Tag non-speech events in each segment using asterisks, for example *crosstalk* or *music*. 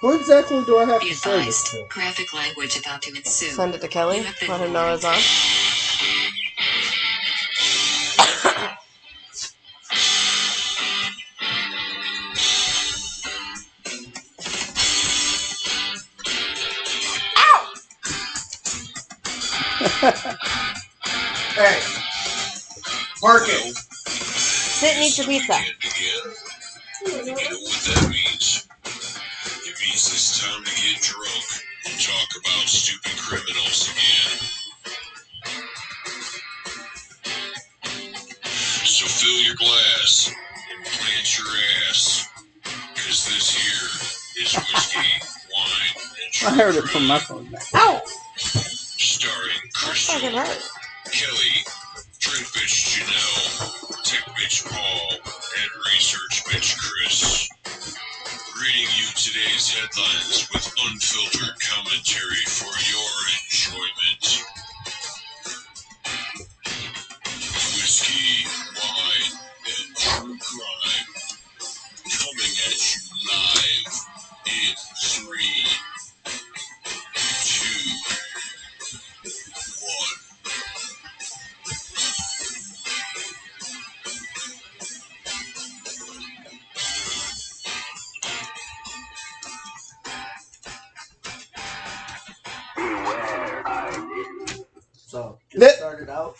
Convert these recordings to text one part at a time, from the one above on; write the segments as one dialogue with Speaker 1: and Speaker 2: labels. Speaker 1: What exactly do I have
Speaker 2: Be
Speaker 1: to say this
Speaker 2: advised,
Speaker 1: to?
Speaker 2: graphic language about to ensue.
Speaker 3: Send it to Kelly.
Speaker 2: You have been
Speaker 3: Let him know
Speaker 2: warned.
Speaker 3: it's on. *laughs*
Speaker 4: Hey, work it.
Speaker 3: Sit and eat your pizza.
Speaker 5: You know what that means? It means it's time to get drunk and talk about stupid criminals again. So fill your glass and plant your ass, because this here is whiskey, wine,
Speaker 1: *laughs*
Speaker 5: and
Speaker 1: I heard it
Speaker 5: True
Speaker 1: from
Speaker 5: Crime,
Speaker 1: my phone.
Speaker 3: Ow!
Speaker 5: starring
Speaker 3: That
Speaker 5: Crystal
Speaker 3: fucking hurt.
Speaker 5: Kelly, Drink Bitch Janelle, Tech Bitch Paul, and Research Bitch Chris. Reading you today's headlines with unfiltered commentary for your enjoyment. Whiskey, wine, and true crime coming at you live in three, two, one.
Speaker 4: So, just
Speaker 1: That-
Speaker 4: start it out.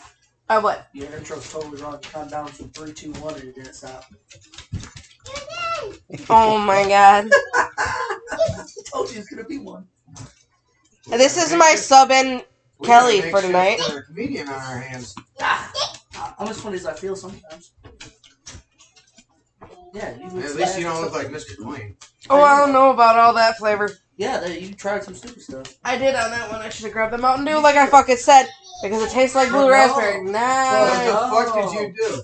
Speaker 3: I what?
Speaker 4: Your intro's totally wrong. Count down from three, two, one, and you're gonna stop.
Speaker 3: Oh my god.
Speaker 4: I told you it's gonna be one.
Speaker 3: This is my sub in.
Speaker 6: We gotta
Speaker 3: Kelly
Speaker 6: make
Speaker 3: for
Speaker 6: shit
Speaker 3: tonight.
Speaker 6: for a comedian on our hands.
Speaker 4: I'm as funny as I feel sometimes. Yeah, you
Speaker 6: At least you don't look like Mr. Clean.
Speaker 3: Oh, I don't know about all that flavor.
Speaker 4: Yeah, that- you tried some stupid stuff.
Speaker 3: I did on that one. I should have grabbed the Mountain Dew like I fucking said because it tastes like blue
Speaker 6: No.
Speaker 3: raspberry.
Speaker 6: What the
Speaker 3: Nice.
Speaker 6: fuck did you do?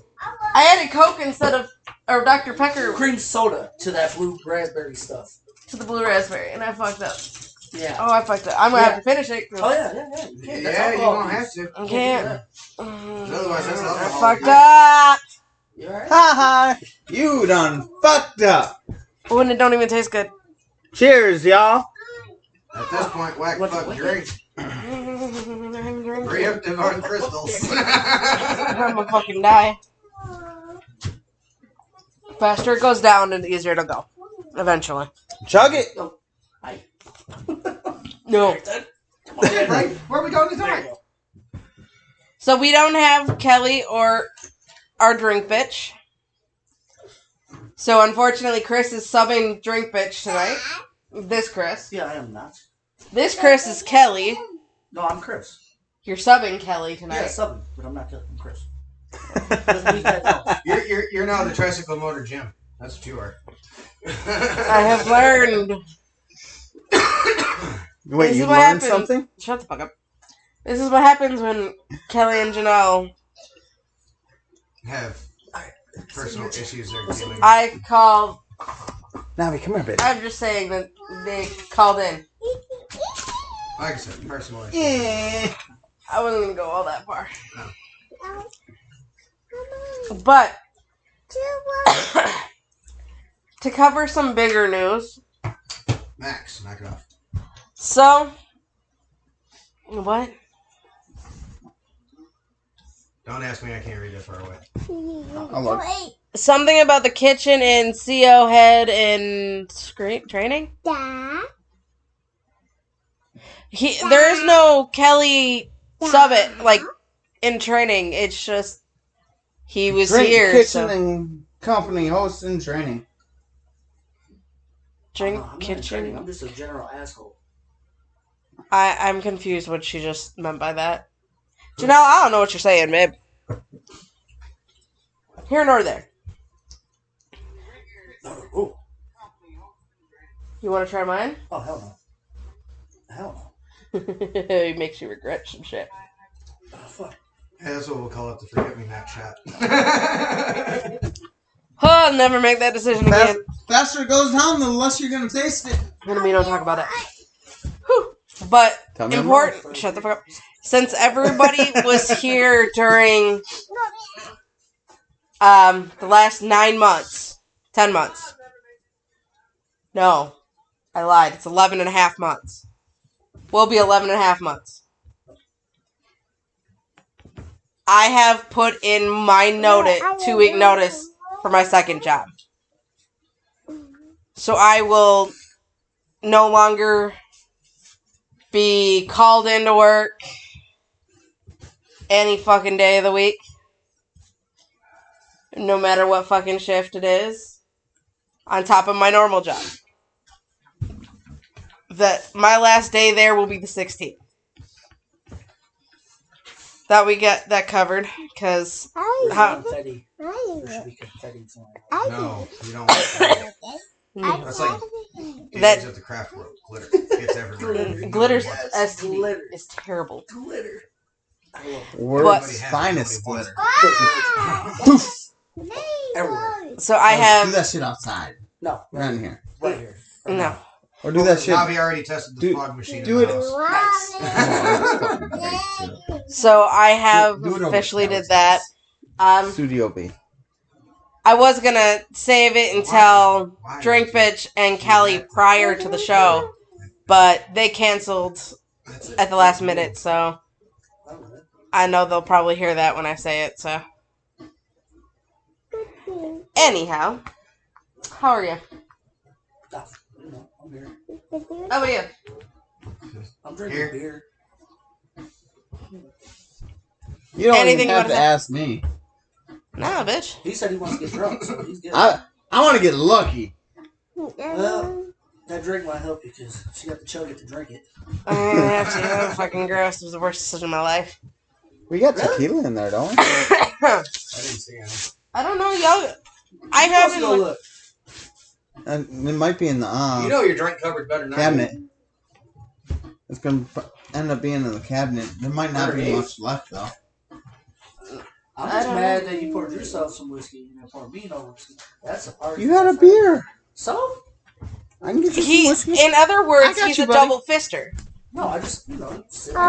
Speaker 3: I added Coke instead of or Dr Pepper
Speaker 4: Cream soda to that blue raspberry stuff.
Speaker 3: to the blue raspberry, and I fucked up.
Speaker 4: Yeah.
Speaker 3: Oh, I fucked up. I'm gonna have to finish it. 'cause-
Speaker 4: Oh yeah, yeah, yeah. You can't- that's
Speaker 6: Yeah, you
Speaker 4: alcohol.
Speaker 6: don't have to.
Speaker 3: I
Speaker 4: can't do
Speaker 3: can't.
Speaker 4: that.
Speaker 6: Otherwise, that's
Speaker 3: I *sighs*
Speaker 6: alcohol.
Speaker 3: fucked up.
Speaker 4: You alright?
Speaker 1: Ha ha! You done fucked up.
Speaker 3: When it don't even taste good. *laughs*
Speaker 1: Cheers, y'all.
Speaker 6: At this point, whack
Speaker 4: What's-
Speaker 6: fuck
Speaker 4: what's
Speaker 6: drink.
Speaker 3: I'm drinking.
Speaker 6: Preemptive on crystals.
Speaker 3: I'm gonna fucking die. Faster it goes down, and the easier it'll go. Eventually.
Speaker 1: Chug it.
Speaker 3: No.
Speaker 6: Right? Where are we going
Speaker 4: There
Speaker 6: tonight?
Speaker 4: you go.
Speaker 3: So we don't have Kelly or our drink bitch. So unfortunately, Chris is subbing drink bitch tonight. This Chris.
Speaker 4: Yeah, I am not.
Speaker 3: This Chris is Kelly.
Speaker 4: No, I'm Chris.
Speaker 3: You're subbing Kelly
Speaker 4: Yeah,
Speaker 3: tonight.
Speaker 4: Southern, but I'm not Kelly. I'm Chris. Doesn't mean that helps.
Speaker 6: You're, you're, you're now the tricycle motor Jim. That's what you are. *laughs*
Speaker 3: I have learned.
Speaker 1: Wait,
Speaker 3: This
Speaker 1: you
Speaker 3: is what
Speaker 1: learned
Speaker 3: happened.
Speaker 1: something?
Speaker 3: Shut the fuck up. This is what happens when Kelly and Janelle.
Speaker 6: have personal issues they're dealing with.
Speaker 3: I call.
Speaker 1: Navi, come here, bitch.
Speaker 3: I'm just saying that they called in.
Speaker 6: Like I said, personal issues.
Speaker 1: Yeah.
Speaker 3: I wasn't gonna go all that far.
Speaker 6: No.
Speaker 3: But *coughs* to cover some bigger news,
Speaker 6: Max, knock it off.
Speaker 3: so what?
Speaker 6: Don't ask me, I can't read that far away.
Speaker 3: Something about the kitchen and CO head and screen training. He there is no Kelly Summit like in training. It's just he was
Speaker 1: Drink
Speaker 3: here.
Speaker 1: kitchen
Speaker 3: so-
Speaker 1: and company host and training.
Speaker 3: drink
Speaker 1: Oh,
Speaker 4: No, I'm not
Speaker 3: kitchen.
Speaker 4: training, I'm just a general asshole.
Speaker 3: I I'm confused what she just meant by that. Janelle, I don't know what you're saying, babe. Here nor there.
Speaker 4: No, no, ooh.
Speaker 3: You want to try mine? *laughs*
Speaker 4: Oh hell no. Hell
Speaker 3: it makes you regret some shit.
Speaker 4: no. Oh, fuck.
Speaker 6: Yeah, that's what we'll call it the forget me not shot. *laughs* That's
Speaker 3: Oh, I'll never make that decision again.
Speaker 1: faster it goes down, the less you're gonna taste it.
Speaker 3: And we don't talk about it. Whew. But
Speaker 1: Tell me
Speaker 3: important. Shut the fuck up. Since everybody was here during um the last nine months, ten months. No, I lied. It's 11 and a half months. Will be 11 and a half months. I have put in my notice, two week notice for my second job. So I will no longer be called into work any fucking day of the week. No matter what fucking shift it is. On top of my normal job. That my last day there will be the 16th. That we get that covered because How-
Speaker 4: Confetti. There should be confetti in somewhere.
Speaker 6: No, you don't. That's like
Speaker 3: That-
Speaker 6: that, at the craft world. Glitter. It's everywhere.
Speaker 3: glitter's
Speaker 6: Everybody wants-
Speaker 3: STD
Speaker 4: glitter.
Speaker 3: is terrible.
Speaker 4: Glitter. I love it.
Speaker 3: But-
Speaker 1: World's
Speaker 6: everybody has
Speaker 1: finest
Speaker 6: what they
Speaker 1: glitter.
Speaker 6: want.
Speaker 1: Poof!
Speaker 4: Everywhere.
Speaker 3: So I
Speaker 1: Oh, do
Speaker 3: have
Speaker 1: that shit outside.
Speaker 4: No, right,
Speaker 1: Run here.
Speaker 4: right here. Right
Speaker 3: no.
Speaker 4: now.
Speaker 1: Or do that shit. *laughs* Oh,
Speaker 6: Navi already tested the
Speaker 1: Do-
Speaker 6: fog machine.
Speaker 1: do
Speaker 6: in
Speaker 1: it-
Speaker 6: the house.
Speaker 3: So I have
Speaker 1: Do- do it over,
Speaker 3: officially did
Speaker 1: Alex.
Speaker 3: that. Um,
Speaker 1: Studio B.
Speaker 3: I was gonna save it until
Speaker 6: Why would
Speaker 3: Drink
Speaker 6: you-
Speaker 3: Bitch and Kelly prior to the show, but they canceled
Speaker 6: That's it.
Speaker 3: at the last minute, so
Speaker 4: I love it.
Speaker 3: I know they'll probably hear that when I say it. So, anyhow, how are you?
Speaker 4: That's- no, I'm here.
Speaker 3: How are you?
Speaker 4: I'm drinking
Speaker 6: Here.
Speaker 4: beer.
Speaker 1: You don't
Speaker 3: Anything
Speaker 1: even have to
Speaker 3: you wanna say?
Speaker 1: ask me.
Speaker 3: Nah, bitch.
Speaker 4: He said he wants to get drunk, so he's good.
Speaker 1: I I want to get lucky.
Speaker 4: Well, that drink might help you because she got to chug it to drink it.
Speaker 3: I mean, actually, that was fucking gross. It was the worst decision of my life. *clears throat*
Speaker 1: We got
Speaker 4: Really?
Speaker 1: tequila in there, don't we?
Speaker 6: I didn't see him.
Speaker 3: I don't know, y'all. I
Speaker 4: You're supposed to
Speaker 3: haven't.
Speaker 4: go
Speaker 3: looked-
Speaker 4: look.
Speaker 1: And it might be in the uh,
Speaker 6: You know your drink covered better than I do.
Speaker 1: cabinet. It's gonna fu- end up being in the cabinet. There might not be
Speaker 4: Underneath.
Speaker 1: much left though.
Speaker 4: I'm
Speaker 3: I
Speaker 4: just
Speaker 3: don't
Speaker 4: mad
Speaker 3: know.
Speaker 4: that you poured yourself some whiskey and you poured me no whiskey. That's a party.
Speaker 1: You had a beer.
Speaker 4: So?
Speaker 1: I can get you some
Speaker 3: He,
Speaker 1: whiskey.
Speaker 3: in other words,
Speaker 1: I got
Speaker 3: he's
Speaker 1: you,
Speaker 3: a
Speaker 1: buddy.
Speaker 3: double fister.
Speaker 4: No, I just, you know, sip
Speaker 7: Oh.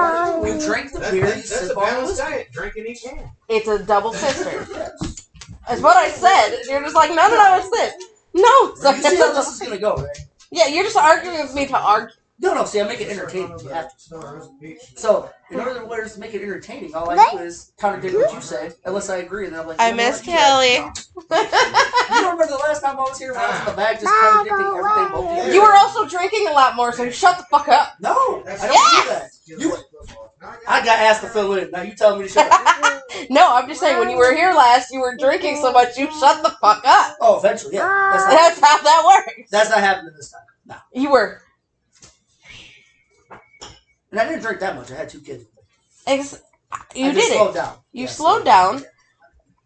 Speaker 4: on it. You
Speaker 1: Ah.
Speaker 4: drink the
Speaker 6: That-
Speaker 4: beer,
Speaker 6: that-
Speaker 4: you
Speaker 6: that's a
Speaker 4: sip on the
Speaker 6: balanced
Speaker 4: whiskey.
Speaker 6: diet. Drink in each hand.
Speaker 3: It's a double fister.
Speaker 4: Yes.
Speaker 3: That's what I said. You're just like, no, no, no, it's this. No. So
Speaker 4: you see
Speaker 3: *laughs*
Speaker 4: how this is going to go, right?
Speaker 3: yeah, you're just arguing with me to argue.
Speaker 4: No, no, see, I make it entertaining. You have to. So, in order to whereas make it entertaining, all I do is contradict what you said, unless I agree, and then I'm like,
Speaker 3: I
Speaker 4: you know
Speaker 3: miss
Speaker 4: what, you guys-
Speaker 3: Kelly.
Speaker 4: You don't remember the last time I was here when I was in the bag just contradicting everything both of
Speaker 3: you were also drinking a lot more, so shut the fuck up.
Speaker 4: No, I don't do that.
Speaker 6: Yes!
Speaker 4: You, I got asked to fill in. Now you tell me to shut up.
Speaker 3: No, I'm just saying when you were here last, you were drinking so much you shut the fuck up. *laughs*
Speaker 4: Oh, eventually, yeah. That's not,
Speaker 3: That's how that works.
Speaker 4: that's not happening this time. No.
Speaker 3: You were
Speaker 4: And I didn't drink that much. I had two kids.
Speaker 3: ex-
Speaker 4: I
Speaker 3: you
Speaker 4: just
Speaker 3: did
Speaker 4: slowed
Speaker 3: it,
Speaker 4: down.
Speaker 3: You
Speaker 4: Yeah,
Speaker 3: slowed down.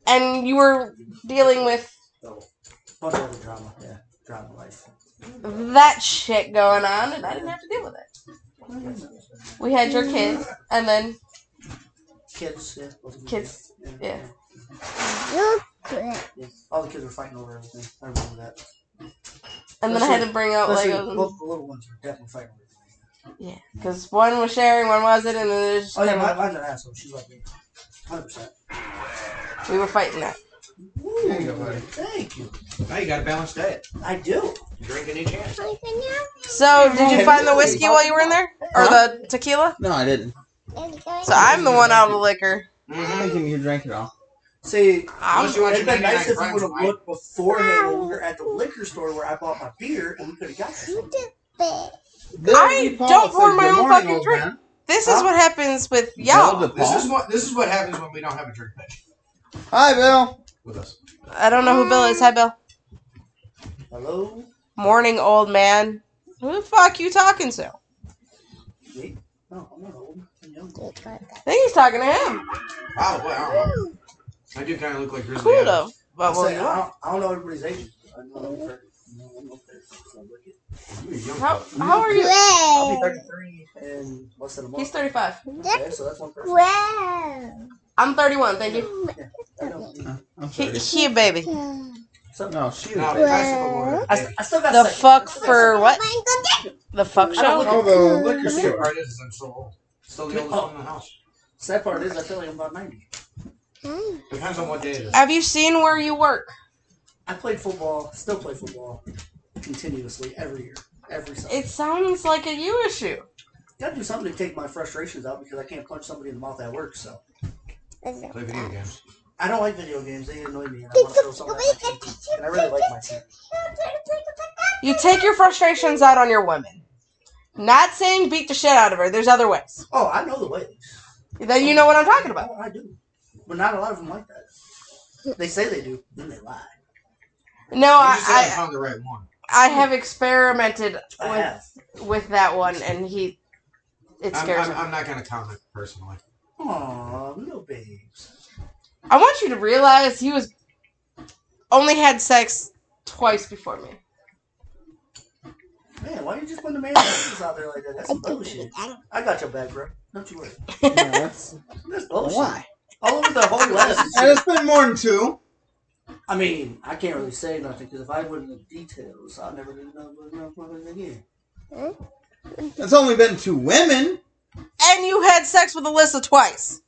Speaker 3: and you were dealing with
Speaker 4: So, bunch of other drama. Yeah, drama life.
Speaker 3: that shit going on, and I didn't have to deal with it. We had your kids, and then
Speaker 4: Kids, yeah. both of them,
Speaker 3: Kids, yeah.
Speaker 4: yeah. All the kids were fighting over everything. I remember that.
Speaker 3: and then I had to bring out um,
Speaker 4: Especially
Speaker 3: Legos. and-
Speaker 4: both the little ones were definitely fighting over everything.
Speaker 3: Yeah, because one was sharing, one wasn't, and then it was just
Speaker 4: Oh, yeah,
Speaker 3: kind
Speaker 4: my,
Speaker 3: of-
Speaker 4: mine's an asshole. She's like me. 100%.
Speaker 3: we were fighting that.
Speaker 6: There you go, buddy.
Speaker 4: Thank you.
Speaker 6: Now you got a balanced diet.
Speaker 4: I do.
Speaker 6: Drink in each hand.
Speaker 3: So, did you find the whiskey while you were in there, or the tequila?
Speaker 1: No, I didn't.
Speaker 3: So I'm the one out of the liquor.
Speaker 6: Mm-hmm.
Speaker 1: I'm thinking you drank it all.
Speaker 4: See,
Speaker 3: I'm,
Speaker 6: Unless you want
Speaker 4: It'd
Speaker 6: your
Speaker 4: been
Speaker 6: 99
Speaker 4: nice if you
Speaker 6: grams
Speaker 4: would
Speaker 6: of
Speaker 4: have
Speaker 6: white.
Speaker 4: looked beforehand when we were at the liquor store where I bought my beer and we could have got you.
Speaker 3: I
Speaker 1: Bill DePaul
Speaker 3: don't pour
Speaker 1: says,
Speaker 3: my
Speaker 1: "Good
Speaker 3: own
Speaker 1: morning,
Speaker 3: fucking
Speaker 1: old
Speaker 3: drink."
Speaker 1: man."
Speaker 3: this is what happens with
Speaker 1: Bill
Speaker 3: y'all.
Speaker 1: DePaul?
Speaker 6: This is what this is what happens when we don't have a drink bitch
Speaker 1: Hi, Bill.
Speaker 6: with us.
Speaker 3: I don't know who Bill is. Hi, Bill.
Speaker 4: Hello?
Speaker 3: Morning, old man. Who the fuck you talking to?
Speaker 4: Me? No, I'm not old. I'm young.
Speaker 3: I think he's talking to him.
Speaker 6: Wow, boy, Oh, I don't know. I do kind of look like Grizzly.
Speaker 3: Cool
Speaker 6: Adams.
Speaker 3: though. But
Speaker 4: I,
Speaker 3: well,
Speaker 4: say,
Speaker 3: you
Speaker 4: I,
Speaker 3: are.
Speaker 4: don't, I don't know everybody's age. I know I'm thirty. No, I'm not thirty. So I'm wicked.
Speaker 6: You're a young
Speaker 3: How,
Speaker 6: fella.
Speaker 3: how are you?
Speaker 4: I'll be 33 in less than a month.
Speaker 3: He's 35.
Speaker 4: Okay, so that's one person.
Speaker 3: I'm 31. Thank you.
Speaker 4: I know.
Speaker 1: I'm
Speaker 3: He,
Speaker 1: sorry.
Speaker 3: he a baby.
Speaker 4: So,
Speaker 1: No, she.
Speaker 6: No,
Speaker 1: No,
Speaker 6: I sip a water.
Speaker 4: I, st- I still got
Speaker 3: The
Speaker 4: sex.
Speaker 3: fuck
Speaker 4: I still got
Speaker 3: for
Speaker 4: sex.
Speaker 3: what? The fuck
Speaker 4: I don't
Speaker 3: show?
Speaker 4: look
Speaker 1: oh,
Speaker 4: at-
Speaker 1: the
Speaker 6: The
Speaker 1: liquor
Speaker 6: shit
Speaker 1: store.
Speaker 6: part is, is I'm so old. Still the oldest one in the house.
Speaker 4: Sad part is I feel like I'm about 90.
Speaker 6: Depends on what day it is.
Speaker 3: Have you seen where you work?
Speaker 4: I played football, still play football continuously every year. every Sunday.
Speaker 3: It sounds like a you issue.
Speaker 4: Gotta do something to take my frustrations out because I can't punch somebody in the mouth at work. So
Speaker 6: Play video games.
Speaker 4: I don't like video games; they annoy me, and I want to throw something at my team. And I really like my team.
Speaker 3: You take your frustrations out on your women. Not saying beat the shit out of her. There's other ways.
Speaker 4: Oh, I know the way.
Speaker 3: Then you know what I'm talking about.
Speaker 4: Oh, I do, but not a lot of them like that. They say they do, then they lie.
Speaker 3: No,
Speaker 6: You just haven't
Speaker 3: Oh, I
Speaker 6: found the right one.
Speaker 3: I, I have experimented
Speaker 4: I
Speaker 3: with
Speaker 4: have.
Speaker 3: with that one, and he it
Speaker 6: I'm,
Speaker 3: scares
Speaker 6: I'm,
Speaker 3: me.
Speaker 6: I'm not gonna comment personally.
Speaker 4: Aw, little babes.
Speaker 3: I want you to realize he was only had sex twice before me.
Speaker 4: Man, why you just putting the man's business out there like that? That's some bullshit. I got your back, bro. Don't you worry.
Speaker 1: No, that's,
Speaker 4: That's bullshit.
Speaker 1: why?
Speaker 4: All over the whole lettuce and
Speaker 1: And
Speaker 4: shit.
Speaker 1: it's been more than two.
Speaker 4: I mean, I can't really say nothing because if I wouldn't have details, I'd never do nothing motherfuckers again.
Speaker 1: It's only been two women.
Speaker 3: And you had sex with Alyssa twice,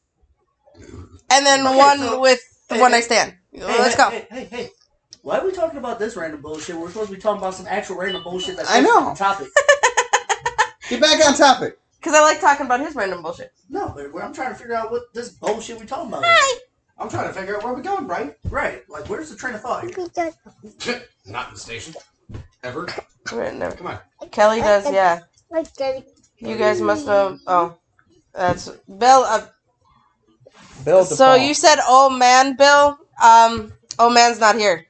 Speaker 3: and then
Speaker 4: Okay,
Speaker 3: one
Speaker 4: so-
Speaker 3: with the
Speaker 4: Hey,
Speaker 3: one
Speaker 4: hey,
Speaker 3: I stand.
Speaker 4: Hey,
Speaker 3: Let's
Speaker 4: hey,
Speaker 3: go.
Speaker 4: Hey, hey, hey. Why are we talking about this random bullshit? We're supposed to be talking about some actual random bullshit that's
Speaker 1: I know.
Speaker 4: on topic.
Speaker 1: Get back on topic.
Speaker 3: Because I like talking about his random bullshit.
Speaker 4: No, but we're- I'm trying to figure out what this bullshit we talking about. is.
Speaker 3: Hi.
Speaker 6: I'm trying to figure out where we're going, right?
Speaker 4: Right. Like, where's the train of thought? here?
Speaker 6: *laughs* Not in the station. Ever.
Speaker 3: We're- no.
Speaker 6: Come on.
Speaker 3: Kelly does, yeah. You guys must have. Oh, that's Bill. Uh,
Speaker 1: Build
Speaker 3: so you said, "Oh man, Bill." Um, oh man's not here.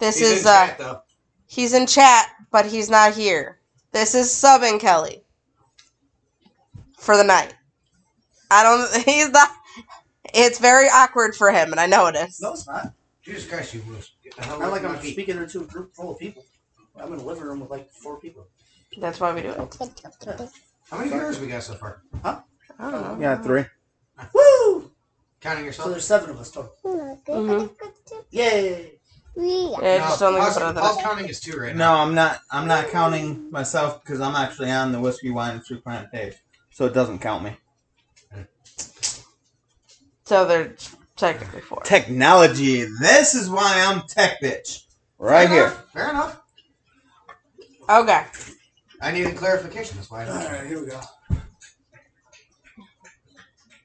Speaker 3: This
Speaker 6: He's
Speaker 3: is
Speaker 6: in
Speaker 3: uh,
Speaker 6: chat, though.
Speaker 3: He's in chat, but he's not here. This is subbing Kelly for the night. I don't. *laughs* He's not. It's very awkward for him, and I know it is.
Speaker 4: No, it's not.
Speaker 6: Jesus Christ, you lose. Get the hell
Speaker 4: Not
Speaker 6: away
Speaker 4: like
Speaker 6: from
Speaker 4: I'm
Speaker 6: my feet.
Speaker 4: speaking into a group full of people. I'm in a living room with like four people.
Speaker 3: That's why we do it.
Speaker 6: How many viewers we got so far?
Speaker 3: I don't know.
Speaker 1: Yeah, three.
Speaker 4: Woo!
Speaker 6: Counting
Speaker 4: So
Speaker 6: yourself?
Speaker 4: there's seven of us total. Yay!
Speaker 3: Yeah, just only
Speaker 6: Paul's,
Speaker 3: put on the
Speaker 6: Paul's counting is two right now.
Speaker 1: No, I'm not. I'm not counting myself because I'm actually on the whiskey, wine, and true crime page, so it doesn't count me.
Speaker 3: So they're technically four.
Speaker 1: Technology. This is why I'm tech bitch. Right
Speaker 6: Fair
Speaker 1: here.
Speaker 6: enough, Fair enough.
Speaker 3: Okay.
Speaker 6: I needed clarification. That's why I didn't.
Speaker 4: Alright, here we go.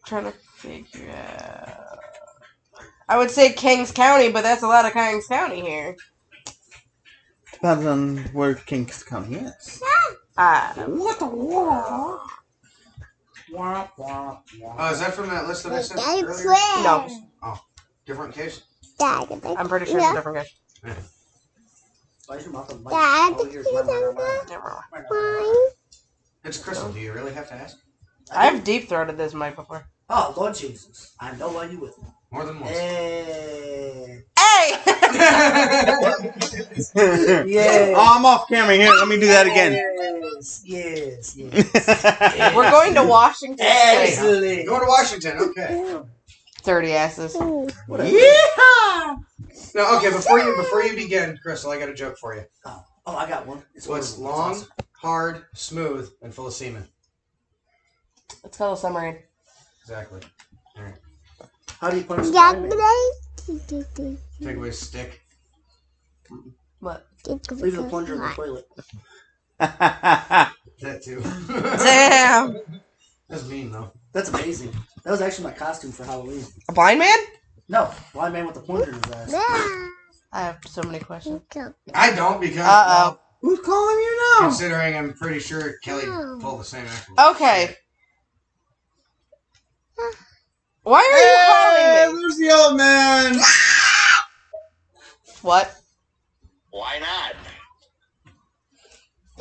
Speaker 3: Trying to figure out. I would say Kings County, but that's a lot of Kings County here.
Speaker 1: Depends on where Kings County *laughs* is.
Speaker 3: Ah.
Speaker 1: What the world?
Speaker 4: Womp, womp, womp.
Speaker 6: Oh, is that from that list that I sent earlier?
Speaker 3: no,
Speaker 6: Different case?
Speaker 3: I'm pretty sure it's a different guy.
Speaker 4: Why is your mouth on the mic?
Speaker 7: Dad,
Speaker 4: All I hear is wah, wah, wah,
Speaker 3: Never mind.
Speaker 4: wah, wah, wah.
Speaker 7: Mine.
Speaker 6: It's Crystal. Do you really have to ask?
Speaker 3: I've deep throated this mic before.
Speaker 4: Oh, Lord Jesus. I know why you with me.
Speaker 6: More than once.
Speaker 3: Eh.
Speaker 4: Hey.
Speaker 3: *laughs* Hey!
Speaker 1: Oh, I'm off camera here. Let me do that again.
Speaker 4: Yes,
Speaker 1: *laughs*
Speaker 4: yes, yes.
Speaker 3: We're going to Washington State.
Speaker 4: Excellent.
Speaker 6: *laughs* Go to Washington. Okay.
Speaker 3: Dirty asses.
Speaker 4: Whatever.
Speaker 6: No, okay. Before you before you begin, Crystal, I got a joke for you.
Speaker 4: Oh, I got one. It's
Speaker 6: What's
Speaker 4: horrible.
Speaker 6: long,
Speaker 4: It's awesome.
Speaker 6: hard, smooth, and full of semen?
Speaker 3: Let's call a submarine.
Speaker 6: Exactly.
Speaker 4: How do you punch the
Speaker 6: Take away stick.
Speaker 3: What?
Speaker 4: Leave the plunger in the toilet.
Speaker 6: That
Speaker 3: *laughs*
Speaker 6: too. *laughs*
Speaker 3: Damn.
Speaker 6: That's mean though.
Speaker 4: That's amazing. That was actually my costume for Halloween.
Speaker 3: A blind man?
Speaker 4: No, blind man with the plunger in his ass.
Speaker 3: I have so many questions.
Speaker 6: I don't because
Speaker 3: Uh
Speaker 6: well,
Speaker 1: Who's calling you now?
Speaker 6: considering I'm pretty sure Kelly pulled the same act.
Speaker 3: oh. Okay. Why are you calling me?
Speaker 1: There's the old man.
Speaker 3: What?
Speaker 5: Why not?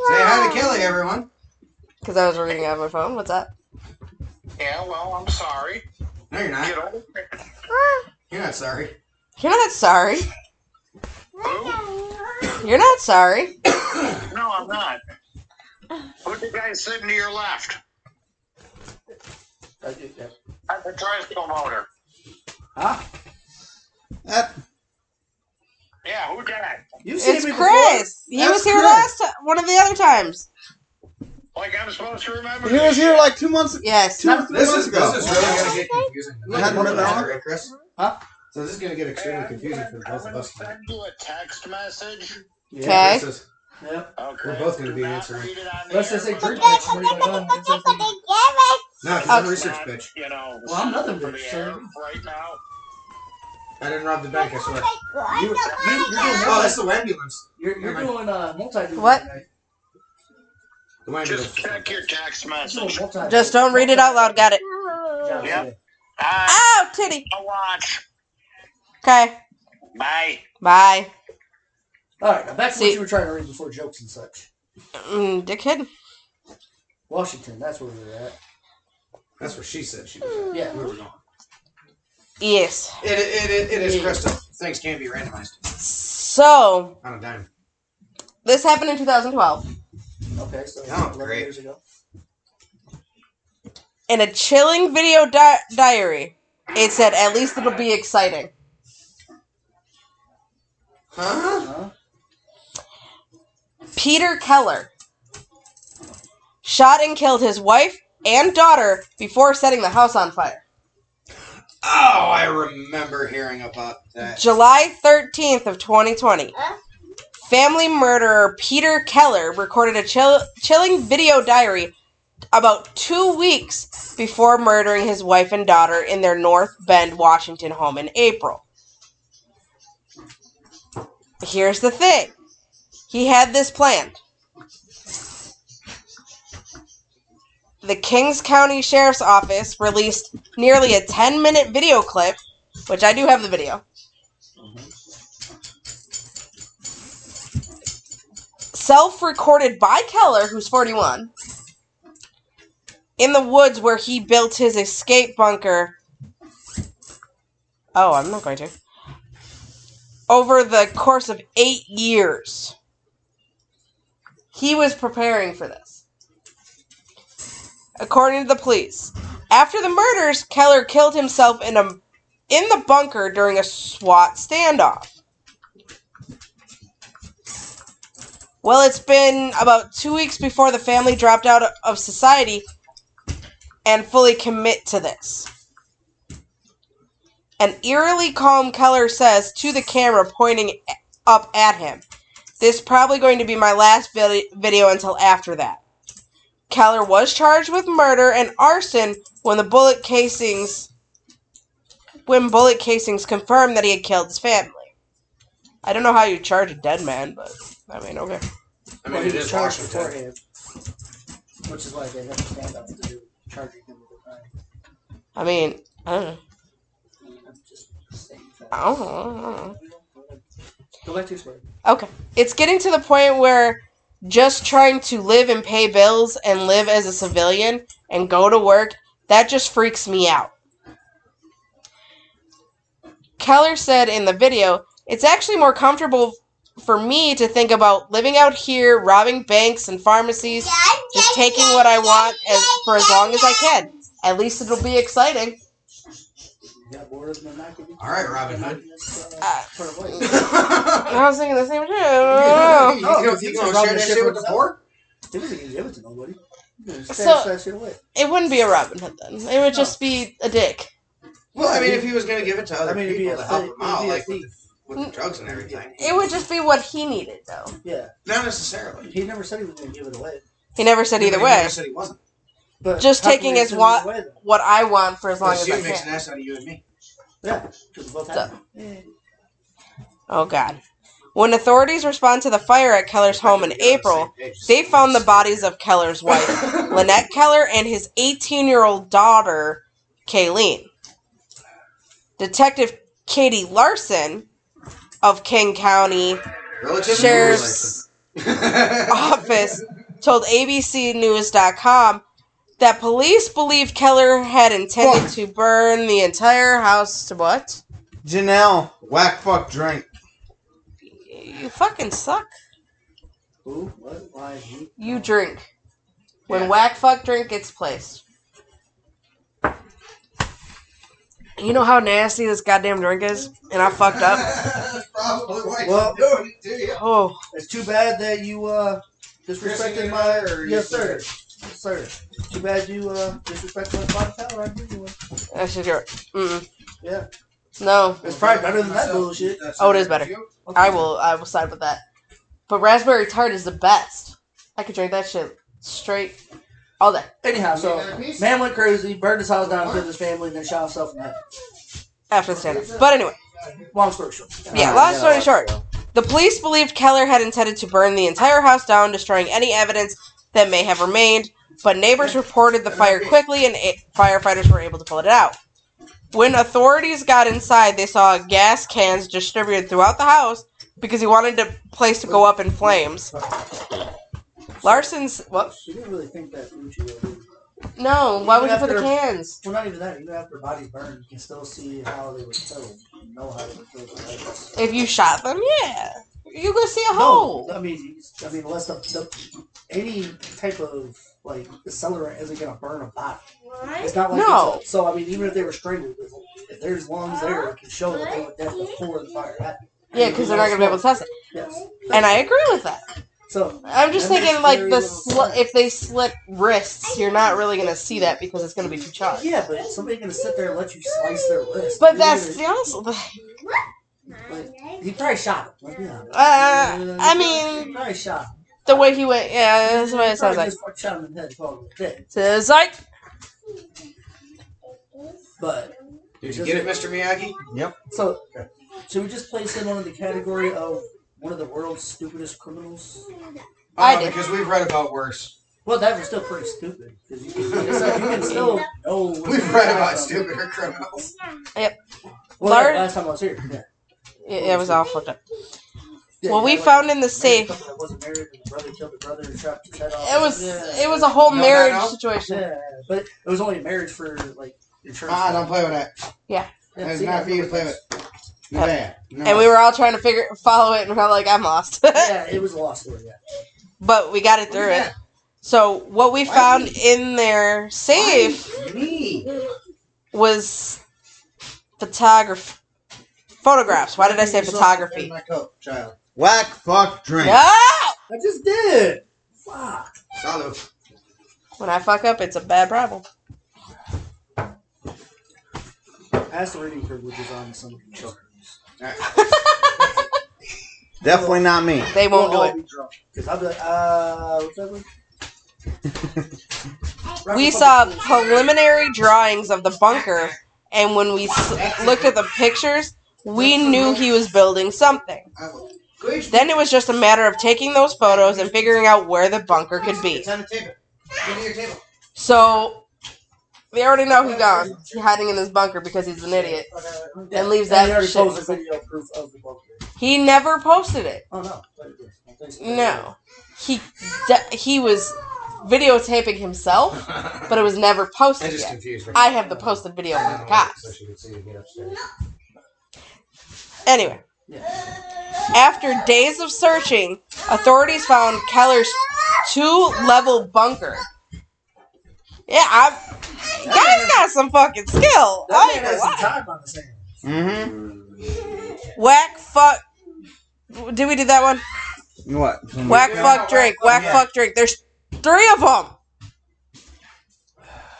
Speaker 6: Say hi to Kelly, everyone.
Speaker 3: Because I was reading on my phone. What's up?
Speaker 5: Yeah, well, I'm sorry.
Speaker 6: No, you're not.
Speaker 5: over
Speaker 6: You're not sorry.
Speaker 3: You're not sorry. You're not sorry.
Speaker 5: it. No, I'm not. Who's the guy sitting to your left?
Speaker 4: I did that.
Speaker 5: That's a tricycle motor.
Speaker 4: Huh?
Speaker 1: That,
Speaker 5: Yeah, who that?
Speaker 4: You've seen
Speaker 3: It's
Speaker 4: me
Speaker 3: Chris. He
Speaker 1: That's
Speaker 3: was here
Speaker 1: Chris.
Speaker 3: last time. One of the other times.
Speaker 5: Like I'm supposed to remember.
Speaker 1: he was here like two months,
Speaker 3: Yes.
Speaker 1: two or three
Speaker 6: This
Speaker 1: months
Speaker 6: is
Speaker 1: ago.
Speaker 6: this is really gonna get confusing.
Speaker 1: I hadn't read that one.
Speaker 6: Right, Chris?
Speaker 4: Huh?
Speaker 6: So this is gonna get
Speaker 5: Hey,
Speaker 6: extremely
Speaker 5: I'm
Speaker 6: confusing
Speaker 5: gonna-
Speaker 6: for both
Speaker 5: I'm
Speaker 6: of
Speaker 5: gonna
Speaker 6: us.
Speaker 5: Send you a text message.
Speaker 4: before.
Speaker 3: Okay.
Speaker 6: This is
Speaker 4: Yep.
Speaker 7: Okay.
Speaker 6: We're both gonna
Speaker 7: do
Speaker 6: be
Speaker 7: not
Speaker 6: answering.
Speaker 7: read it on the
Speaker 4: Let's just say
Speaker 7: air.
Speaker 4: drink bitch. What are you doing? It's okay.
Speaker 6: No, because I'm a
Speaker 7: Let's
Speaker 6: research
Speaker 7: not,
Speaker 6: bitch.
Speaker 7: You know,
Speaker 4: Well, I'm nothing
Speaker 7: for
Speaker 4: bitch,
Speaker 7: the
Speaker 4: sir.
Speaker 7: air right now.
Speaker 6: I didn't rob the bank, I swear.
Speaker 4: You, you, you're doing,
Speaker 6: Oh,
Speaker 4: multi-
Speaker 6: that's the ambulance.
Speaker 4: you're, you're doing uh, multi.
Speaker 3: What?
Speaker 6: The ambulance.
Speaker 7: Just check your text message.
Speaker 3: Just don't read it out loud. Got it.
Speaker 7: Yep. I
Speaker 3: Ow, titty.
Speaker 7: Ah, watch.
Speaker 3: Okay.
Speaker 7: Bye.
Speaker 3: Bye.
Speaker 4: All right, now back to
Speaker 3: See-
Speaker 4: what you were trying to read before jokes and such.
Speaker 3: Mm, dickhead.
Speaker 4: Washington, that's where we were at.
Speaker 6: That's what she said. She was
Speaker 4: Yeah.
Speaker 6: at. We were going.
Speaker 3: Yes.
Speaker 6: It, it, it, it is crystal. Things can be randomized
Speaker 3: So
Speaker 6: on a dime.
Speaker 3: this happened in 2012
Speaker 4: Okay, so
Speaker 6: Oh,
Speaker 4: 11
Speaker 6: great.
Speaker 4: years ago.
Speaker 3: in a chilling video di- diary. It said, "At least it'll be exciting."
Speaker 6: Huh?
Speaker 4: Huh?
Speaker 3: Peter Keller shot and killed his wife and daughter before setting the house on fire.
Speaker 6: Oh, I remember hearing about that.
Speaker 3: July 13th of 2020. Family murderer Peter Keller recorded a chill- chilling video diary about 2 weeks before murdering his wife and daughter in their North Bend, Washington home in April. Here's the thing. He had this planned. The Kings County Sheriff's Office released nearly a 10 minute video clip, which I do have the video. self recorded by Keller, who's 41, in the woods where he built his escape bunker. Oh, I'm not going to. Over the course of eight years, he was preparing for this. According to the police, after the murders, Keller killed himself in a in the bunker during a SWAT standoff. Well, it's been about two weeks before the family dropped out of society and fully commit to this. An eerily calm Keller says to the camera pointing up at him, This is probably going to be my last vid- video until after that. Keller was charged with murder and arson when the bullet casings when bullet casings confirmed that he had killed his family. I don't know how you charge a dead man, but I mean, okay.
Speaker 6: I mean,
Speaker 4: Well,
Speaker 6: it
Speaker 4: he was
Speaker 6: is
Speaker 4: charged
Speaker 6: *laughs* Washington.
Speaker 4: beforehand, which is why they have a standoff to do charging him with a crime.
Speaker 3: I mean, I don't know.
Speaker 4: I mean, I'm just saying that.
Speaker 3: I don't know, I don't know.
Speaker 4: Go back to your story.
Speaker 3: Okay. It's getting to the point where just trying to live and pay bills and live as a civilian and go to work, that just freaks me out. Keller said in the video, it's actually more comfortable for me to think about living out here, robbing banks and pharmacies, just taking what I want as, for as long as I can. At least it'll be exciting.
Speaker 4: You got bored of them not giving-
Speaker 6: All right, Robin Hood.
Speaker 3: Uh,
Speaker 4: For what?
Speaker 3: I was thinking the same thing.
Speaker 6: *laughs*
Speaker 3: I don't know.
Speaker 6: you gonna, you gonna share that shit with the poor?
Speaker 4: It wasn't gonna give it to nobody. You know,
Speaker 3: So-
Speaker 4: stash that shit away.
Speaker 3: It wouldn't be a Robin Hood then. It would just be a dick.
Speaker 6: Well, I mean, if he was gonna give it to other
Speaker 4: I mean, it'd be
Speaker 6: people
Speaker 4: a
Speaker 6: to help
Speaker 4: thing.
Speaker 6: him out,
Speaker 4: It'd
Speaker 6: like
Speaker 4: be a
Speaker 6: with,
Speaker 4: thief.
Speaker 6: with the drugs and everything,
Speaker 3: It would just be what he needed though.
Speaker 4: Yeah,
Speaker 6: not necessarily.
Speaker 4: he never said he was gonna give it away.
Speaker 3: He never said
Speaker 6: He
Speaker 3: either
Speaker 6: never
Speaker 3: way.
Speaker 6: said he wasn't.
Speaker 4: But
Speaker 3: Just
Speaker 4: how can
Speaker 3: taking
Speaker 4: they
Speaker 3: his
Speaker 4: give it
Speaker 3: wa-
Speaker 4: away, though?
Speaker 3: What I want for as long
Speaker 6: But
Speaker 3: as
Speaker 6: she
Speaker 3: I
Speaker 6: makes an
Speaker 3: can.
Speaker 6: ass out of you and me.
Speaker 4: Yeah, because both
Speaker 3: So-
Speaker 4: happened. Yeah.
Speaker 3: Oh god. When authorities respond to the fire at Keller's home in April, they found the bodies of Keller's wife, Lynette Keller, and his 18 year old daughter, Kayleen. Detective Katie Larson of King County
Speaker 6: *laughs* Relative
Speaker 3: Sheriff's office told abcnews.com that police believe Keller had intended to burn the entire house to what?
Speaker 1: Janelle,
Speaker 6: *laughs*
Speaker 1: whack fuck drink.
Speaker 3: You fucking suck.
Speaker 4: Who? What? Why? Who?
Speaker 3: You drink. When whack fuck drink gets placed. You know how nasty this goddamn drink is? And I fucked up.
Speaker 6: *laughs* That's probably why
Speaker 4: Well-
Speaker 6: she's doing it to you.
Speaker 3: Oh,
Speaker 4: It's too bad that you uh disrespected
Speaker 6: Christian
Speaker 4: my.
Speaker 6: or-
Speaker 4: Yes, sir. Yes, sir. Too bad you uh disrespected my body tower. I knew you would.
Speaker 3: I should do it. Mm-mm.
Speaker 4: Yeah.
Speaker 3: No.
Speaker 4: It's probably better than that bullshit.
Speaker 6: That's
Speaker 3: Oh, it is better.
Speaker 6: you.
Speaker 3: I will I will side with that. But raspberry tart is the best. I could drink that shit straight all day.
Speaker 4: Anyhow, so man went crazy, burned his house down, killed his family, and then shot himself in the head.
Speaker 3: After the stand up. But anyway,
Speaker 4: Long story short.
Speaker 3: Yeah, long story short, the police believed Keller had intended to burn the entire house down, destroying any evidence that may have remained, but neighbors reported the fire quickly and a- firefighters were able to put it out. When authorities got inside, they saw gas cans distributed throughout the house because he wanted the place to go up in flames. Larson's. What?
Speaker 4: She didn't really think that Uchi would.
Speaker 3: No, why would you put the cans?
Speaker 4: Well, not even that. Even after bodies burned, you can still see how they were killed. You know how they were killed. by others.
Speaker 3: If you shot them, yeah. You go see a
Speaker 4: No,
Speaker 3: hole.
Speaker 4: I mean, you- I mean, unless the, the any type of like accelerant isn't gonna burn a body. It's not like
Speaker 3: No.
Speaker 4: it's a- so I mean, even if they were strangled, if, if there's lungs there, it can show that they were dead before the fire happened.
Speaker 3: Yeah, because they're not going to be able to test it.
Speaker 4: Yes.
Speaker 3: And I agree with that.
Speaker 4: So
Speaker 3: I'm just
Speaker 4: And there's
Speaker 3: thinking, like
Speaker 4: very
Speaker 3: the
Speaker 4: little
Speaker 3: sl-
Speaker 4: time.
Speaker 3: if they slit wrists, you're not really gonna see that because it's gonna be too charred.
Speaker 4: yeah, but somebody gonna sit there and let you slice their wrist.
Speaker 3: But
Speaker 4: You're
Speaker 3: that's
Speaker 4: gonna-
Speaker 3: the also.
Speaker 4: he probably shot him. Let's be honest.
Speaker 3: Uh, I
Speaker 4: he
Speaker 3: mean,
Speaker 4: probably shot. him.
Speaker 3: the way he went, yeah, that's what
Speaker 4: He
Speaker 3: it sounds
Speaker 4: probably
Speaker 3: like.
Speaker 4: just fucking shot him in the head. Probably dead.
Speaker 3: So it's like,
Speaker 4: But
Speaker 6: Did you get it, Mr. Miyagi?
Speaker 4: so, should we just place him under the category of one of the world's stupidest criminals?
Speaker 3: I
Speaker 6: Uh,
Speaker 3: did.
Speaker 6: Because we've read about worse.
Speaker 4: Well, that was still pretty stupid because you, can- like I said, you can still know.
Speaker 6: *laughs*
Speaker 4: what
Speaker 6: We've
Speaker 4: you're
Speaker 6: read
Speaker 4: talking
Speaker 6: about stupider criminals.
Speaker 4: Well, yeah,
Speaker 3: Lar-
Speaker 4: last time I was here. Yeah.
Speaker 3: it, it was all fucked up.
Speaker 4: Yeah,
Speaker 3: What
Speaker 4: yeah,
Speaker 3: we
Speaker 4: like,
Speaker 3: found in the
Speaker 4: married
Speaker 3: safe,
Speaker 4: couple that wasn't married, and the brother killed the brother and chopped his head off.
Speaker 3: it was
Speaker 4: Yeah.
Speaker 3: it was a whole
Speaker 6: No, no,
Speaker 3: marriage
Speaker 6: no.
Speaker 3: situation.
Speaker 4: Yeah, but it was only marriage for like insurance.
Speaker 6: Ah, don't play with that.
Speaker 4: Yeah,
Speaker 6: It's
Speaker 4: see,
Speaker 6: not for you to play with. No, that. No.
Speaker 3: And we were all trying to figure follow it, and we're like, I'm lost. *laughs*
Speaker 4: Yeah, it was a lost story. Yeah.
Speaker 3: but we got it through it. So what we
Speaker 6: Why
Speaker 3: found
Speaker 6: me?
Speaker 3: in their safe
Speaker 6: Me.
Speaker 3: was photography. Photographs. Why did I say
Speaker 6: Yourself in
Speaker 3: photography?
Speaker 6: My coat, child.
Speaker 1: Whack, fuck, drink.
Speaker 3: No!
Speaker 4: I just did. Fuck.
Speaker 6: Salud.
Speaker 3: When I fuck up, it's a bad problem.
Speaker 4: Ask the reading privileges on some of the children's.
Speaker 1: Definitely not me.
Speaker 3: They won't do it.
Speaker 4: Because I'll be like, uh, what's that one? Robert
Speaker 3: We
Speaker 4: Public
Speaker 3: saw
Speaker 4: Schools.
Speaker 3: preliminary drawings of the bunker, and when we s- looked at the pictures, we knew he was building something.
Speaker 6: I will. Good.
Speaker 3: Then it was just a matter of taking those photos and figuring out where the bunker could be.
Speaker 6: It's on the table. Go to your table.
Speaker 3: So, we already know he's gone. He's hiding in this bunker because he's an idiot.
Speaker 4: Yeah,
Speaker 3: And leaves
Speaker 4: and he
Speaker 3: that
Speaker 4: already
Speaker 3: shit.
Speaker 4: posted video proof of the book.
Speaker 3: He never posted it.
Speaker 4: Oh no. But it is. Well, thanks for
Speaker 6: Oh,
Speaker 4: that.
Speaker 3: No, he de- he was videotaping himself, but it was never
Speaker 6: I
Speaker 3: posted
Speaker 6: just
Speaker 3: yet.
Speaker 6: confused her.
Speaker 3: I have the posted video from the
Speaker 6: So
Speaker 3: cops.
Speaker 6: she could see you get upstairs.
Speaker 3: Anyway,
Speaker 4: Yeah.
Speaker 3: after days of searching, authorities found Keller's two-level bunker. Yeah, I guy's got some fucking skill.
Speaker 4: That
Speaker 3: I ain't
Speaker 4: man has
Speaker 3: gonna
Speaker 4: some
Speaker 3: lie.
Speaker 4: time on his hands.
Speaker 1: Mm-hmm.
Speaker 3: Whack fuck. Did we do that one?
Speaker 1: What?
Speaker 3: Whack
Speaker 6: Yeah,
Speaker 3: fuck drink. Whack
Speaker 1: yeah.
Speaker 3: fuck drink. There's three of them.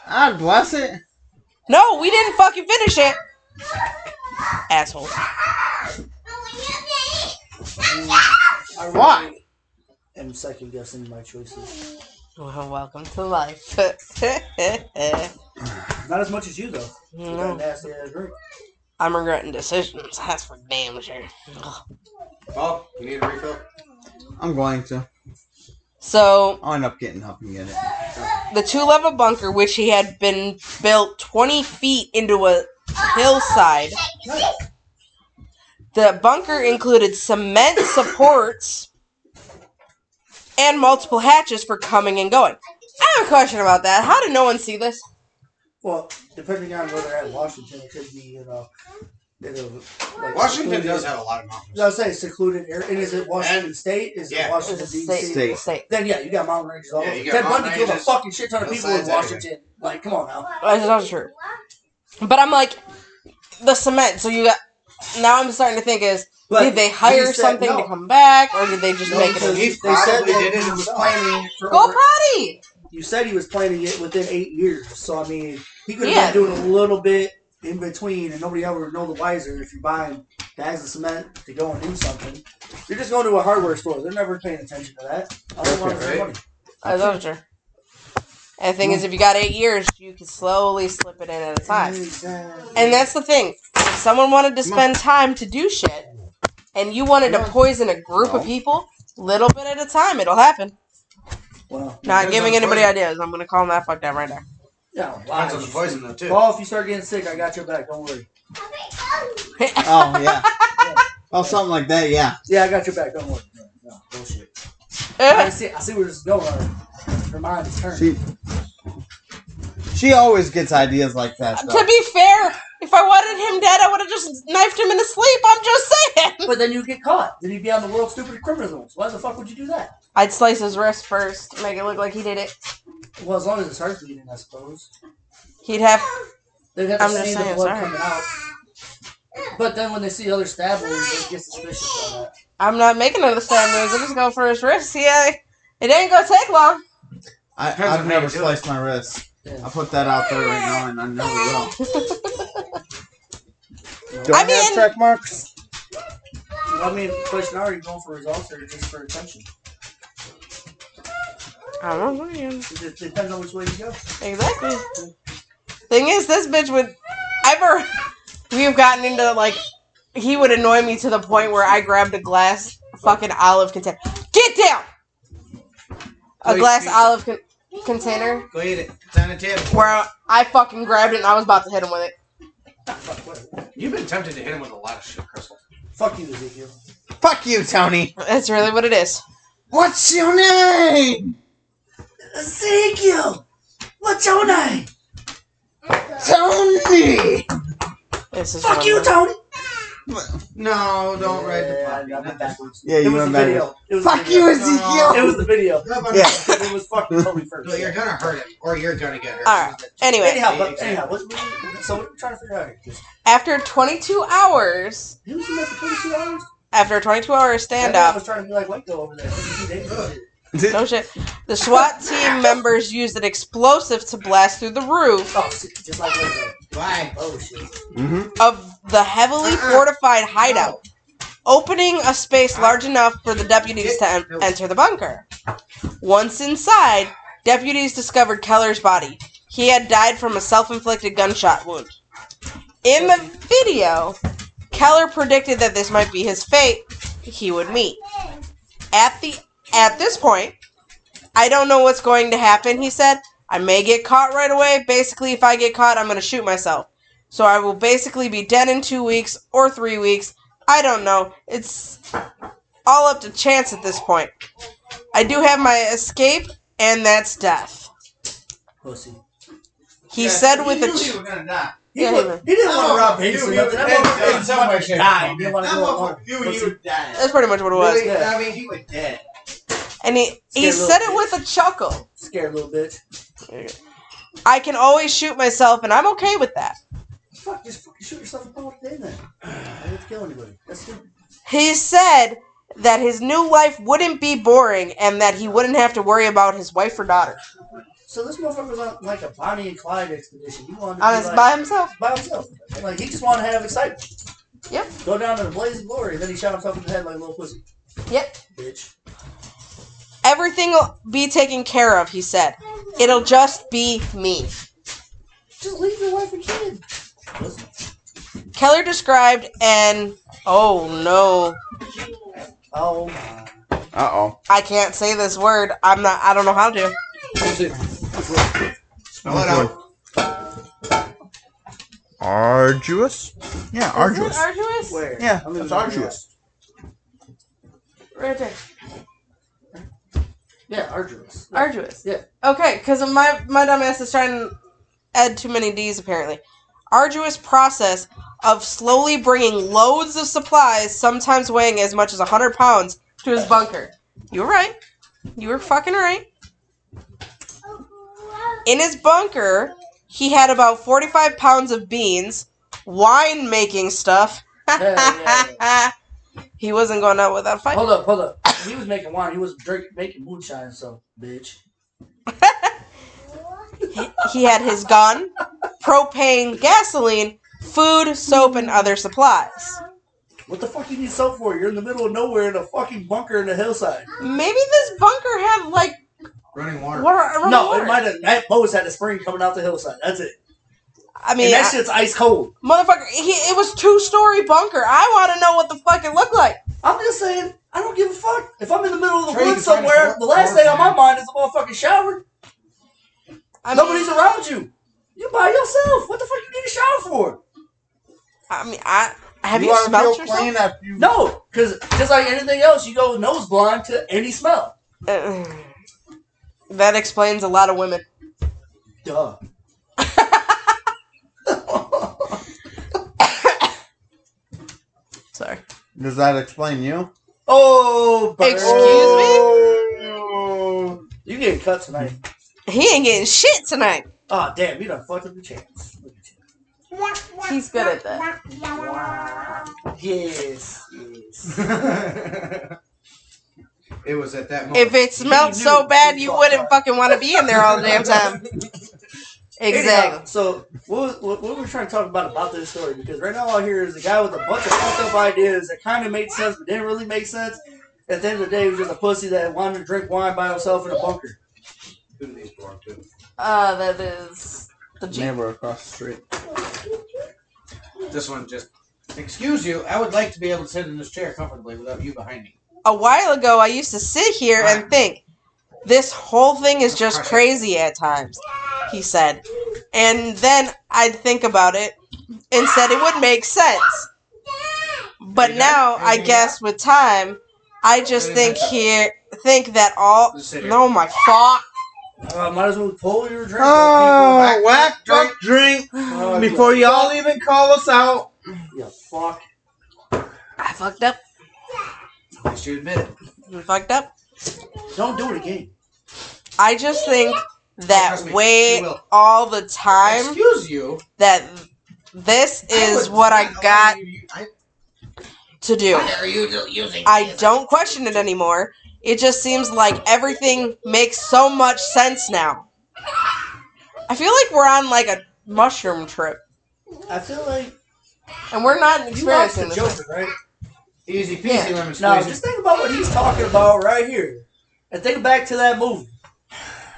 Speaker 1: God bless it.
Speaker 3: No, we didn't fucking finish it. Assholes.
Speaker 4: I
Speaker 1: Why?
Speaker 4: really am second guessing my choices.
Speaker 3: Well, welcome to life.
Speaker 4: Not as much as you though. You got a
Speaker 3: no,
Speaker 4: nasty ass drink.
Speaker 3: *laughs* I'm regretting decisions. That's for damn sure. Ugh.
Speaker 6: Paul, you need a refill?
Speaker 1: I'm going to.
Speaker 3: So
Speaker 1: I'll end up getting up and get it.
Speaker 3: the two-level bunker, which he had been built 20 feet into a hillside, the bunker included cement supports and multiple hatches for coming and going. I have a question about that. How did no one see this?
Speaker 4: Well, depending on where they're at in Washington, it could be, you know, in a, like,
Speaker 6: Washington
Speaker 4: secluded-
Speaker 6: does have a lot of mountains.
Speaker 4: I was saying secluded area. And is it Washington State? Is
Speaker 6: yeah.
Speaker 4: it
Speaker 3: It
Speaker 4: Washington
Speaker 3: was a
Speaker 4: D.C.?
Speaker 3: state.
Speaker 1: State.
Speaker 3: state.
Speaker 4: Then yeah, you got mountain ranges all
Speaker 6: Yeah,
Speaker 4: over.
Speaker 6: you got
Speaker 4: Ted
Speaker 6: mountain
Speaker 4: Bundy killed a
Speaker 6: ranges,
Speaker 4: fucking shit ton of people in
Speaker 6: hillsides, everything.
Speaker 4: Washington. Like, come on now.
Speaker 3: That's not true. But I'm like, the cement. So you got. Now I'm starting to think is
Speaker 4: But
Speaker 3: did they hire
Speaker 4: he said
Speaker 3: something
Speaker 4: no.
Speaker 3: to come back or did they just
Speaker 4: No,
Speaker 3: make it?
Speaker 4: because
Speaker 3: A,
Speaker 6: He
Speaker 4: they said
Speaker 6: probably
Speaker 4: that
Speaker 6: did it
Speaker 4: he was
Speaker 6: himself.
Speaker 4: planning it for
Speaker 3: go
Speaker 4: over,
Speaker 3: potty.
Speaker 4: You said he was planning it within eight years, so I mean, he could have
Speaker 3: Yeah.
Speaker 4: been doing a little bit in between, and nobody ever would know the wiser if you buy him bags of cement to go and do something. You're just going to a hardware store. They're never paying attention to that. I don't want to
Speaker 6: Okay,
Speaker 4: spend
Speaker 6: right.
Speaker 4: money.
Speaker 3: I told you. And the thing is, if you got eight years, you can slowly slip it in at a time.
Speaker 4: Mm-hmm. Exactly.
Speaker 3: And that's the thing. If someone wanted to spend time to do shit, and you wanted to poison a group of people, little bit at a time, it'll happen.
Speaker 4: Well,
Speaker 3: Not
Speaker 6: Depends on
Speaker 3: giving
Speaker 6: the
Speaker 3: anybody
Speaker 6: poison.
Speaker 3: ideas. I'm gonna call them that fuck down right now.
Speaker 4: yeah,
Speaker 6: Depends on the poison, though, too.
Speaker 4: Paul, if you start getting sick, I got your back. Don't worry.
Speaker 1: Oh yeah. Oh, something like that. Yeah.
Speaker 4: Yeah, I got your back. Don't worry. No, no, bullshit. I
Speaker 3: Eh,
Speaker 4: see. I see where this is going. Her mind is turning.
Speaker 1: She she always gets ideas like that.
Speaker 3: to be fair, if I wanted him dead, I would have just knifed him in his sleep. I'm just saying.
Speaker 4: But then you get caught. Then you'd be on the world's stupidest criminal rules. Why the fuck would you do that?
Speaker 3: I'd slice his wrist first, make it look like he did it.
Speaker 4: Well, as long as his heart's bleeding, I suppose.
Speaker 3: He'd have.
Speaker 4: They'd have to
Speaker 3: I'm
Speaker 4: see
Speaker 3: just
Speaker 4: the
Speaker 3: saying,
Speaker 4: blood
Speaker 3: sorry.
Speaker 4: coming out. But then when they see other stab wounds, they get suspicious on that.
Speaker 3: I'm not making another stab moves. I'm just going for his wrist. Yeah, it ain't gonna take long. *laughs*
Speaker 1: I, I've
Speaker 6: Depends on how
Speaker 1: never
Speaker 6: you do it.
Speaker 1: sliced my wrist.
Speaker 4: Yeah.
Speaker 1: I put that out there right now, and I never will. Do
Speaker 3: I I have mean- track
Speaker 1: marks?
Speaker 4: Well, I mean, question are you going for results or just for attention?
Speaker 3: I don't know. man.
Speaker 4: It just depends on which way you go.
Speaker 3: Exactly. Thing is, this bitch would ever. We have gotten into like he would annoy me to the point where I grabbed a glass fucking olive container. Get down. A
Speaker 6: Wait,
Speaker 3: glass
Speaker 6: you-
Speaker 3: olive con- container
Speaker 6: Go eat it. It's on the table.
Speaker 3: where I fucking grabbed it and I was about to hit him with it.
Speaker 4: Fuck, whatever.
Speaker 6: You've been tempted to hit him with a lot of shit, Crystal.
Speaker 4: Fuck you, Ezekiel.
Speaker 1: Fuck you, Tony.
Speaker 3: That's really what it is.
Speaker 1: What's your name?
Speaker 4: Ezekiel! What's your name?
Speaker 1: Tony.
Speaker 3: This is
Speaker 4: Fuck
Speaker 3: what
Speaker 4: you,
Speaker 3: I'm-
Speaker 4: Tony!
Speaker 1: No, don't write the
Speaker 4: Yeah,
Speaker 1: puppy.
Speaker 4: I went backwards.
Speaker 1: Yeah,
Speaker 4: It
Speaker 1: you
Speaker 4: was
Speaker 1: went
Speaker 4: the
Speaker 1: back.
Speaker 4: video. It was the
Speaker 1: Fuck
Speaker 4: video.
Speaker 1: you, Ezekiel.
Speaker 4: It was the video.
Speaker 1: Yeah.
Speaker 4: It was fucking Tony first.
Speaker 6: You're gonna hurt him, or you're gonna get hurt.
Speaker 3: Alright. Anyway,
Speaker 4: Anyhow, but anyhow, what's, so what are we trying to figure out here?
Speaker 3: after 22 hours,
Speaker 4: He was in there for 22 hours?
Speaker 3: after a 22 hour
Speaker 4: That
Speaker 3: stand
Speaker 4: man
Speaker 3: up,
Speaker 4: was trying to be like Waco over there. He did.
Speaker 3: no shit, the SWAT
Speaker 4: *laughs*
Speaker 3: team members used an explosive to blast through the roof
Speaker 4: Oh, shit, just like Waco.
Speaker 6: Why?
Speaker 4: Oh, shit.
Speaker 1: Mm-hmm.
Speaker 3: of the heavily
Speaker 6: Uh-uh.
Speaker 3: fortified hideout, opening a space large enough for the deputies to en-
Speaker 6: No.
Speaker 3: enter the bunker. Once inside, deputies discovered Keller's body. He had died from a self inflicted gunshot wound. In the video, Keller predicted that this might be his fate he would meet. At the at this point, I don't know what's going to happen, he said. I may get caught right away. Basically, if I get caught, I'm going to shoot myself. So I will basically be dead in two weeks or three weeks. I don't know. It's all up to chance at this point. I do have my escape, and that's death.
Speaker 4: Pussy.
Speaker 3: He said with
Speaker 1: you
Speaker 3: a.
Speaker 1: knew
Speaker 3: Ch-
Speaker 1: you were gonna die.
Speaker 4: He,
Speaker 3: Yeah,
Speaker 4: wa-
Speaker 3: man.
Speaker 4: he didn't want
Speaker 1: No,
Speaker 4: to rob
Speaker 1: Oh, you-
Speaker 4: Hanks or
Speaker 1: you-
Speaker 4: nothing. That
Speaker 1: that-
Speaker 4: motherfucker
Speaker 1: that-
Speaker 4: was
Speaker 1: that
Speaker 4: wanting
Speaker 1: motherfucker
Speaker 4: to die. He
Speaker 1: That
Speaker 4: didn't want to go along.
Speaker 1: motherfucker knew you would die.
Speaker 3: that's pretty much what it was.
Speaker 1: Really,
Speaker 4: Yeah.
Speaker 1: I mean, he was dead.
Speaker 3: And he, he
Speaker 4: Scared little
Speaker 3: said it
Speaker 4: bitch.
Speaker 3: with a chuckle.
Speaker 4: Scared little bitch.
Speaker 3: I can always shoot myself, and I'm okay with that.
Speaker 4: Fuck, just fucking shoot yourself in the butt today then. I didn't kill anybody. That's stupid.
Speaker 3: He said that his new life wouldn't be boring and that he wouldn't have to worry about his wife or daughter.
Speaker 4: So this motherfucker was on like a Bonnie and Clyde expedition. He wanted to
Speaker 3: On
Speaker 4: be
Speaker 3: his,
Speaker 4: like,
Speaker 3: by himself.
Speaker 4: by himself. Like he just wanted to have excitement.
Speaker 3: Yep.
Speaker 4: Go down to the blaze of glory, and then he shot himself in the head like a little pussy.
Speaker 3: Yep.
Speaker 4: Bitch.
Speaker 3: Everything will be taken care of, he said. It'll just be me.
Speaker 4: Just leave your wife and kid. Pussy.
Speaker 3: Keller described an. Oh no.
Speaker 4: Oh my.
Speaker 1: Uh oh.
Speaker 3: I can't say this word. I'm not. I don't know how to.
Speaker 6: Spell it out.
Speaker 1: Arduous. Yeah,
Speaker 3: Is it arduous?
Speaker 4: Where?
Speaker 1: Yeah,
Speaker 4: I'm
Speaker 1: it's
Speaker 4: losing my
Speaker 1: arduous.
Speaker 3: Right there.
Speaker 4: mind. Yeah, *laughs* arduous.
Speaker 3: Arduous.
Speaker 4: Yeah.
Speaker 3: Okay, because my my dumbass is trying to add too many D's apparently. Arduous process of slowly bringing loads of supplies, sometimes weighing as much as hundred pounds, to his bunker. You were right. You were fucking right. In his bunker, he had about forty-five pounds of beans, wine-making stuff.
Speaker 4: Yeah, Oh, yeah,
Speaker 3: *laughs* he wasn't going out without fighting.
Speaker 4: Hold up, hold up. He was making wine. He was drinking, making moonshine. So, bitch.
Speaker 3: He had his gun, propane, gasoline, food, soap, and other supplies.
Speaker 4: What the fuck you need soap for? You're in the middle of nowhere in a fucking bunker in a hillside.
Speaker 3: Maybe this bunker had like
Speaker 6: Running water.
Speaker 3: water.
Speaker 4: no,
Speaker 3: water.
Speaker 4: it might have. That Bo's had a spring coming out the hillside. That's it.
Speaker 3: I
Speaker 4: and
Speaker 3: mean,
Speaker 4: that
Speaker 3: I-
Speaker 4: shit's ice cold.
Speaker 3: motherfucker, he, it was two story bunker. I want to know what the fuck it looked like.
Speaker 4: I'm just saying, I don't give a fuck. If I'm in the middle of the
Speaker 6: Trey, you
Speaker 4: woods
Speaker 6: can find a
Speaker 4: somewhere,
Speaker 6: floor-
Speaker 4: the last
Speaker 6: floor
Speaker 4: thing on my
Speaker 6: plan.
Speaker 4: mind is a motherfucking shower.
Speaker 3: I mean,
Speaker 4: Nobody's around you. You by yourself. What the fuck you need a shower for?
Speaker 3: I mean, I have you,
Speaker 1: wanna
Speaker 3: smelt
Speaker 1: feel
Speaker 3: yourself?
Speaker 1: clean after you.
Speaker 4: No, because just like anything else, you go nose blind to any smell.
Speaker 3: Uh, that explains a lot of women.
Speaker 4: Duh. *laughs*
Speaker 3: Sorry.
Speaker 1: Does that explain you?
Speaker 4: Oh, burn.
Speaker 3: Excuse me?
Speaker 1: Oh.
Speaker 4: You getting cut tonight?
Speaker 3: He ain't getting shit tonight.
Speaker 4: Oh damn, you done fucked up the chance. Look at you.
Speaker 3: He's good at that.
Speaker 4: Yes, yes.
Speaker 6: *laughs* it was at that moment.
Speaker 3: If it smelled
Speaker 4: He knew
Speaker 3: so bad,
Speaker 4: he
Speaker 3: you
Speaker 4: fucked
Speaker 3: wouldn't
Speaker 4: up.
Speaker 3: fucking want to be in there all the damn
Speaker 4: *laughs*
Speaker 3: time.
Speaker 4: Anyhow,
Speaker 3: Exactly.
Speaker 4: so what, was, what what were we trying to talk about about this story? Because right now all I hear is a guy with a bunch of fucked up ideas that kind of made sense but didn't really make sense. At the end of the day, he was just a pussy that wanted to drink wine by himself in a bunker.
Speaker 6: Who did these belong to?
Speaker 3: Uh, that is the Jeep.
Speaker 1: Neighbor across the street.
Speaker 6: This one just. Excuse you. I would like to be able to sit in this chair comfortably without you behind me.
Speaker 3: a while ago I used to sit here and think this whole thing is just crazy at times, he said. And then I'd think about it and said it would make sense. But now I guess with time I just think here think that all
Speaker 6: Just sit here.
Speaker 3: no my fuck
Speaker 4: Uh, might as well pull your drink. up,
Speaker 1: Oh, whack, drink, drink Oh,
Speaker 4: people. Uh,
Speaker 1: before y'all even call us out.
Speaker 4: you, you fuck.
Speaker 3: I fucked up.
Speaker 6: At least you admit it.
Speaker 3: I fucked up.
Speaker 4: Don't do it again.
Speaker 3: I just think
Speaker 6: Trust
Speaker 3: that
Speaker 6: me,
Speaker 3: way
Speaker 6: you will.
Speaker 3: all the time
Speaker 6: Excuse you.
Speaker 3: that this is what I got
Speaker 6: I,
Speaker 3: to do.
Speaker 6: why are you still using
Speaker 3: I
Speaker 6: these?
Speaker 3: don't question it anymore. It just seems like everything makes so much sense now. I feel like we're on like a mushroom trip,
Speaker 4: I feel like
Speaker 3: and we're not
Speaker 4: you watched
Speaker 3: experiencing
Speaker 4: the
Speaker 3: this.
Speaker 4: Joker, right?
Speaker 6: Easy peasy
Speaker 3: Yeah.
Speaker 6: lemon squeezy.
Speaker 4: No, just think about what he's talking about right here, and think back to that movie.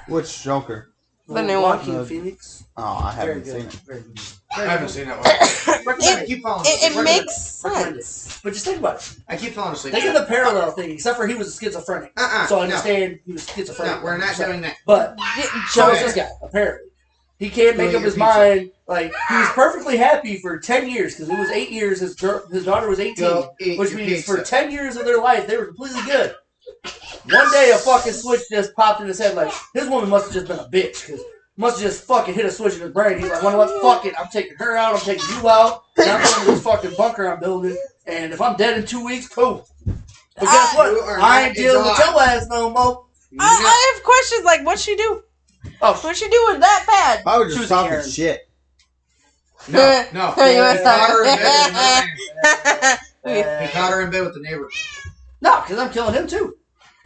Speaker 1: Which Joker?
Speaker 3: The new one.
Speaker 4: Joaquin Phoenix.
Speaker 1: Oh, I
Speaker 4: Very
Speaker 1: haven't
Speaker 4: good.
Speaker 1: seen it.
Speaker 4: Very good.
Speaker 6: I haven't
Speaker 3: *coughs*
Speaker 6: seen that one.
Speaker 4: Recommend
Speaker 6: I
Speaker 4: it.
Speaker 6: keep falling asleep.
Speaker 3: It, it
Speaker 6: Recommend
Speaker 3: makes
Speaker 4: Recommend it.
Speaker 3: sense.
Speaker 4: But just think about it.
Speaker 6: I keep falling asleep.
Speaker 4: Think of the parallel thing, except for he was a schizophrenic.
Speaker 6: Uh-uh.
Speaker 4: So I
Speaker 6: no.
Speaker 4: understand he was schizophrenic.
Speaker 6: No, we're not doing Oh, that.
Speaker 4: But
Speaker 3: Y-
Speaker 4: so
Speaker 3: Joe,
Speaker 4: is this guy, apparently. He can't make
Speaker 6: Really,
Speaker 4: up his
Speaker 6: your pizza.
Speaker 4: mind. Like, he was perfectly happy for 10 years, because it was 8 years, his, girl, his daughter was 18.
Speaker 6: Go eat
Speaker 4: Which
Speaker 6: your
Speaker 4: means
Speaker 6: pizza.
Speaker 4: for 10 years of their life, they were completely good. One day, a fucking switch just popped in his head. Like, his woman must have just been a bitch. Because must have just fucking hit a switch in his brain. He's like, you know what? Fuck it. I'm taking her out. I'm taking you out. And I'm going to this fucking bunker I'm building. And if I'm dead in two weeks, cool. But guess
Speaker 3: I-
Speaker 6: Ah. You
Speaker 4: what?
Speaker 6: are
Speaker 4: I ain't
Speaker 6: not
Speaker 4: dealing with
Speaker 6: alive.
Speaker 4: your ass no more.
Speaker 3: I, *laughs* I have questions like what she do?
Speaker 4: Oh, sh-
Speaker 3: What she do with that pad?
Speaker 1: I was
Speaker 4: She was
Speaker 1: just
Speaker 4: a
Speaker 1: talking
Speaker 4: Karen.
Speaker 1: shit.
Speaker 6: No, no.
Speaker 3: *laughs* Hey, you wanna
Speaker 6: he,
Speaker 3: stop?
Speaker 6: caught her in bed with
Speaker 4: *laughs*
Speaker 6: the neighbor. he
Speaker 4: uh,
Speaker 6: caught her in bed with the neighbor.
Speaker 4: no, because I'm killing him too.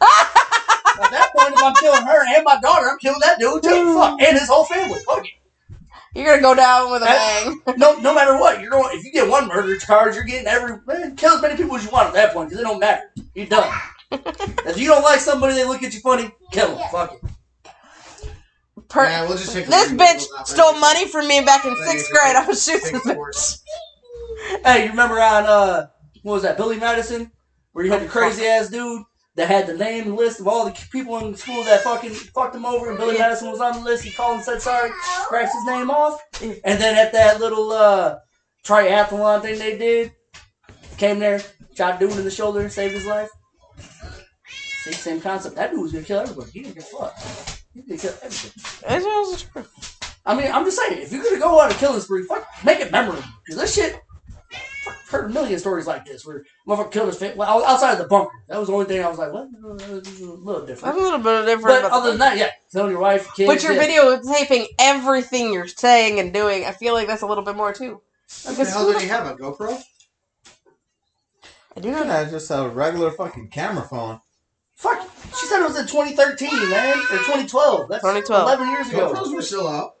Speaker 4: At that point, if I'm killing her and my daughter, I'm killing that dude too. Fuck. And his whole family. Oh, Fuck it.
Speaker 3: *laughs* You're gonna go down with a
Speaker 4: That's-
Speaker 3: bang.
Speaker 4: No, no matter what, you're going. If you get one murder charge, you're getting every man. Kill as many people as you want at that point because it don't matter. You're done. if you don't like somebody, they look at you funny. Kill them. Fuck it.
Speaker 3: Per-
Speaker 6: yeah, we'll just take the
Speaker 3: this
Speaker 6: neighbor.
Speaker 3: bitch
Speaker 6: We'll not
Speaker 3: stole
Speaker 6: let
Speaker 3: money from me back in
Speaker 6: Thank
Speaker 3: sixth
Speaker 6: you.
Speaker 3: grade. I was shooting this
Speaker 6: Thank you
Speaker 3: *laughs*
Speaker 6: for it.
Speaker 3: bitch.
Speaker 4: *laughs* Hey, you remember on uh, what was that? Billy Madison, where you had the crazy ass dude that had the name and list of all the people in school that fucking fucked him over, and Billy Madison was on the list. He called and said sorry, scratched his name off, and then at that little uh triathlon thing they did, came there, shot dude in the shoulder, and saved his life. See, same concept. That dude was gonna kill everybody. He didn't give a fuck. He didn't kill
Speaker 3: *laughs*
Speaker 4: everything.
Speaker 3: It's also true.
Speaker 4: I mean, I'm just saying, if you're gonna go on a killing spree, fuck, make it memorable. Cause this shit, fuck, I've heard a million stories like this where motherfucker killed his fit. Well, I was outside of the bunker. That was the only thing I was like, what? Uh, This is a little
Speaker 3: That's
Speaker 4: different.
Speaker 3: a little bit different.
Speaker 4: But
Speaker 3: about the
Speaker 4: other than that, yeah, telling your wife, kids.
Speaker 3: But you're
Speaker 4: yeah.
Speaker 3: videotaping everything you're saying and doing. I feel like that's a little bit more too.
Speaker 6: you- What the hell did he have? A GoPro?
Speaker 3: I do know that.
Speaker 1: Yeah, just a regular fucking camera phone.
Speaker 4: Fuck, she said it was in 2013, man, or 2012. That's
Speaker 3: 2012.
Speaker 4: 11 years ago.
Speaker 6: GoPros were still out.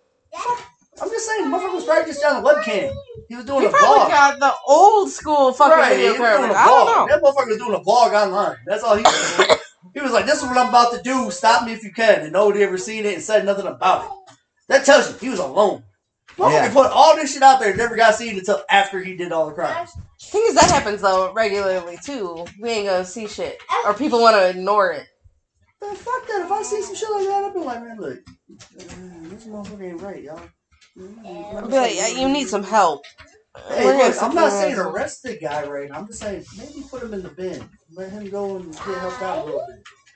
Speaker 4: I'm just saying, motherfucker was probably just on a webcam. He was doing
Speaker 3: He
Speaker 4: a
Speaker 3: probably
Speaker 4: vlog.
Speaker 3: got the old school fucking
Speaker 4: Right, he
Speaker 3: video
Speaker 4: was doing
Speaker 3: camera.
Speaker 4: a
Speaker 3: I
Speaker 4: vlog.
Speaker 3: don't know.
Speaker 4: That motherfucker was doing a vlog online. That's all he
Speaker 3: *laughs*
Speaker 4: was doing. he was like, "This is what I'm about to do. Stop me if you can." And nobody ever seen it and said nothing about it. That tells you he was alone. Motherfucker
Speaker 1: Yeah.
Speaker 4: put all this shit out there, and never got seen until after he did all the crimes.
Speaker 3: Thing is, that happens though regularly too. We ain't gonna see shit, or people want to ignore it.
Speaker 4: Man, fuck that. If I see some shit like that, I'd be like, "Man, look, uh, this motherfucker ain't right, y'all."
Speaker 3: I'll be like, yeah, you need some help. We're
Speaker 4: Hey, look,
Speaker 3: gonna
Speaker 4: I'm
Speaker 3: sit
Speaker 4: not
Speaker 3: down.
Speaker 4: saying arrest the guy right now. I'm just saying maybe put him in the bin, let him go and get helped out a little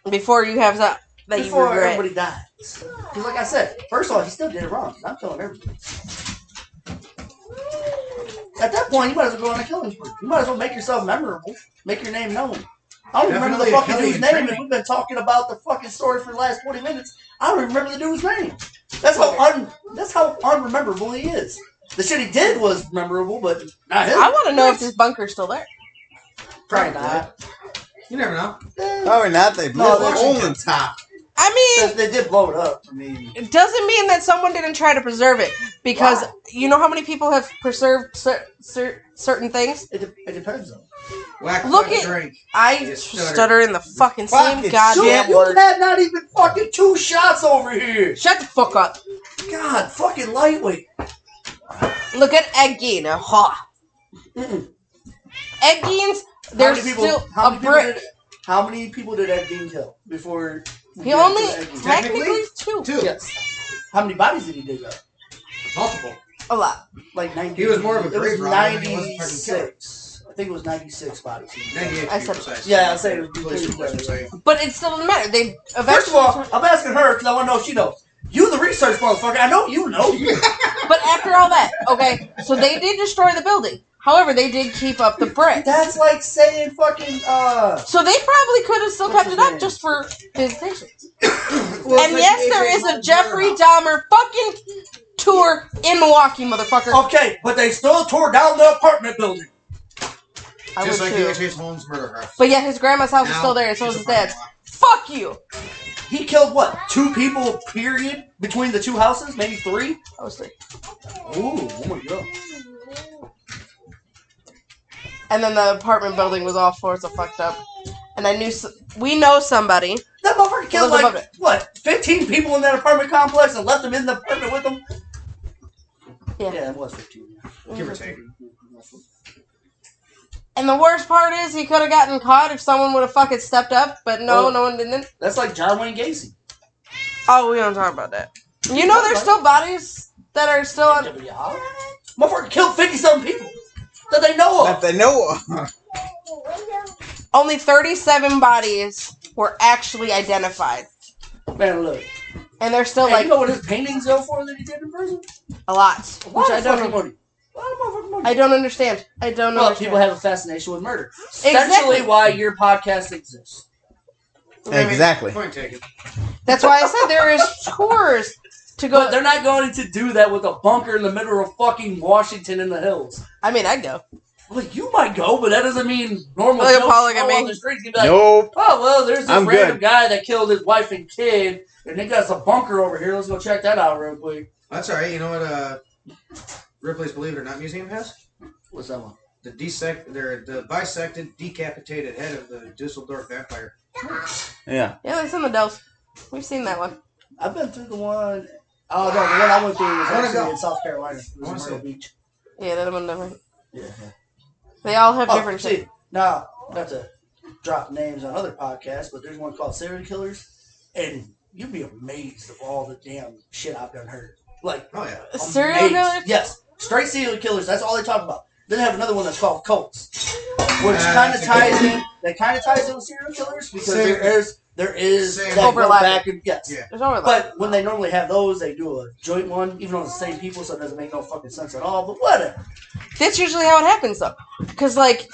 Speaker 4: bit.
Speaker 3: before you have something that you
Speaker 4: before
Speaker 3: regret.
Speaker 4: everybody dies. Because, like I said, first of all, he still did it wrong. I'm telling everybody. At that point, you might as well go on a killing spree. You might as well make yourself memorable, make your name known. I don't remember the
Speaker 6: Definitely a
Speaker 4: fucking dude's
Speaker 6: killing
Speaker 4: name,
Speaker 6: spree.
Speaker 4: and we've been talking about the fucking story for the last 20 minutes. I don't remember the dude's name. That's how un that's how unrememberable he is. The shit he did was memorable, but not him.
Speaker 3: I want to know if this bunker's still there.
Speaker 4: probably not.
Speaker 6: You never know.
Speaker 4: Eh,
Speaker 1: Probably not. They blew
Speaker 4: No,
Speaker 1: the
Speaker 4: they-
Speaker 1: hole in the top.
Speaker 3: I mean,
Speaker 4: They did blow it up. I mean,
Speaker 3: it doesn't mean that someone didn't try to preserve it because you know how many people have preserved cer- cer- certain things.
Speaker 4: it, de- it depends on.
Speaker 6: Whack
Speaker 3: Look
Speaker 6: fucking
Speaker 3: at-
Speaker 6: drink.
Speaker 3: I
Speaker 6: You stutter.
Speaker 3: stutter in the fucking same
Speaker 1: Fucking
Speaker 3: goddamn
Speaker 4: Dude, you
Speaker 3: word.
Speaker 4: had not even fucking two shots over here.
Speaker 3: Shut the fuck up.
Speaker 4: God, fucking lightweight.
Speaker 3: Look at Eggy now, ha.
Speaker 4: Mm-mm.
Speaker 3: Eggy's
Speaker 4: How
Speaker 3: there's
Speaker 4: many people?
Speaker 3: still
Speaker 4: how
Speaker 3: a
Speaker 4: many
Speaker 3: brick.
Speaker 4: People did, how many people did Ed Gein kill before? we
Speaker 3: He
Speaker 4: got
Speaker 3: only
Speaker 4: to Ed Gein?
Speaker 3: technically
Speaker 6: Technically,
Speaker 3: two.
Speaker 6: Two.
Speaker 4: Yes. How many bodies did he dig up?
Speaker 6: Multiple.
Speaker 3: A lot.
Speaker 4: Like ninety.
Speaker 6: He was more of a
Speaker 4: it was
Speaker 6: grave robber than he was a fucking
Speaker 4: ninety-six. I think it was ninety-six bodies.
Speaker 6: Negative.
Speaker 3: I said-
Speaker 4: Yeah, I said it.
Speaker 6: Police report, I'm saying.
Speaker 3: But it still doesn't matter. They eventually
Speaker 4: First of all, I'm asking her because I want to know if she knows. You the research motherfucker. I know you
Speaker 6: *laughs*
Speaker 4: know.
Speaker 3: But after all that, okay, so they did destroy the building. However, they did keep up the brick.
Speaker 4: That's like saying fucking uh.
Speaker 3: So they probably could have still
Speaker 4: What's
Speaker 3: kept
Speaker 4: his
Speaker 3: it up
Speaker 4: name?
Speaker 3: just for visitation.
Speaker 4: well,
Speaker 3: and
Speaker 4: it's
Speaker 3: yes,
Speaker 4: like
Speaker 3: there
Speaker 4: AJ
Speaker 3: is a
Speaker 4: Brown's
Speaker 3: Jeffrey
Speaker 4: murder.
Speaker 3: Dahmer fucking tour in Milwaukee, motherfucker.
Speaker 4: Okay, but they still tore down the apartment building.
Speaker 3: I would
Speaker 6: Just like
Speaker 3: too.
Speaker 6: the H.H. Holmes murder house.
Speaker 3: But yet his grandma's house is
Speaker 6: Now,
Speaker 3: still there, and so is
Speaker 6: she's a
Speaker 3: his dad's.
Speaker 6: fucking liar.
Speaker 3: Fuck you.
Speaker 4: He killed what? Two people, period, between the two houses? Maybe three?
Speaker 3: I was three.
Speaker 4: Ooh, oh my god.
Speaker 3: And then the apartment building was all sorts of fucked up. And I knew s we know somebody.
Speaker 4: That motherfucker killed
Speaker 3: Elizabeth.
Speaker 4: like, what, 15 people in that apartment complex and left them in the apartment with him?
Speaker 3: Yeah.
Speaker 4: yeah it was 15.
Speaker 6: Give or take.
Speaker 3: And the worst part is he could have gotten caught if someone would have fucking stepped up, but no,
Speaker 4: Well-
Speaker 3: no one didn't.
Speaker 4: That's like John Wayne Gacy.
Speaker 3: Oh, we don't talk about that. You know there's still bodies that are still on
Speaker 4: Motherfucker killed 50 something people that they know
Speaker 1: That
Speaker 4: of.
Speaker 1: they know. *laughs* of.
Speaker 3: only 37 bodies were actually identified.
Speaker 4: Man, look.
Speaker 3: And they're still
Speaker 4: Hey,
Speaker 3: like
Speaker 4: you know what his paintings go for that he did in prison?
Speaker 3: a lot,
Speaker 4: A
Speaker 3: which
Speaker 4: lot
Speaker 3: I
Speaker 4: of
Speaker 3: don't
Speaker 4: fucking money. A lot of motherfucking money.
Speaker 3: I don't understand. I don't
Speaker 4: well,
Speaker 3: understand.
Speaker 4: people have a fascination with murder.
Speaker 3: Exactly.
Speaker 4: Essentially, why your podcast exists.
Speaker 1: Exactly.
Speaker 6: Point taken.
Speaker 3: That's why I said there is tours to
Speaker 4: But
Speaker 3: go.
Speaker 4: they're not going to do that with a bunker in the middle of fucking Washington in the hills.
Speaker 3: I mean, I'd go.
Speaker 4: Like you might go, but that doesn't mean normal
Speaker 3: Look at
Speaker 4: Joe
Speaker 3: Paul, look
Speaker 4: Schmo
Speaker 3: at me.
Speaker 4: on the streets can be like,
Speaker 1: Nope.
Speaker 4: oh well, there's this
Speaker 1: I'm
Speaker 4: random
Speaker 1: good.
Speaker 4: guy that killed his wife and kid, and they got some bunker over here. Let's go check that out real quick.
Speaker 6: That's all right. You know what? Uh, Ripley's Believe It or Not museum has
Speaker 4: What's that one?
Speaker 6: the dissect, their the bisected, decapitated head of the Dusseldorf vampire.
Speaker 1: Yeah.
Speaker 3: Yeah, that's in the Dells. We've seen that one.
Speaker 4: I've been through the one oh no, the one I went through was
Speaker 6: I wanna
Speaker 4: actually
Speaker 6: go.
Speaker 4: in South Carolina. It
Speaker 6: I wanna
Speaker 4: was in Myrtle
Speaker 6: see.
Speaker 4: Beach.
Speaker 3: Yeah, that one never.
Speaker 4: Yeah.
Speaker 3: They all have
Speaker 4: Oh,
Speaker 3: different
Speaker 4: see,
Speaker 3: shit.
Speaker 4: now not to drop names on other podcasts, but there's one called Serial Killers, and you'd be amazed of all the damn shit I've done heard. Like
Speaker 6: Oh yeah.
Speaker 3: Serial
Speaker 4: Amazed.
Speaker 3: killers?
Speaker 4: Yes, straight serial killers. That's all they talk about. Then they have another one that's called cults, which
Speaker 6: Ah,
Speaker 4: kind
Speaker 6: that's
Speaker 4: of
Speaker 6: a
Speaker 4: ties
Speaker 6: good
Speaker 4: in. That kind of ties in with serial killers because
Speaker 6: Serial-
Speaker 4: there is there is
Speaker 6: Serial-
Speaker 4: that go
Speaker 3: Overlap.
Speaker 4: back and yes.
Speaker 6: Yeah.
Speaker 3: There's overlap.
Speaker 4: But when they normally have those, they do a joint one, even on the same people, so it doesn't make no fucking sense at all. But whatever.
Speaker 3: That's usually how it happens, though. Because, like,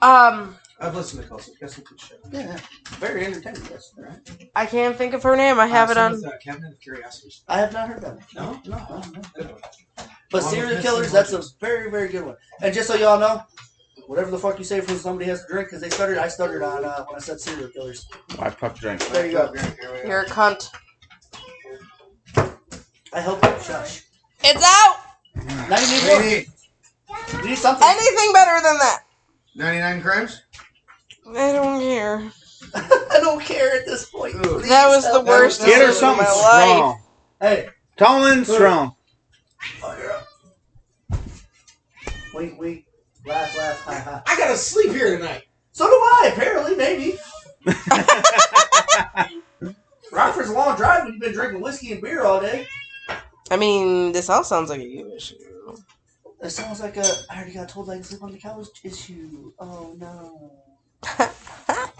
Speaker 3: um,
Speaker 6: I've listened to Colson. Got some good shit.
Speaker 4: Yeah, very entertaining. Yes, all right.
Speaker 3: I can't think of her name. I have
Speaker 6: Uh,
Speaker 3: it
Speaker 6: some
Speaker 3: on.
Speaker 6: of the Cabinet of Curiosities.
Speaker 4: I have not heard that one.
Speaker 6: No,
Speaker 4: No, no, no.
Speaker 6: good one.
Speaker 4: But
Speaker 6: Along with
Speaker 4: serial
Speaker 6: Missing
Speaker 4: killers, that's a
Speaker 6: Legends.
Speaker 4: very, very good one. And just so y'all know, whatever the fuck you say when somebody has to drink, because they stuttered, I stuttered on uh, when I said serial killers.
Speaker 1: I puck drink.
Speaker 4: There you go.
Speaker 6: Here we go.
Speaker 3: You're a cunt.
Speaker 4: I helped him shush.
Speaker 3: It's out.
Speaker 4: Now you need
Speaker 6: What do
Speaker 4: more.
Speaker 6: you need?
Speaker 4: You need something.
Speaker 3: Anything better than that?
Speaker 6: 99 crimes?
Speaker 3: I don't care.
Speaker 4: *laughs* I don't care at this point.
Speaker 6: Ooh.
Speaker 4: Please
Speaker 3: That was
Speaker 4: stop.
Speaker 3: the worst
Speaker 1: Get
Speaker 3: decision
Speaker 1: her
Speaker 3: of
Speaker 1: something
Speaker 3: my life.
Speaker 1: strong.
Speaker 4: Hey,
Speaker 1: Tall and strong.
Speaker 4: oh, you're up. Wink, wink. Laugh, laugh, ha, ha.
Speaker 6: I gotta sleep here tonight.
Speaker 4: So do I, apparently, maybe. Rockford's a long drive when you've been drinking whiskey and beer all day.
Speaker 3: I mean, this all sounds like a you issue.
Speaker 4: That sounds like a I already got told I can sleep on the couch issue. Oh no.
Speaker 3: Ah.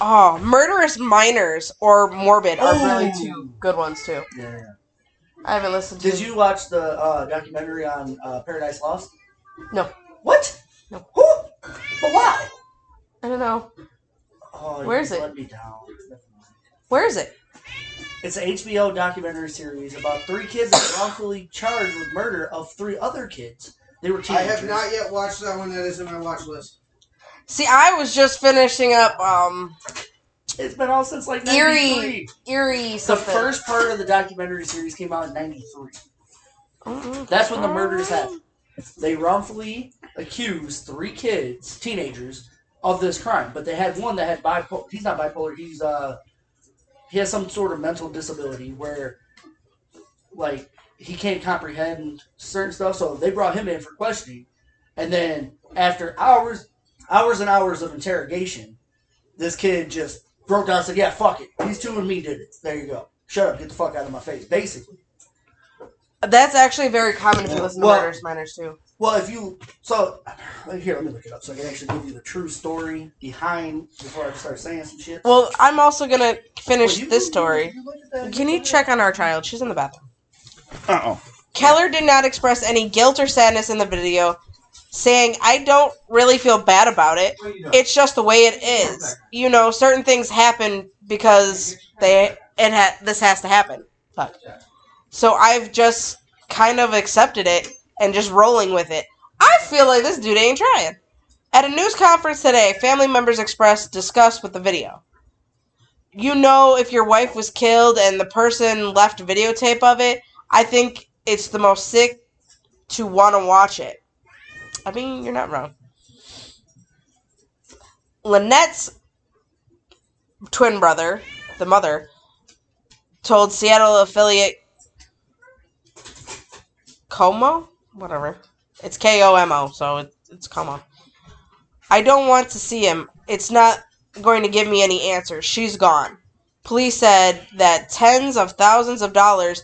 Speaker 3: oh, murderous minors or morbid are really
Speaker 4: Ooh.
Speaker 3: two good ones too.
Speaker 4: Yeah.
Speaker 3: I haven't listened to.
Speaker 4: Did you watch the uh, documentary on uh, Paradise Lost?
Speaker 3: No.
Speaker 4: What?
Speaker 3: No.
Speaker 4: Who? But why?
Speaker 3: I don't know.
Speaker 4: Oh, you
Speaker 3: Where is it?
Speaker 4: Let me down.
Speaker 3: Where is it?
Speaker 4: It's an HBO documentary series about three kids that were wrongfully charged with murder of three other kids. They were
Speaker 6: I
Speaker 4: teenagers.
Speaker 6: have not yet watched that one. That is in my watch list.
Speaker 3: See, I was just finishing up um
Speaker 4: It's been all since like
Speaker 3: Eerie.
Speaker 4: 93.
Speaker 3: Erie
Speaker 4: The
Speaker 3: something.
Speaker 4: first part of the documentary series came out in 93.
Speaker 3: Mm-hmm.
Speaker 4: That's when the murders happened. They wrongfully accused three kids, teenagers, of this crime, but they had one that had bipolar. He's not bipolar. He's uh, he has some sort of mental disability where, like, he can't comprehend certain stuff. So they brought him in for questioning, and then after hours, hours and hours of interrogation, this kid just broke down and said, "Yeah, fuck it. These two and me did it. There you go. Shut up. Get the fuck out of my face." Basically.
Speaker 3: That's actually very common if you listen to
Speaker 4: Well-
Speaker 3: murderous minors too.
Speaker 4: Well, if you so here, let me look it up so I can actually give you the true story behind before I start saying some shit.
Speaker 3: Well, I'm also gonna finish
Speaker 4: Well, you-
Speaker 3: this story.
Speaker 4: you look at that-
Speaker 3: Can you check on our child? She's in the bathroom.
Speaker 1: Uh oh.
Speaker 3: Keller did not express any guilt or sadness in the video, saying, I don't really feel bad about it. It's just the way it is. You know, certain things happen because they it ha- this has to happen. Fuck. So I've just kind of accepted it and just rolling with it. I feel like this dude ain't trying. At a news conference today, family members expressed disgust with the video. You know, if your wife was killed and the person left videotape of it, I think it's the most sick to want to watch it. I mean, you're not wrong. Lynette's twin brother, the mother, told Seattle affiliate Como? Whatever. It's K O M O, so it, it's Como. I don't want to see him. It's not going to give me any answers. She's gone. Police said that tens of thousands of dollars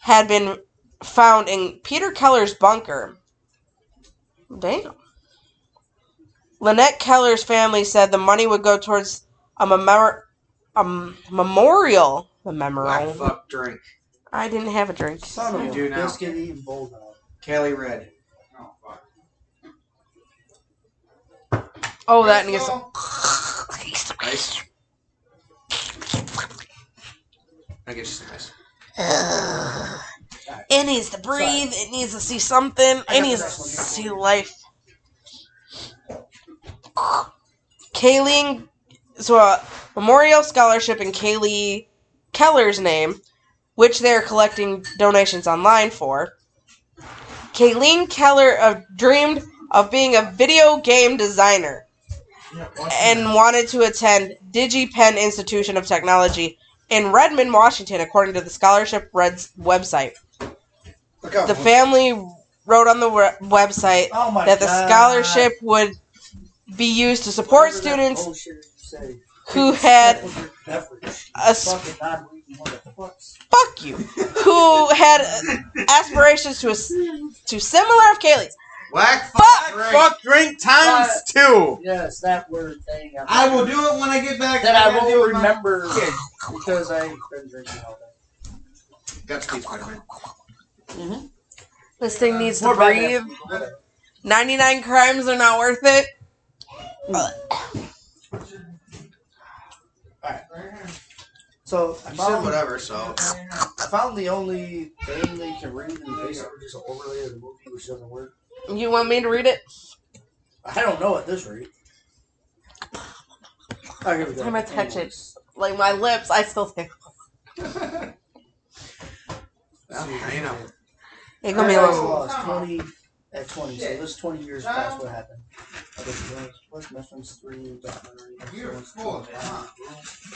Speaker 3: had been found in Peter Keller's bunker. Damn. Lynette Keller's family said the money would go towards a, memor- a m- memorial. The
Speaker 6: Black
Speaker 3: memorial.
Speaker 6: fuck drink.
Speaker 3: I didn't have a drink.
Speaker 4: Son of
Speaker 6: You
Speaker 4: a
Speaker 6: do now.
Speaker 4: biscuit eating bulldog.
Speaker 6: Kelly Red.
Speaker 3: Oh, that needs.
Speaker 6: Nice. I guess it's nice.
Speaker 3: It needs to breathe. It needs to see something.
Speaker 4: I got
Speaker 3: It
Speaker 4: the
Speaker 3: needs to
Speaker 4: next one here for
Speaker 3: see
Speaker 4: you.
Speaker 3: life. Kayleen, so a memorial scholarship in Kaylee Keller's name, which they're collecting donations online for. Kayleen Keller uh, dreamed of being a video game designer and wanted to attend DigiPen Institution of Technology in Redmond, Washington, according to the Scholarship Red's website.
Speaker 6: Look up.
Speaker 3: The family wrote on the we- website
Speaker 4: Oh my
Speaker 3: that the
Speaker 4: god.
Speaker 3: scholarship would be used to support
Speaker 4: Whatever that
Speaker 3: students
Speaker 4: bullshit you say.
Speaker 3: who
Speaker 4: Take a
Speaker 3: had
Speaker 4: sip of your beverage,
Speaker 3: a
Speaker 4: you
Speaker 3: s-
Speaker 4: fucking non-reading motherfuckers.
Speaker 3: fuck you who had uh, aspirations to a s to similar of Kaylee's.
Speaker 6: Black
Speaker 3: Fuck.
Speaker 6: drink.
Speaker 1: Fuck drink times
Speaker 4: Uh,
Speaker 1: two.
Speaker 4: Yes, that word thing. I'm-
Speaker 1: I will do it when I get back.
Speaker 4: That I
Speaker 1: gotta deal
Speaker 4: won't
Speaker 1: with my
Speaker 4: remember *laughs*
Speaker 1: kids.
Speaker 4: because I ain't been drinking all day.
Speaker 6: Godspeed, Spider-Man.
Speaker 3: This thing needs
Speaker 4: More
Speaker 3: to
Speaker 4: about
Speaker 3: breathe. Ninety nine crimes are not worth it.
Speaker 4: So I
Speaker 6: You said
Speaker 4: found,
Speaker 6: whatever, so.
Speaker 4: I found the only thing they can read in the basement, which is an overlay of the movie, which doesn't work.
Speaker 3: You want me to read it?
Speaker 4: I don't know at this rate. Oh, here we go.
Speaker 3: I'm gonna touch it. Like my lips, I still think.
Speaker 6: Well, now you know.
Speaker 3: It gonna be a
Speaker 4: Ice
Speaker 3: little.
Speaker 4: law is twenty at twenty, so this twenty years past what happened. I think it was- What's Mifflin's three documentary?
Speaker 1: You're in school, come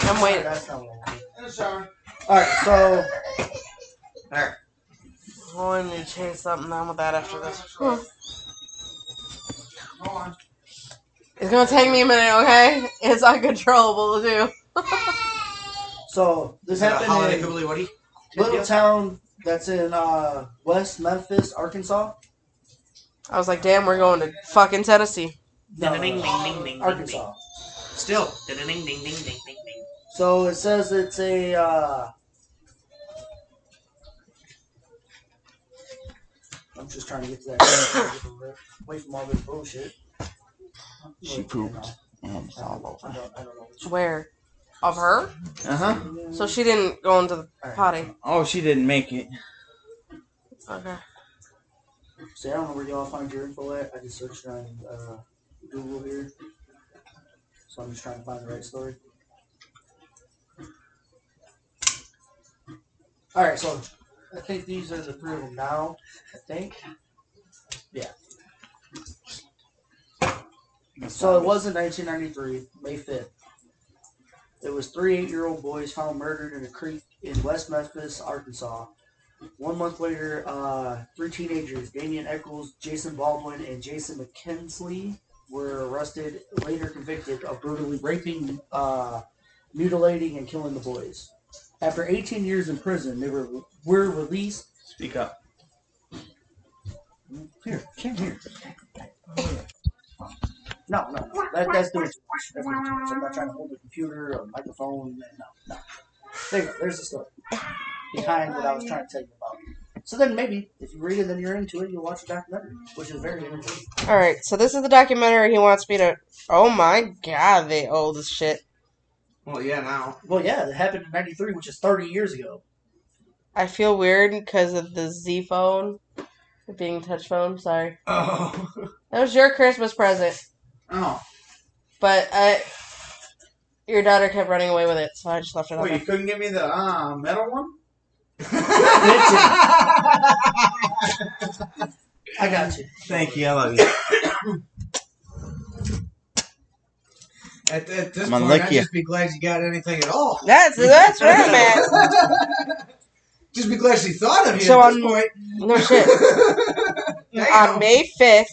Speaker 3: I'm waiting.
Speaker 4: That's not what I did.
Speaker 1: In the shower.
Speaker 4: All right, so
Speaker 3: Well, I need to change something down with that after this. Hmm.
Speaker 1: Go on.
Speaker 3: It's gonna take me a minute, okay? It's uncontrollable too. *laughs*
Speaker 4: so this
Speaker 6: Is that a
Speaker 4: happened
Speaker 6: holiday
Speaker 4: in
Speaker 6: Googly Woody?
Speaker 4: little town that's in uh, West Memphis, Arkansas.
Speaker 3: I was like, damn, we're going to fucking Tennessee.
Speaker 4: No, no,
Speaker 8: Ding, ding,
Speaker 4: no,
Speaker 8: ding, ding,
Speaker 4: Arkansas.
Speaker 6: Still.
Speaker 8: Ding, ding, ding, ding, ding, ding.
Speaker 4: So it says it's a. Uh, I'm just trying to get to that. Away from all this bullshit.
Speaker 1: She
Speaker 4: Look,
Speaker 1: pooped.
Speaker 4: I don't know. I don't, I don't know.
Speaker 3: Where? Of her?
Speaker 1: Uh huh.
Speaker 3: So she didn't go into the
Speaker 4: All right.
Speaker 3: potty.
Speaker 1: Oh, she didn't make it.
Speaker 3: Okay.
Speaker 4: See, I don't know where y'all find your info at. I just searched on uh, Google here. So I'm just trying to find the right story. Alright, so I think these are the three of them now. I think. Yeah. So it was in 1993, May 5th. It was three eight year old boys found murdered in a creek in West Memphis, Arkansas. One month later, uh, three teenagers, Damian Eccles, Jason Baldwin, and Jason McKensley, were arrested, later convicted of brutally raping, uh, mutilating, and killing the boys. After 18 years in prison, they were were released.
Speaker 1: Speak up.
Speaker 4: Here, come here. No, no, no. That, that's doing too much. That's doing too much. I'm not trying to hold a computer or a microphone. No, no. There you go. There's the story behind what I was trying to tell you about. So then maybe if you read it, then you're into it. You'll watch the documentary, which is very interesting.
Speaker 3: All right. So this is the documentary he wants me to. Oh my god, they old as shit.
Speaker 6: Well, yeah, now.
Speaker 4: Well, yeah, it happened in '93, which is 30 years ago.
Speaker 3: I feel weird because of the Z phone it being touch phone. Sorry.
Speaker 6: Oh. *laughs*
Speaker 3: That was your Christmas present,
Speaker 6: Oh.
Speaker 3: but I, your daughter kept running away with it, so I just left it on.
Speaker 1: Wait, you
Speaker 3: there.
Speaker 1: couldn't give me the uh, metal
Speaker 6: *laughs*
Speaker 1: one?
Speaker 4: I got you.
Speaker 1: Thank you. I love you.
Speaker 6: At, at this
Speaker 1: I'm gonna
Speaker 6: point,
Speaker 1: lick
Speaker 6: I'd
Speaker 1: you.
Speaker 6: just be glad you got anything at all.
Speaker 3: That's that's where I'm at.
Speaker 6: *laughs* Just be glad she thought of you
Speaker 3: So
Speaker 6: at this
Speaker 3: on-
Speaker 6: point.
Speaker 3: No shit.
Speaker 6: Damn.
Speaker 3: On May 5th,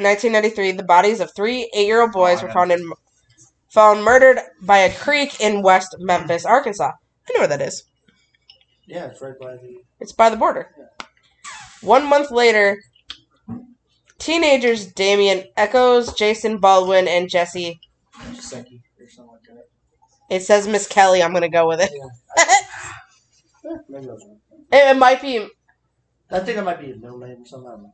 Speaker 3: 1993, the bodies of three eight year old boys
Speaker 1: Oh, I
Speaker 3: were
Speaker 1: got
Speaker 3: found, in, found murdered by a creek in West Memphis, Arkansas. I know where that is.
Speaker 4: Yeah, it's right by the.
Speaker 3: It's by the border. One month later, teenagers Damian Echoes, Jason Baldwin, and Jesse.
Speaker 4: Giuseppe or something like that.
Speaker 3: It says Miss Kelly. I'm going to go with it.
Speaker 4: Eh, maybe that's right.
Speaker 3: it. It might be.
Speaker 4: I think that might be a middle name or something. I don't know.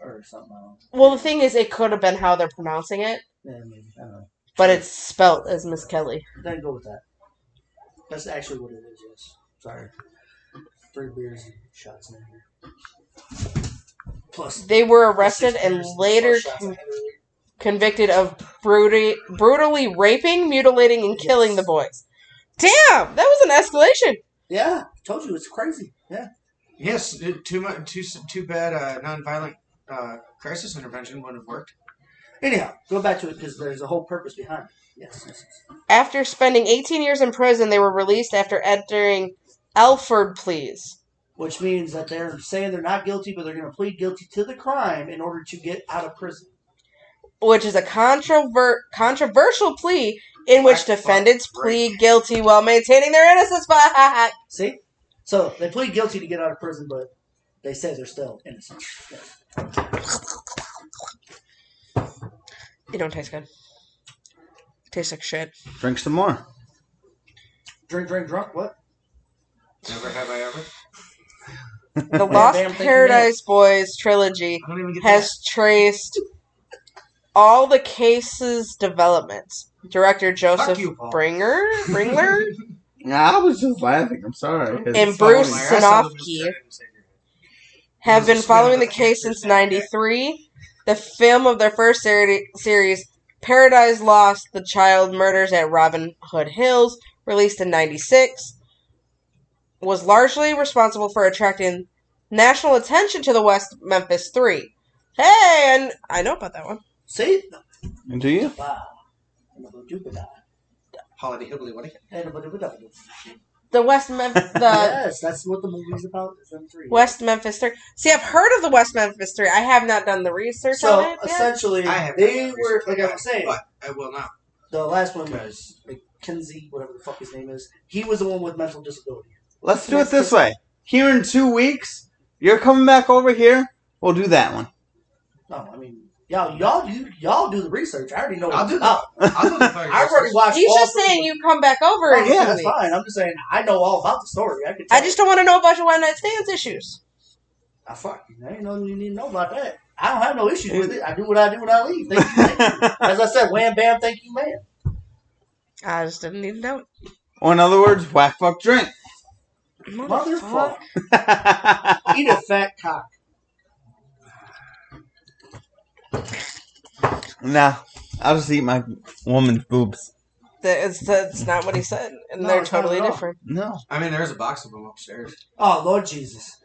Speaker 4: Or something. I don't know.
Speaker 3: Well, the thing is, it could have been how they're pronouncing it,
Speaker 4: Yeah, maybe. I don't know.
Speaker 3: but it's spelt as Miss Kelly.
Speaker 4: Then go with that. That's actually what it is. Yes. Sorry. Three beers and shots in here. Plus.
Speaker 3: They were arrested
Speaker 4: plus six
Speaker 3: and
Speaker 4: beers
Speaker 3: later
Speaker 4: plus shots in here.
Speaker 3: convicted of brutally, brutally raping, mutilating, and killing
Speaker 4: Yes.
Speaker 3: the boys. Damn, that was an escalation.
Speaker 4: Yeah, told you it's crazy. Yeah.
Speaker 6: *laughs* Yes, too much, too too bad. Uh, nonviolent uh, crisis intervention would have worked.
Speaker 4: Anyhow, go back to it because there's a whole purpose behind it. Yes. yes, yes.
Speaker 3: After spending 18 years in prison, they were released after entering Alford pleas.
Speaker 4: Which means that they're saying they're not guilty, but they're going to plead guilty to the crime in order to get out of prison.
Speaker 3: which is a controver- controversial plea in which
Speaker 6: Black fuck
Speaker 3: defendants plead
Speaker 6: break.
Speaker 3: guilty while maintaining their innocence. *laughs* Fuck.
Speaker 4: See? So they plead guilty to get out of prison, but they say they're still innocent.
Speaker 3: It don't taste good. Tastes like shit.
Speaker 1: Drink some more.
Speaker 4: Drink, drink, drunk. What?
Speaker 6: Never have I ever. *laughs*
Speaker 3: The Lost
Speaker 4: damn thing
Speaker 3: Paradise Boys trilogy
Speaker 6: I don't even
Speaker 3: *laughs*
Speaker 6: get
Speaker 3: has traced all the cases' developments. Director Joseph
Speaker 6: you, Paul. *laughs*
Speaker 3: Bringer, Bringler,
Speaker 1: Yeah, I was just laughing. I'm sorry.
Speaker 3: And Bruce-
Speaker 6: that. My ass out of
Speaker 3: Sinofsky.
Speaker 6: this thing.
Speaker 3: have been
Speaker 6: Just
Speaker 3: following the
Speaker 6: wait,
Speaker 3: case
Speaker 6: just *laughs*
Speaker 3: since
Speaker 6: a second.
Speaker 3: '93. The film of their first seri- series, Paradise Lost: The Child Murders at Robin Hood Hills, released in '96. was largely responsible for attracting national attention to the West Memphis Three. Hey, and I know about that one.
Speaker 4: See? Uh,
Speaker 1: Do you?
Speaker 4: Wow.
Speaker 6: Holiday Ibley, what?
Speaker 3: The West Mem- *laughs* the
Speaker 4: yes, that's what the movie's about. Is them three.
Speaker 3: West Memphis Three. See, I've heard of the West Memphis Three. I have not done the research on
Speaker 4: So
Speaker 3: it yet.
Speaker 4: essentially,
Speaker 6: I have
Speaker 4: they
Speaker 6: not
Speaker 4: were
Speaker 6: researched
Speaker 4: like
Speaker 6: it,
Speaker 4: I was saying.
Speaker 6: But I
Speaker 4: *laughs*
Speaker 6: will not.
Speaker 4: The last one was Mackenzie, whatever the fuck his name is. He was the one with mental disability.
Speaker 1: Let's do it this way. Here in two weeks, you're coming back over here. We'll do that one. *laughs*
Speaker 4: No, Oh, I mean y'all, y'all do y'all do the research. I already know.
Speaker 6: I'll
Speaker 4: what
Speaker 6: do
Speaker 4: it's about.
Speaker 6: I'll do the fucking
Speaker 4: I've already
Speaker 6: research.
Speaker 4: watched.
Speaker 3: He's
Speaker 4: uh, all
Speaker 3: just
Speaker 4: three.
Speaker 3: saying you come back over.
Speaker 4: Oh,
Speaker 3: in
Speaker 4: yeah,
Speaker 3: two
Speaker 4: that's
Speaker 3: weeks.
Speaker 4: fine. I'm just saying I know all about the story. I can. Tell
Speaker 3: I just don't want to know about your one night stands issues.
Speaker 4: I fuck you. There ain't nothing you need to know about that. I don't have no issues with it. I do what I do when I leave. Thank you.
Speaker 3: *laughs*
Speaker 4: Thank you. As I said, wham bam, thank you, man.
Speaker 3: I just didn't need to know.
Speaker 1: or in other words, whack fuck drink.
Speaker 3: it.
Speaker 4: Motherfucker,
Speaker 1: That's
Speaker 4: eat a fat cock.
Speaker 1: *laughs* Nah, I'll just eat my woman's boobs.
Speaker 3: That's, that's not what he said, and
Speaker 4: No,
Speaker 3: they're
Speaker 4: it's not
Speaker 3: totally
Speaker 4: at all.
Speaker 3: different.
Speaker 1: No,
Speaker 6: I mean, there's a box of them
Speaker 4: *laughs*
Speaker 6: upstairs.
Speaker 4: Oh Lord Jesus.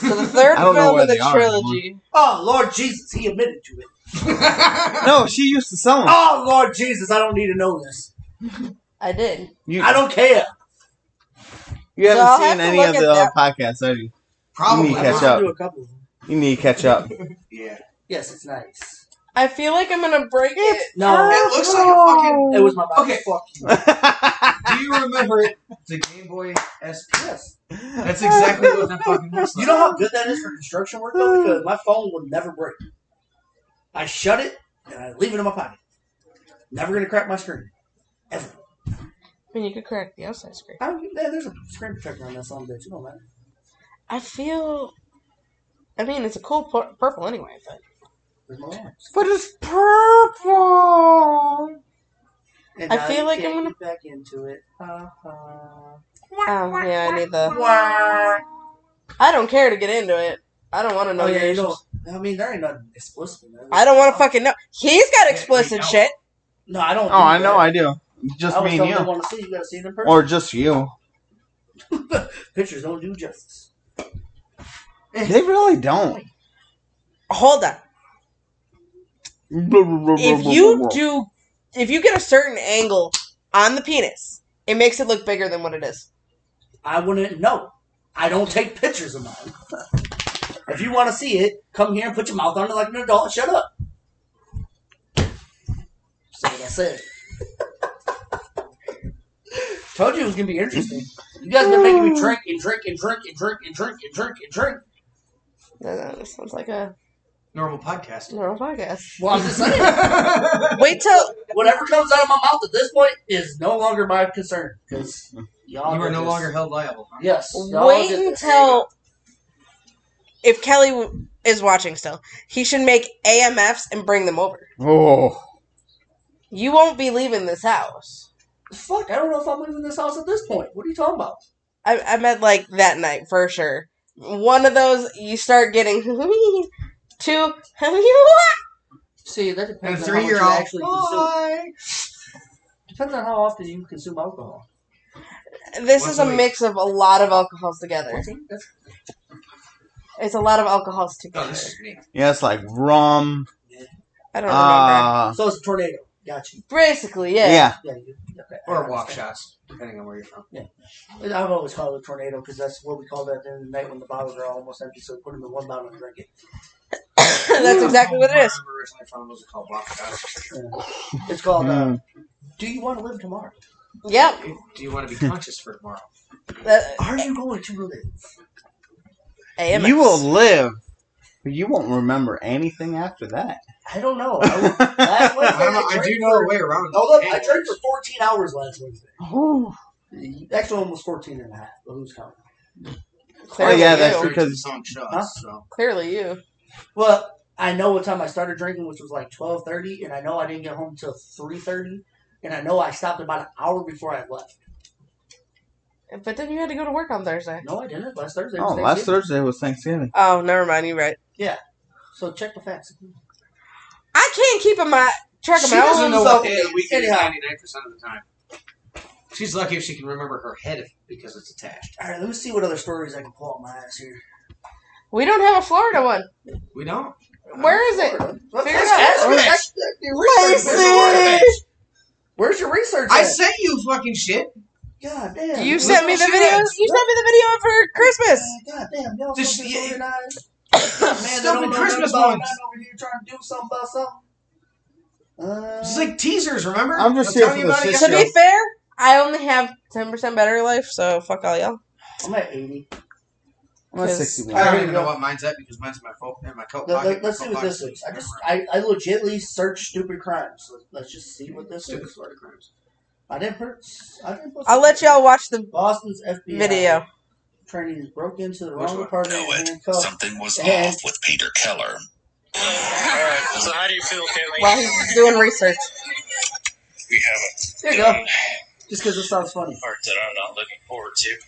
Speaker 3: So the third
Speaker 1: *laughs* I don't know
Speaker 3: film
Speaker 1: where
Speaker 3: of the
Speaker 1: they are
Speaker 3: trilogy.
Speaker 4: Oh Lord Jesus. He admitted to it.
Speaker 1: no, she used to sell them.
Speaker 4: Oh Lord Jesus. I don't need to know this.
Speaker 3: I did.
Speaker 1: You,
Speaker 4: I don't care.
Speaker 1: you haven't
Speaker 3: So I'll have
Speaker 1: seen
Speaker 3: to
Speaker 1: any
Speaker 3: look
Speaker 1: of
Speaker 3: at
Speaker 1: the other
Speaker 3: that.
Speaker 1: podcasts, have you?
Speaker 6: Probably.
Speaker 1: You need to catch
Speaker 4: I'll
Speaker 1: up.
Speaker 4: do a couple of them.
Speaker 1: You need to catch
Speaker 3: *laughs*
Speaker 1: up.
Speaker 6: Yeah.
Speaker 4: Yes, it's nice.
Speaker 3: I feel like I'm gonna break it.
Speaker 4: No,
Speaker 6: It looks like a fucking.
Speaker 4: it was my mouth.
Speaker 6: Okay.
Speaker 4: Fuck you.
Speaker 6: Do you remember it? It's a Game Boy SP.
Speaker 4: Yes.
Speaker 6: That's exactly what that fucking looks like.
Speaker 4: You know how good that is for construction work though, because my phone will never break. I shut it and I leave it in my pocket. Never gonna crack my screen. Ever.
Speaker 3: I mean, you could crack the outside screen.
Speaker 4: I, man, there's a screen protector on that son of a bitch. You know that.
Speaker 3: I feel. I mean, it's a cool pur- purple anyway. But
Speaker 4: There's no arms.
Speaker 1: but it's purple.
Speaker 4: And
Speaker 3: I
Speaker 4: now
Speaker 3: feel
Speaker 4: you
Speaker 3: like
Speaker 4: can't
Speaker 3: I'm gonna-
Speaker 4: get back into it. Uh-huh.
Speaker 3: oh yeah, I need the. I don't care to get into it. I don't want to know.
Speaker 4: Oh yeah,
Speaker 3: your
Speaker 4: you
Speaker 3: issues.
Speaker 4: don't. I mean, there ain't nothing explicit. in there.
Speaker 3: I don't want to fucking know. He's got
Speaker 6: Yeah,
Speaker 3: explicit
Speaker 6: we know.
Speaker 3: shit.
Speaker 4: No, I
Speaker 1: *laughs*
Speaker 4: don't.
Speaker 1: Oh, I know, I do. Just
Speaker 4: I was
Speaker 1: me and
Speaker 4: telling you.
Speaker 1: you,
Speaker 4: Want to see? You gotta see it in person.
Speaker 1: or just you.
Speaker 4: Pictures don't do justice.
Speaker 1: They really don't.
Speaker 3: Hold on. If *laughs* you do, if you get a certain angle on the penis, it makes it look bigger than what it is.
Speaker 4: I wouldn't know. I don't take pictures of mine. if you want to see it, come here and put your mouth on it like an adult and shut up. So what I said. Told you it was gonna be interesting. You guys been making me drink and drink and drink and drink and drink and drink and drink.
Speaker 3: No, no, this Uh, sounds like a
Speaker 6: Normal podcast.
Speaker 3: normal podcast.
Speaker 4: Well, I'm just saying,
Speaker 3: Wait till
Speaker 4: whatever comes out of my mouth at this point is no longer my concern because y'all
Speaker 6: *laughs* you are
Speaker 4: did
Speaker 6: no
Speaker 4: this.
Speaker 6: longer held liable.
Speaker 4: Yes. y'all
Speaker 3: wait
Speaker 4: did this.
Speaker 3: until if Kelly w- is watching still, he should make AMFs and bring them over.
Speaker 1: Oh,
Speaker 3: You won't be leaving this house.
Speaker 4: Fuck! I don't know if I'm leaving this house at this point. What are you talking about?
Speaker 3: I, I meant like that night for sure. One of those you start getting *laughs* two. *laughs*
Speaker 4: See, that depends
Speaker 6: And a
Speaker 4: on
Speaker 6: three year
Speaker 4: how much
Speaker 6: old.
Speaker 4: you actually consume. Depends on how often you consume alcohol.
Speaker 3: this is a
Speaker 6: Once a week.
Speaker 3: mix of a lot of alcohols together.
Speaker 4: See, that's-
Speaker 3: It's a lot of alcohols
Speaker 6: Oh,
Speaker 3: together.
Speaker 6: this is me.
Speaker 1: yeah, it's like rum.
Speaker 3: I don't remember.
Speaker 1: Uh,
Speaker 4: So it's a tornado. Got you.
Speaker 3: Basically, yeah.
Speaker 1: yeah,
Speaker 4: Yeah, you. Okay, I
Speaker 6: Or walk
Speaker 4: understand.
Speaker 6: shots, depending on where you're from.
Speaker 4: I've always called it a tornado because that's what we call that at the end of the night when the bottles are almost empty. So we put them in one bottle and drink it.
Speaker 3: *laughs* That's exactly what it is.
Speaker 6: Where I'm originally from was called walk shots.
Speaker 4: It's called. Uh,
Speaker 1: Mm.
Speaker 4: Do you want to live tomorrow?
Speaker 3: Yep.
Speaker 6: Do you want to be conscious for tomorrow?
Speaker 3: that-
Speaker 4: Are you going to live?
Speaker 3: AMFs.
Speaker 1: you will live, but you won't remember anything after
Speaker 3: *laughs*
Speaker 1: that.
Speaker 4: I don't know. I, last
Speaker 6: *laughs* *laughs* I,
Speaker 4: Wednesday,
Speaker 6: don't know, I
Speaker 4: drank
Speaker 6: do know a
Speaker 4: for-
Speaker 6: way around.
Speaker 4: Hold up, I
Speaker 6: angles.
Speaker 4: drank for 14 hours last Wednesday.
Speaker 1: Oh,
Speaker 4: The next one was 14 and a half, but who's counting?
Speaker 1: Oh,
Speaker 3: Clearly
Speaker 1: yeah,
Speaker 3: you.
Speaker 1: that's
Speaker 6: I drank
Speaker 1: because-
Speaker 6: to some shots,
Speaker 4: Huh?
Speaker 6: so.
Speaker 3: Clearly you.
Speaker 4: Well, I know what time I started drinking, which was like twelve thirty, and I know I didn't get home till three thirty, and I know I stopped about an hour before I left.
Speaker 3: But then you had to go to work on Thursday.
Speaker 4: No, I didn't. Last Thursday. Was
Speaker 1: oh, last
Speaker 4: Thursday.
Speaker 1: Thursday was Thanksgiving.
Speaker 3: Oh, never mind. You're right.
Speaker 4: So check the facts.
Speaker 3: I can't keep in my track of
Speaker 6: She
Speaker 3: my
Speaker 6: doesn't
Speaker 3: own.
Speaker 6: know
Speaker 4: so-
Speaker 6: what day of the week it is
Speaker 4: anyhow.
Speaker 6: 99% of the time. She's lucky if she can remember her head if- because it's attached.
Speaker 4: All right, let me see what other stories I can pull out my ass here.
Speaker 3: We don't have a Florida one.
Speaker 6: We don't.
Speaker 3: Where is it?
Speaker 4: Let's,
Speaker 3: Figure it
Speaker 4: let's
Speaker 3: out.
Speaker 4: ask her-
Speaker 6: Research.
Speaker 4: ask her your research. Where's your
Speaker 3: Lacey!
Speaker 4: research? Where's your research?
Speaker 6: I
Speaker 4: at?
Speaker 6: sent you fucking shit.
Speaker 4: God damn.
Speaker 3: You
Speaker 4: Look
Speaker 3: sent me
Speaker 4: what
Speaker 3: the
Speaker 4: she
Speaker 3: video.
Speaker 4: had.
Speaker 3: You sent me the video of her Christmas.
Speaker 4: God damn, y'all
Speaker 6: Just-
Speaker 4: fucking
Speaker 6: yeah.
Speaker 4: organized. Man, they
Speaker 6: Stupid
Speaker 4: don't know
Speaker 6: Christmas
Speaker 4: Christmas about
Speaker 6: ones.
Speaker 4: nothing over here trying to do something about something. Uh,
Speaker 6: It's like teasers, remember?
Speaker 1: I'm just
Speaker 6: I'm
Speaker 1: here
Speaker 6: telling
Speaker 1: for
Speaker 6: you
Speaker 1: the
Speaker 6: about it
Speaker 1: shit
Speaker 3: To
Speaker 1: show.
Speaker 6: yesterday.
Speaker 3: be fair, I only have ten percent battery life, so fuck all y'all.
Speaker 4: I'm at 80.
Speaker 1: I'm at
Speaker 3: Cause-
Speaker 1: 61.
Speaker 6: I
Speaker 4: There
Speaker 6: don't
Speaker 4: you
Speaker 6: even know
Speaker 4: go.
Speaker 6: what mine's at because mine's in my phone in my coat
Speaker 4: Let,
Speaker 6: pocket.
Speaker 4: let, us
Speaker 6: Coat
Speaker 4: see what
Speaker 6: pocket.
Speaker 4: this is. I just, I, I legitly searched stupid crimes. Let- Let's just see what this
Speaker 6: Stupid
Speaker 4: is.
Speaker 6: Florida crimes.
Speaker 4: I didn't put. I didn't put
Speaker 3: I'll let y'all watch the
Speaker 4: Boston's FBI
Speaker 3: video.
Speaker 4: trainees broke into the
Speaker 6: Which
Speaker 4: wrong
Speaker 6: one?
Speaker 4: apartment
Speaker 5: Know it.
Speaker 4: and handcuffed.
Speaker 5: Something was
Speaker 4: Yeah.
Speaker 5: off with Peter Keller.
Speaker 7: Alright, so how do you feel, Kaylee?
Speaker 3: While he's doing research,
Speaker 5: We have
Speaker 4: There you go. Just because it sounds funny.
Speaker 5: a part that I'm not looking forward to.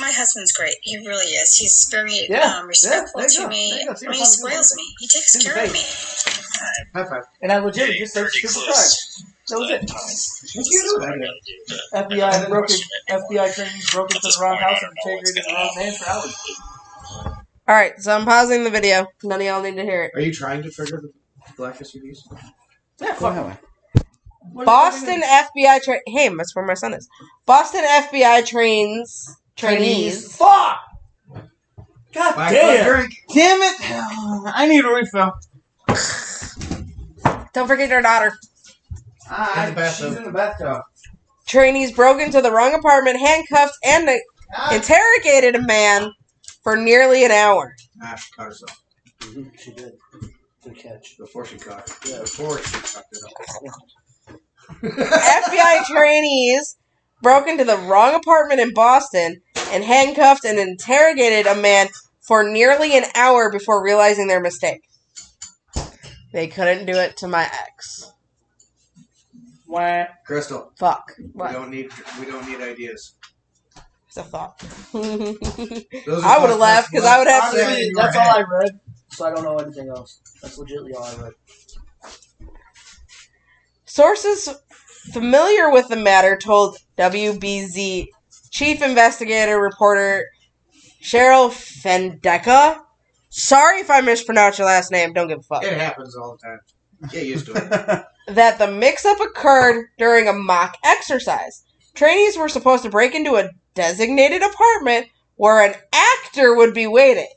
Speaker 9: My husband's great. He really is. He's very
Speaker 4: Yeah,
Speaker 9: um,
Speaker 4: yeah,
Speaker 9: respectful
Speaker 4: there you
Speaker 9: to
Speaker 4: go, there
Speaker 9: me.
Speaker 4: you go. See,
Speaker 9: I mean,
Speaker 4: I'm
Speaker 9: he
Speaker 4: talking
Speaker 9: spoils
Speaker 4: about
Speaker 9: me. He takes
Speaker 4: In the
Speaker 9: care of me.
Speaker 4: face.
Speaker 6: High five.
Speaker 4: And I legitly
Speaker 5: Hey,
Speaker 4: just searched
Speaker 5: pretty
Speaker 4: stupid crimes.
Speaker 5: close.
Speaker 4: That was it.
Speaker 6: What you
Speaker 5: I
Speaker 6: doing?
Speaker 5: gotta do that.
Speaker 4: FBI broke in,
Speaker 5: At
Speaker 4: FBI trainees broke into
Speaker 5: this
Speaker 4: the wrong
Speaker 5: point, I
Speaker 4: house
Speaker 5: don't
Speaker 4: and
Speaker 5: know what's
Speaker 4: interrogated the
Speaker 5: gonna
Speaker 4: wrong
Speaker 5: happen.
Speaker 4: man for hours.
Speaker 3: all right. So I'm pausing the video. None of y'all need to hear it.
Speaker 6: Are you trying to figure the black SUVs?
Speaker 4: Yeah,
Speaker 1: Go
Speaker 4: fuck.
Speaker 1: ahead.
Speaker 4: What the fuck is
Speaker 3: Boston
Speaker 4: it?
Speaker 3: FBI train. Hey, that's where my son is. Boston FBI trains trainees.
Speaker 4: Fuck! God
Speaker 6: Black
Speaker 4: damn!
Speaker 6: drink.
Speaker 1: Damn it! *sighs* I need a refill.
Speaker 3: Don't forget your daughter.
Speaker 6: In the bathtub.
Speaker 4: Ah, she's in the bathtub.
Speaker 3: Trainees broke into the wrong apartment, handcuffed, and interrogated a man for nearly an hour.
Speaker 6: Ah, she caught herself
Speaker 4: She did. Good catch.
Speaker 6: before she caught. Yeah, before she fucked it
Speaker 4: *laughs*
Speaker 6: up.
Speaker 3: FBI trainees broke into the wrong apartment in Boston and handcuffed and interrogated a man for nearly an hour before realizing their mistake. They couldn't do it to my ex.
Speaker 4: Wah.
Speaker 6: Crystal,
Speaker 3: Fuck.
Speaker 6: we
Speaker 3: What?
Speaker 6: don't need we don't need ideas.
Speaker 3: It's a thought. *laughs*
Speaker 6: Those are
Speaker 3: I would have
Speaker 6: thoughts
Speaker 3: laughed because I would have
Speaker 6: Honestly,
Speaker 3: to.
Speaker 4: Honestly,
Speaker 6: in your
Speaker 4: that's all I
Speaker 6: head.
Speaker 4: read, so I don't know anything else. That's legitly all I read.
Speaker 3: Sources familiar with the matter told WBZ chief investigator reporter Cheryl Fendeca. Sorry if I mispronounced your last name. Don't give a fuck.
Speaker 6: It happens all the time. Get used to
Speaker 4: *laughs*
Speaker 6: it.
Speaker 3: that the mix up occurred during a mock exercise. Trainees were supposed to break into a designated apartment where an actor would be waiting.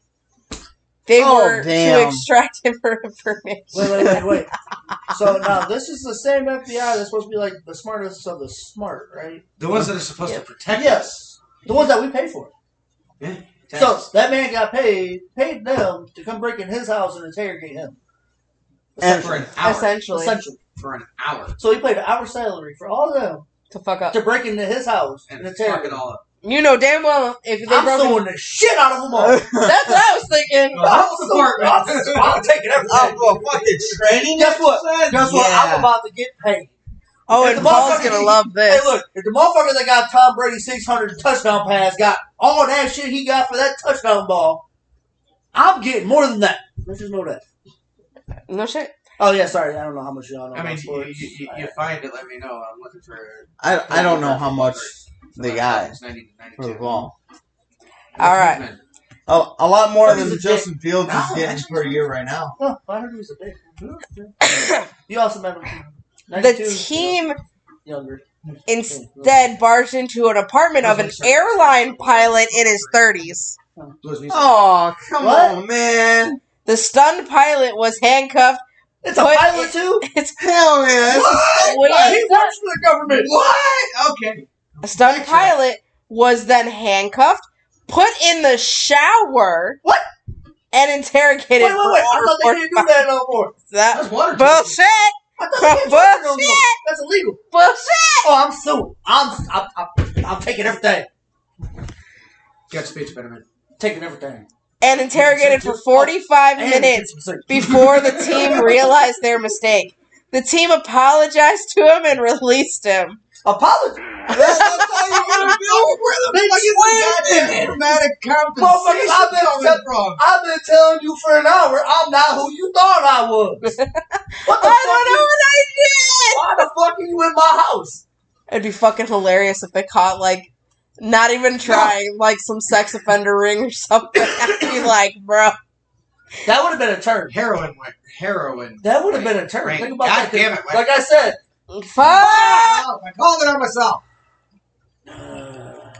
Speaker 3: They
Speaker 1: Oh,
Speaker 3: were to
Speaker 1: damn.
Speaker 3: extract him for information.
Speaker 4: Wait, wait, wait, wait. *laughs* so now this is the same FBI that's supposed to be like the smartest of the smart, right?
Speaker 6: The ones that are supposed to protect
Speaker 4: Yes, the ones that we pay for.
Speaker 6: us.
Speaker 4: So that man got paid paid them to come break in his house and interrogate him.
Speaker 1: And-
Speaker 6: for an hour.
Speaker 3: Essentially,
Speaker 4: Essentially,
Speaker 6: For an hour.
Speaker 4: so he paid an hour salary for all of them
Speaker 3: to fuck up.
Speaker 4: to break into his house and,
Speaker 6: And fuck
Speaker 4: interrogate.
Speaker 6: it
Speaker 4: him.
Speaker 6: all up.
Speaker 3: You know damn well if they
Speaker 4: I'm
Speaker 3: broke. in-
Speaker 4: suing the shit out of them all.
Speaker 3: *laughs* That's what I was thinking.
Speaker 6: The house
Speaker 4: I'm, suing,
Speaker 6: department.
Speaker 4: I'm, I'm taking everything.
Speaker 6: *laughs*
Speaker 1: Oh, well, fucking training.
Speaker 4: Guess what? Guess what? I'm
Speaker 1: Yeah.
Speaker 4: about to get paid.
Speaker 3: Oh,
Speaker 4: If
Speaker 3: and
Speaker 4: the
Speaker 3: Paul's
Speaker 4: motherfucker-
Speaker 3: gonna love
Speaker 4: Hey,
Speaker 3: this.
Speaker 4: look, if the motherfucker that got Tom Brady 600 touchdown pass got all that shit he got for that touchdown ball, I'm getting more than that. Let's just know that.
Speaker 3: *laughs* No shit.
Speaker 4: Oh, yeah, sorry. I don't know how much y'all know.
Speaker 6: I mean,
Speaker 4: about
Speaker 6: you,
Speaker 4: sports.
Speaker 6: you, you, you find it, let me know. I'm looking for.
Speaker 1: I, I don't know how much they got
Speaker 6: It's 90 to 92.
Speaker 1: for the ball.
Speaker 3: All right.
Speaker 1: A, a lot more
Speaker 4: What is
Speaker 1: than
Speaker 4: it,
Speaker 1: Justin Fields
Speaker 6: No,
Speaker 1: is getting per year right now.
Speaker 4: Oh, I heard he was a big.
Speaker 3: *coughs*
Speaker 4: You also met him.
Speaker 3: The
Speaker 4: 92,
Speaker 3: team
Speaker 4: you know, Younger.
Speaker 3: instead barged into an apartment of an airline pilot in his 30s.
Speaker 6: Blues music.
Speaker 1: Oh, come
Speaker 4: What?
Speaker 1: on, man.
Speaker 3: The stunned pilot was handcuffed. *laughs*
Speaker 4: It's a
Speaker 3: But
Speaker 4: pilot,
Speaker 3: it-
Speaker 4: too?
Speaker 3: It's
Speaker 1: Hell yeah.
Speaker 4: Why, he
Speaker 3: wait,
Speaker 4: works for the government.
Speaker 1: What?
Speaker 6: Okay.
Speaker 3: a stunned pilot was then handcuffed, put in the shower,
Speaker 4: What?
Speaker 3: and interrogated.
Speaker 4: Wait, wait, wait.
Speaker 3: for
Speaker 4: I thought they
Speaker 3: over
Speaker 4: didn't do
Speaker 3: 45
Speaker 4: that no more.
Speaker 3: That
Speaker 6: That's water.
Speaker 3: bullshit.
Speaker 4: I thought they didn't do that no more. That's illegal.
Speaker 3: Bullshit.
Speaker 4: Oh, I'm suing. I'm, I'm, I'm, I'm taking everything.
Speaker 6: Got speech betterment.
Speaker 4: Taking everything.
Speaker 3: And interrogated for 45 minutes before
Speaker 4: *laughs*
Speaker 3: the team realized their mistake. The team apologized to him and released him.
Speaker 4: Apology.
Speaker 1: That's not how you want to build. Where the fuck is the goddamn automatic compensation
Speaker 4: Motherfucker, I've been
Speaker 1: coming
Speaker 4: kept-
Speaker 1: from?
Speaker 4: I've been telling you for an hour, I'm not who you thought I was. What the
Speaker 3: I don't know
Speaker 4: fuck?
Speaker 3: what I did.
Speaker 4: Why the fuck are you in my house?
Speaker 3: It'd be fucking hilarious if they caught like not even trying, like some sex offender ring or something. *laughs* I'd be like, bro,
Speaker 4: That would have been a turn.
Speaker 6: Heroin. went- Heroin.
Speaker 4: That would have been a turn.
Speaker 6: Right.
Speaker 4: Think about that.
Speaker 6: God
Speaker 4: 'cause
Speaker 6: damn it, Mike.
Speaker 4: Like I said,
Speaker 3: fuck.
Speaker 6: Oh, I called it on myself.
Speaker 4: Uh,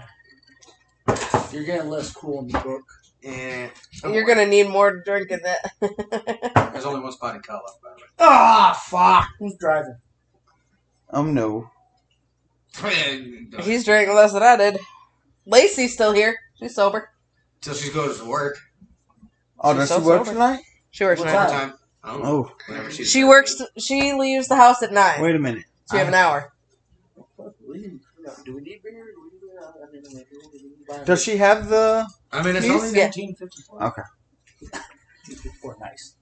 Speaker 4: you're getting less cool in the book.
Speaker 6: And
Speaker 3: You're gonna need more to drink in that. *laughs*
Speaker 6: There's only one spot in Cal left, by the
Speaker 4: Ah, fuck. Who's driving?
Speaker 1: Um, no. *laughs*
Speaker 6: way. And, uh,
Speaker 3: He's drinking less than I did. Lacey's still here. She's sober.
Speaker 6: Till she goes to work.
Speaker 1: Oh,
Speaker 3: She's
Speaker 1: does
Speaker 3: so
Speaker 1: she work
Speaker 3: sober.
Speaker 1: tonight?
Speaker 3: She works.
Speaker 4: What
Speaker 3: nine.
Speaker 4: time?
Speaker 6: Time. I don't know.
Speaker 1: Oh,
Speaker 6: Whenever she's
Speaker 3: She works. She leaves the house at nine.
Speaker 1: wait a minute.
Speaker 3: so you have an hour.
Speaker 4: Do we need beer? Do we need, uh, I mean, like, do we need to buy a
Speaker 1: Does she have the?
Speaker 6: I mean, it's
Speaker 3: She's-
Speaker 6: only
Speaker 3: yeah.
Speaker 6: 1954.
Speaker 1: Okay.
Speaker 4: beer? Before, Nice.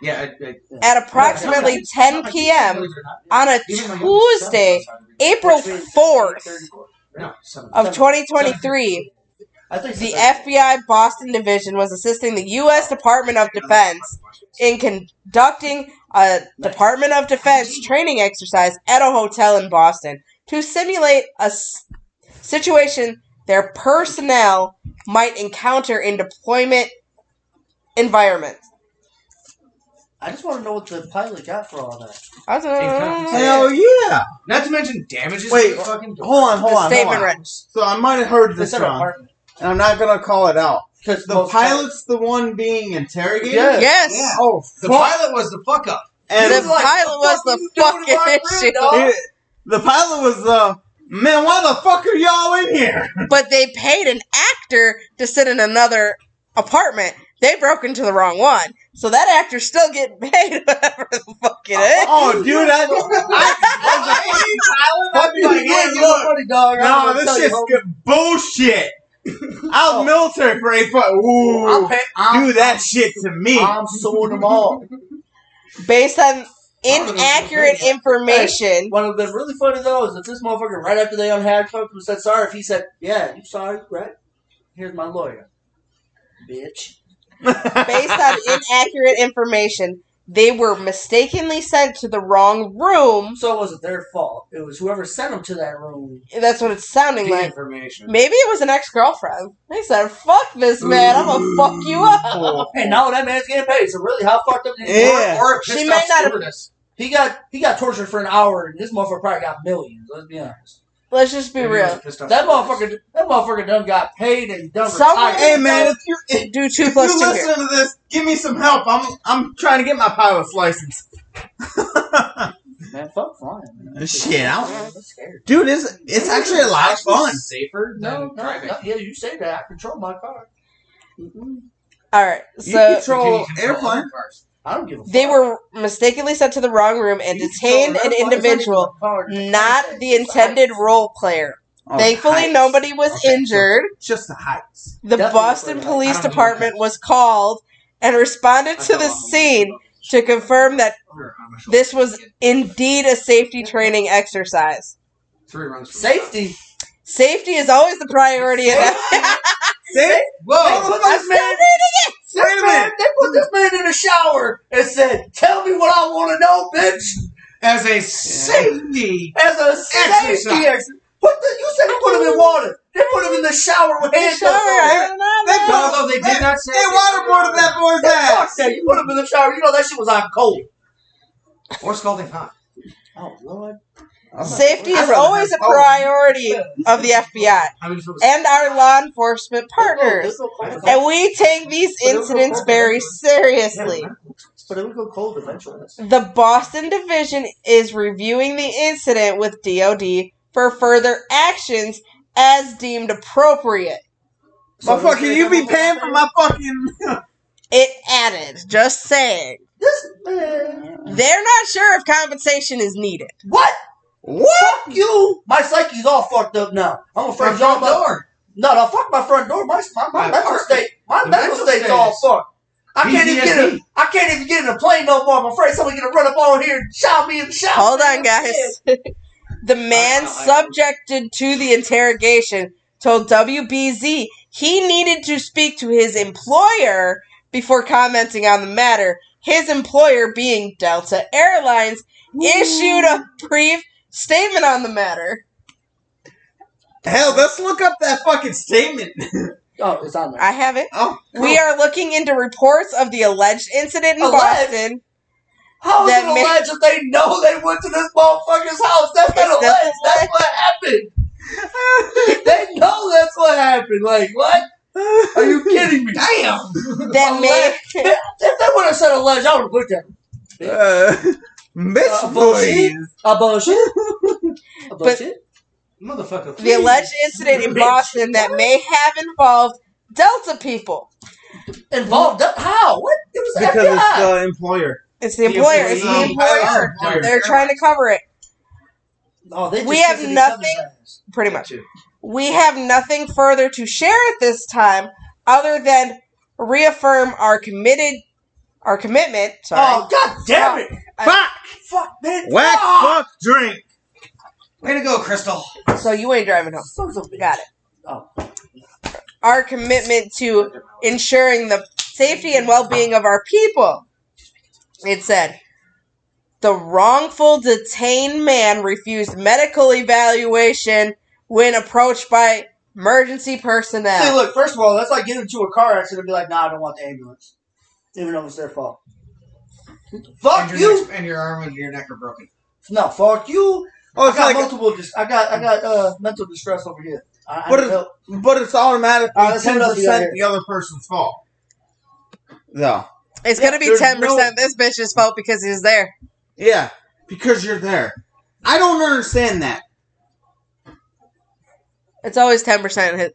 Speaker 6: Yeah. I, I,
Speaker 3: At approximately 10 p.m. on a Tuesday, April
Speaker 4: Which means
Speaker 3: 4th
Speaker 4: 8:34.
Speaker 6: No, seven.
Speaker 3: of 2023,
Speaker 4: I think
Speaker 3: the FBI Boston Division was assisting the U.S. Department of Defense in conducting a Department of Defense training exercise at a hotel in Boston to simulate a s- situation their personnel might encounter in deployment environments.
Speaker 4: I just want to know what the pilot got for all that.
Speaker 3: I don't know.
Speaker 1: Hell yeah!
Speaker 6: Not to mention damages.
Speaker 1: Wait,
Speaker 6: to the fucking door.
Speaker 1: Hold on, hold
Speaker 3: The
Speaker 1: on, hold
Speaker 3: statement
Speaker 1: on.
Speaker 3: read.
Speaker 1: So I might have heard
Speaker 4: They
Speaker 1: this
Speaker 4: said
Speaker 1: wrong,
Speaker 4: apartment.
Speaker 1: and I'm not gonna call it out.
Speaker 4: Because
Speaker 1: The pilot's the one being interrogated.
Speaker 4: Yeah.
Speaker 3: Yes.
Speaker 6: Yeah.
Speaker 1: Oh,
Speaker 6: The
Speaker 1: fuck.
Speaker 6: pilot was the fuck up.
Speaker 1: And
Speaker 3: The pilot was the fucking issue.
Speaker 1: It- the pilot was uh man, why the fuck are y'all in here?
Speaker 3: But they paid an actor to sit in another apartment. They broke into the wrong one. So that actor's still getting paid *laughs* whatever the fuck it is.
Speaker 1: Oh dude, I, I,
Speaker 4: I'd be like, yeah, you look funny, dog. I don't
Speaker 1: no,
Speaker 4: wanna
Speaker 1: this
Speaker 4: tell you,
Speaker 1: shit's
Speaker 4: homie.
Speaker 1: good bullshit. I was military for eight foot.
Speaker 4: I'm
Speaker 1: Ooh,
Speaker 4: pay-
Speaker 1: do that shit to me.
Speaker 4: I'm suing them all.
Speaker 3: Based on
Speaker 6: don't know.
Speaker 3: inaccurate information.
Speaker 4: What would have been really funny though is if this motherfucker, right after they unhandcuffed him, said sorry. If he said, "Yeah, you sorry, right? Here's my lawyer, bitch."
Speaker 3: Based on inaccurate information, they were mistakenly sent to the wrong room.
Speaker 4: So it wasn't their fault. It was whoever sent him to that room.
Speaker 3: That's what it's sounding
Speaker 6: The
Speaker 3: like.
Speaker 6: information.
Speaker 3: Maybe it was an ex girlfriend. They said, "Fuck this man, I'm gonna fuck you up."
Speaker 4: Oh, And now that man's getting paid. So really, how fucked up? did he
Speaker 1: Yeah.
Speaker 4: work?
Speaker 6: Or, or a pissed
Speaker 3: She
Speaker 6: off
Speaker 3: might not have-
Speaker 6: stewardess.
Speaker 4: He got he got tortured for an hour, and this motherfucker probably got millions. Let's be honest.
Speaker 3: Let's just be
Speaker 6: Maybe *laughs* it was
Speaker 1: *laughs*
Speaker 6: a
Speaker 3: real.
Speaker 6: pissed off
Speaker 4: That
Speaker 6: stewardess.
Speaker 4: motherfucker, that motherfucker done got paid and done
Speaker 3: Someone-
Speaker 1: *laughs*
Speaker 4: retired.
Speaker 1: hey man, if you if,
Speaker 3: Do two
Speaker 1: if
Speaker 3: plus
Speaker 1: you
Speaker 3: two here.
Speaker 1: listen to this, give me some help. I'm I'm trying to get my pilot's license.
Speaker 4: man, fuck flying. Man.
Speaker 1: Shit, I don't-
Speaker 4: I'm scared.
Speaker 1: Dude, it's it's actually a lot of fun.
Speaker 6: Safer
Speaker 4: No,
Speaker 6: than
Speaker 4: no,
Speaker 6: driving.
Speaker 4: no, yeah, you say that. I control my car.
Speaker 3: All right,
Speaker 1: You
Speaker 3: so
Speaker 1: control
Speaker 6: Can you control
Speaker 1: airplane.
Speaker 6: other cars?
Speaker 4: I don't give a.
Speaker 3: they
Speaker 4: fuck.
Speaker 3: were mistakenly sent to the wrong room and
Speaker 4: You
Speaker 3: detained
Speaker 4: control
Speaker 3: an
Speaker 4: everybody's
Speaker 3: individual,
Speaker 4: fucking car.
Speaker 3: not the intended role player.
Speaker 1: Oh,
Speaker 3: Thankfully,
Speaker 1: heights.
Speaker 3: nobody was
Speaker 1: Okay, so
Speaker 3: injured.
Speaker 1: Just the heights.
Speaker 3: The
Speaker 4: Definitely
Speaker 3: Boston
Speaker 4: for-
Speaker 6: I
Speaker 3: Police
Speaker 6: don't know.
Speaker 3: Department was called and responded to the scene to confirm that
Speaker 6: Or on my shoulder.
Speaker 3: this was indeed a safety training exercise.
Speaker 6: Three runs. from the top.
Speaker 4: Safety.
Speaker 3: Safety is always the priority. In *laughs* that.
Speaker 1: See?
Speaker 4: They
Speaker 1: Whoa!
Speaker 4: put this
Speaker 1: Wait
Speaker 4: man.
Speaker 1: a
Speaker 4: this man-
Speaker 1: minute.
Speaker 4: They put this man in a shower and said, "Tell me what I want to know, bitch."
Speaker 6: As a safety.
Speaker 4: As a safety
Speaker 6: Exercise.
Speaker 4: exercise. What the, you said they put him in water. They put him in the shower with
Speaker 3: Hey,
Speaker 4: handcuffs
Speaker 3: Sure, I
Speaker 4: on.
Speaker 3: don't know,
Speaker 1: They
Speaker 3: man.
Speaker 1: put-
Speaker 6: Although they did not say.
Speaker 1: They waterboarded that boy's
Speaker 4: Fuck
Speaker 1: ass.
Speaker 4: that. You put him in the shower. You know that shit was on cold.
Speaker 6: Or scalding hot.
Speaker 4: Oh, Lord.
Speaker 3: *laughs* Safety
Speaker 6: I'd
Speaker 3: is
Speaker 6: rather
Speaker 3: always a
Speaker 6: have- oh.
Speaker 3: priority of the FBI
Speaker 6: *laughs* I mean, if it was
Speaker 3: and our law enforcement partners. And we take these incidents very seriously.
Speaker 4: But it would go cold eventually.
Speaker 3: The Boston Division is reviewing the incident with DOD for further actions as deemed appropriate.
Speaker 1: Motherfucker, you be paying for my fucking. *laughs*
Speaker 3: It added, just saying.
Speaker 4: This man.
Speaker 3: They're not sure if compensation is needed.
Speaker 4: What?
Speaker 1: What?
Speaker 4: Fuck you. My psyche's all fucked up now. I'm afraid
Speaker 6: front
Speaker 4: y'all
Speaker 6: front
Speaker 4: about
Speaker 6: door.
Speaker 4: No, no, fuck my front door. My my, my
Speaker 6: My
Speaker 4: mental
Speaker 6: apartment.
Speaker 4: state, my
Speaker 6: The
Speaker 4: mental
Speaker 6: mental
Speaker 4: state's
Speaker 6: state
Speaker 4: all
Speaker 6: is
Speaker 4: fucked. I can't even get a,
Speaker 6: PTSD.
Speaker 4: I can't even get in a plane no more. I'm afraid someone's gonna run up on here and shot me in the shower.
Speaker 3: Hold on,
Speaker 4: Man,
Speaker 3: guys.
Speaker 4: shit.
Speaker 3: The man subjected to the interrogation told WBZ he needed to speak to his employer before commenting on the matter. His employer, being Delta Airlines, issued a brief statement on the matter.
Speaker 1: Hell, let's look up that fucking statement.
Speaker 4: Oh, it's on there.
Speaker 3: I have it.
Speaker 1: Oh,
Speaker 3: We are looking into reports of the alleged incident in
Speaker 4: Alleged?
Speaker 3: Boston.
Speaker 4: How is
Speaker 3: That
Speaker 4: it
Speaker 3: ma-
Speaker 4: alleged if they know they went to this motherfucker's house? That's
Speaker 3: It's
Speaker 4: not
Speaker 3: not
Speaker 4: alleged. That's what happened. they know that's what happened. Like, what? Are you kidding me? Damn.
Speaker 3: That may
Speaker 4: If they would have said alleged, I would have looked at them.
Speaker 1: Uh, bitch
Speaker 4: Uh,
Speaker 1: boys.
Speaker 4: bullshit. A bullshit. A bullshit.
Speaker 6: Motherfucker.
Speaker 3: the alleged incident in Boston that may have involved Delta people.
Speaker 4: Involved. up- How? What? It was the
Speaker 1: Because it's uh,
Speaker 4: FBI.
Speaker 1: the employer.
Speaker 3: It's the employer. It's the
Speaker 1: employee.
Speaker 3: employer.
Speaker 1: employer.
Speaker 3: They're trying to cover it,
Speaker 4: oh, they
Speaker 3: we
Speaker 4: just
Speaker 3: have
Speaker 4: kissing each other's
Speaker 3: nothing-
Speaker 4: ass. Oh,
Speaker 3: pretty much. We have nothing further to share at this time, other than reaffirm our committed, our commitment. Sorry.
Speaker 4: Oh, god damn it.
Speaker 1: Fuck!
Speaker 4: Fuck, man. Ah,
Speaker 1: Whack,
Speaker 4: Fuck.
Speaker 1: fuck, drink.
Speaker 6: Way to go, Crystal.
Speaker 3: So you ain't driving home.
Speaker 4: Sons of a bitch.
Speaker 3: Got it.
Speaker 4: Oh.
Speaker 3: Our commitment to ensuring the safety and well being of our people. It said the wrongful detained man refused medical evaluation when approached by emergency
Speaker 4: See,
Speaker 3: personnel.
Speaker 4: look, first of all, that's like getting into a car accident and be like, nah, I don't want the ambulance. Even though it's their fault. Fuck
Speaker 6: and, your
Speaker 4: Oh, you!
Speaker 6: neck- and your arm and your neck are broken.
Speaker 4: No, fuck you!
Speaker 1: Oh,
Speaker 4: I
Speaker 1: it's
Speaker 4: got
Speaker 1: like,
Speaker 4: multiple dis- I got I got uh mental distress over here. I, I
Speaker 1: What
Speaker 4: need
Speaker 1: is-
Speaker 4: help.
Speaker 1: but it's automatically
Speaker 4: All right, let's see
Speaker 1: ten
Speaker 4: what else you got
Speaker 1: percent the other person's fault. Though,
Speaker 3: It's gonna be
Speaker 1: there's
Speaker 3: ten percent this bitch's fault because he's there.
Speaker 1: yeah, because you're there. I don't understand that.
Speaker 3: It's always ten percent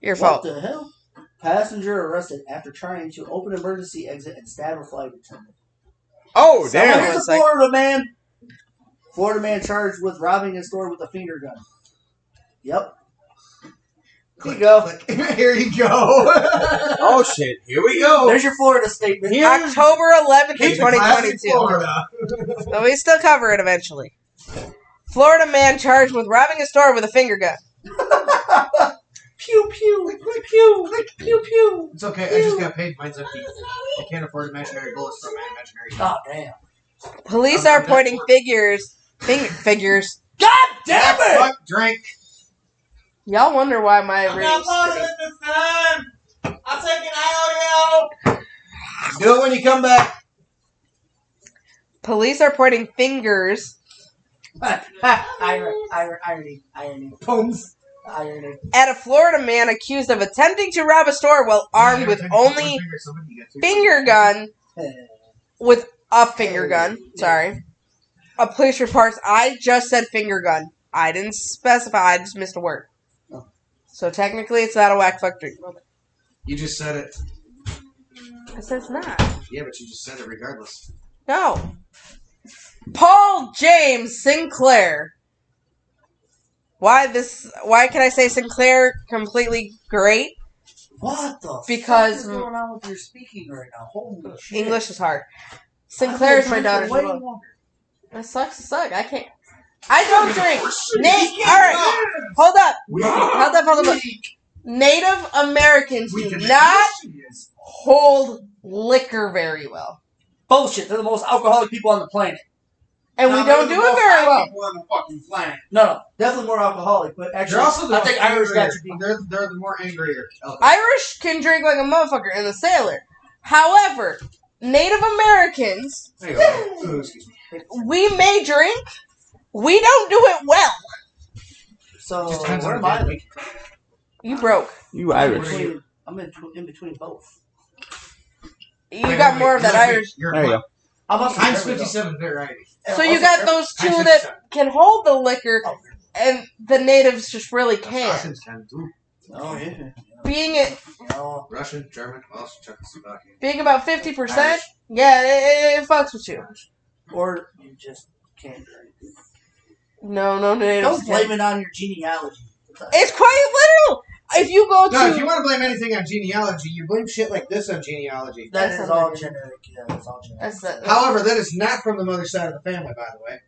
Speaker 3: your
Speaker 4: What
Speaker 3: fault.
Speaker 4: the hell? Passenger arrested after trying to open emergency exit and stab a flight attendant.
Speaker 1: Oh
Speaker 4: So
Speaker 1: damn!
Speaker 4: here's a
Speaker 3: It's like-
Speaker 4: Florida man. Florida man charged with robbing a store with a finger gun. Yep. Here you go.
Speaker 6: Click. *laughs* Here
Speaker 4: *laughs*
Speaker 6: you go.
Speaker 1: *laughs* Oh shit! Here we go.
Speaker 4: There's your Florida statement.
Speaker 1: Here-
Speaker 3: October eleventh of
Speaker 1: Here's
Speaker 3: twenty twenty
Speaker 6: Classic
Speaker 3: two.
Speaker 6: Florida.
Speaker 3: But we still cover it eventually. Florida man charged with robbing a store with a finger gun.
Speaker 4: Pew pew, click, click, pew, click, pew pew.
Speaker 6: It's okay. I just got paid. Mine's empty. I can't afford imaginary bullets from my imaginary.
Speaker 4: God damn.
Speaker 3: Police
Speaker 6: I'm-
Speaker 3: are
Speaker 6: I'm
Speaker 3: pointing
Speaker 6: not-
Speaker 3: figures. Fing- figures.
Speaker 4: God damn
Speaker 6: Whack,
Speaker 4: it!
Speaker 6: fuck, drink.
Speaker 3: Y'all wonder why my ratings.
Speaker 1: this time. I'll take it
Speaker 3: *laughs*
Speaker 1: out,
Speaker 6: Do it when you come back.
Speaker 3: Police are pointing fingers
Speaker 4: Iron, iron, irony, irony. Poems. Irony.
Speaker 3: at a Florida man accused of attempting to rob a store while armed with only finger gun with a finger gun. Sorry. A police reports I just said finger gun. I didn't specify, I just missed a word.
Speaker 4: Oh.
Speaker 3: So technically it's not a whack fuck drink.
Speaker 6: You just said it.
Speaker 3: I said it's not.
Speaker 6: Yeah, but you just said it regardless.
Speaker 3: No. Paul James Sinclair. Why this why can I say Sinclair completely great?
Speaker 4: *laughs* What the fuck
Speaker 3: Because-
Speaker 4: is going on with your speaking right now? Holy shit.
Speaker 3: English is hard.
Speaker 4: I've
Speaker 3: Sinclair is
Speaker 4: been
Speaker 3: my
Speaker 4: drinking
Speaker 3: daughter's
Speaker 4: way
Speaker 3: little.
Speaker 4: longer.
Speaker 3: That sucks to suck. I can't I don't drink. Nate alright. Hold up. Hold up, hold up. Native Americans do not hold liquor very well.
Speaker 4: Bullshit. They're the most alcoholic people on the planet.
Speaker 3: And we don't do it very well.
Speaker 4: No, no. Definitely more alcoholic, but actually,
Speaker 6: They're also the
Speaker 4: I think Irish got to be.
Speaker 6: They're, they're the more
Speaker 4: *laughs*
Speaker 6: angrier. Okay.
Speaker 3: Irish can drink like a motherfucker and a sailor. However, Native Americans
Speaker 6: There you go. Ooh, excuse me.
Speaker 3: we may drink. We don't do it well.
Speaker 4: So,
Speaker 6: Just depends
Speaker 4: Oh, where
Speaker 6: on
Speaker 4: am
Speaker 6: the day of the
Speaker 4: I?
Speaker 6: week.
Speaker 3: You broke.
Speaker 1: You
Speaker 4: I'm
Speaker 1: Irish.
Speaker 4: in
Speaker 6: Where are
Speaker 4: between-
Speaker 6: you?
Speaker 4: I'm in, tw- in between both.
Speaker 3: You got more of that Irish.
Speaker 6: You're
Speaker 1: There you go.
Speaker 4: I'm up
Speaker 6: Times 57 variety.
Speaker 3: So you got those two that
Speaker 6: uh,
Speaker 3: can hold the liquor, and the natives just really can't.
Speaker 6: Russians can do.
Speaker 4: Oh, yeah.
Speaker 3: Being it
Speaker 4: Oh,
Speaker 6: Russian, German, Welsh, Czechoslovakian.
Speaker 3: being about fifty percent, yeah, it, it, it fucks with you.
Speaker 4: or you just can't drink.
Speaker 3: No, no natives.
Speaker 4: Don't
Speaker 3: can.
Speaker 4: blame it on your genealogy.
Speaker 3: It's quite literal. If you go
Speaker 6: No, if you
Speaker 3: to
Speaker 6: want to blame anything on genealogy, you blame shit like this on genealogy.
Speaker 4: That is all genetic. Yeah, that's all genetic.
Speaker 3: that's the,
Speaker 6: However, that is not from the mother's side of the family, by the way.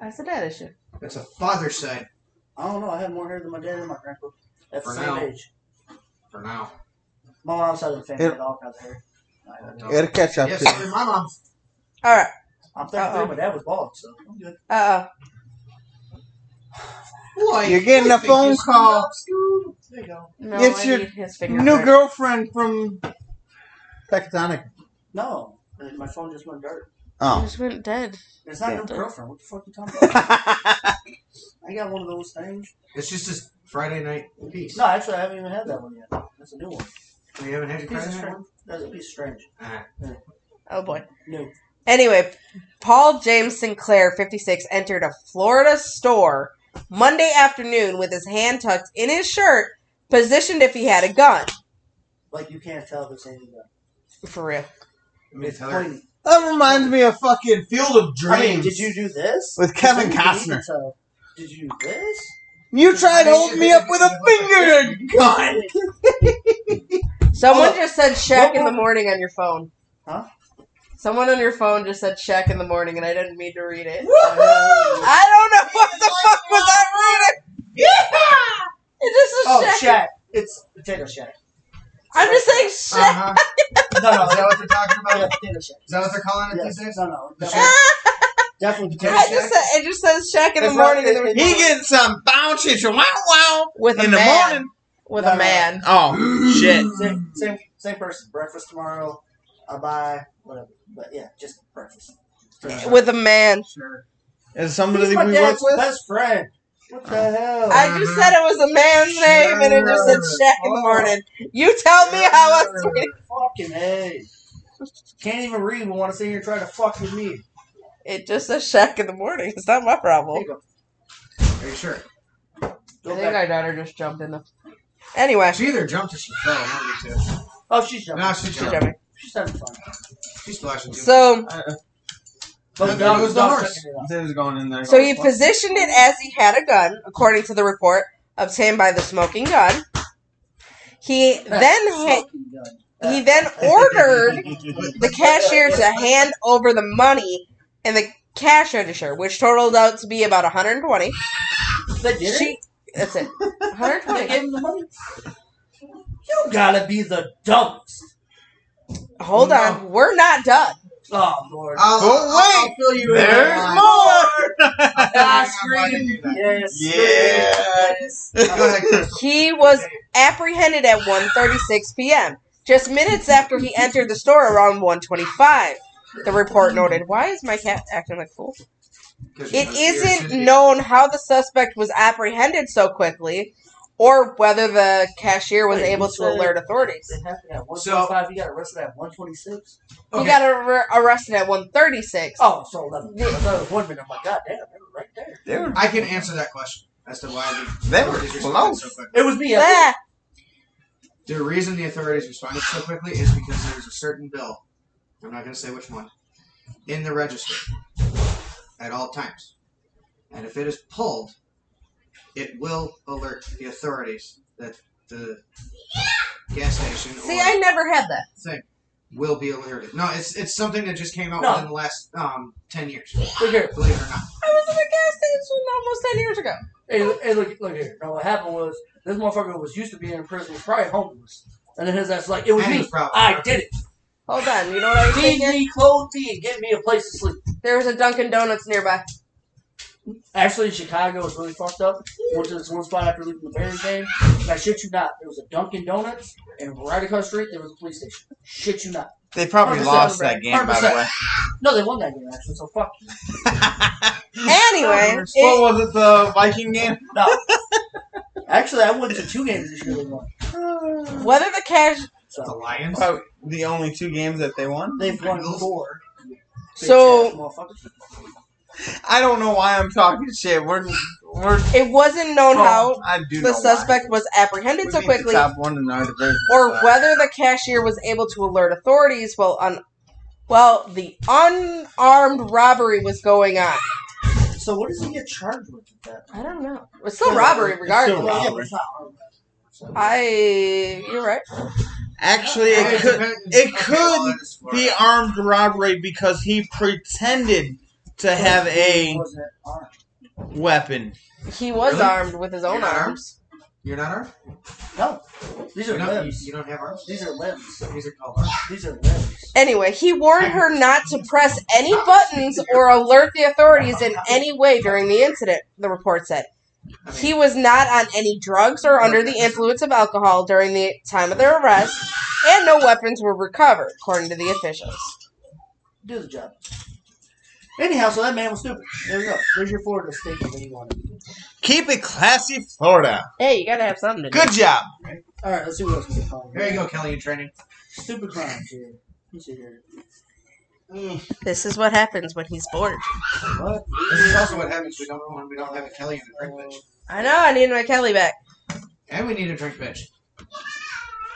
Speaker 3: that's a dad issue.
Speaker 6: That's a father's side
Speaker 4: I don't know. I had more hair than my dad and my grandpa. At the
Speaker 6: For
Speaker 4: same
Speaker 6: now.
Speaker 4: age.
Speaker 6: for now.
Speaker 4: My mom's side of the family
Speaker 1: It-
Speaker 4: had all kinds of hair. I- I-
Speaker 1: It'll catch up
Speaker 6: Yes,
Speaker 1: to you.
Speaker 6: my mom.
Speaker 3: All right.
Speaker 4: I'm 33,
Speaker 3: Uh-oh.
Speaker 4: but that was bald, so I'm good.
Speaker 3: Uh,
Speaker 6: Boy,
Speaker 1: You're getting
Speaker 6: I
Speaker 1: a
Speaker 6: think
Speaker 1: phone
Speaker 6: you screwed
Speaker 1: call.
Speaker 6: up, Scoob. There you go.
Speaker 3: No,
Speaker 1: It's
Speaker 3: I
Speaker 1: your
Speaker 3: need his
Speaker 1: New
Speaker 3: fingerprint.
Speaker 1: girlfriend from Pecatonic.
Speaker 4: No, uh, my phone just went dark.
Speaker 3: He
Speaker 1: *laughs* Oh.
Speaker 3: just went dead.
Speaker 4: It's not no
Speaker 3: Yeah.
Speaker 4: girlfriend. What the fuck you talking about? I got one of those things.
Speaker 6: It's just this Friday night piece.
Speaker 4: No, actually, I haven't even had that one yet. That's a new one.
Speaker 6: We haven't had your
Speaker 4: Piece
Speaker 6: Friday
Speaker 4: of
Speaker 6: night
Speaker 4: strange.
Speaker 6: one?
Speaker 4: That's a piece of strange.
Speaker 6: Ah.
Speaker 3: Oh boy.
Speaker 4: No.
Speaker 3: Anyway, Paul James Sinclair, 56, entered a Florida store Monday afternoon with his hand tucked in his shirt, positioned if he had a gun.
Speaker 4: Like, you can't tell if it's anything.
Speaker 3: For real.
Speaker 6: I mean,
Speaker 4: It's
Speaker 6: tell her.
Speaker 4: pointy.
Speaker 1: That reminds me of fucking Field of
Speaker 4: I mean,
Speaker 1: Dreams.
Speaker 4: did you do this?
Speaker 1: With Kevin
Speaker 4: You can even
Speaker 1: Costner.
Speaker 4: tell. Did you do this?
Speaker 1: You tried holding me up with a finger gun.
Speaker 3: Someone
Speaker 4: Hold up.
Speaker 3: just said Shaq
Speaker 4: What
Speaker 3: in the
Speaker 4: was-
Speaker 3: morning on your phone.
Speaker 4: Huh?
Speaker 3: Someone on your phone just said Shaq in the morning and I didn't mean to read it.
Speaker 1: Woohoo!
Speaker 3: I don't know what the fuck was I reading. Yeah! It just
Speaker 4: Oh,
Speaker 3: says Shaq.
Speaker 4: Shaq. It's potato Shaq.
Speaker 3: I'm just saying Shaq.
Speaker 6: Uh-huh.
Speaker 4: No, no,
Speaker 6: Is that
Speaker 4: that
Speaker 6: what they're talking about?
Speaker 4: yeah, potato Shaq.
Speaker 6: Is that what they're calling it
Speaker 4: Yes.
Speaker 6: these days?
Speaker 4: No, no,
Speaker 6: The
Speaker 4: definitely, definitely potato
Speaker 3: Ah, I
Speaker 4: Shaq.
Speaker 3: just said, it just says Shaq in the
Speaker 4: It's
Speaker 3: morning
Speaker 4: not-
Speaker 3: and there was-
Speaker 4: it-
Speaker 1: He gets some bouncy wow wow
Speaker 3: with a
Speaker 1: in the
Speaker 3: man.
Speaker 1: morning.
Speaker 3: With
Speaker 4: No,
Speaker 3: a
Speaker 4: no.
Speaker 3: man.
Speaker 1: Oh shit!
Speaker 4: Same, same, same person. Breakfast tomorrow. I'll buy whatever. But yeah, just breakfast.
Speaker 3: With a man.
Speaker 4: Sure.
Speaker 1: Is
Speaker 4: He's
Speaker 1: somebody
Speaker 4: my
Speaker 1: we work
Speaker 4: dad's
Speaker 1: with?
Speaker 4: best friend. What the hell?
Speaker 3: I just said it was a man's name and it just said Shaq in the morning. You tell me how I sweet.
Speaker 4: Fucking hey. Can't even read. We want to sit here and try to fuck with me.
Speaker 3: It just says Shaq in the morning. It's not my
Speaker 4: There
Speaker 3: problem.
Speaker 4: you go.
Speaker 6: Are you sure?
Speaker 4: Go
Speaker 3: I think
Speaker 4: back.
Speaker 3: our daughter just jumped in the. Anyway,
Speaker 6: She either jumped or she fell. One of the two.
Speaker 4: Oh, she's jumping.
Speaker 6: No, she
Speaker 3: she's
Speaker 6: jumped.
Speaker 3: jumping.
Speaker 4: She's having fun.
Speaker 6: She's splashing too.
Speaker 3: So,
Speaker 6: And there goes the
Speaker 4: dog's
Speaker 6: horse.
Speaker 4: checking it out.
Speaker 1: There's going in there.
Speaker 3: so he positioned it as he had a gun, according to the report obtained by the smoking gun. He then ha-
Speaker 4: Smoking gun.
Speaker 3: he then ordered the cashier to hand over the money in the cash register, which totaled out to be about 120.
Speaker 4: They did it?
Speaker 3: She, that's it,
Speaker 4: They
Speaker 3: 120.
Speaker 4: gave him the money. You gotta be the dumbest.
Speaker 3: Hold on, we're not done.
Speaker 4: Oh Lord.
Speaker 6: I'll,
Speaker 1: Oh,
Speaker 6: I'll fill you in.
Speaker 1: There's
Speaker 6: I'll-
Speaker 1: more.
Speaker 6: *laughs*
Speaker 1: *laughs*
Speaker 6: I'll- I'll
Speaker 4: scream.
Speaker 6: do that.
Speaker 4: Yes.
Speaker 1: Yes.
Speaker 6: Go ahead, Crystal.
Speaker 3: He was apprehended at 1:36 p.m., just minutes after he entered the store around 1:25. The report noted. Why is my cat acting like a fool?
Speaker 6: 'Cause you
Speaker 3: It
Speaker 6: know you're a
Speaker 3: isn't
Speaker 6: city.
Speaker 3: known how the suspect was apprehended so quickly, or whether the cashier was
Speaker 4: Wait,
Speaker 3: able
Speaker 4: you
Speaker 3: to
Speaker 4: said-
Speaker 3: alert authorities.
Speaker 4: It happened at one
Speaker 6: So-
Speaker 4: twenty five, you got arrested at one twenty six.
Speaker 3: He
Speaker 6: Okay.
Speaker 3: got ar- arrested at 1:36.
Speaker 4: Oh, so eleven. I thought it was one minute. I'm like, God damn, they were right there.
Speaker 1: They were,
Speaker 6: I can answer that question as to why the
Speaker 1: they were
Speaker 6: authorities responded
Speaker 1: close.
Speaker 6: so quickly.
Speaker 4: It was me. I think.
Speaker 3: Ah,
Speaker 6: The reason the authorities responded so quickly is because there was a certain bill. I'm not going to say which one in the register at all times, and if it is pulled, it will alert the authorities that the gas station
Speaker 3: see,
Speaker 6: or
Speaker 3: I never had that.
Speaker 6: thing will be alerted. No, it's it's something that just came out
Speaker 4: No.
Speaker 6: within the last um, ten years.
Speaker 4: Look here.
Speaker 6: Believe it or not.
Speaker 3: I was in a gas station almost 10 years ago.
Speaker 4: Hey, look- hey, look, look here. Now, what happened was this motherfucker was used to being in prison, was probably homeless, and then his ass like, it was
Speaker 6: And he
Speaker 4: me.
Speaker 6: was probably-
Speaker 4: I did it.
Speaker 3: Hold on, you know what I was
Speaker 4: Feed *laughs*
Speaker 3: thinking?
Speaker 4: me, clothe me, and get me a place to sleep.
Speaker 3: There was a Dunkin' Donuts nearby.
Speaker 4: Actually, Chicago was really fucked up. Went to this one spot after leaving the Bears game. And I shit you not, there was a Dunkin' Donuts, and right across the street there was a police station. Shit you not.
Speaker 1: They probably
Speaker 4: 100%
Speaker 1: lost that game, by the way.
Speaker 4: No, they won that game actually. So fuck you.
Speaker 3: Anyway,
Speaker 1: What
Speaker 3: it,
Speaker 1: was it? The Viking game?
Speaker 4: No. actually, I went to two games this year. They won.
Speaker 3: whether the cash.
Speaker 6: The
Speaker 4: So
Speaker 6: Lions.
Speaker 1: Probably the only two games that they won.
Speaker 4: they've won four. Bitch
Speaker 3: So-
Speaker 4: ass motherfuckers.
Speaker 1: I don't know why I'm talking shit. We're we're
Speaker 3: It wasn't known how
Speaker 1: I do know
Speaker 3: Oh, the
Speaker 1: why.
Speaker 3: suspect was apprehended
Speaker 1: We
Speaker 3: so
Speaker 1: beat the
Speaker 3: quickly,
Speaker 1: top one in our division,
Speaker 3: or
Speaker 1: so-
Speaker 3: whether the cashier was able to alert authorities while un- while the unarmed robbery was going on.
Speaker 4: So what does he get charged with at that?
Speaker 3: I don't know. It's still robbery,
Speaker 1: Still
Speaker 3: regardless.
Speaker 1: robbery.
Speaker 4: Yeah, but it's not armed. So-
Speaker 3: I, you're right.
Speaker 1: Actually, it
Speaker 6: Okay,
Speaker 1: could
Speaker 6: depends-
Speaker 1: it
Speaker 6: okay,
Speaker 1: could
Speaker 6: well, that is
Speaker 1: be
Speaker 6: Florida.
Speaker 1: armed robbery because he pretended to have a
Speaker 4: Wasn't armed.
Speaker 1: weapon.
Speaker 3: He was
Speaker 6: Really?
Speaker 3: armed with his own
Speaker 6: You're not armed?
Speaker 3: arms.
Speaker 6: You're not armed.
Speaker 4: No, these
Speaker 6: You
Speaker 4: are
Speaker 6: don't, you,
Speaker 4: limbs.
Speaker 6: you don't have arms.
Speaker 4: These are limbs.
Speaker 6: These are called arms.
Speaker 4: These are limbs.
Speaker 3: Anyway, he warned her not to press any buttons or alert the authorities in any way during the incident, the report said.
Speaker 6: I mean,
Speaker 3: He was not on any drugs or under the influence of alcohol during the time of their arrest, and no weapons were recovered, according to the officials.
Speaker 4: Do the job. Anyhow, so that man was stupid. There you go. There's your Florida statement that you wanted.
Speaker 1: Keep it classy, Florida.
Speaker 3: Hey, you gotta have something to do.
Speaker 1: Good job.
Speaker 4: All right, let's see what else we can call
Speaker 6: there you go, Kelly in training.
Speaker 4: Stupid crimes here. Let's see here.
Speaker 3: This is what happens when he's bored.
Speaker 4: What?
Speaker 6: This is also what happens we don't, when we don't have a Kelly in the drink bitch.
Speaker 3: I know. I need my Kelly back.
Speaker 6: And we need a drink bitch.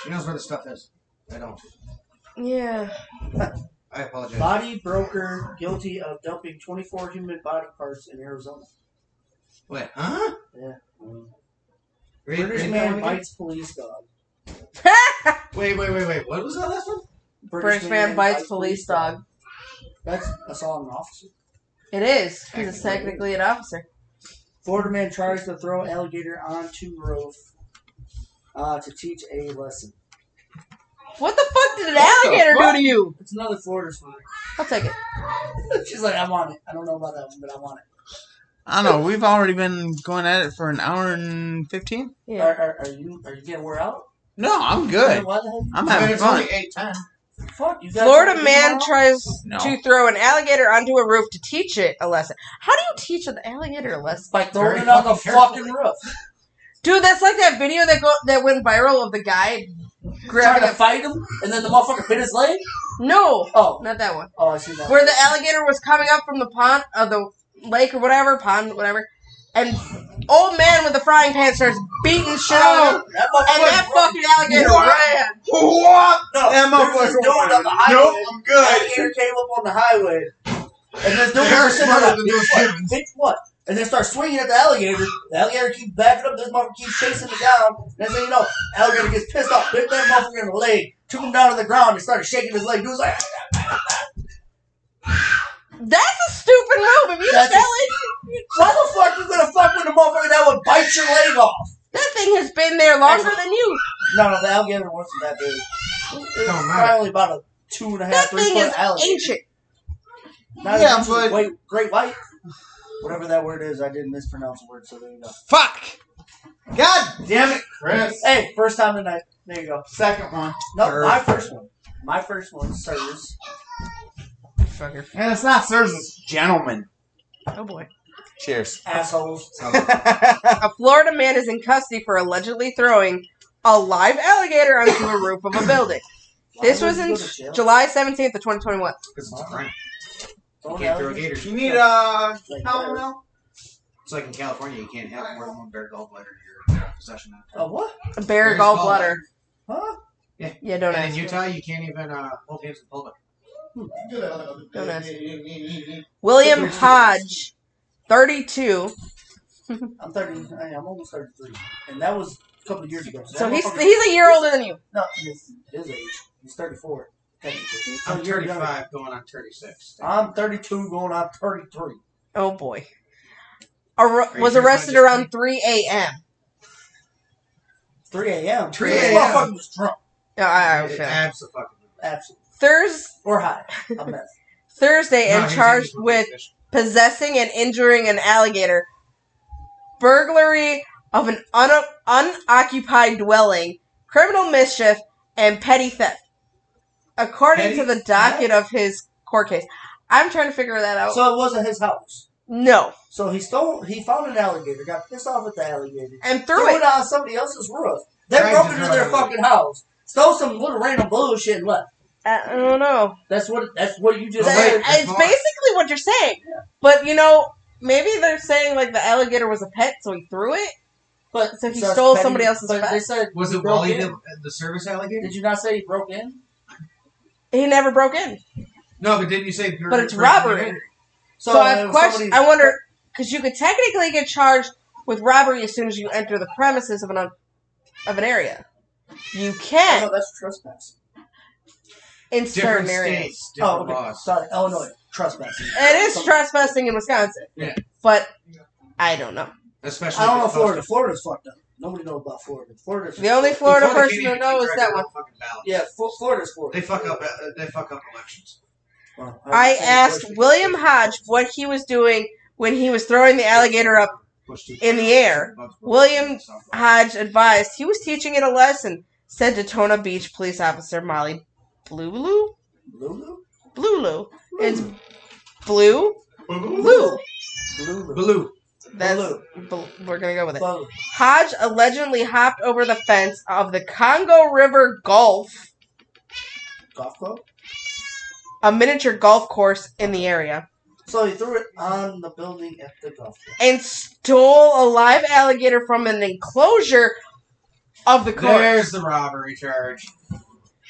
Speaker 6: She knows where the stuff is. I don't.
Speaker 3: *laughs* Yeah.
Speaker 6: I apologize.
Speaker 4: Body broker guilty of dumping 24 human body parts in Arizona.
Speaker 6: Wait, huh?
Speaker 4: Yeah.
Speaker 6: Read,
Speaker 4: British
Speaker 6: read that
Speaker 4: man
Speaker 6: one
Speaker 4: bites police dog.
Speaker 6: again. Wait, wait, wait, wait. What was that last one?
Speaker 3: British man bites police dog.
Speaker 4: That's assault on an officer.
Speaker 3: It is because it's technically an officer.
Speaker 4: Florida man tries to throw alligator onto roof uh, to teach a lesson.
Speaker 3: What the fuck did an
Speaker 4: What the
Speaker 3: alligator
Speaker 4: fuck?
Speaker 3: do to you?
Speaker 4: It's another Florida story.
Speaker 3: I'll take it.
Speaker 4: *laughs* She's like, I want it. I don't know about that one, but I want it.
Speaker 1: I don't know. We've already been going at it for an hour and fifteen.
Speaker 3: Yeah.
Speaker 4: Are, are, are you are you getting wore out?
Speaker 1: No, I'm good.
Speaker 4: Why the hell?
Speaker 1: I'm
Speaker 6: I mean,
Speaker 1: having
Speaker 6: it's
Speaker 1: fun.
Speaker 6: only eight ten.
Speaker 4: Fuck you. guys
Speaker 3: Florida
Speaker 4: fucking
Speaker 3: man
Speaker 4: tomorrow?
Speaker 3: tries
Speaker 1: No.
Speaker 3: to throw an alligator onto a roof to teach it a lesson. How do you teach an alligator a lesson?
Speaker 4: by
Speaker 6: Very
Speaker 4: throwing it on the
Speaker 6: fucking
Speaker 4: fucking
Speaker 6: carefully.
Speaker 4: roof,
Speaker 3: Dude, that's like that video that go that went viral of the guy
Speaker 4: trying
Speaker 3: grabbing
Speaker 4: to
Speaker 3: a
Speaker 4: fight him, and then the motherfucker bit his leg.
Speaker 3: no,
Speaker 4: Oh,
Speaker 3: not that one.
Speaker 4: oh, I see that.
Speaker 3: Where the alligator was coming up from the pond of the lake or whatever pond, whatever, and old man with the frying pan starts beating shit out of him,
Speaker 4: Oh, that
Speaker 3: and that fucking alligator
Speaker 4: What?
Speaker 3: ran.
Speaker 1: What?
Speaker 4: No,
Speaker 1: That
Speaker 4: there was
Speaker 1: motherfucker.
Speaker 4: this dude on the highway.
Speaker 6: Oh,
Speaker 1: Nope, I'm good.
Speaker 4: Alligator came up on the highway, and this dude
Speaker 6: They're
Speaker 4: was sitting there
Speaker 6: smarter
Speaker 4: like,
Speaker 6: than those
Speaker 4: bitch,
Speaker 6: humans.
Speaker 4: what? Bitch, what? And then start swinging at the alligator. The alligator keeps backing up. This motherfucker keeps chasing it down. And that's how you know, alligator gets pissed off, bit that motherfucker in the leg, took him down to the ground, and started shaking his leg. Dude's like,
Speaker 3: That's a stupid move. If you
Speaker 4: That's a-
Speaker 3: fell in, you-
Speaker 4: why the fuck you gonna fuck with a motherfucker that would bite your leg off?
Speaker 3: that thing has been there longer than you.
Speaker 4: No, no, the alligator wasn't that big. It was
Speaker 6: Don't matter.
Speaker 4: probably about a two and a half,
Speaker 3: That
Speaker 4: three
Speaker 3: thing
Speaker 4: foot
Speaker 3: is
Speaker 4: alligator.
Speaker 3: ancient.
Speaker 4: Not
Speaker 1: Yeah,
Speaker 4: as much
Speaker 1: but-
Speaker 4: as Wait, great white. Whatever that word is, I didn't mispronounce the word, so there you go.
Speaker 1: Fuck. God damn it, Chris.
Speaker 4: Hey, first time tonight. There you go.
Speaker 1: Second one.
Speaker 4: No,
Speaker 1: Third.
Speaker 4: my first one. My first one, sirs.
Speaker 3: Fucker.
Speaker 1: And it's not sirs, it's gentlemen.
Speaker 3: Oh boy.
Speaker 1: *laughs* Cheers.
Speaker 4: Assholes.
Speaker 3: A Florida man is in custody for allegedly throwing a live alligator onto the roof of a building. This was in July 17th of 2021.
Speaker 6: Because it's a crime. You
Speaker 4: Don't
Speaker 6: can't throw a
Speaker 4: alligator.
Speaker 6: gator.
Speaker 1: you need uh, a
Speaker 4: Like
Speaker 1: *laughs*
Speaker 4: uh,
Speaker 1: caramel?
Speaker 6: It's like in California, you can't have more than one bear gallbladder in your uh, possession.
Speaker 4: A uh, what?
Speaker 3: A bear
Speaker 6: Bear's
Speaker 3: gallbladder.
Speaker 4: Huh?
Speaker 3: Yeah, don't
Speaker 6: And in
Speaker 3: ask. me.
Speaker 6: Utah, you can't even uh, hold hands in public. Hmm.
Speaker 3: Don't ask. William Hodge, 32.
Speaker 4: I'm 30. I- I'm almost 33. And that was a couple of years ago.
Speaker 3: So
Speaker 4: that
Speaker 3: he's
Speaker 4: motherfucker-
Speaker 3: he's a year older than you.
Speaker 4: No, his, his age. He's 34. technically. So
Speaker 6: I'm
Speaker 4: you're younger.
Speaker 6: 35 going on 36.
Speaker 4: I'm 32 going on 33.
Speaker 3: Oh boy. Ar- was
Speaker 6: sure it's
Speaker 3: arrested
Speaker 6: not just
Speaker 3: around 3 a.m.
Speaker 4: 3 a.m.
Speaker 6: 3
Speaker 4: This
Speaker 6: a.m..
Speaker 4: motherfucker was drunk.
Speaker 3: Oh, I- I was feeling-
Speaker 6: Absolutely.
Speaker 4: Absolutely.
Speaker 3: Thurs-
Speaker 4: Or high. I'm mess.
Speaker 3: Thursday and charged with possessing and injuring an alligator, burglary of an un- unoccupied dwelling, criminal mischief, and petty theft. According to
Speaker 6: Petty
Speaker 3: the docket of his court case. I'm trying to figure that out.
Speaker 4: *laughs* So it wasn't his house.
Speaker 3: no.
Speaker 4: So he stole, he found an alligator, got pissed off at the alligator,
Speaker 3: And
Speaker 4: threw
Speaker 3: threw
Speaker 4: it
Speaker 3: it.
Speaker 4: on somebody else's roof. They
Speaker 6: Tried
Speaker 4: broke
Speaker 6: to
Speaker 4: into
Speaker 6: throw it
Speaker 4: their
Speaker 6: away.
Speaker 4: fucking house, stole some little random bullshit and left.
Speaker 3: I don't know.
Speaker 4: That's what. That's what you just
Speaker 6: That-
Speaker 4: said.
Speaker 6: wait, that's
Speaker 3: it's
Speaker 6: more.
Speaker 3: basically what you're saying. But, you know, maybe they're saying, like, the alligator was a pet, so he threw it.
Speaker 4: But
Speaker 3: so he
Speaker 4: it's
Speaker 3: stole
Speaker 4: petty-
Speaker 3: somebody else's
Speaker 4: But they
Speaker 3: pet.
Speaker 4: said
Speaker 6: Was
Speaker 4: he
Speaker 6: it
Speaker 4: broke
Speaker 6: Wally
Speaker 4: in.
Speaker 6: the, the service alligator?
Speaker 4: Did you not say he broke in?
Speaker 3: He never broke in.
Speaker 6: No, but didn't you say?
Speaker 3: But it's robbery. So, I
Speaker 4: it
Speaker 3: have
Speaker 4: was
Speaker 3: question. I
Speaker 4: somebody's-
Speaker 3: wonder because you could technically get charged with robbery as soon as you enter the premises of an of an area. You
Speaker 4: Oh,
Speaker 3: can
Speaker 4: *laughs* no, that's trespass.
Speaker 3: in certain
Speaker 6: Different
Speaker 3: areas.
Speaker 6: states, different
Speaker 4: Oh, okay.
Speaker 6: laws.
Speaker 4: Sorry, Illinois trespassing.
Speaker 3: It is
Speaker 4: Some-
Speaker 3: trespassing in Wisconsin.
Speaker 6: Yeah.
Speaker 3: But I don't know.
Speaker 6: Especially.
Speaker 4: I don't
Speaker 6: if
Speaker 4: know
Speaker 6: it's
Speaker 4: Florida.
Speaker 6: hosted.
Speaker 4: Florida's fucked up. Nobody knows about Florida. Florida's
Speaker 3: The only
Speaker 6: Well,
Speaker 3: Florida
Speaker 6: Florida
Speaker 3: person
Speaker 6: can't
Speaker 3: who
Speaker 6: even keep
Speaker 3: knows
Speaker 6: track
Speaker 3: that
Speaker 6: of
Speaker 3: one.
Speaker 6: their fucking ballots.
Speaker 4: yeah, Fl- Florida's Florida.
Speaker 6: They fuck up. uh, They fuck up elections.
Speaker 4: Well,
Speaker 3: I
Speaker 4: understand
Speaker 3: asked
Speaker 4: Florida's-
Speaker 3: William Hodge what he was doing when he was throwing the alligator up in the air. William Hodge advised he was teaching it a lesson, said Daytona Beach police officer Molly Blulu.
Speaker 4: Lulu?
Speaker 3: Blulu. It's blue.
Speaker 6: Blue.
Speaker 3: Blue.
Speaker 4: Lulu.
Speaker 6: Blue.
Speaker 3: That's bl- we're gonna go with it.
Speaker 4: Lulu.
Speaker 3: Hodge allegedly hopped over the fence of the Congo River Gulf,
Speaker 4: Golf club?
Speaker 3: a miniature golf course in the area,
Speaker 4: So he threw it on the building at the golf club.
Speaker 3: and stole a live alligator from an enclosure of the course.
Speaker 6: There's the robbery charge.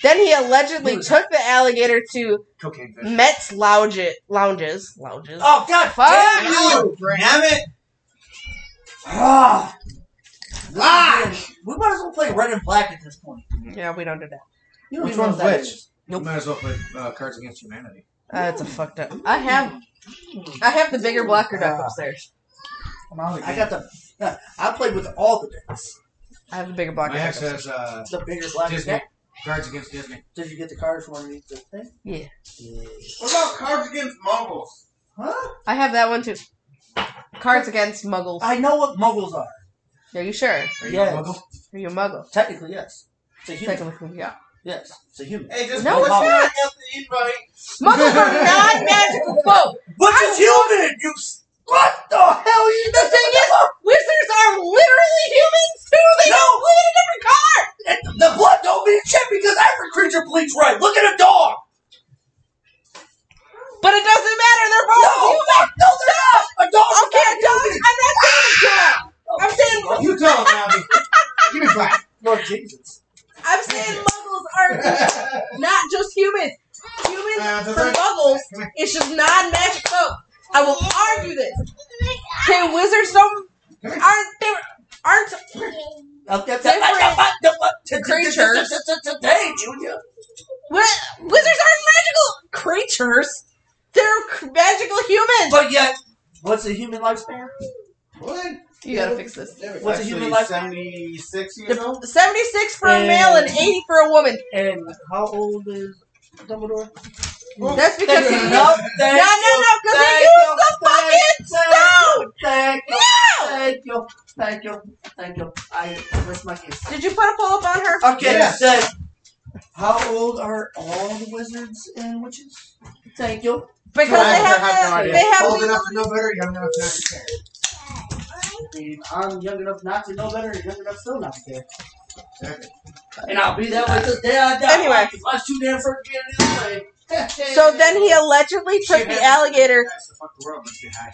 Speaker 3: Then he allegedly
Speaker 4: Dude.
Speaker 3: took the alligator to
Speaker 6: Cocaine fish.
Speaker 3: Mets lounge lounges lounges.
Speaker 4: Oh, God
Speaker 3: Fuck
Speaker 4: damn
Speaker 3: you.
Speaker 4: you!
Speaker 1: Damn it!
Speaker 3: *sighs*
Speaker 4: Ah! Ah! We might as well play red and black at this point.
Speaker 3: Yeah, we don't do that.
Speaker 4: You don't
Speaker 6: Which
Speaker 4: even know
Speaker 6: one's
Speaker 4: what that
Speaker 6: which?
Speaker 4: is.
Speaker 6: You might as well play uh, Cards Against Humanity.
Speaker 3: Uh, it's a fucked up. I have, I have the bigger blocker duck upstairs.
Speaker 6: I'm out
Speaker 4: I got the. nah, I played with all the decks.
Speaker 3: I have the bigger blocker
Speaker 6: My
Speaker 3: duck.
Speaker 6: ex
Speaker 3: Upstairs.
Speaker 6: has uh,
Speaker 4: The bigger black
Speaker 6: Disney.
Speaker 4: deck.
Speaker 6: Cards Against Disney.
Speaker 4: Did you get the card from underneath the thing?
Speaker 3: Yeah.
Speaker 1: What about Cards Against Mongols?
Speaker 4: Huh?
Speaker 3: I have that one too. Cards Against Muggles.
Speaker 4: I know what muggles are.
Speaker 3: Are you sure? Are
Speaker 6: Are you
Speaker 4: Yes.
Speaker 6: a muggle?
Speaker 3: you a Muggle?
Speaker 4: Technically, yes. It's a
Speaker 3: Take a
Speaker 4: human.
Speaker 3: look. Yeah.
Speaker 4: Yes, it's a human.
Speaker 1: Hey, just
Speaker 3: No,
Speaker 1: put
Speaker 3: it's
Speaker 1: someone
Speaker 3: not.
Speaker 1: else the invite.
Speaker 3: Muggles are non-magical folk.
Speaker 4: But it's human! You. s- What the hell? You
Speaker 3: The thing is, wizards are literally humans too. They don't live in a different car.
Speaker 4: And the blood don't mean shit because every creature bleeds red. Look at a dog.
Speaker 3: But it doesn't matter. They're
Speaker 4: No,
Speaker 3: both human.
Speaker 4: fuck, no, they're not. A dog. is
Speaker 3: Okay,
Speaker 4: not
Speaker 3: dogs.
Speaker 4: human.
Speaker 3: I'm not saying dogs. I'm saying
Speaker 6: You tell him,
Speaker 3: *laughs*
Speaker 6: Abby. Give me five.
Speaker 4: Lord Jesus.
Speaker 3: I'm saying muggles are not just humans.
Speaker 6: Uh,
Speaker 3: Humans
Speaker 6: does
Speaker 3: for
Speaker 6: that-
Speaker 3: muggles, it's just non-magic folk. I will argue this. Okay, wizards don't aren't they aren't
Speaker 4: Up, up, up,
Speaker 3: Different
Speaker 4: up, up, up, up, t- t-
Speaker 3: creatures.
Speaker 4: t- t- t- Today, Junior.
Speaker 3: wi- wizards aren't magical creatures. They're c- magical humans.
Speaker 4: But yet, what's a human lifespan?
Speaker 1: What?
Speaker 3: You gotta fix this.
Speaker 4: What's a
Speaker 1: Actually,
Speaker 4: human life-
Speaker 1: 76 years old?
Speaker 3: The- 76 for a male and 80 for a woman.
Speaker 4: And how old is Dumbledore?
Speaker 3: That's because he used, no,
Speaker 4: No,
Speaker 3: no,
Speaker 4: thank
Speaker 3: no,
Speaker 4: you,
Speaker 3: because he
Speaker 4: thank
Speaker 3: used the
Speaker 4: you, thank
Speaker 3: fucking
Speaker 4: you,
Speaker 3: stone.
Speaker 4: Thank you,
Speaker 3: No!
Speaker 4: thank you, thank you, thank you. I rest my case.
Speaker 3: Did you put a pull up on her?
Speaker 4: Okay,
Speaker 1: Yeah.
Speaker 4: then. How old are all the wizards and witches? Thank you.
Speaker 3: Because
Speaker 1: I
Speaker 3: they
Speaker 1: have
Speaker 3: have,
Speaker 1: no
Speaker 3: the,
Speaker 1: idea.
Speaker 3: they have
Speaker 6: Old
Speaker 3: the-
Speaker 6: enough to know better, young enough not to care.
Speaker 4: mean, I'm young enough not to know better and young enough still not to care.
Speaker 6: Exactly.
Speaker 4: And I'll be that way till the day I die.
Speaker 3: Anyway.
Speaker 4: If I shoot damn for getting this way.
Speaker 3: So then he allegedly took the *laughs* alligator
Speaker 6: Fuck the world, let's get high.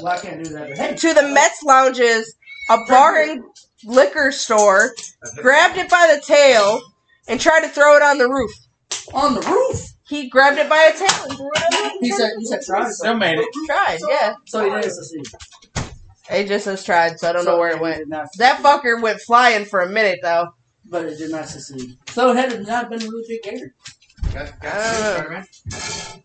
Speaker 4: Well, I can't do that. But hey,
Speaker 3: to the Mets lounges, a bar and liquor store, grabbed it by the tail, and tried to throw it on the roof.
Speaker 4: on the roof.
Speaker 3: He grabbed it by its tail and threw it on the
Speaker 4: He
Speaker 3: roof.
Speaker 4: said, he said, try
Speaker 1: Still made it.
Speaker 3: Tried, yeah.
Speaker 4: So he didn't succeed.
Speaker 3: It just was tried, so I don't know
Speaker 4: So
Speaker 3: where it went.
Speaker 4: did not
Speaker 3: That
Speaker 4: succeed.
Speaker 3: fucker went flying for a minute though.
Speaker 4: But it did not succeed. So had it not been a really big gator.
Speaker 6: Got, got
Speaker 3: Uh.
Speaker 6: Spider-Man?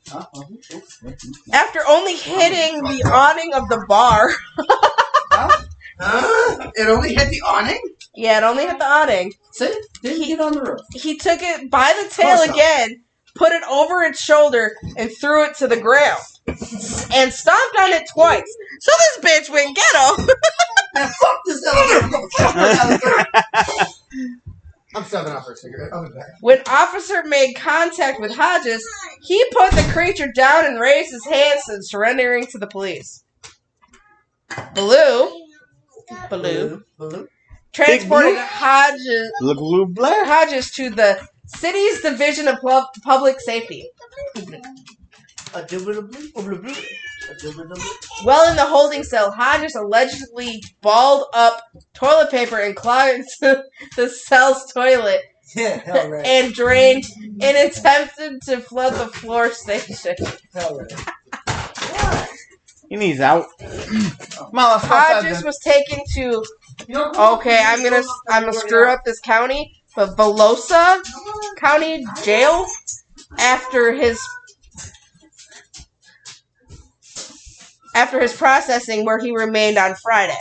Speaker 4: Huh? Uh-huh.
Speaker 3: After only hitting the awning of the bar. *laughs*
Speaker 6: Huh? It only hit the awning?
Speaker 3: Yeah, it only hit the awning.
Speaker 4: See? Didn't get on the roof.
Speaker 3: He took it by the tail
Speaker 6: Close up.
Speaker 3: again, put it over its shoulder, and threw it to the ground. And stomped on it twice. So this bitch went ghetto. *laughs*
Speaker 4: Man, fuck this elevator. Fuck this elevator.
Speaker 6: I'm stepping out for a cigarette. I'll be back.
Speaker 3: When officer made contact with Hodges, he put the creature down and raised his hands in surrendering to the police. Blue, Blue,
Speaker 4: Blue.
Speaker 3: transported
Speaker 1: Blue?
Speaker 3: Hodges,
Speaker 1: Le blue blair.
Speaker 3: Hodges to the city's division of Pub- public safety.
Speaker 4: Indubitably. Indubitably.
Speaker 3: While in the holding cell, Hodges allegedly balled up toilet paper and *laughs* clogged the cell's toilet
Speaker 4: Yeah, hell
Speaker 3: *laughs*
Speaker 4: right.
Speaker 3: and drained and attempted to flood the floor station.
Speaker 4: Hell right.
Speaker 1: He needs out. Come on, let's fuck that
Speaker 3: Hodges
Speaker 1: then.
Speaker 3: was taken to
Speaker 4: You know,
Speaker 3: okay. I'm gonna I'm gonna screw up this county, but Velosa County Jail after his after his processing, where he remained on Friday.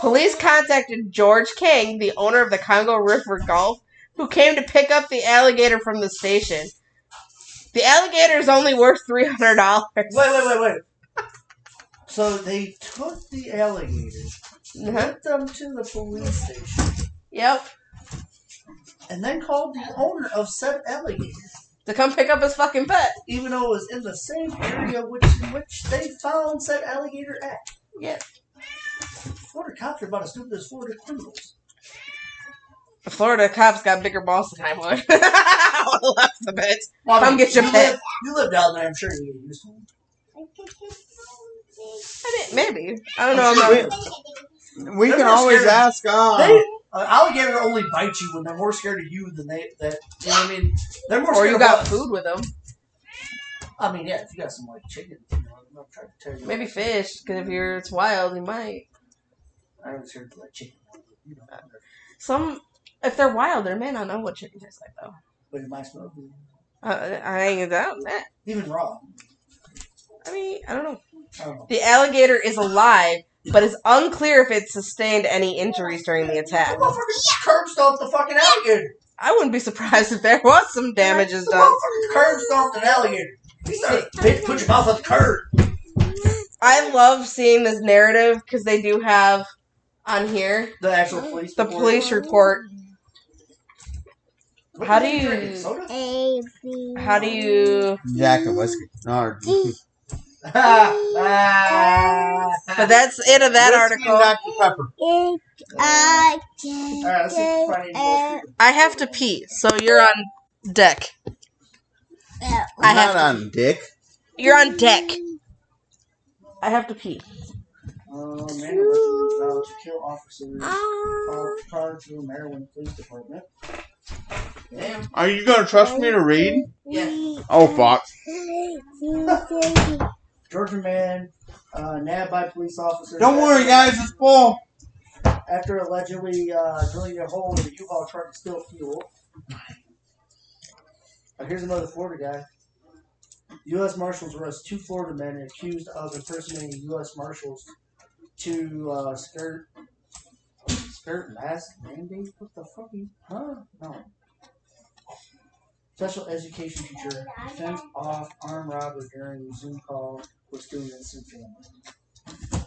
Speaker 3: Police contacted George King, the owner of the Congo River Golf, who came to pick up the alligator from the station. The alligator is only worth three hundred dollars.
Speaker 4: Wait, wait, wait, wait. So they took the alligators,
Speaker 3: Uh-huh.
Speaker 4: took them to the police station,
Speaker 3: Yep.
Speaker 4: and then called the owner of said alligator,
Speaker 3: To come pick up his fucking pet.
Speaker 4: even though it was in the same area which in which they found said alligator at.
Speaker 3: Yeah.
Speaker 4: Florida cops are about as stupid as Florida criminals.
Speaker 3: The Florida cops got bigger balls than I would. *laughs* I would love the bitch.
Speaker 4: Well,
Speaker 3: Come get your
Speaker 4: you
Speaker 3: pet.
Speaker 4: Live, you live down there, I'm sure you get used to them.
Speaker 3: I mean, maybe. I don't know. I'm not-
Speaker 1: We
Speaker 4: They're
Speaker 1: can
Speaker 4: not
Speaker 1: always
Speaker 4: scared.
Speaker 1: ask. Uh,
Speaker 3: Uh-huh.
Speaker 4: They, an alligator only bites you when they're more scared of you than they that. You know what I mean? They're more
Speaker 3: or
Speaker 4: scared
Speaker 3: you
Speaker 4: of
Speaker 3: got
Speaker 4: us.
Speaker 3: food with them.
Speaker 4: I mean, yeah, if you got some like chicken, you know, I'm not trying to tell you.
Speaker 3: Maybe fish, because if you're it's wild, you might.
Speaker 4: I was scared of like chicken. You know,
Speaker 3: Some, if they're wild, they may not know what chicken tastes like though.
Speaker 4: but it might smell good.
Speaker 3: Uh, I ain't doubt that.
Speaker 4: Even raw.
Speaker 3: I mean, I don't know.
Speaker 4: I don't know.
Speaker 3: The alligator is alive, but it's unclear if it sustained any injuries during the
Speaker 4: That
Speaker 3: attack.
Speaker 4: motherfucker curb stomped the fucking alligator.
Speaker 3: I wouldn't be *laughs* surprised if there was some damages
Speaker 4: The
Speaker 3: done.
Speaker 4: motherfucker curb stomped an alligator. He started, bitch, put your mouth on the curb.
Speaker 3: I love seeing this narrative because they do have on here
Speaker 4: The actual police.
Speaker 3: the
Speaker 4: report.
Speaker 3: police report.
Speaker 4: What
Speaker 3: how
Speaker 4: are
Speaker 3: do you-
Speaker 4: drinking, *laughs* Soda?
Speaker 3: How do you?
Speaker 1: Jack and whiskey. No, whiskey
Speaker 3: But that's it of that
Speaker 1: And
Speaker 3: article.
Speaker 1: Dr. Pepper.
Speaker 4: All right, let's see if we can find any more people.
Speaker 3: I have to pee, so you're on deck. I
Speaker 1: I'm
Speaker 3: have
Speaker 1: not on dick.
Speaker 3: You're on deck. I have to pee.
Speaker 4: Uh, Amanda Westwood vowed to kill officers uh, charged through Maryland Police Department. Damn.
Speaker 1: Are you gonna trust me to read?
Speaker 4: Yeah.
Speaker 1: Oh fuck.
Speaker 4: Georgia man uh, nabbed by police officers.
Speaker 1: Don't worry, guys. It's full.
Speaker 4: After allegedly uh, drilling a hole in a U-Haul truck to steal fuel. Uh, here's another Florida guy. U.S. Marshals arrest two Florida men accused of impersonating U.S. Marshals to uh, skirt skirt mask mandate. What the fuck? are you- Huh? No. Special education teacher fends off armed robber during Zoom call with students and family.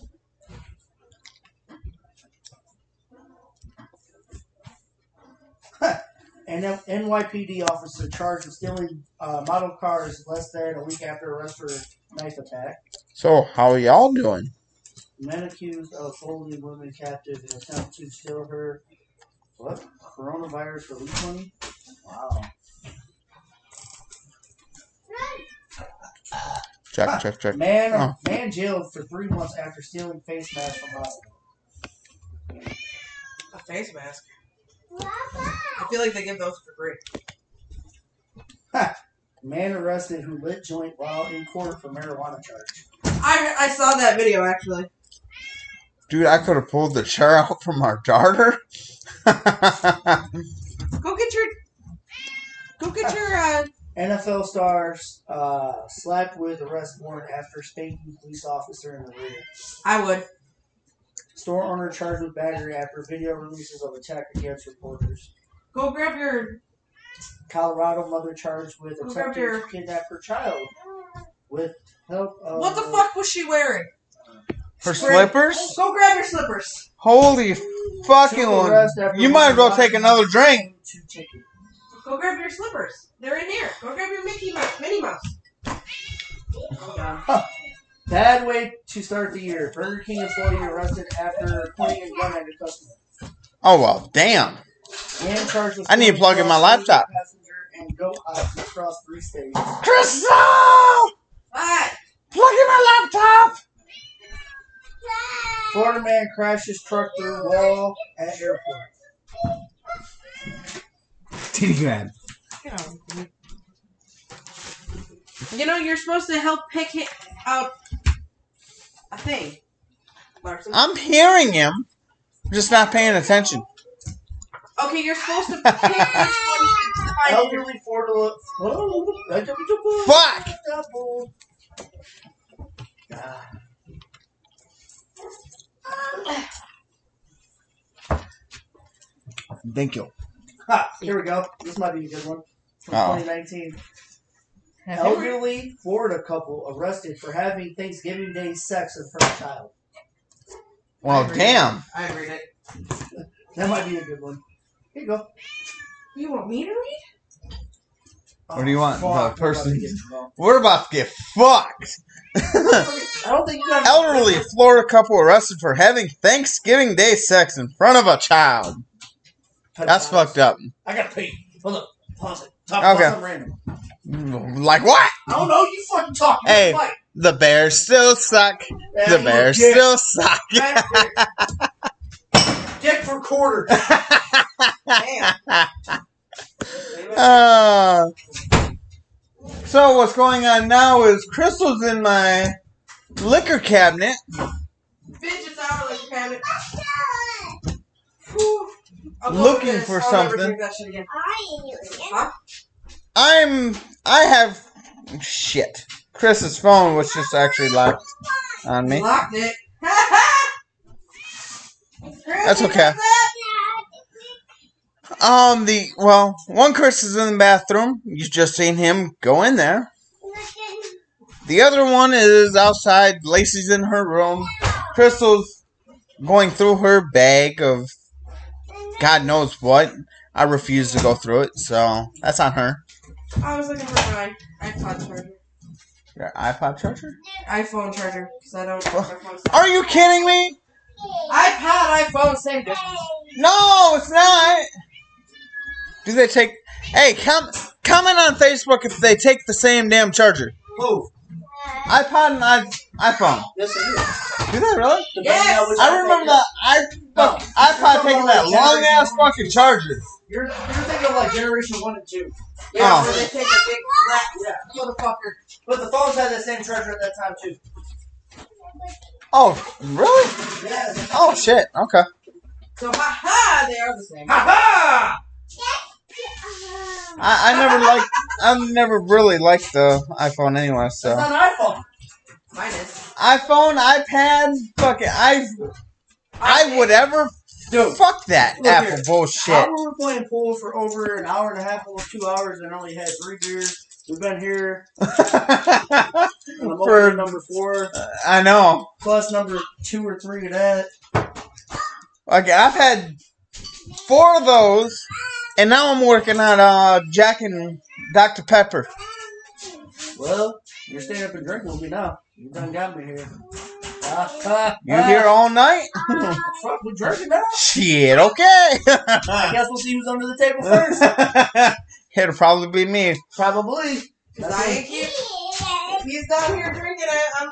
Speaker 4: An NYPD officer charged with stealing uh, model cars less than a week after arrest for knife attack.
Speaker 1: So, how are y'all doing?
Speaker 4: Men accused of holding women captive in attempt to steal her what coronavirus relief money. Wow.
Speaker 10: Check, check, check.
Speaker 4: Man,
Speaker 10: Oh.
Speaker 4: man jailed for three months after stealing face masks from hospital.
Speaker 3: A face mask. I feel like they give those for free.
Speaker 4: Man arrested who lit joint while in court for marijuana charge.
Speaker 3: I I saw that video actually.
Speaker 1: Dude, I could have pulled the chair out from our daughter. *laughs*
Speaker 3: Go get your. Go get your. Uh,
Speaker 4: NFL stars uh, slapped with arrest warrant after spanking police officer in the rear.
Speaker 3: I would.
Speaker 4: Store owner charged with battery after video releases of attack against reporters.
Speaker 3: Go grab your.
Speaker 4: Colorado mother charged with
Speaker 3: Who's
Speaker 4: attempting
Speaker 3: up here?
Speaker 4: to kidnap her child with help of
Speaker 3: What the fuck was she wearing?
Speaker 1: Her slippers?
Speaker 3: Go grab your slippers.
Speaker 1: Holy fucking
Speaker 4: Civil
Speaker 1: one.
Speaker 4: arrest after
Speaker 1: You might as well
Speaker 4: woman
Speaker 1: take another drink.
Speaker 4: to ticket.
Speaker 3: Go grab your slippers. They're in here. Go grab your Mickey Mouse, Minnie Mouse.
Speaker 4: Bad way to start the year. Burger King employee arrested after pointing a gun at a customer.
Speaker 1: Oh, well, damn.
Speaker 4: And charged with
Speaker 1: I need to plug in my laptop.
Speaker 4: Passenger and go out across three states.
Speaker 1: Crystal!
Speaker 3: What?
Speaker 1: Plug in my laptop!
Speaker 4: Florida man crashes truck through wall at airport.
Speaker 6: Titty grab.
Speaker 3: You know you're supposed to help pick him out. A thing. Larson.
Speaker 1: I'm hearing him, just not paying attention.
Speaker 3: Okay, you're supposed to *laughs* pick which one you need to find.
Speaker 4: Elderly Florida. Oh,
Speaker 1: Fuck!
Speaker 4: Double.
Speaker 6: Thank you.
Speaker 4: Ah. Ha, Ah, here we go. This might be a good one. From
Speaker 1: Uh-oh.
Speaker 4: 2019. elderly Florida couple arrested for having Thanksgiving Day sex with her child.
Speaker 1: Well, damn.
Speaker 6: I read it.
Speaker 4: That might be a good one. Here you go.
Speaker 10: You want me to read?
Speaker 1: What do you want, the
Speaker 4: fuck, we're about to
Speaker 1: person-
Speaker 4: get involved.
Speaker 1: We're about to get fucked.
Speaker 4: I don't think you
Speaker 1: *laughs*
Speaker 4: got
Speaker 1: Elderly Florida couple arrested for having Thanksgiving Day sex in front of a child. That's fucked up.
Speaker 4: I gotta pee. Hold up. Pause it. Talk about
Speaker 1: Okay.
Speaker 4: something random.
Speaker 1: Like what?
Speaker 4: I don't know. You fucking talk. You
Speaker 1: Hey.
Speaker 4: fight.
Speaker 1: The Bears still suck. The
Speaker 4: Yeah,
Speaker 1: Bears
Speaker 4: dick.
Speaker 1: still suck.
Speaker 4: Back there. Dick for quarter.
Speaker 1: Uh, so what's going on now is Crystal's in my liquor cabinet.
Speaker 10: Bitch, it's out of the cabinet.
Speaker 1: Looking for something.
Speaker 10: Huh?
Speaker 1: I'm I have shit. Chris's phone was just actually locked on me.
Speaker 10: Locked it. *laughs*
Speaker 1: That's okay. Um the well, one Chris is in the bathroom. You just seen him go in there. The other one is outside. Lacey's in her room. Crystal's going through her bag of God knows what. I refuse to go through it, so that's on her.
Speaker 10: I was looking for my iPod charger.
Speaker 1: Your iPod charger?
Speaker 10: iPhone charger. Because I don't.
Speaker 1: Well,
Speaker 10: my phone's not-
Speaker 1: Are you kidding me?
Speaker 10: iPad, iPhone, same difference.
Speaker 1: No, it's not. Do they take? Hey, com- comment on Facebook if they take the same damn charger.
Speaker 4: Move.
Speaker 1: iPod and I- iPhone.
Speaker 4: Yes, it is.
Speaker 1: Do they really?
Speaker 4: Depending
Speaker 10: Yes!
Speaker 4: on which
Speaker 1: I
Speaker 4: iPhone
Speaker 1: remember
Speaker 4: it is.
Speaker 1: that I fuck, iPod taking that long ass fucking charger.
Speaker 4: You're, you're thinking of like generation one and two.
Speaker 1: Yeah,
Speaker 4: where they take a big rat, yeah, motherfucker. But the phones had the same treasure at that time too.
Speaker 1: Oh, really?
Speaker 4: Yeah.
Speaker 1: Oh shit. Okay.
Speaker 10: So, haha, they are the same.
Speaker 4: Ha
Speaker 1: I, I never liked. I never really liked the iPhone anyway.
Speaker 4: It's
Speaker 1: So
Speaker 4: not an iPhone.
Speaker 10: Mine is.
Speaker 1: iPhone, iPad, fucking I. I would ever
Speaker 4: Dude.
Speaker 1: fuck that
Speaker 4: Look
Speaker 1: Apple
Speaker 4: here.
Speaker 1: bullshit.
Speaker 4: How were we playing pool for over an hour and a half, almost two hours, and only had three beers? We've been here. And I'm
Speaker 1: For-
Speaker 4: over to number four,
Speaker 1: *laughs* I know.
Speaker 4: plus number two or three of that.
Speaker 1: Like I've had four of those, and now I'm working on uh Jack and Dr Pepper.
Speaker 4: Well, you're staying up and drinking with me now. You done got
Speaker 1: *laughs*
Speaker 4: me here. Ah, ah,
Speaker 1: You here all night?
Speaker 4: ah, fuck, we drinking now.
Speaker 1: Shit.
Speaker 4: *laughs*
Speaker 1: Okay.
Speaker 4: I guess we'll see who's under the table
Speaker 1: *laughs*
Speaker 4: first.
Speaker 1: It'll probably be me.
Speaker 4: Probably.
Speaker 10: Because I ain't keep. If he's down here drinking, I, I'm,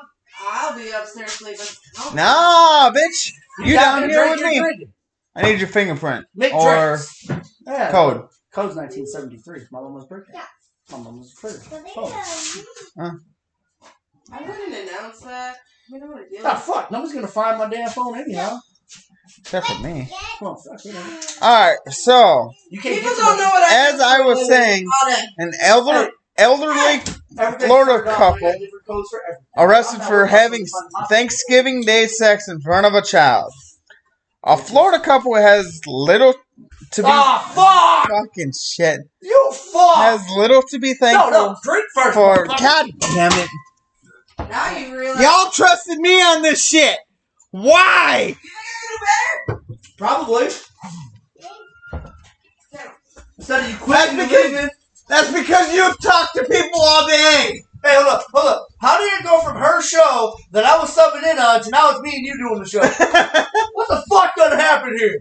Speaker 10: I'll be upstairs sleeping. I'll-
Speaker 1: Nah, bitch. You
Speaker 4: got
Speaker 1: down
Speaker 4: to
Speaker 1: here
Speaker 4: drink
Speaker 1: with
Speaker 4: your
Speaker 1: me?
Speaker 4: drinking.
Speaker 1: I need your fingerprint
Speaker 4: Make
Speaker 1: or
Speaker 4: drinks. Yeah.
Speaker 1: code.
Speaker 4: Code's 1973. It's my mama's birthday. My mama's birthday. Oh.
Speaker 10: I wouldn't announce that. We don't want to deal
Speaker 4: Ah,
Speaker 10: with
Speaker 4: fuck. Nobody's going to find my damn phone anyhow.
Speaker 1: Except for me.
Speaker 4: Well, fuck, you, know.
Speaker 1: All right. So,
Speaker 4: you can't
Speaker 10: People
Speaker 4: get
Speaker 10: don't know what I
Speaker 1: as I was saying, an elder elderly
Speaker 4: Everything's
Speaker 1: Florida
Speaker 4: figured out, like,
Speaker 1: couple.
Speaker 4: I different codes for everything.
Speaker 1: arrested for having Thanksgiving Day sex in front of a child. A Florida couple has little to be
Speaker 4: Ah, fuck!
Speaker 1: fucking shit.
Speaker 4: You fuck!
Speaker 1: Has little to be
Speaker 4: no,
Speaker 1: thankful
Speaker 4: no, drink first.
Speaker 1: for.
Speaker 4: motherfucker.
Speaker 1: God damn it!
Speaker 10: Now you realize.
Speaker 1: Y'all trusted me on this shit. Why?
Speaker 4: Probably. Instead of you
Speaker 1: That's
Speaker 4: quitting and leaving.
Speaker 1: because that's because you've talked to people all day.
Speaker 4: Hey, hold up, hold up. How did it go from her show that I was subbing in on to now it's me and you doing the
Speaker 1: *laughs*
Speaker 4: show? what the fuck done happened here?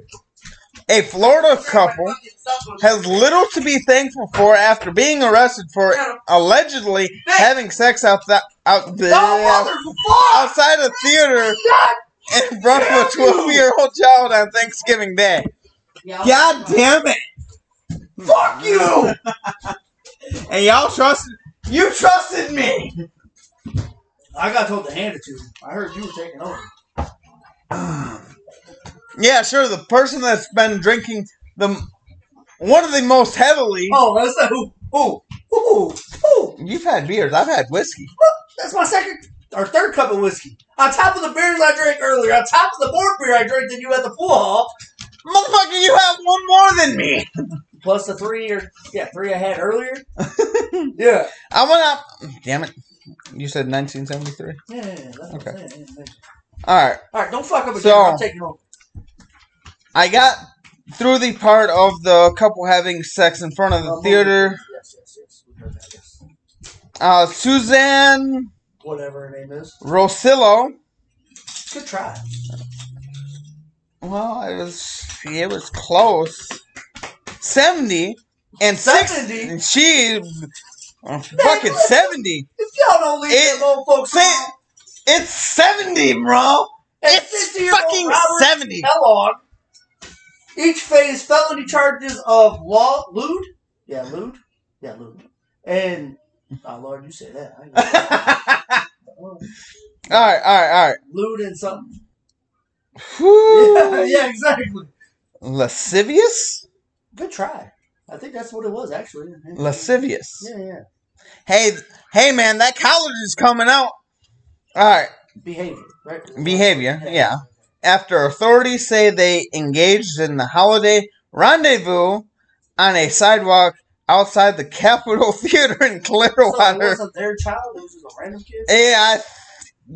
Speaker 1: A Florida couple has little to be thankful for after being arrested for allegedly having sex out the, out the,
Speaker 4: Oh, motherfucker!
Speaker 1: outside a theater
Speaker 4: God
Speaker 1: in front of a 12 year old child on Thanksgiving Day. God damn it!
Speaker 4: fuck you!
Speaker 1: And y'all trusted you trusted me.
Speaker 4: *laughs* I got told to hand it to you. I heard you were taking over.
Speaker 1: Yeah, sure. The person that's been drinking the one of the most heavily.
Speaker 4: Oh, that's that. Ooh, ooh, ooh, ooh.
Speaker 1: You've had beers. I've had whiskey.
Speaker 4: That's my second or third cup of whiskey. On top of the beers I drank earlier, on top of the more beer I drank than you at the pool hall,
Speaker 1: Motherfucker, you have one more than me.
Speaker 4: Plus the three or yeah, three I
Speaker 1: *laughs*
Speaker 4: had earlier. yeah.
Speaker 1: I went up. Damn it. You said 1973?
Speaker 4: Yeah, yeah, yeah, that's what I'm
Speaker 1: Okay.
Speaker 4: saying, yeah, yeah.
Speaker 1: Alright.
Speaker 4: All right, don't fuck up again.
Speaker 1: So-
Speaker 4: I'm taking over.
Speaker 1: I got through the part of the couple having sex in front of the
Speaker 4: I'm
Speaker 1: theater.
Speaker 4: moving. Yes, yes, yes. We heard that, yes.
Speaker 1: Uh, Suzanne
Speaker 4: Whatever her name is.
Speaker 1: Rosillo.
Speaker 4: Good try.
Speaker 1: Well, it was it was close. Seventy and six.
Speaker 4: 70?
Speaker 1: and She uh, fucking
Speaker 4: listen.
Speaker 1: seventy.
Speaker 4: If y'all don't leave
Speaker 1: It-
Speaker 4: them old folks
Speaker 1: Say,
Speaker 4: alone,
Speaker 1: it's seventy, bro.
Speaker 4: and
Speaker 1: It's
Speaker 4: 60-year-old
Speaker 1: fucking
Speaker 4: Robert
Speaker 1: seventy.
Speaker 4: Kellogg, each face felony charges of law, lewd, yeah, lewd, yeah, lewd, and oh lord, you say that, I ain't
Speaker 1: all
Speaker 4: gonna-
Speaker 1: right, *laughs* all right, all right.
Speaker 4: lewd and something, *laughs* yeah,
Speaker 1: Whew.
Speaker 4: yeah, exactly.
Speaker 1: Lascivious,
Speaker 4: Good try. I think that's what it was actually.
Speaker 1: lascivious.
Speaker 4: Yeah, yeah.
Speaker 1: Hey, hey, man, that college is coming out. All right.
Speaker 4: Behavior, right?
Speaker 1: Behavior, yeah. after authorities say they engaged in the holiday rendezvous on a sidewalk outside the Capitol *laughs* Theater in
Speaker 4: So it
Speaker 1: Clearwater.
Speaker 4: wasn't their child. It was just a random kid.
Speaker 1: yeah, I,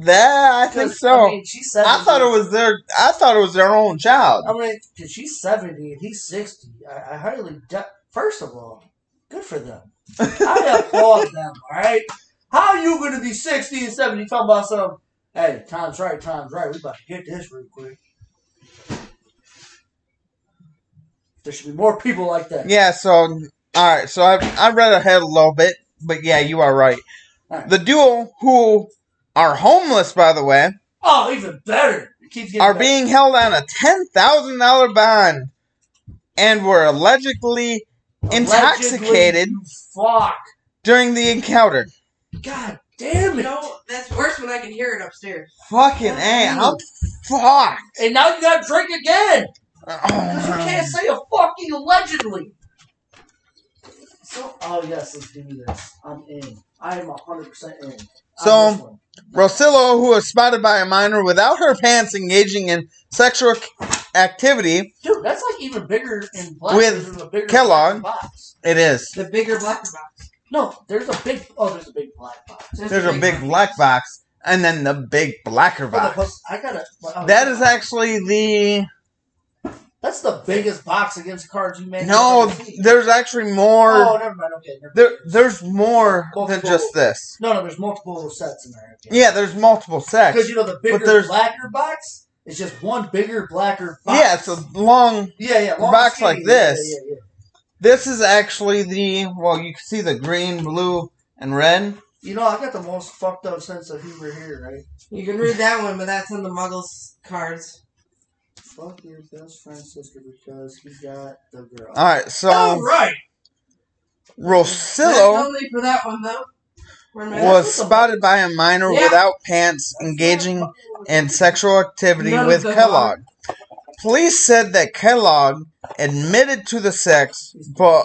Speaker 1: that I think
Speaker 4: Because,
Speaker 1: so. I,
Speaker 4: I mean, she's seventy.
Speaker 1: thought it was their. I thought it was their own child.
Speaker 4: I mean, 'cause she's seventy and he's sixty. I, I hardly. doubt- First of all, good for them. I
Speaker 1: *laughs*
Speaker 4: applaud them. All right. How you gonna be sixty and seventy talking about some? Hey, time's right. Time's right. We about to get this real quick. There should be more people like that.
Speaker 1: Yeah. So all right. So I I read ahead a little bit, but yeah, you are right.
Speaker 4: All right.
Speaker 1: The duo who are homeless, by the way,
Speaker 4: Oh, even better. It keeps getting
Speaker 1: are
Speaker 4: better.
Speaker 1: being held on a ten thousand dollar bond, and were allegedly intoxicated
Speaker 4: Allegedly, Fuck.
Speaker 1: during the encounter.
Speaker 4: God damn it.
Speaker 10: No, that's worse when I can hear it upstairs.
Speaker 1: Fucking a, I'm fucked.
Speaker 4: And now you gotta drink again. Because you can't say a fucking allegedly. So, oh yes, let's do this. I'm in. I am 100% in.
Speaker 1: So-
Speaker 4: on this one.
Speaker 1: *sighs* Rosillo, who was spotted by a minor without her pants engaging in sexual activity,
Speaker 4: Dude, that's like even bigger in black.
Speaker 1: With
Speaker 4: than the bigger
Speaker 1: Kellogg.
Speaker 4: black box.
Speaker 1: it is.
Speaker 10: The bigger black box.
Speaker 4: No, there's a big. Oh, there's a big black box.
Speaker 1: There's a big black box, and then the big blacker
Speaker 4: Oh,
Speaker 1: box.
Speaker 4: but I gotta. oh,
Speaker 1: That is actually the
Speaker 4: That's the biggest box against cards you made.
Speaker 1: no. There's actually
Speaker 4: Oh,
Speaker 1: more.
Speaker 4: never mind. Okay. Never
Speaker 1: There,
Speaker 4: mind.
Speaker 1: there's more than just this.
Speaker 4: No, no. There's multiple sets in there. Okay.
Speaker 1: Yeah, there's multiple
Speaker 4: Because
Speaker 1: sets.
Speaker 4: you know the bigger
Speaker 1: there's-
Speaker 4: blacker box is just one bigger blacker box.
Speaker 1: Yeah, it's a long
Speaker 4: yeah, yeah. long
Speaker 1: box
Speaker 4: skinny,
Speaker 1: like
Speaker 4: yeah, yeah,
Speaker 1: this.
Speaker 4: yeah,
Speaker 1: This is actually the well, you can see the green, blue, and red.
Speaker 4: yeah. You know, I got the most fucked up sense of humor here, right?
Speaker 10: You can read that one, but that's in the Muggles cards.
Speaker 4: Fuck your best friend's sister because he got the girl.
Speaker 1: All right, so
Speaker 4: All right.
Speaker 10: That's
Speaker 1: Rosillo
Speaker 10: only for that one though. Where am I at?
Speaker 1: was spotted by a minor
Speaker 10: Yeah.
Speaker 1: without pants engaging in sexual activity
Speaker 10: None
Speaker 1: with
Speaker 10: of them
Speaker 1: Kellogg. Police said that Kellogg admitted to the sex, but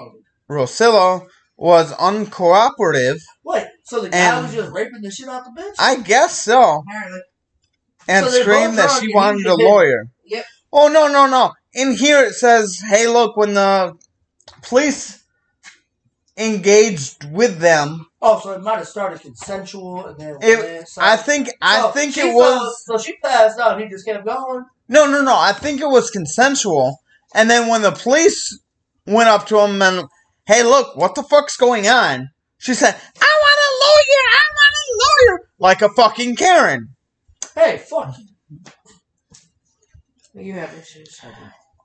Speaker 1: Rosillo was uncooperative.
Speaker 4: Wait, so the guy
Speaker 1: And-
Speaker 4: was just raping the shit out the bitch?
Speaker 1: I guess so,
Speaker 10: Apparently.
Speaker 1: and
Speaker 4: So they
Speaker 1: screamed
Speaker 4: both
Speaker 1: that she
Speaker 4: drunk and he
Speaker 1: wanted a
Speaker 4: didn't-
Speaker 1: lawyer.
Speaker 10: Yep.
Speaker 1: Oh no, no, no! In here it says, "Hey, look, when the police engaged with them."
Speaker 4: oh, so it might have started consensual and then.
Speaker 1: It-
Speaker 4: went, so-
Speaker 1: I think I
Speaker 4: so
Speaker 1: think
Speaker 4: Oh, she
Speaker 1: it
Speaker 4: fell-
Speaker 1: was
Speaker 4: so she passed out. and He just kept going.
Speaker 1: no no no. I think it was consensual. And then when the police went up to him and hey look, what the fuck's going on? She said, I want a lawyer, I want a lawyer like a fucking Karen.
Speaker 4: Hey, fuck you.
Speaker 10: You have issues.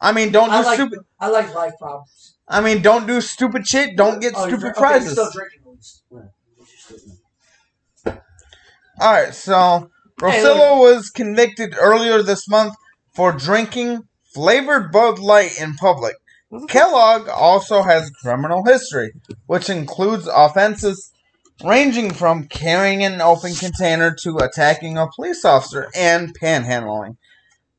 Speaker 1: I mean don't do
Speaker 4: I like,
Speaker 1: stupid
Speaker 4: I like life problems.
Speaker 1: I mean don't do stupid shit, don't get
Speaker 4: Oh, you're
Speaker 1: stupid
Speaker 4: dri- okay, you're
Speaker 1: prizes.
Speaker 4: still drinking at least. Yeah, you're still drinking.
Speaker 1: Alright, so
Speaker 4: Hey,
Speaker 1: Rosillo was convicted earlier this month for drinking flavored Bud Light in public. Kellogg also has criminal history, which includes offenses ranging from carrying an open container to attacking a police officer and panhandling.
Speaker 4: Oh,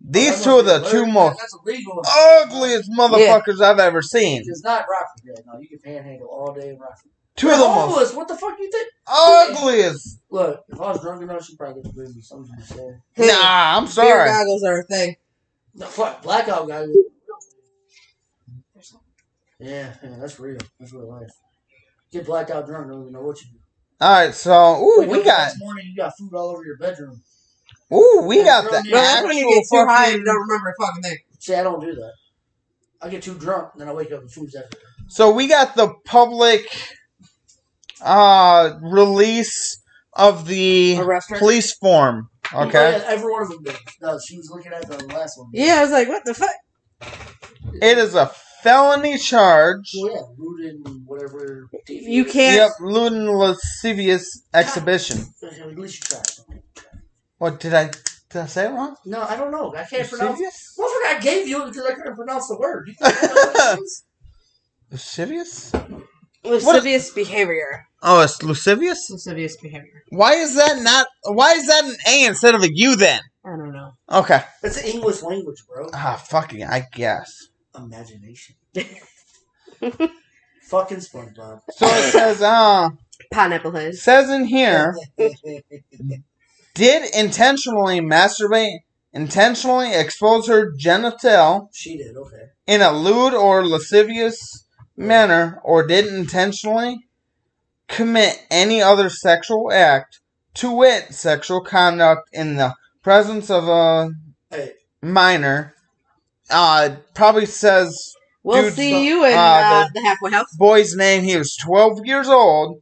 Speaker 1: These two are the two most
Speaker 4: That's illegal.
Speaker 1: ugliest motherfuckers I've ever seen.
Speaker 4: It's not Rockford. Yeah, no, you can panhandle all day in Rockford.
Speaker 1: Two of the
Speaker 4: You're
Speaker 1: most
Speaker 4: homeless. What the fuck you think?
Speaker 1: ugliest.
Speaker 4: Look, if I was drunk enough, she probably could bring me something to say.
Speaker 1: Nah, I'm
Speaker 10: Beer
Speaker 1: sorry.
Speaker 10: goggles are a thing.
Speaker 4: No, fuck, blackout guy. Yeah, yeah, that's real. That's real life. Get blacked out drunk, don't even know what you do.
Speaker 1: All right, so ooh,
Speaker 4: Wake
Speaker 1: we
Speaker 4: up the
Speaker 1: got
Speaker 4: next morning, you got food all over your bedroom.
Speaker 1: ooh, we got the
Speaker 4: Well, that's
Speaker 1: actual
Speaker 4: when
Speaker 10: you get too high
Speaker 1: fucking-
Speaker 10: and don't remember a fucking thing.
Speaker 4: See, I don't do that. I get too drunk, and then I wake up and food's everywhere.
Speaker 1: So we got the public uh release of the
Speaker 10: restaurant.
Speaker 1: police form.
Speaker 4: Oh,
Speaker 1: Okay.
Speaker 4: yeah, every one of them did. No, she was looking at the last one.
Speaker 10: Yeah, I was like, what the fuck?
Speaker 1: It is a felony charge.
Speaker 4: Well, yeah, looted and whatever.
Speaker 10: You
Speaker 1: Yep,
Speaker 10: can't.
Speaker 1: lewd and lascivious exhibition.
Speaker 4: At least you tried something.
Speaker 1: What did I did I say it wrong?
Speaker 4: No, I don't know. I can't pronounce.
Speaker 1: Lascivious?
Speaker 4: What if I gave you it because I couldn't pronounce the word? You think I know what it is?
Speaker 1: *laughs* Lascivious?
Speaker 10: Lascivious behavior.
Speaker 1: Oh, it's lascivious?
Speaker 10: Lascivious behavior.
Speaker 1: Why is that not why is that an A instead of a U then?
Speaker 10: I don't know.
Speaker 1: Okay.
Speaker 4: It's the English language, bro.
Speaker 1: Ah fucking I guess.
Speaker 4: Imagination. *laughs* Fucking SpongeBob.
Speaker 1: So it says uh
Speaker 3: Pineapple heads.
Speaker 1: says in here did intentionally masturbate, intentionally expose her genital
Speaker 4: she did. Okay.
Speaker 1: in a lewd or lascivious manner, or did intentionally commit any other sexual act, to wit, sexual conduct in the presence of a
Speaker 4: Hey,
Speaker 1: minor. Uh, probably says
Speaker 3: We'll
Speaker 1: Dude's
Speaker 3: see
Speaker 1: not-
Speaker 3: you in
Speaker 1: ah,
Speaker 3: uh, the halfway house.
Speaker 1: boy's name. He was 12 years old,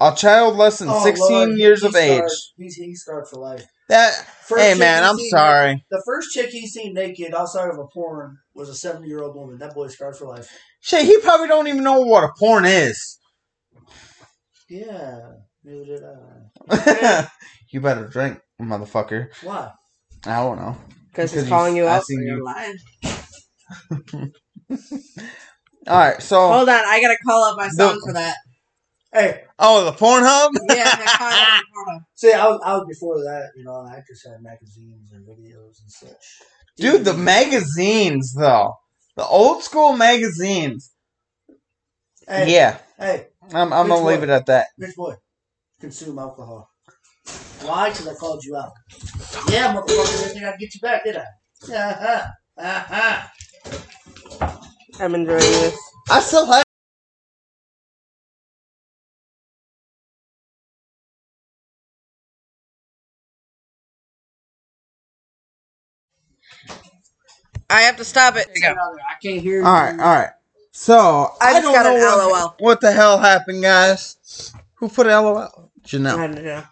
Speaker 1: a child less than
Speaker 4: oh,
Speaker 1: 16
Speaker 4: Lord, he-
Speaker 1: years
Speaker 4: he
Speaker 1: of age.
Speaker 4: scarred. He's he's scarred for life.
Speaker 1: That
Speaker 4: First
Speaker 1: hey
Speaker 4: chick
Speaker 1: man,
Speaker 4: he
Speaker 1: I'm
Speaker 4: seen-
Speaker 1: sorry.
Speaker 4: The first chick he seen naked outside of a porn was a seventy year old woman. That boy's scarred for life.
Speaker 1: Shit, he probably don't even know what a porn is.
Speaker 4: Yeah. Neither did I.
Speaker 1: *laughs* you better drink, motherfucker.
Speaker 4: Why?
Speaker 1: I don't know.
Speaker 3: Because
Speaker 1: Because
Speaker 3: he's calling
Speaker 1: he's-
Speaker 3: you
Speaker 1: I
Speaker 3: out for
Speaker 1: seen
Speaker 3: your
Speaker 1: you.
Speaker 3: lie.
Speaker 1: All right, so
Speaker 3: Hold on, I gotta call up my
Speaker 1: No.
Speaker 3: son for that.
Speaker 4: Hey,
Speaker 1: oh, the Pornhub.
Speaker 3: *laughs* Yeah, I called up before him.
Speaker 4: see, I was, I was before that, you know, and I just had magazines and videos and such.
Speaker 1: Dude, the magazines though, the old school magazines.
Speaker 4: hey,
Speaker 1: Yeah,
Speaker 4: Hey,
Speaker 1: I'm, I'm gonna
Speaker 4: Which
Speaker 1: leave
Speaker 4: one?
Speaker 1: it at that.
Speaker 4: rich boy, consume alcohol. Why? Because I called you out. Yeah, motherfucker, didn't think I'd get you back, did I? *laughs* Uh-huh. Uh-huh.
Speaker 3: I'm enjoying this.
Speaker 1: I still have.
Speaker 3: I have to stop it.
Speaker 4: I can't hear
Speaker 1: All
Speaker 4: you.
Speaker 1: right, all right. So
Speaker 3: I
Speaker 1: I,
Speaker 3: just
Speaker 1: don't
Speaker 3: got
Speaker 1: know
Speaker 3: an
Speaker 1: what,
Speaker 3: LOL.
Speaker 1: what the hell happened, guys. Who put LOL? Janelle.
Speaker 3: I don't know.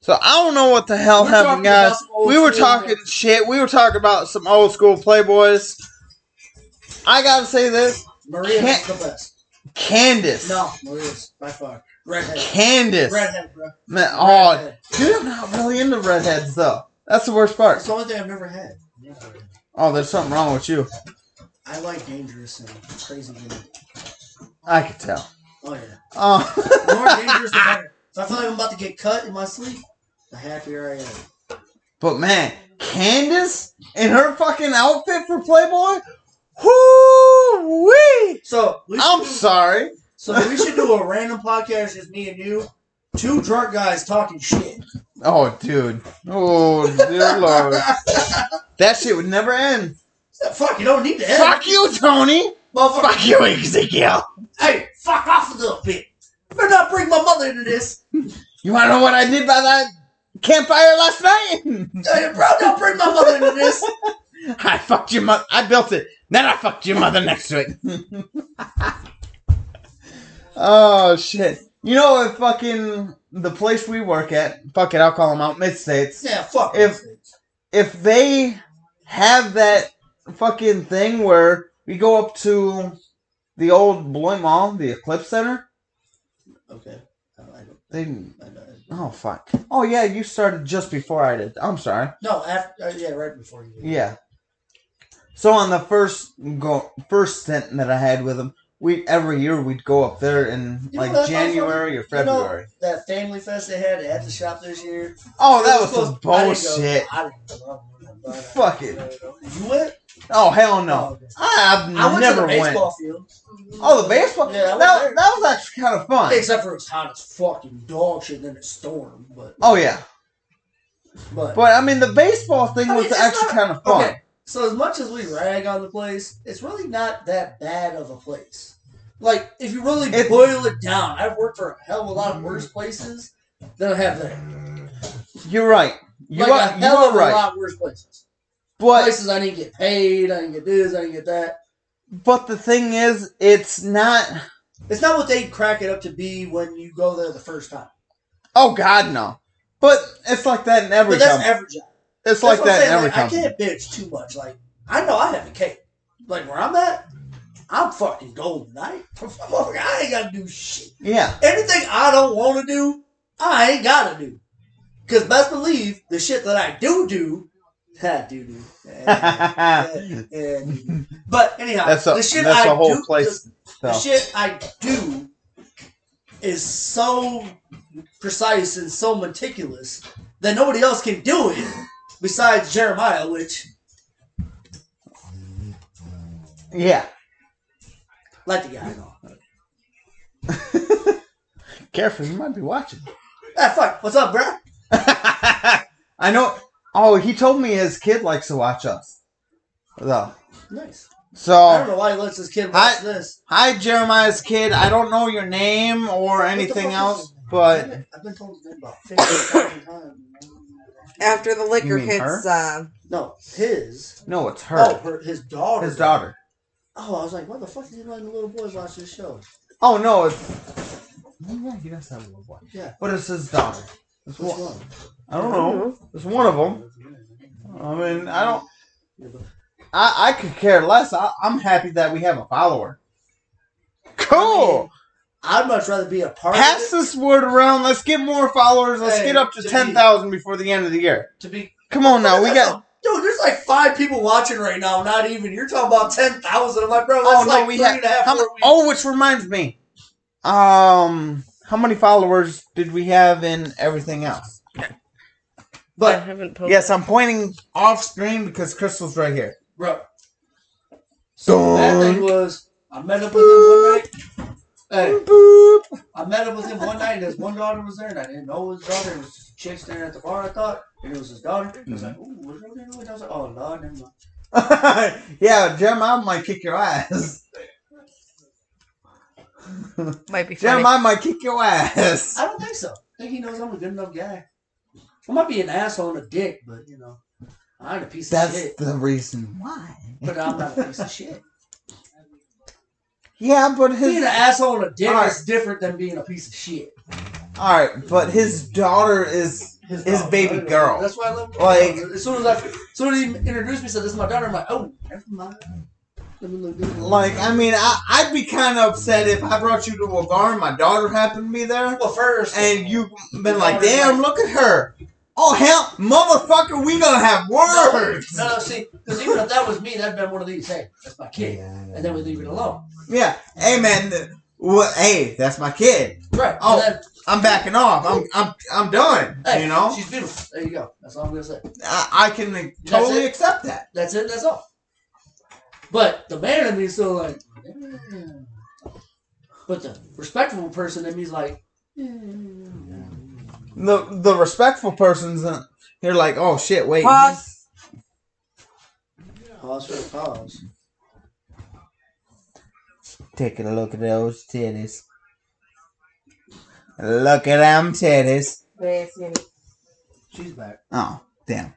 Speaker 1: So I don't know what the hell
Speaker 4: We're
Speaker 1: happened,
Speaker 4: talking about
Speaker 1: guys.
Speaker 4: some old
Speaker 1: We were
Speaker 4: school-
Speaker 1: talking shit. We were talking about some old school playboys. I gotta say this,
Speaker 4: Maria's
Speaker 1: Can't-
Speaker 4: the best.
Speaker 1: Candace.
Speaker 4: No, Maria's by far. Redhead.
Speaker 1: Candace.
Speaker 4: Redhead, bro.
Speaker 1: Man, oh,
Speaker 4: Redhead.
Speaker 1: dude, I'm not really into redheads though. That's the worst part.
Speaker 4: That's the only thing I've never had.
Speaker 1: Oh, there's something wrong with you.
Speaker 4: I like dangerous and crazy women.
Speaker 1: I could tell.
Speaker 4: Oh, yeah.
Speaker 1: *laughs*
Speaker 4: The more
Speaker 1: Oh.
Speaker 4: dangerous, the better. If I feel like I'm about to get cut in my sleep, the happier I am.
Speaker 1: but man, Candace in her fucking outfit for Playboy, whoo wee!
Speaker 4: So, we should
Speaker 1: I'm
Speaker 4: do-
Speaker 1: sorry.
Speaker 4: So we should do a random podcast, just me and you, two drunk guys talking shit.
Speaker 1: Oh, dude. Oh, dear lord. That shit would never end.
Speaker 4: Fuck, you don't need to edit.
Speaker 1: Fuck you, Tony.
Speaker 4: motherfucker.
Speaker 1: Fuck you, Ezekiel.
Speaker 4: Hey, fuck off a little bit. Better not bring my mother into this.
Speaker 1: You want to know what I did by that campfire last night? *laughs*
Speaker 4: Hey, bro, don't bring my mother into this.
Speaker 1: I fucked your mother. I built it. Then I fucked your mother next to it. oh shit! You know if fucking the place we work at, fuck it, I'll call them out. Mid States.
Speaker 4: Yeah, fuck.
Speaker 1: If- If they have that fucking thing where we go up to the old Bloy Mall, the Eclipse Center,
Speaker 4: Okay. I like it.
Speaker 1: they.
Speaker 4: I know it.
Speaker 1: Oh fuck! Oh yeah, you started just before I did. I'm sorry.
Speaker 4: No, after, uh, yeah, right before you. did.
Speaker 1: Yeah. So on the first go first stint that I had with him, we every year we'd go up there in
Speaker 4: You know
Speaker 1: like
Speaker 4: that
Speaker 1: January or
Speaker 4: You know,
Speaker 1: February.
Speaker 4: that family fest they had at the shop this year.
Speaker 1: oh, that
Speaker 4: It
Speaker 1: was some
Speaker 4: close- I didn't
Speaker 1: bullshit.
Speaker 4: go. I didn't go. I didn't go.
Speaker 1: Fuck it.
Speaker 4: You went?
Speaker 1: Oh hell
Speaker 4: Oh,
Speaker 1: no.
Speaker 4: okay.
Speaker 1: I,
Speaker 4: I
Speaker 1: I've
Speaker 4: went to
Speaker 1: never
Speaker 4: the
Speaker 1: went.
Speaker 4: baseball field.
Speaker 1: Oh, the baseball.
Speaker 4: Yeah, I
Speaker 1: that,
Speaker 4: went
Speaker 1: that
Speaker 4: there.
Speaker 1: was actually kind of fun.
Speaker 4: Except for it was hot as fucking dog shit, then it stormed. But
Speaker 1: Oh yeah,
Speaker 4: but,
Speaker 1: but I mean the baseball thing
Speaker 4: I mean,
Speaker 1: was
Speaker 4: it's
Speaker 1: actually
Speaker 4: not-
Speaker 1: kind of fun.
Speaker 4: okay. So as much as we rag on the place, it's really not that bad of a place. Like if you really
Speaker 1: It-
Speaker 4: boil it down, I've worked for a hell of a lot of worse places than I have there.
Speaker 1: You're right. You
Speaker 4: like a
Speaker 1: are, you
Speaker 4: hell
Speaker 1: are
Speaker 4: of a
Speaker 1: right.
Speaker 4: lot worse places.
Speaker 1: But
Speaker 4: places I didn't get paid, I didn't get this, I didn't get that.
Speaker 1: but the thing is, it's not.
Speaker 4: It's not what they crack it up to be when you go there the first time.
Speaker 1: Oh God, no. But it's like that in every
Speaker 4: but that's
Speaker 1: company.
Speaker 4: every job.
Speaker 1: it's
Speaker 4: That's
Speaker 1: like
Speaker 4: what
Speaker 1: that
Speaker 4: I'm
Speaker 1: in
Speaker 4: saying,
Speaker 1: every
Speaker 4: like, I
Speaker 1: company.
Speaker 4: can't bitch too much. Like I know I have a cake. Like where I'm at, I'm fucking golden. I, *laughs* I ain't gotta do shit. *laughs*
Speaker 1: Yeah.
Speaker 4: Anything I don't want to do, I ain't gotta do. Cause best believe the shit that I do do, *laughs* I do do. Eh, eh, eh, do. but anyhow,
Speaker 1: that's a
Speaker 4: the shit
Speaker 1: that's
Speaker 4: I
Speaker 1: a whole
Speaker 4: do,
Speaker 1: place.
Speaker 4: The, the
Speaker 1: so.
Speaker 4: shit I do is so precise and so meticulous that nobody else can do it besides Jeremiah, which
Speaker 1: Yeah.
Speaker 4: like the guy. and all.
Speaker 1: Careful, you might be watching. *laughs*
Speaker 4: Ah, fuck. What's up, bruh?
Speaker 1: I know. Oh, he told me his kid likes to watch us. Though.
Speaker 4: Nice. I don't
Speaker 1: So
Speaker 4: know why he lets his kid watch
Speaker 1: Oh. I-
Speaker 4: this.
Speaker 1: hi, Jeremiah's kid. I don't know your name or
Speaker 4: the
Speaker 1: anything
Speaker 4: fuck is
Speaker 1: else,
Speaker 4: his name? Damn
Speaker 1: but
Speaker 4: it, I've been told his name
Speaker 1: *coughs*
Speaker 4: about 50,000 times.
Speaker 3: After the liquor
Speaker 1: You mean
Speaker 3: hits,
Speaker 1: her?
Speaker 3: uh,
Speaker 4: No, his.
Speaker 1: no, it's
Speaker 4: Oh,
Speaker 1: her,
Speaker 4: her, his daughter.
Speaker 1: his daughter.
Speaker 4: Oh, I was like, why the fuck is he letting the little boy watch this show?
Speaker 1: Oh no, it's yeah, he does have a little boy.
Speaker 4: Yeah.
Speaker 1: but it's his daughter. It's
Speaker 4: Which
Speaker 1: one,
Speaker 4: one?
Speaker 1: I don't know. It's one of them. I mean, I don't.
Speaker 4: Yeah, but-
Speaker 1: I I could care less. I, I'm happy that we have a follower. Cool.
Speaker 4: I'd much rather be a part
Speaker 1: Pass
Speaker 4: of it.
Speaker 1: this word around. Let's get more followers. Let's
Speaker 4: Hey,
Speaker 1: get up to
Speaker 4: to
Speaker 1: ten thousand before the end of the year.
Speaker 4: To be.
Speaker 1: Come on now, we got.
Speaker 4: Dude, there's like five people watching right now. Not even. You're talking about ten thousand. I'm like, bro, that's
Speaker 1: Oh no,
Speaker 4: like
Speaker 1: we
Speaker 4: three
Speaker 1: have.
Speaker 4: and a half,
Speaker 1: How,
Speaker 4: four
Speaker 1: ma- oh, which reminds me. Um, how many followers did we have in everything else?
Speaker 4: weeks.
Speaker 3: I
Speaker 4: But
Speaker 3: haven't posted.
Speaker 1: Yes, I'm pointing off screen because Crystal's right here. *laughs*
Speaker 4: bro, That thing
Speaker 1: Oh.
Speaker 4: was, I met up with him one night. Hey,
Speaker 1: Boop.
Speaker 4: I met up with him one night, and his one daughter was there, and I didn't know it was his daughter. It was just a chick standing at the bar, I thought, and it was his daughter. I was like, ooh, what's her name? And I was like, oh, no, never mind.
Speaker 1: yeah, Jeremiah might kick your ass.
Speaker 3: Might be funny.
Speaker 1: Jeremiah might kick your ass.
Speaker 4: I don't think so. I think he knows I'm a good enough guy. I might be an asshole and a dick, but, you know, I ain't a piece of
Speaker 1: That's *laughs*
Speaker 4: shit.
Speaker 1: the reason why.
Speaker 4: But I'm not a piece of shit.
Speaker 1: Yeah, but
Speaker 4: Being an
Speaker 1: his
Speaker 4: asshole and a dick
Speaker 1: Alright.
Speaker 4: is different than being a piece of shit.
Speaker 1: all right, but his daughter is His
Speaker 4: daughter,
Speaker 1: baby
Speaker 4: I don't know.
Speaker 1: girl.
Speaker 4: That's why I love
Speaker 1: Like-
Speaker 4: As soon as I, as soon as he introduced me, said this is my daughter. I'm like, oh, never mind. Let me look this up.
Speaker 1: like. I mean, I, I'd be kind of upset if I brought you to a bar and my daughter happened to be there,
Speaker 4: well, first
Speaker 1: and you've been like, "Damn, look at her." Oh hell, motherfucker, we gonna have
Speaker 4: No,
Speaker 1: words.
Speaker 4: No, no, see, because even if that was me, that'd been one of these. Hey, that's my kid, and then we leave it alone.
Speaker 1: Yeah, hey man, th- well, hey, that's my kid.
Speaker 4: Right.
Speaker 1: Oh,
Speaker 4: and
Speaker 1: I'm backing off. I'm I'm I'm done.
Speaker 4: then, hey,
Speaker 1: you know,
Speaker 4: she's beautiful. There you go. That's all I'm gonna say.
Speaker 1: I, I can totally
Speaker 4: it.
Speaker 1: accept that.
Speaker 4: That's it. That's all. But the man in me is still like, "Damn." but the respectful person in me is like,
Speaker 1: The the respectful person's uh, you're like, oh shit, wait.
Speaker 3: Pause.
Speaker 4: pause for a pause.
Speaker 1: Taking a look at those titties. Look at them titties.
Speaker 4: She's back.
Speaker 1: Oh damn.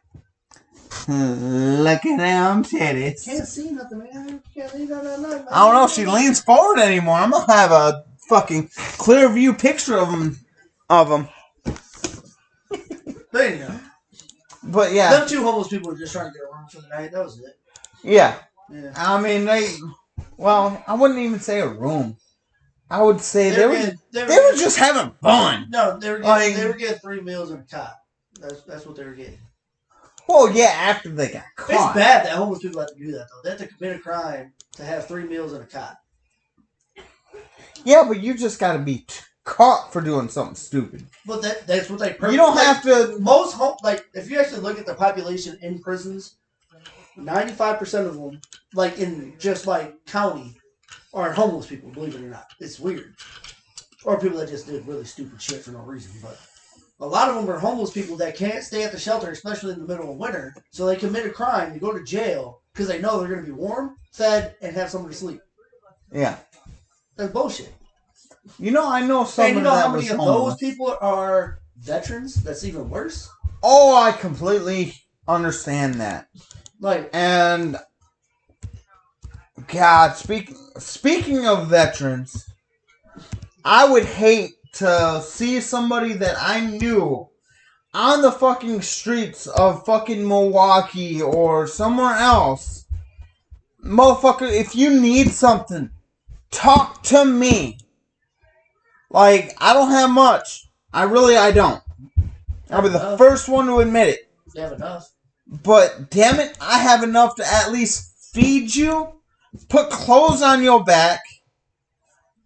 Speaker 1: Look at them titties.
Speaker 4: Can't see nothing, man. Can't see nothing. nothing,
Speaker 1: I don't know if she
Speaker 4: man.
Speaker 1: leans forward anymore. I'm gonna have a fucking clear view picture of them. Of 'em.
Speaker 4: There you go.
Speaker 1: But yeah,
Speaker 4: Them two homeless people were just trying to get a room for the night. That was it.
Speaker 1: yeah.
Speaker 4: Yeah.
Speaker 1: I mean, they. Well, I wouldn't even say a room. I would say they were.
Speaker 4: getting- they
Speaker 1: They were just having fun.
Speaker 4: No, they were getting,
Speaker 1: Like-
Speaker 4: they were getting three meals and a cot. That's that's what they were getting.
Speaker 1: Well, yeah. After they got
Speaker 4: It's
Speaker 1: caught.
Speaker 4: bad that homeless people have to do that though. They have to commit a crime to have three meals and a cot.
Speaker 1: Yeah, but you just got to be t- caught for doing something stupid.
Speaker 4: But that that's what they.
Speaker 1: You don't
Speaker 4: like,
Speaker 1: have to.
Speaker 4: most home like if you actually look at the population in prisons, ninety five percent of them, like in just like county, are homeless people. Believe it or not, it's weird. Or people that just did really stupid shit for no reason. But a lot of them are homeless people that can't stay at the shelter, especially in the middle of winter. So they commit a crime, they go to jail, because they know they're going to be warm, fed, and have somewhere to sleep.
Speaker 1: Yeah.
Speaker 4: That's bullshit.
Speaker 1: You know, I know
Speaker 4: And
Speaker 1: someone
Speaker 4: you know
Speaker 1: that
Speaker 4: how
Speaker 1: was
Speaker 4: many of
Speaker 1: homeless.
Speaker 4: those people are veterans? That's even worse.
Speaker 1: Oh, I completely understand that.
Speaker 4: Like,
Speaker 1: And God, speak, speaking of veterans, I would hate to see somebody that I knew on the fucking streets of fucking Milwaukee or somewhere else. Motherfucker, if you need something, talk to me. Like, I don't have much. I really, I don't. I'll be the
Speaker 4: Uh.
Speaker 1: first one to admit it.
Speaker 4: they have enough.
Speaker 1: But damn it, I have enough to at least feed you, put clothes on your back,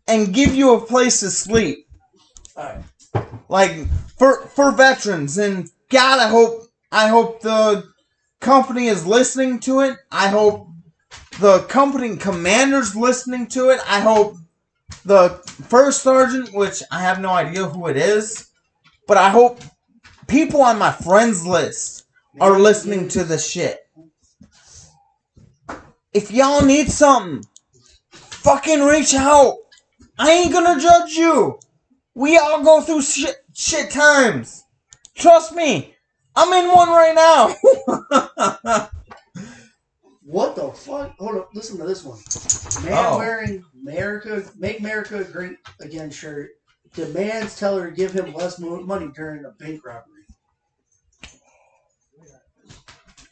Speaker 1: and give you a place to sleep.
Speaker 4: All right.
Speaker 1: Like for for veterans and God I hope I hope the company is listening to it. I hope the company commander's listening to it. I hope the first sergeant, which I have no idea who it is, but I hope people on my friends list are listening to the shit. If y'all need something, fucking reach out. I ain't gonna judge you. We all go through shit, shit times. Trust me, I'm in one right now.
Speaker 4: What the fuck? Hold up, listen to this one. Man
Speaker 1: Oh.
Speaker 4: wearing America, make America great again shirt demands teller give him less mo- money during a bank robbery.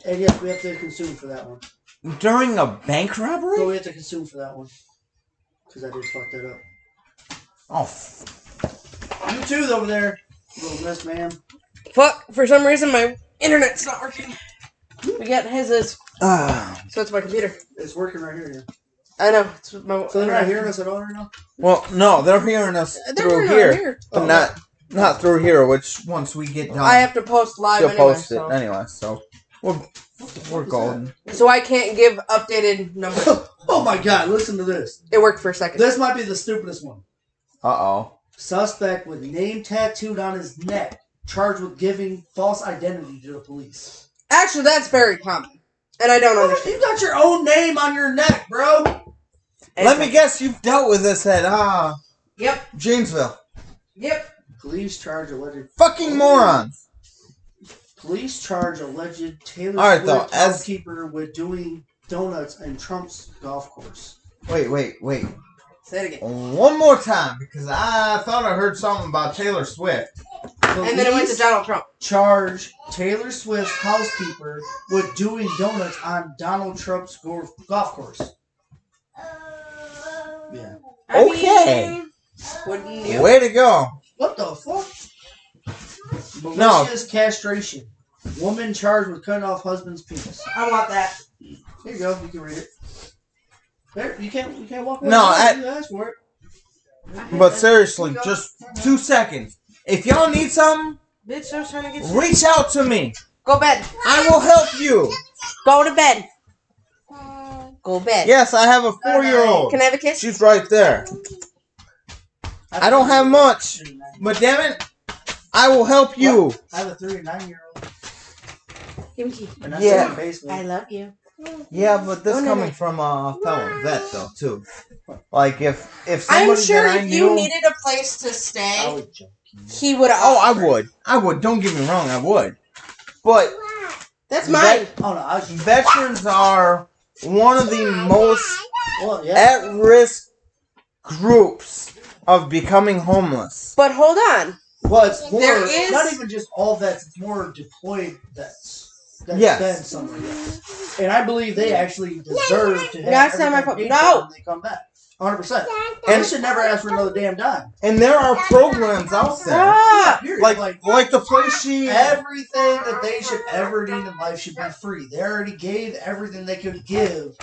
Speaker 4: And yes, we have to consume for that one.
Speaker 1: *laughs* During a bank
Speaker 4: So
Speaker 1: robbery?
Speaker 4: we have to consume for that one because I did fuck that up.
Speaker 1: Oh, f-
Speaker 4: You too, over there, little miss, ma'am.
Speaker 3: Fuck, for some reason my internet's not working. We got his is,
Speaker 1: ah.
Speaker 3: so it's my computer.
Speaker 4: It's working right here.
Speaker 3: I know. It's my,
Speaker 4: So they're not hearing us at all right now.
Speaker 1: well, no, they're hearing us
Speaker 3: They're
Speaker 1: through
Speaker 3: not
Speaker 1: here,
Speaker 3: here.
Speaker 1: but
Speaker 4: Oh.
Speaker 1: not not through here. Which once we get done,
Speaker 3: I have to post live
Speaker 1: she'll
Speaker 3: anyway,
Speaker 1: post
Speaker 3: so.
Speaker 1: it anyway. So we're we're
Speaker 4: is
Speaker 1: golden.
Speaker 3: so I can't give updated numbers.
Speaker 4: *laughs* oh my god! Listen to this.
Speaker 3: It worked for a second.
Speaker 4: This might be the stupidest one.
Speaker 1: Uh oh.
Speaker 4: Suspect with name tattooed on his neck, charged with giving false identity to the police.
Speaker 3: Actually, that's very common, and I don't understand.
Speaker 4: You got your own name on your neck, bro.
Speaker 1: Let me guess, you've dealt with this at ah
Speaker 3: Yep.
Speaker 1: Janesville.
Speaker 3: Yep.
Speaker 4: Police charge alleged.
Speaker 1: Fucking morons.
Speaker 4: Police charge alleged Taylor
Speaker 1: All right, though,
Speaker 4: Swift
Speaker 1: as-
Speaker 4: housekeeper with doing donuts in Trump's golf course.
Speaker 1: Wait, wait, wait.
Speaker 3: Say it again.
Speaker 1: One more time, because I thought I heard something about Taylor Swift.
Speaker 3: And then it went to
Speaker 4: Police
Speaker 3: Donald Trump.
Speaker 4: Charge Taylor Swift's housekeeper with doing donuts on Donald Trump's golf golf course. Yeah.
Speaker 3: I
Speaker 1: Okay.
Speaker 3: mean, wouldn't you?
Speaker 1: Way to go.
Speaker 4: What the fuck?
Speaker 1: No.
Speaker 4: Malicious castration. Woman charged with cutting off husband's penis.
Speaker 10: I want that.
Speaker 4: Here you go. You can read it. There, you can't. You can't walk away.
Speaker 1: No,
Speaker 4: from
Speaker 1: I-
Speaker 4: it. You asked for it.
Speaker 1: But seriously, just two seconds. If y'all need something,
Speaker 10: Bitch, I was trying to get
Speaker 1: reach out to me.
Speaker 3: Go bed.
Speaker 1: I will help you.
Speaker 3: Go to bed. Go bed.
Speaker 1: Yes, I have a four year old.
Speaker 3: Can I have a kiss?
Speaker 1: She's right there. I don't have much,
Speaker 4: Thirty-nine.
Speaker 1: but damn it, I will help you.
Speaker 4: I have a thirty-nine-year-old,
Speaker 3: Give me a kiss.
Speaker 4: and that's
Speaker 1: Yeah.
Speaker 4: in the basement.
Speaker 3: I love you.
Speaker 1: Yeah, but this
Speaker 3: Oh, no,
Speaker 1: coming
Speaker 3: no.
Speaker 1: from uh, a fellow vet though too. Like if if somebody
Speaker 3: I'm sure
Speaker 1: that I
Speaker 3: if
Speaker 1: knew,
Speaker 3: you needed a place to
Speaker 4: I
Speaker 3: stay,
Speaker 4: would joke.
Speaker 3: he would.
Speaker 1: oh I would I would don't get me wrong I would, but
Speaker 3: That's mine.
Speaker 4: Oh no, I was.
Speaker 1: veterans are one of the most
Speaker 4: Well, yeah.
Speaker 1: at risk groups of becoming homeless.
Speaker 3: But hold on.
Speaker 4: well, it's more.
Speaker 3: There is-
Speaker 4: Not even just all vets. It's more deployed vets. That's
Speaker 1: Yes.
Speaker 4: been somewhere. else. And I believe they actually deserve to have.
Speaker 3: That's not my fault.
Speaker 4: everything paid for
Speaker 3: No.
Speaker 4: When they come back, hundred percent. And
Speaker 1: And-
Speaker 4: they should never ask for another damn dime.
Speaker 1: And there are programs out there
Speaker 3: Stop.
Speaker 4: Period.
Speaker 1: like like the place she
Speaker 4: Everything that they should ever need in life should be free. They already gave everything they could give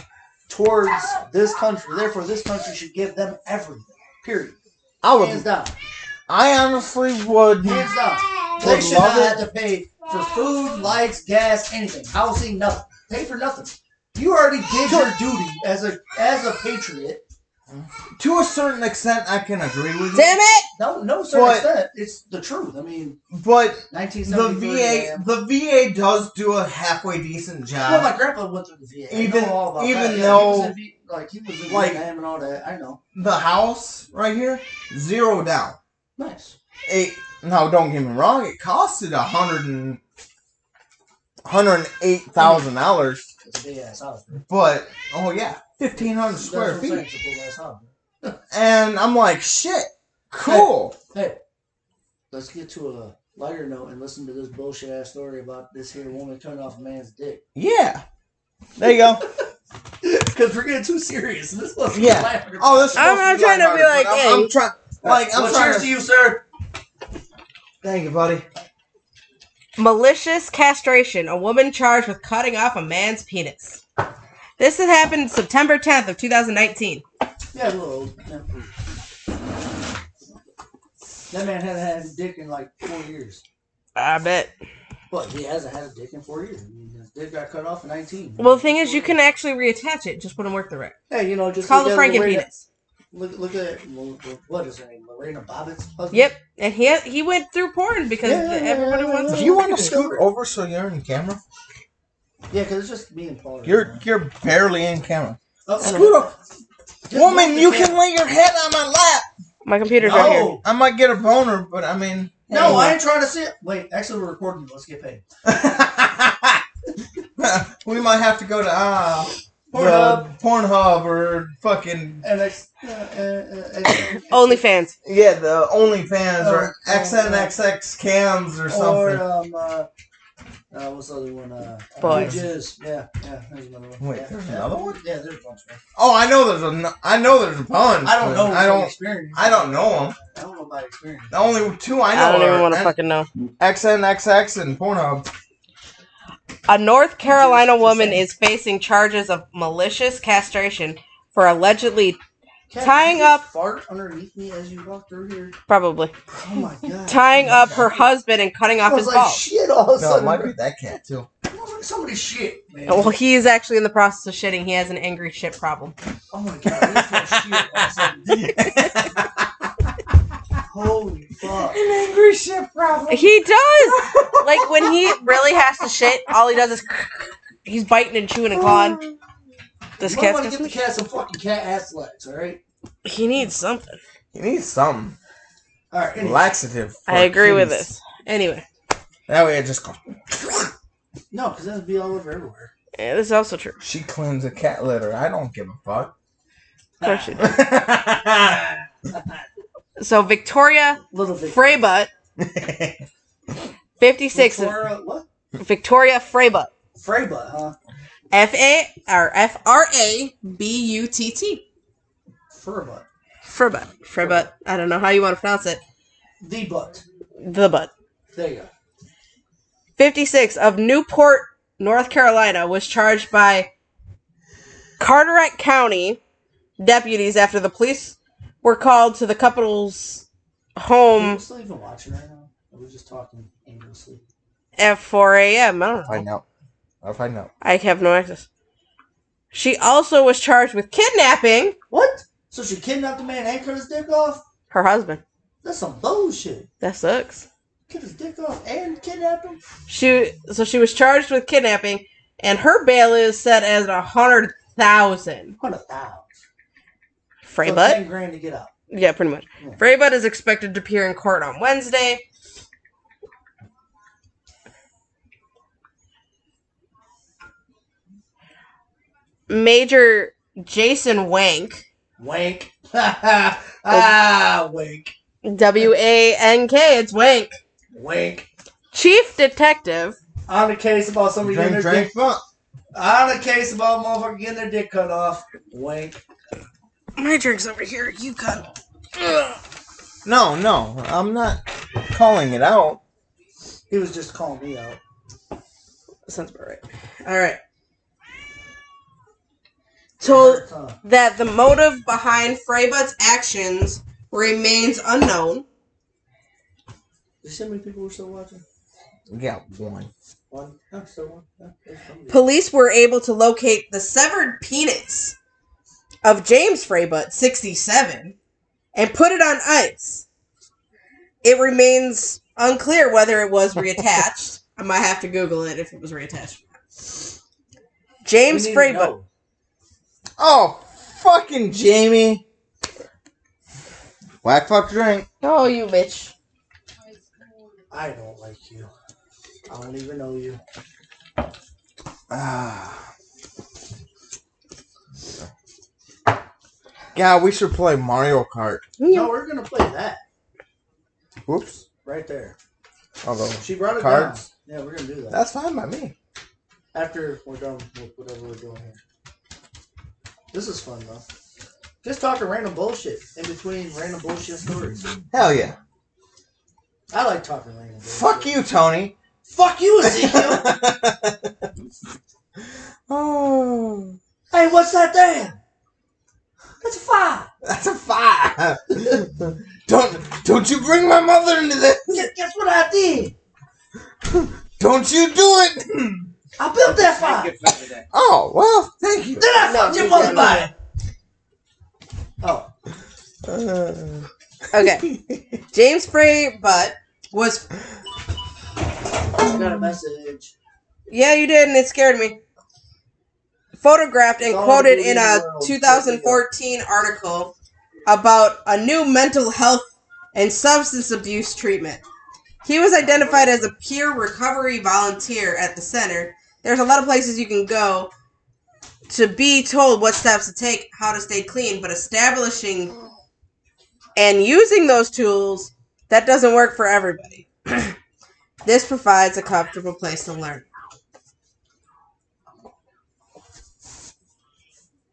Speaker 4: towards this country. Therefore, this country should give them everything. Period.
Speaker 1: I
Speaker 4: Hands
Speaker 1: would
Speaker 4: down.
Speaker 1: I honestly would
Speaker 4: Hands down. They
Speaker 1: Would
Speaker 4: should
Speaker 1: love
Speaker 4: not
Speaker 1: it.
Speaker 4: have to pay for food, lights, gas, anything. Housing, nothing. Pay for nothing. You already did your duty as a as a patriot
Speaker 1: to a certain extent, I can agree with you.
Speaker 3: Damn it!
Speaker 4: No, no certain
Speaker 1: But-
Speaker 4: extent. It's the truth. I mean,
Speaker 1: But the
Speaker 4: 1973.
Speaker 1: VA,
Speaker 4: man.
Speaker 1: the VA does do a halfway decent
Speaker 4: Well, my
Speaker 1: job.
Speaker 4: grandpa went through the VA. I
Speaker 1: Even-
Speaker 4: know all about
Speaker 1: even
Speaker 4: that. Yeah,
Speaker 1: though-
Speaker 4: he was in V- like he was in
Speaker 1: like-
Speaker 4: Vietnam and all that. I know.
Speaker 1: The house right here, zero down.
Speaker 4: Nice.
Speaker 1: It now, don't get me wrong, it costed a hundred and hundred and eight thousand dollars.
Speaker 4: It's a big ass house. bro.
Speaker 1: But oh yeah, fifteen hundred
Speaker 4: That's
Speaker 1: square
Speaker 4: what I'm saying,
Speaker 1: feet.
Speaker 4: It's a big ass house. bro.
Speaker 1: And I'm like, shit, cool.
Speaker 4: Hey, let's get to a lighter note and listen to this bullshit ass story about this here woman turning off a man's dick.
Speaker 1: Yeah. There you go.
Speaker 4: Because we're getting too serious. and This wasn't
Speaker 1: Yeah.
Speaker 4: laughing.
Speaker 1: Oh, this. is
Speaker 3: I'm-
Speaker 1: supposed
Speaker 3: I'm
Speaker 1: be
Speaker 3: trying to be
Speaker 1: lighthearted,
Speaker 3: like,
Speaker 1: but I'm,
Speaker 3: hey.
Speaker 1: I'm trying. Like, I'm
Speaker 4: well,
Speaker 1: trying.
Speaker 4: cheers to you, sir.
Speaker 1: Thank you, buddy.
Speaker 3: Malicious castration, a woman charged with cutting off a man's penis. This has happened September 10th of 2019.
Speaker 4: Yeah, a little old. Yeah. That man hasn't had a dick in like four years.
Speaker 3: I bet.
Speaker 4: But he hasn't had a dick in four years. I mean, his dick got cut off at 19.
Speaker 3: Well, the thing is, you can actually reattach it, just wouldn't work the right.
Speaker 4: Hey, you know,
Speaker 3: It's
Speaker 4: just
Speaker 3: called the
Speaker 4: look at
Speaker 3: Franken
Speaker 4: Lorena-
Speaker 3: penis.
Speaker 4: Look, look at Lo- Lo- what is her name? Lorena Bobbitt's husband.
Speaker 3: Yep, and he he went through porn because
Speaker 4: Yeah, yeah,
Speaker 3: everybody
Speaker 4: yeah,
Speaker 3: wants.
Speaker 4: yeah.
Speaker 1: Do
Speaker 3: to
Speaker 1: you want to scoot over so you're in camera?
Speaker 4: Yeah, because it's just me and Paul. right
Speaker 1: You're
Speaker 4: now.
Speaker 1: you're barely in camera.
Speaker 4: Oh,
Speaker 1: Scoot over.
Speaker 4: just
Speaker 1: Woman,
Speaker 4: look
Speaker 1: you
Speaker 4: at him.
Speaker 1: can lay your head on my lap.
Speaker 3: My computer's right here.
Speaker 4: No,
Speaker 1: I might get a boner, but I mean.
Speaker 4: no, I ain't trying to see it. Wait, actually, we're recording. Let's get paid.
Speaker 1: *laughs* we might have to go to uh,
Speaker 4: Pornhub.
Speaker 1: the Pornhub or fucking
Speaker 4: And it's, uh, uh,
Speaker 3: *laughs*
Speaker 4: uh, uh,
Speaker 3: OnlyFans.
Speaker 1: yeah, the OnlyFans or
Speaker 4: Or-
Speaker 1: XNXX cams or
Speaker 4: Oh, or
Speaker 1: something.
Speaker 4: um, uh, uh, what's the other one? Uh,
Speaker 3: Boy.
Speaker 4: Blue Jizz. Yeah, yeah. There's another one.
Speaker 1: Wait,
Speaker 4: yeah.
Speaker 1: there's
Speaker 4: yeah.
Speaker 1: another one?
Speaker 4: Yeah, there's a bunch. Man.
Speaker 1: Oh, I know there's a n- I know there's a bunch.
Speaker 4: I don't
Speaker 1: but
Speaker 4: know.
Speaker 1: I
Speaker 4: from
Speaker 1: don't.
Speaker 4: Experience.
Speaker 1: I don't know 'em.
Speaker 4: I don't know about experience.
Speaker 1: The only two I know
Speaker 3: I don't even
Speaker 1: are
Speaker 3: want to
Speaker 1: N-
Speaker 3: fucking know.
Speaker 1: XNXX and Pornhub.
Speaker 3: A North Carolina woman is facing charges of malicious castration for allegedly,
Speaker 4: Cat,
Speaker 3: Tying
Speaker 4: did you
Speaker 3: up-
Speaker 4: Fart underneath me as you walk through here.
Speaker 3: probably,
Speaker 4: Oh
Speaker 1: *laughs*
Speaker 4: my god.
Speaker 3: tying up her husband and cutting
Speaker 4: I
Speaker 3: off
Speaker 4: was
Speaker 3: his
Speaker 4: like,
Speaker 3: balls.
Speaker 4: shit. All of a
Speaker 1: No, it
Speaker 4: sudden,
Speaker 1: might be Oh, that cat too.
Speaker 4: somebody shit, man.
Speaker 3: Well, he is actually in the process of shitting. He has an angry shit problem.
Speaker 4: Oh my god, I just felt shit. all of a
Speaker 1: *laughs*
Speaker 4: sudden. Holy fuck.
Speaker 1: angry shit problem.
Speaker 3: He does. like when he really has to shit, all he does is he's biting and chewing and clawing. This
Speaker 4: you might
Speaker 3: cat's
Speaker 4: want to get the
Speaker 3: just,
Speaker 4: cat some fucking cat ass legs, alright?
Speaker 3: he needs something.
Speaker 1: You need something
Speaker 4: Alright, anyway.
Speaker 1: laxative. for
Speaker 3: I agree with
Speaker 1: kitties.
Speaker 3: this. Anyway,
Speaker 1: That way, I just go.
Speaker 4: No, because that'd be all over everywhere.
Speaker 3: yeah, this is also true.
Speaker 1: She cleans a cat litter. I don't give a fuck. *laughs*
Speaker 3: Of course you do.
Speaker 1: That's
Speaker 3: So Victoria
Speaker 4: Little bit.
Speaker 3: Freybutt, fifty-six.
Speaker 4: Victoria- what?
Speaker 3: Victoria Freybutt,
Speaker 4: Freybutt, huh?
Speaker 3: F A or F R A B U T T.
Speaker 4: Furbutt.
Speaker 3: Freybutt. Freybutt. I don't know how you want to pronounce it.
Speaker 4: The butt.
Speaker 3: The butt.
Speaker 4: There you go.
Speaker 3: 56 of Newport, North Carolina, was charged by Carteret County deputies after the police were called to the couple's
Speaker 4: Are we
Speaker 3: home
Speaker 4: still even watching right now? Or Are we just talking aimlessly?
Speaker 3: at 4 a.m. I don't know.
Speaker 1: find out. I'll find out.
Speaker 3: I have no access. She also was charged with kidnapping
Speaker 4: What? So she kidnapped a man and cut his dick off?
Speaker 3: her husband.
Speaker 4: That's some bullshit.
Speaker 3: That sucks.
Speaker 4: Cut his dick off and kidnapped him?
Speaker 3: She so she was charged with kidnapping, and her bail is set as a hundred thousand.
Speaker 4: What a thou.
Speaker 3: Frey
Speaker 4: So
Speaker 3: butt.
Speaker 4: 10 grand to get out.
Speaker 3: Yeah, pretty much.
Speaker 4: Yeah.
Speaker 3: Freybutt is expected to appear in court on Wednesday. Major Jason Wank,
Speaker 4: Wank. *laughs* ah, wink.
Speaker 3: W A N K, it's Wank,
Speaker 4: Wink.
Speaker 3: chief detective.
Speaker 4: On the case about somebody
Speaker 1: Drink,
Speaker 4: getting their
Speaker 1: drink,
Speaker 4: dick.
Speaker 1: fuck.
Speaker 4: On the case about motherfucker getting their dick cut off. Wink.
Speaker 3: My drink's over here. You got. Ugh.
Speaker 1: No, no, I'm not calling it out.
Speaker 4: He was just calling me out.
Speaker 3: Sounds about right. All right. So
Speaker 4: Huh.
Speaker 3: that the motive behind Freybutt's actions remains unknown.
Speaker 4: You see how many people were still watching?
Speaker 1: We got one.
Speaker 4: One. No, still one. No, there's somebody.
Speaker 3: Police were able to locate the severed penis of James Freybutt, 67, and put it on ice. It remains unclear whether it
Speaker 1: *laughs*
Speaker 3: was reattached. I might have to Google it if it was reattached. James
Speaker 1: We need to
Speaker 3: Freybutt.
Speaker 1: Oh, fucking Jamie. Whack fuck drink.
Speaker 3: Oh, you bitch.
Speaker 4: I don't like you. I don't even know you.
Speaker 1: Ah. Yeah, we should play Mario Kart.
Speaker 4: No, we're gonna play that
Speaker 1: Whoops.
Speaker 4: right there.
Speaker 1: Although
Speaker 4: She brought it
Speaker 1: cards.
Speaker 4: down. Yeah, we're gonna do that.
Speaker 1: That's fine by me.
Speaker 4: After we're done with whatever we're doing here. This is fun though. Just talking random bullshit in between random bullshit stories.
Speaker 1: Hell yeah.
Speaker 4: I like talking random. Bullshit.
Speaker 1: Fuck you, Tony.
Speaker 4: Fuck you, Ezekiel.
Speaker 1: *laughs* oh,
Speaker 4: hey, what's that there? That's a fire.
Speaker 1: that's a five. *laughs* don't don't you bring my mother into this.
Speaker 4: Guess, guess what I did?
Speaker 1: Don't you do it.
Speaker 4: I built that fire.
Speaker 1: *clears throat* oh well, thank you.
Speaker 4: Then I fucked your mother by it. Oh,
Speaker 1: Uh,
Speaker 3: *laughs* Okay. James Freybutt was
Speaker 4: I got a message.
Speaker 3: Yeah, you did, and it scared me. Photographed and
Speaker 4: Don't
Speaker 3: quoted
Speaker 4: believe
Speaker 3: in a
Speaker 4: the world.
Speaker 3: 2014 article about a new mental health and substance abuse treatment. He was identified as a peer recovery volunteer at the center. There's a lot of places you can go to be told what steps to take, how to stay clean, but establishing and using those tools, that doesn't work for everybody. *clears throat* this provides a comfortable place to learn.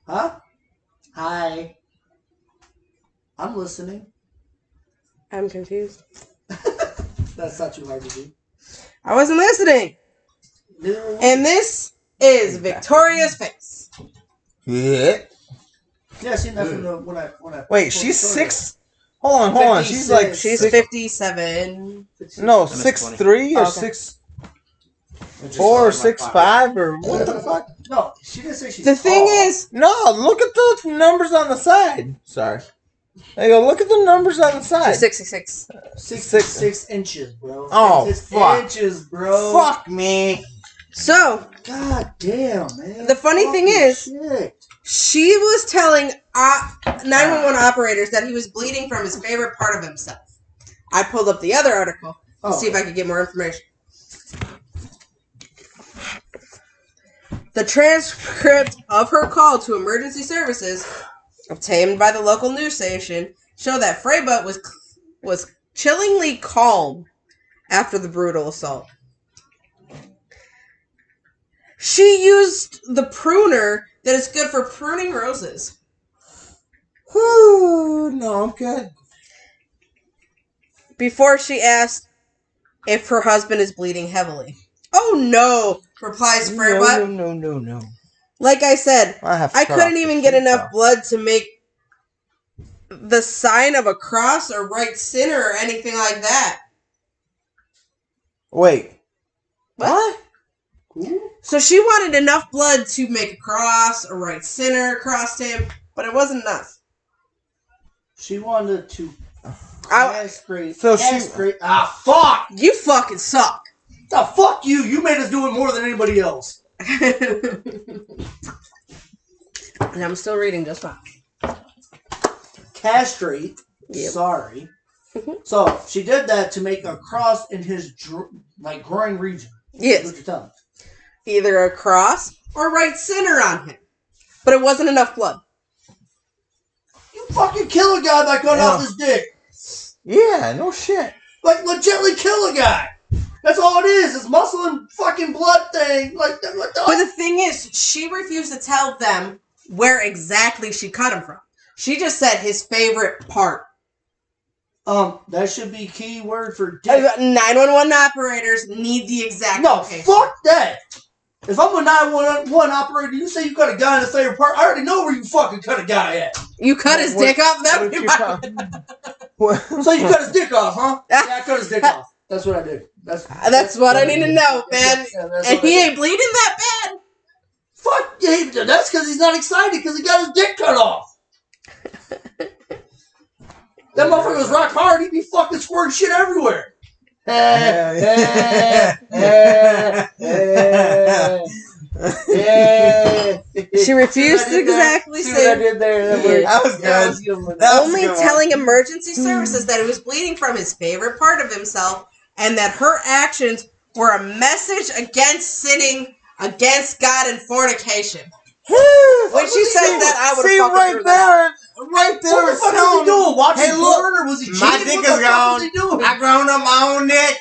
Speaker 4: Huh? Hi. I'm listening.
Speaker 3: I'm confused.
Speaker 4: That's not too hard to do.
Speaker 3: I wasn't listening.
Speaker 4: Neither were we.
Speaker 3: And this is Victoria's face.
Speaker 1: *laughs* yeah.
Speaker 4: Yeah, I seen that from the, when I when I.
Speaker 1: Wait, she's six. Hold on, hold on. She's like
Speaker 3: She's
Speaker 1: six-
Speaker 3: 57.
Speaker 1: no
Speaker 6: Almost
Speaker 1: six
Speaker 6: 20.
Speaker 1: three or
Speaker 3: Okay.
Speaker 1: six
Speaker 6: Just
Speaker 1: four or
Speaker 6: like my
Speaker 1: six
Speaker 6: father.
Speaker 1: five or what the fuck?
Speaker 4: No, she didn't say she's.
Speaker 3: The thing
Speaker 4: tall.
Speaker 3: is,
Speaker 1: No, look at the numbers on the side. Sorry. There you go. Look at the numbers on the side.
Speaker 3: she's 66.
Speaker 4: sixty-six inches, bro.
Speaker 1: Oh,
Speaker 4: Six
Speaker 1: fuck.
Speaker 4: inches, bro.
Speaker 1: Fuck me.
Speaker 3: So,
Speaker 4: God damn, man.
Speaker 3: The funny thing
Speaker 4: Fucking
Speaker 3: is-
Speaker 4: shit.
Speaker 3: she was telling uh, 911 operators that he was bleeding from his favorite part of himself. I pulled up the other article to
Speaker 4: Oh,
Speaker 3: see if I could get more information. The transcript of her call to emergency services, obtained by the local news station, show that Freybutt was was chillingly calm after the brutal assault. She used the pruner that is good for pruning roses.
Speaker 1: Whew, no, I'm good.
Speaker 3: Before she asked if her husband is bleeding heavily. Oh no, replies
Speaker 1: No,
Speaker 3: Freybutt.
Speaker 1: no, no, no, no.
Speaker 3: Like I said,
Speaker 1: I have. to
Speaker 3: I
Speaker 1: cut off
Speaker 3: couldn't
Speaker 1: the
Speaker 3: even get
Speaker 1: sheet,
Speaker 3: enough blood to make the sign of a cross or right sinner or anything like that.
Speaker 1: though. Wait.
Speaker 3: What?
Speaker 4: cool.
Speaker 3: So she wanted enough blood to make a cross or right sinner crossed him, but it wasn't enough.
Speaker 4: She wanted to
Speaker 3: I,
Speaker 4: aspirate.
Speaker 1: So she-
Speaker 4: aspirate. Ah, fuck!
Speaker 3: you fucking suck. *laughs*
Speaker 4: The fuck you! You made us do it more than anybody else.
Speaker 3: and I'm still reading just fine.
Speaker 4: Castrate.
Speaker 3: Yep. Mm-hmm.
Speaker 4: Sorry. so she did that to make a cross in his dr- like groin region.
Speaker 3: Yes,
Speaker 4: With your tongue.
Speaker 3: either a cross or right center on him. But it wasn't enough blood.
Speaker 4: You fucking kill a guy by cutting off
Speaker 1: Yeah.
Speaker 4: his dick.
Speaker 1: Yeah. No shit.
Speaker 4: Like legitly kill a guy. That's all it is. It's muscle and fucking blood thing. Like that- what the
Speaker 3: But the thing is, she refused to tell them where exactly she cut him from. She just said his favorite part.
Speaker 4: um. That should be key word for dick.
Speaker 3: 911 operators need the exact
Speaker 4: No,
Speaker 3: location.
Speaker 4: fuck that. If I'm a 911 operator, you say you cut a guy in the favorite part. I already know where you fucking cut a guy at.
Speaker 3: You cut his
Speaker 1: What-
Speaker 3: dick off. *laughs*
Speaker 1: What
Speaker 3: That would
Speaker 1: if
Speaker 3: be
Speaker 1: you *laughs*
Speaker 3: my- *laughs*
Speaker 1: cut- What-
Speaker 4: So you
Speaker 1: *laughs*
Speaker 4: cut his dick off, huh? *laughs* Yeah, I cut his dick off. That's what I did. That's
Speaker 3: That's what I need to know, man.
Speaker 4: Yeah, that's
Speaker 3: And
Speaker 4: what I
Speaker 3: he
Speaker 4: did.
Speaker 3: ain't bleeding that bad.
Speaker 4: Fuck, yeah, that's because he's not excited because he got his dick cut *laughs* off. that motherfucker was rock hard. He'd be fucking squirting shit *laughs* everywhere. Eh,
Speaker 3: *laughs*
Speaker 4: eh, eh, eh, eh.
Speaker 11: She refused to
Speaker 4: See what I did there?
Speaker 11: exactly
Speaker 4: See what I
Speaker 11: say.
Speaker 4: did there? That
Speaker 11: Yeah.
Speaker 4: was-
Speaker 1: That was
Speaker 4: that
Speaker 1: good.
Speaker 4: was good.
Speaker 1: That was
Speaker 3: only
Speaker 1: a good one.
Speaker 3: telling emergency services that he was bleeding from his favorite part of himself and that her actions were a message against sinning against God and fornication. When she said that, I would
Speaker 1: See
Speaker 3: have fucking
Speaker 1: right
Speaker 3: threw that.
Speaker 1: there, right there
Speaker 4: What the
Speaker 1: is
Speaker 4: fuck was he
Speaker 1: telling-
Speaker 4: doing? Watching
Speaker 1: Hey, look,
Speaker 4: porn or was he cheating?
Speaker 1: my dick
Speaker 4: what the
Speaker 1: is
Speaker 4: fuck
Speaker 1: gone.
Speaker 4: was he doing?
Speaker 1: I grown up my own dick.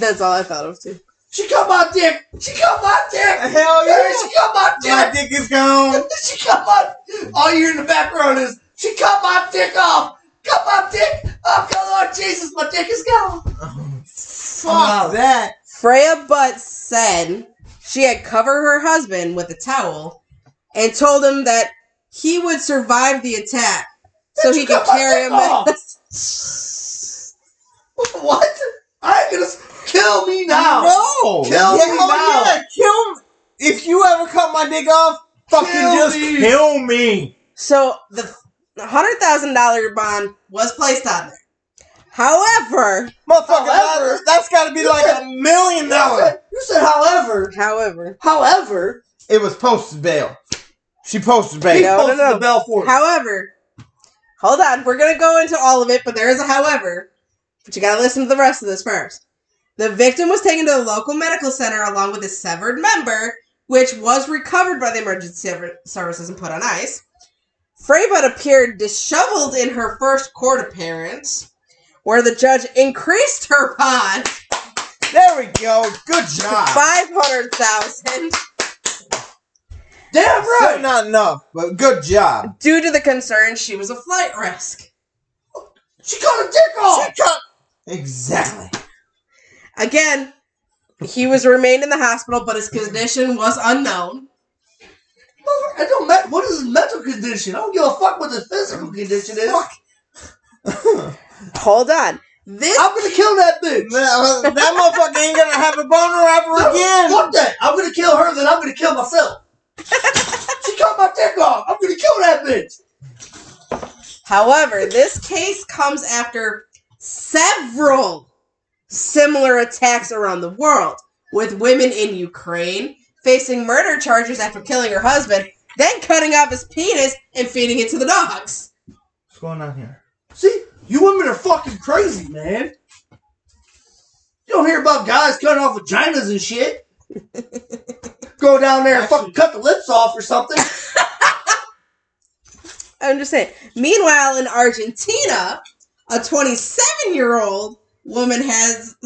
Speaker 3: That's all I thought of too.
Speaker 4: She cut my dick. She cut my
Speaker 1: *laughs*
Speaker 4: dick.
Speaker 1: Hell yeah.
Speaker 4: She cut my
Speaker 1: My
Speaker 4: dick.
Speaker 1: dick is gone.
Speaker 4: *laughs* She cut my. All you hear in the background is she cut my dick off. Cut my dick off. Come on, Jesus, my dick is gone.
Speaker 1: Fuck that.
Speaker 3: Freya Butt said she had covered her husband with a towel and told him that he would survive the attack so
Speaker 4: Bitch,
Speaker 3: he
Speaker 4: you
Speaker 3: could
Speaker 4: cut my
Speaker 3: carry
Speaker 4: dick
Speaker 3: him back.
Speaker 4: What? I ain't gonna s- kill me now.
Speaker 1: No.
Speaker 4: Kill
Speaker 1: yeah,
Speaker 4: me
Speaker 1: oh,
Speaker 4: now.
Speaker 1: yeah, kill me. If you ever cut my dick off, fucking
Speaker 4: Kill
Speaker 1: just
Speaker 4: me.
Speaker 1: kill me.
Speaker 3: *laughs* So the hundred thousand dollar bond was placed on there. However,
Speaker 1: Motherfucker,
Speaker 4: However-
Speaker 1: that, that's gotta be like *laughs* a million
Speaker 4: You
Speaker 1: dollars.
Speaker 4: said, you said, however,
Speaker 3: however,
Speaker 4: however,
Speaker 1: It was posted bail. She posted
Speaker 4: he
Speaker 1: bail.
Speaker 3: No, no,
Speaker 4: posted
Speaker 3: no.
Speaker 4: the bell for it.
Speaker 3: however. Hold on, we're gonna go into all of it, but there is a however. But you gotta listen to the rest of this first. The victim was taken to the local medical center along with a severed member, which was recovered by the emergency serv- services and put on ice. Freybud appeared disheveled in her first court appearance, where the judge increased her bond
Speaker 1: There we go. Good
Speaker 3: to
Speaker 1: job.
Speaker 3: five hundred thousand.
Speaker 4: Damn right.
Speaker 1: Still not enough, but good job.
Speaker 3: due to the concern she was a flight risk.
Speaker 4: *laughs* She cut her dick off.
Speaker 1: Exactly.
Speaker 3: Again, he was remained in the hospital, but his condition was unknown.
Speaker 4: Motherfucker, It don't matter. What is his mental condition? I don't give a fuck what his physical condition is.
Speaker 1: Fuck.
Speaker 3: Hold on. This
Speaker 4: I'm gonna kill that bitch.
Speaker 1: That, that motherfucker ain't gonna have a boner ever again.
Speaker 4: Fuck that. I'm gonna kill her, then I'm gonna kill
Speaker 1: *laughs*
Speaker 4: myself. she cut my dick off. I'm gonna kill that bitch.
Speaker 3: however, this case comes after several similar attacks around the world, with women in Ukraine facing murder charges after killing her husband, then cutting off his penis and feeding it to the dogs.
Speaker 1: What's going on here?
Speaker 4: See, you women are fucking crazy, man. You don't hear about guys cutting off vaginas
Speaker 1: *laughs*
Speaker 4: and shit. Go down there and fucking cut the lips off or something.
Speaker 3: I'm just saying. Meanwhile, in Argentina, a 27 year old woman has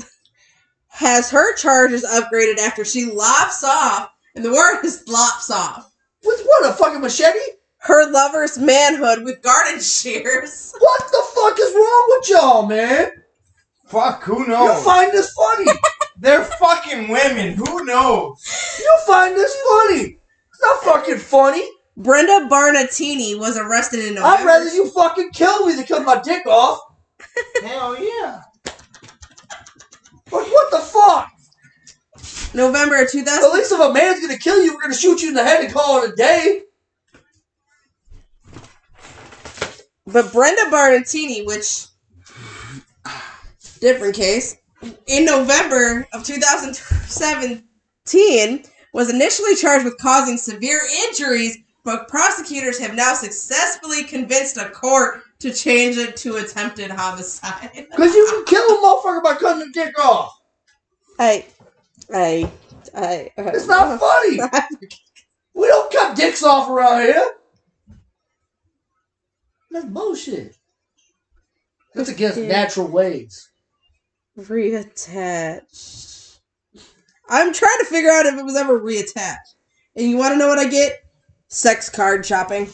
Speaker 3: has her charges upgraded after she lops off, and the word is lops off
Speaker 4: With what a fucking machete?
Speaker 3: her lover's manhood with garden shears. *laughs*
Speaker 4: What the fuck is wrong with y'all, man?
Speaker 1: Fuck, who
Speaker 4: You will
Speaker 1: knows?
Speaker 4: find this funny.
Speaker 1: Oh. *laughs* They're fucking women. Who knows?
Speaker 4: You'll find this funny. It's not fucking funny.
Speaker 3: Brenda Barnatini was arrested in November.
Speaker 4: I'd rather you fucking kill me than cut my dick off.
Speaker 1: *laughs* Hell yeah.
Speaker 4: Like, what the fuck?
Speaker 3: November of
Speaker 4: At
Speaker 3: 2000.
Speaker 4: least if a man's gonna kill you, we're gonna shoot you in the head and call it a day.
Speaker 3: But Brenda Barnatini, which different case, in November of 2017 was initially charged with causing severe injuries, but prosecutors have now successfully convinced a court to change it to attempted homicide.
Speaker 4: Cause you can kill a motherfucker by cutting the dick off.
Speaker 3: *laughs* I, I, I. uh,
Speaker 4: It's
Speaker 1: *laughs*
Speaker 4: not funny. We don't cut dicks off around here. That's bullshit. That's against
Speaker 3: Yeah.
Speaker 4: natural ways.
Speaker 3: reattached. I'm trying to figure out if it was ever reattached. And you want to know what I get? Sex card shopping.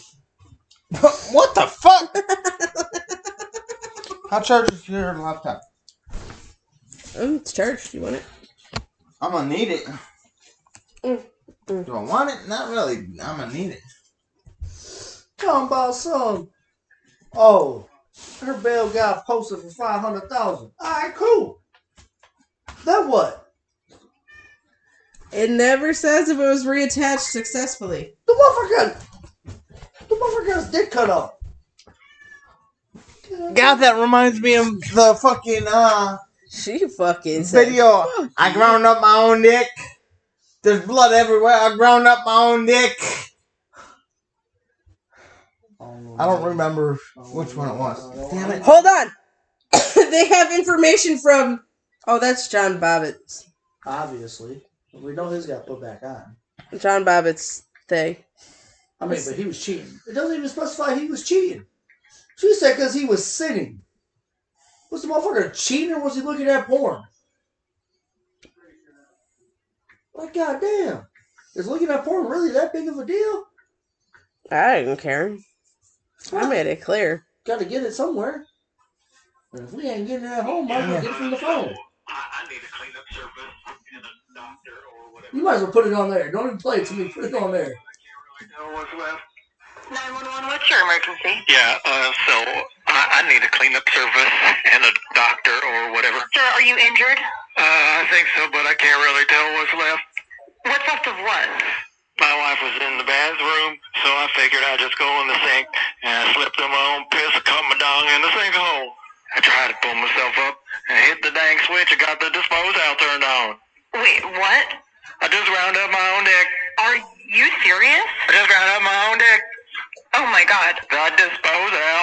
Speaker 1: *laughs* what the fuck? How charged is your laptop?
Speaker 3: Oh, it's charged. You want it?
Speaker 1: I'm gonna need it.
Speaker 3: Mm, mm.
Speaker 1: Do I want it? Not really. I'm gonna need it.
Speaker 4: Talking about some. Oh, her bail got posted for five hundred thousand. All right, cool. Then what?
Speaker 12: It never says if it was reattached successfully.
Speaker 4: The motherfucker. The motherfucker's dick cut off.
Speaker 1: God, that reminds me of the fucking uh
Speaker 12: She fucking said,
Speaker 1: video. I ground up my own dick. There's blood everywhere. I ground up my own dick. I don't remember which one it was. Damn it.
Speaker 12: Hold on. *coughs* they have information from. Oh, that's John Bobbitt's.
Speaker 4: Obviously, we know his got put back on.
Speaker 12: John Bobbitt's thing.
Speaker 4: I mean, but he was cheating. It doesn't even specify he was cheating. She said because he was sitting. Was the motherfucker cheating or was he looking at porn? Like, goddamn. Is looking at porn really that big of a deal?
Speaker 12: I didn't care. I made it clear.
Speaker 4: Gotta get it somewhere. And if we ain't getting it at home, might as well get it from the phone. You
Speaker 2: Mm.
Speaker 4: might as well put it on there. Don't even play it to me. Put it on there.
Speaker 2: What's your emergency?
Speaker 7: Yeah, uh, so I, I need a cleanup service and a doctor or whatever.
Speaker 2: Sir, are you injured?
Speaker 7: Uh, I think so, but I can't really tell what's left.
Speaker 2: What's left of what?
Speaker 7: My wife was in the bathroom, so I figured I'd just go in the sink and I slipped in my own piss, cut my dong in the sinkhole. I tried to pull myself up and hit the dang switch and got the dispose out turned on.
Speaker 2: Wait, what?
Speaker 7: I just round up my own dick.
Speaker 2: Are you serious?
Speaker 7: I just round up my own dick.
Speaker 2: Oh my god.
Speaker 7: The disposal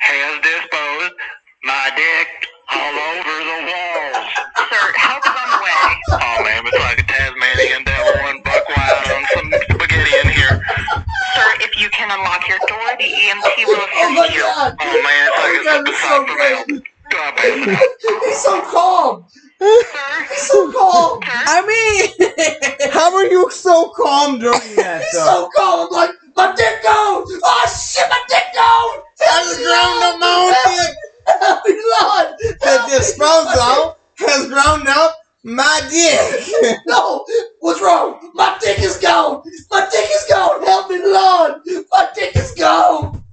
Speaker 7: has disposed my dick all over the walls.
Speaker 2: Sir, help is on the way.
Speaker 7: Oh, ma'am, it's like a Tasmanian devil one buck wild on some spaghetti in here.
Speaker 2: Sir, if you can unlock your door, the EMT will
Speaker 4: Oh my
Speaker 2: assist you.
Speaker 4: god!
Speaker 7: Oh, man, it's like
Speaker 4: Oh my
Speaker 7: a
Speaker 4: god, that's so great!
Speaker 7: I passed out.
Speaker 4: He's so calm!
Speaker 2: Sir,
Speaker 4: He's so calm!
Speaker 2: sir,
Speaker 12: I mean, *laughs*
Speaker 1: How are you so calm during that
Speaker 4: *laughs* He's
Speaker 1: though?
Speaker 4: so calm! I'm like, my dick gone! Oh shit, my dick gone!
Speaker 1: I just ground up my own dick.
Speaker 4: Help me, Lord!
Speaker 1: The
Speaker 4: Help me.
Speaker 1: disposal has ground up my dick.
Speaker 4: No! What's wrong? My dick is gone! My dick is gone! Help me, Lord! My dick is gone!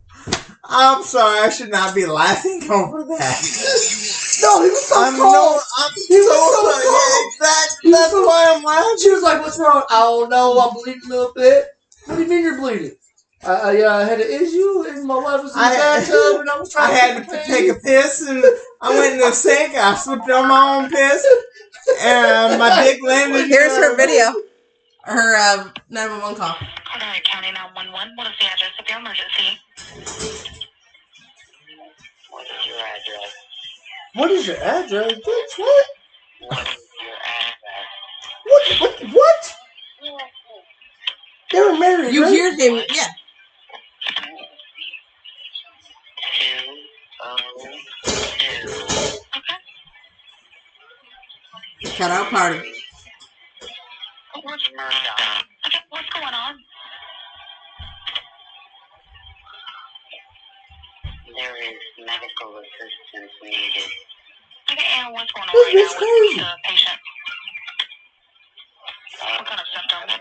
Speaker 1: I'm sorry, I should not be laughing over that.
Speaker 4: No, he was so
Speaker 1: I'm
Speaker 4: calm!
Speaker 1: no, I'm
Speaker 4: He was
Speaker 1: so
Speaker 4: so
Speaker 1: sorry.
Speaker 4: calm.
Speaker 1: Yeah, That,
Speaker 4: He was
Speaker 1: that's
Speaker 4: so-
Speaker 1: why I'm laughing.
Speaker 4: And she was like, "What's wrong?" I don't know. I'm bleeding a little bit. What do you mean you're bleeding? I, I uh, had an issue, and my wife was in the
Speaker 1: I-
Speaker 4: bathtub, and I was trying
Speaker 1: I
Speaker 4: to
Speaker 1: had to take a piss and I went in the sink. I slipped on my own piss and my dick landed.
Speaker 12: here's her video. Her uh, 911 call.
Speaker 2: hold on, county 911. What is the address of your emergency?
Speaker 7: What is your address?
Speaker 4: What is your address, bitch? What?
Speaker 7: What is your address?
Speaker 4: What? What? What? They were married.
Speaker 12: You
Speaker 4: right?
Speaker 12: hear them? Yeah.
Speaker 7: Two oh two.
Speaker 12: Cut out part of it.
Speaker 2: What's, okay, what's going on?
Speaker 7: There is medical assistance needed.
Speaker 2: Okay, and what's going on right
Speaker 4: This
Speaker 2: now with
Speaker 4: bitch crazy.
Speaker 2: the patient? What kind of symptoms?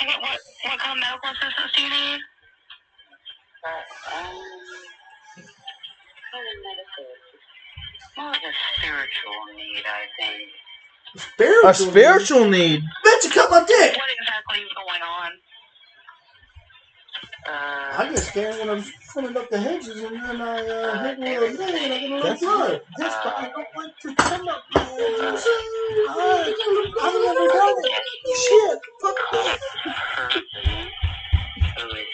Speaker 2: Okay, what, what kind of medical assistance do you need?
Speaker 7: More of a spiritual need, I think.
Speaker 4: spiritual.
Speaker 1: A spiritual need.
Speaker 4: Bitch, you cut my dick.
Speaker 2: What exactly is going on?
Speaker 4: I
Speaker 7: Uh,
Speaker 4: get scared when I'm swimming up the hedges, and then I uh, hit me with a thing, and I get a little
Speaker 1: That's-
Speaker 4: blood.
Speaker 1: That's why I don't like to come up
Speaker 4: Uh, I've never done it. Shit, fuck that.
Speaker 7: person who is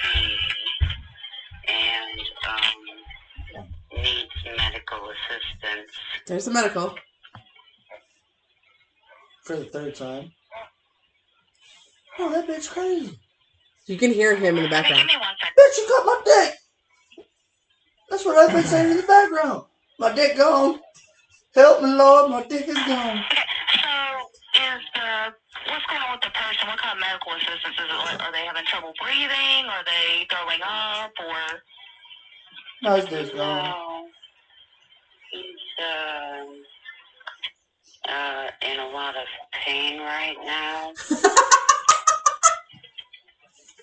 Speaker 7: pain and um, needs medical assistance.
Speaker 12: There's the medical.
Speaker 4: For the third time. Oh, that bitch crazy.
Speaker 12: You can hear him in the
Speaker 2: Okay, give
Speaker 12: background.
Speaker 2: me one second.
Speaker 4: Bitch, you cut my dick. That's what I've been saying in the background. My dick gone. Help me, Lord. My dick is gone.
Speaker 2: So, is the what's going on with the person? What kind of medical assistance is it? Like, are they having trouble breathing? Are they throwing up? Or
Speaker 4: My dick's gone.
Speaker 7: um, He's um, uh, in a lot of pain right
Speaker 1: *laughs*
Speaker 7: now.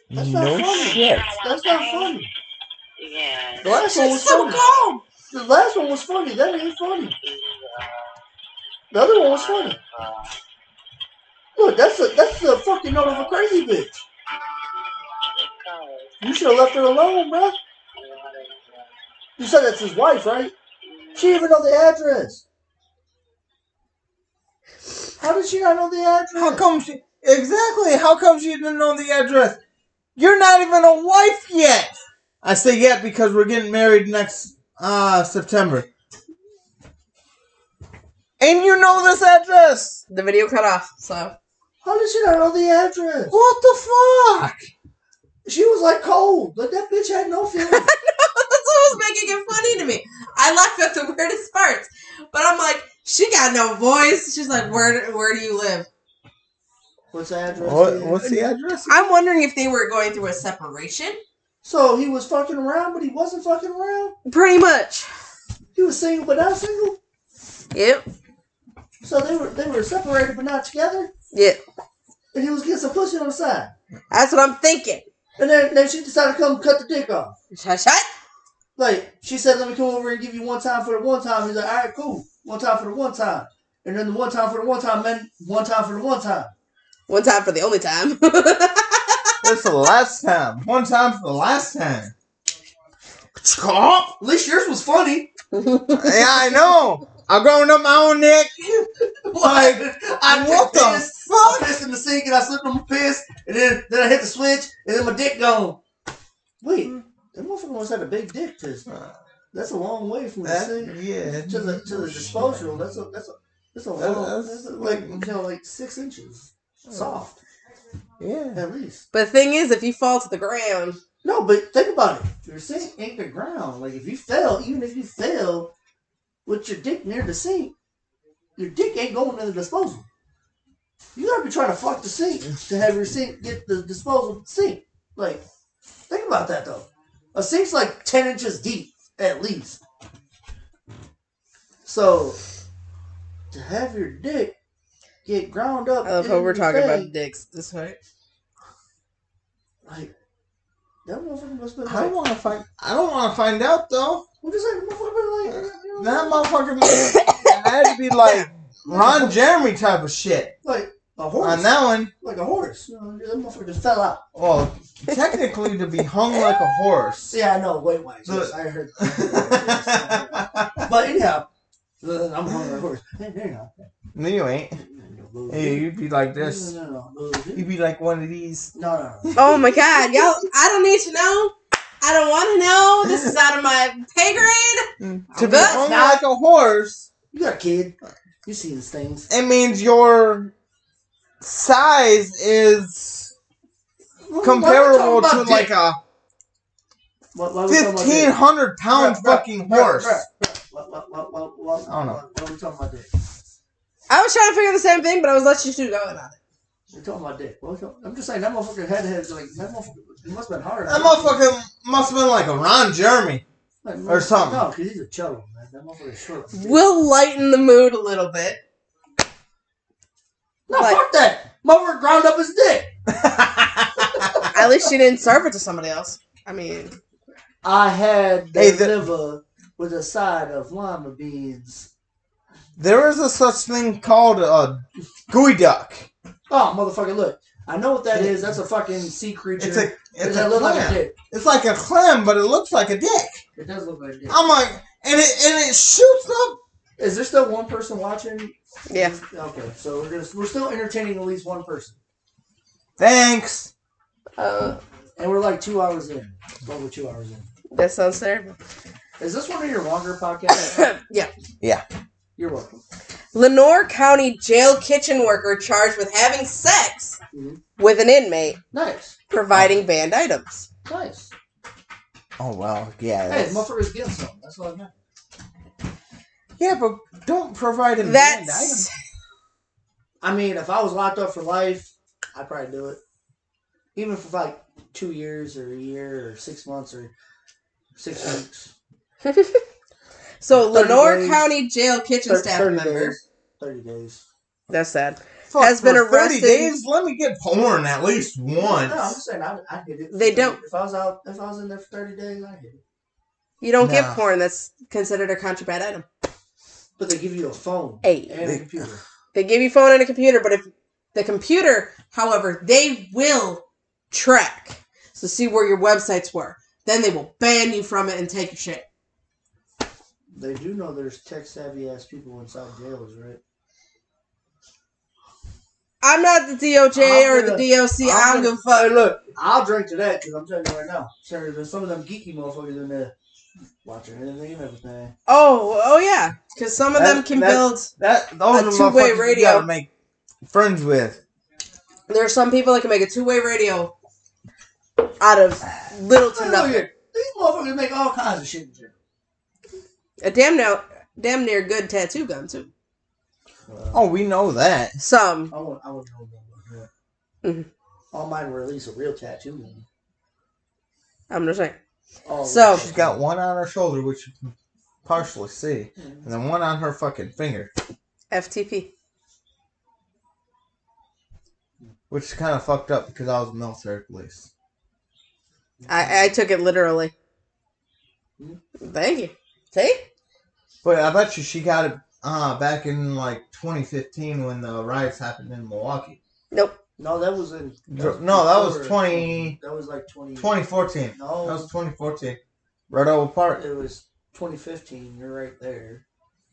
Speaker 4: That's not
Speaker 1: No
Speaker 4: funny.
Speaker 1: shit.
Speaker 4: That's not funny.
Speaker 7: Yeah.
Speaker 4: The last one was
Speaker 12: so
Speaker 4: funny.
Speaker 12: calm.
Speaker 4: The last one was funny. That ain't funny. The other one was funny.
Speaker 7: uh,
Speaker 4: Look, that's a that's a fucking note of a crazy bitch. You should have left her alone, bruh. You said that's his wife, right? She even know the address. How did she not know the address?
Speaker 1: How come she exactly? How come she didn't know the address? You're not even a wife yet. I say yet because we're getting married next uh September. And you know this address.
Speaker 3: The video cut off, so.
Speaker 4: How did she not know the address?
Speaker 1: What the fuck?
Speaker 4: She was like cold. Like that bitch had no feelings.
Speaker 1: *laughs*
Speaker 12: That's what was making it funny to me. I laughed at the weirdest parts, but I'm like, she got no voice. She's like, where where do you live?
Speaker 4: What's the address?
Speaker 1: What, what's the address?
Speaker 12: I'm wondering if they were going through a separation.
Speaker 4: So he was fucking around, but he wasn't fucking around.
Speaker 3: Pretty much.
Speaker 4: He was single, but not single.
Speaker 3: Yep.
Speaker 4: So they were they were separated, but not together.
Speaker 3: Yep.
Speaker 4: And he was getting some pussy on the side.
Speaker 3: That's what I'm thinking.
Speaker 4: And then, then she decided to come cut the dick off.
Speaker 3: Shut, shut.
Speaker 4: Like she said, let me come over and give you one time for the one time. He's like, all right, cool. One time for the one time. And then the one time for the one time, then one time for the one time.
Speaker 3: One time for the only time. *laughs*
Speaker 1: That's the last time. One time for the last time.
Speaker 4: At least yours was funny. *laughs*
Speaker 1: yeah, I know. I've grown up my own neck.
Speaker 4: Like I
Speaker 1: What
Speaker 4: took
Speaker 1: the
Speaker 4: piss, I
Speaker 1: fuck?
Speaker 4: pissed in the sink and I slipped on my piss and then then I hit the switch and then my dick gone. Wait, that motherfucker almost had a big dick piss. That's a long way from the
Speaker 1: That,
Speaker 4: sink
Speaker 1: yeah.
Speaker 4: to the to the disposal. That's a that's a that's a
Speaker 1: That-
Speaker 4: long
Speaker 1: that's-
Speaker 4: that's a- like you know like six inches soft
Speaker 1: Yeah.
Speaker 4: at least.
Speaker 3: but the thing is, if you fall to the ground,
Speaker 4: No, but think about it. Your sink ain't the ground. Like if you fell, even if you fell with your dick near the sink, your dick ain't going to the disposal. You gotta be trying to fuck the sink to have your sink get the disposal sink. Like, think about that though. A sink's like ten inches deep at least. So to have your dick get ground up.
Speaker 3: I love
Speaker 4: into
Speaker 3: how we're
Speaker 4: the
Speaker 3: talking
Speaker 4: thing,
Speaker 3: about dicks this way.
Speaker 4: like that motherfucker must be
Speaker 1: I
Speaker 4: like
Speaker 1: don't want to find. I don't want to find out though.
Speaker 4: What is that motherfucker like? you know,
Speaker 1: That motherfucker had to be like Ron Jeremy type of shit
Speaker 4: like a horse.
Speaker 1: on that one.
Speaker 4: Like a horse. You know, that motherfucker just fell out.
Speaker 1: Well, technically, to be hung like a horse. *laughs*
Speaker 4: Yeah, I know. Weight wise, yes,
Speaker 1: Look.
Speaker 4: I
Speaker 1: *laughs*
Speaker 4: heard. but anyhow, uh, I'm hung like a horse. Anyhow.
Speaker 1: no, you ain't. Hey, you'd be like this.
Speaker 4: No, no, no, no.
Speaker 1: You'd be like one of these.
Speaker 4: No, no, no.
Speaker 3: Oh my god, y'all! I don't need to know. I don't want to know. This is out of my pay grade.
Speaker 1: To be
Speaker 3: That's
Speaker 1: hung
Speaker 3: not-
Speaker 1: like a horse,
Speaker 4: You got a kid. You see these things.
Speaker 1: it means your size is comparable to like a
Speaker 4: Why, why we talking about
Speaker 1: fifteen
Speaker 4: dick?
Speaker 1: hundred pound
Speaker 4: Bruh, bruh,
Speaker 1: fucking
Speaker 4: bruh,
Speaker 1: horse.
Speaker 4: bruh, bruh. Why- why- why- why- why-
Speaker 1: I don't know.
Speaker 4: Why, why we talking about dick?
Speaker 3: I was trying to figure the same thing, but I was letting you two go on it.
Speaker 4: We're talking about dick. Why we talking- I'm just saying that motherfucker had to have like that motherfucker. It must have been hard.
Speaker 1: That motherfucker must have been like a Ron Jeremy.
Speaker 4: Like,
Speaker 1: Or something.
Speaker 4: No, because he's a cello, man. That motherfucker's short.
Speaker 3: We'll lighten the mood a little bit.
Speaker 4: no,
Speaker 3: like-
Speaker 4: fuck that. Motherfucker ground up his dick.
Speaker 3: At least she didn't serve it to somebody else. I mean,
Speaker 4: I had the
Speaker 1: Hey, the-
Speaker 4: liver with a side of lima beans.
Speaker 1: There is a such thing called a gooey duck.
Speaker 4: Oh, motherfucker, look. I know what that is. That's a fucking sea creature.
Speaker 1: It's a it's
Speaker 4: that
Speaker 1: a
Speaker 4: look like a
Speaker 1: clam.
Speaker 4: dick.
Speaker 1: It's like a clam, but it looks like a dick.
Speaker 4: It does look like a
Speaker 3: Oh.
Speaker 4: dick.
Speaker 1: I'm like, and it and it shoots up.
Speaker 4: Is there still one person watching?
Speaker 3: yeah.
Speaker 4: Okay, so we're, just, we're still entertaining at least one person.
Speaker 1: Thanks.
Speaker 3: Uh,
Speaker 4: And we're like two hours in. Well, we're two hours in.
Speaker 3: that sounds terrible.
Speaker 4: Is this one of your longer podcasts?
Speaker 3: *laughs* yeah.
Speaker 4: You're welcome.
Speaker 3: Lenore County jail kitchen worker charged with having sex
Speaker 4: Mhm.
Speaker 3: with an inmate,
Speaker 4: Nice.
Speaker 3: providing banned items.
Speaker 4: Nice.
Speaker 1: Oh well, yeah.
Speaker 4: Hey,
Speaker 1: that's-
Speaker 4: motherfucker's getting something. That's what I meant.
Speaker 1: yeah, but don't provide him banned
Speaker 3: That's
Speaker 1: items.
Speaker 4: I mean, if I was locked up for life, I'd probably do it. Even for like two years or a year or six months or six weeks.
Speaker 3: *laughs* so.
Speaker 4: 30
Speaker 3: Lenore
Speaker 4: days.
Speaker 3: County jail kitchen
Speaker 4: Thir-
Speaker 3: staff member.
Speaker 4: days. Thirty days.
Speaker 3: That's sad.
Speaker 1: Fuck,
Speaker 3: has been
Speaker 1: for 30
Speaker 3: arrested-
Speaker 1: days. Let me get porn at least
Speaker 4: No, I'm
Speaker 1: once.
Speaker 4: just saying I, I hit it.
Speaker 3: They don't-
Speaker 4: If I was out, if I was in there for thirty days, I hit it.
Speaker 3: You don't get
Speaker 4: Nah.
Speaker 3: porn. That's considered a contraband item.
Speaker 4: But they give you a phone
Speaker 3: Hey.
Speaker 4: and a computer.
Speaker 3: They give you phone and a computer, but if the computer, however, they will track. So see where your websites were. Then they will ban you from it and take your shit.
Speaker 4: They do know there's tech savvy ass people inside jails, right?
Speaker 3: I'm not the DOJ
Speaker 4: I'm
Speaker 3: or
Speaker 4: gonna-
Speaker 3: the DOC. I don't give a fuck.
Speaker 4: Hey, look, I'll drink to that because I'm telling you right now. Sir, there's some of them geeky motherfuckers in there watching anything and everything.
Speaker 3: Oh, oh yeah, because some of them
Speaker 1: That-
Speaker 3: can
Speaker 1: that-
Speaker 3: build.
Speaker 1: That those
Speaker 3: A
Speaker 1: are the
Speaker 3: two-way
Speaker 1: motherfuckers you
Speaker 3: radio.
Speaker 1: gotta make friends with.
Speaker 3: There are some people that can make a two-way radio out of little to
Speaker 4: Look
Speaker 3: nothing.
Speaker 4: here, These motherfuckers make all kinds of shit in jail.
Speaker 3: A damn no, damn near good tattoo gun too.
Speaker 1: Oh, we know that.
Speaker 3: Some.
Speaker 4: I want, I want to know more about
Speaker 3: Mhm.
Speaker 4: that. All mine release a real tattoo. Oh, man.
Speaker 3: I'm just saying.
Speaker 4: All
Speaker 3: So-
Speaker 4: that
Speaker 1: She's
Speaker 4: shit.
Speaker 1: got one on her shoulder, which you can partially see, and then one on her fucking finger,
Speaker 3: FTP.
Speaker 1: which is kind of fucked up because I was military police.
Speaker 3: I I took it literally. Thank you. See,
Speaker 1: But I bet you she got it uh, back in like 2015 when the riots happened in Milwaukee.
Speaker 4: No, that was in.
Speaker 1: Dr- no, that was
Speaker 4: before-
Speaker 1: 20
Speaker 4: That was like 20.
Speaker 1: 2014. That
Speaker 4: No,
Speaker 1: was 2014. Red Oval Park.
Speaker 4: it was 2015. You're right there.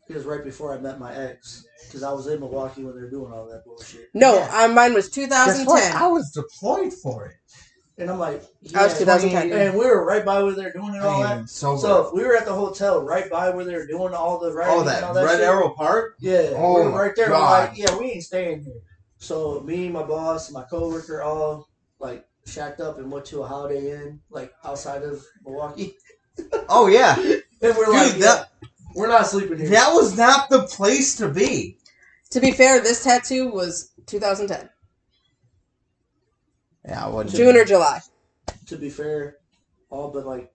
Speaker 4: It was right before I met my ex because I was in Milwaukee when they were doing all that bullshit.
Speaker 3: no,
Speaker 1: Yeah.
Speaker 3: I, mine was
Speaker 1: Guess what?
Speaker 3: 2010.
Speaker 1: I was deployed for it.
Speaker 4: And I'm like,
Speaker 3: I was
Speaker 4: yeah,
Speaker 3: 2010.
Speaker 1: yeah.
Speaker 4: and we were right by where they're doing it all
Speaker 1: I
Speaker 4: that.
Speaker 1: am sober.
Speaker 4: So we were at the hotel right by where they were doing all the rioting
Speaker 1: oh,
Speaker 4: and
Speaker 1: that,
Speaker 4: all that
Speaker 1: Red
Speaker 4: shit.
Speaker 1: Arrow Park?
Speaker 4: Yeah,
Speaker 1: Oh
Speaker 4: we were
Speaker 1: my
Speaker 4: right there. We're
Speaker 1: God.
Speaker 4: like, yeah, we ain't staying here. So me, my boss, my coworker, all like shacked up and went to a Holiday Inn, like outside of Milwaukee. *laughs*
Speaker 1: Oh, yeah.
Speaker 4: And we're
Speaker 1: Dude,
Speaker 4: like, yeah,
Speaker 1: that,
Speaker 4: we're not sleeping here.
Speaker 1: that was not the place to be.
Speaker 3: To be fair, this tattoo was 2010,
Speaker 1: Yeah, I wasn't.
Speaker 3: June or July.
Speaker 4: To be fair, all but like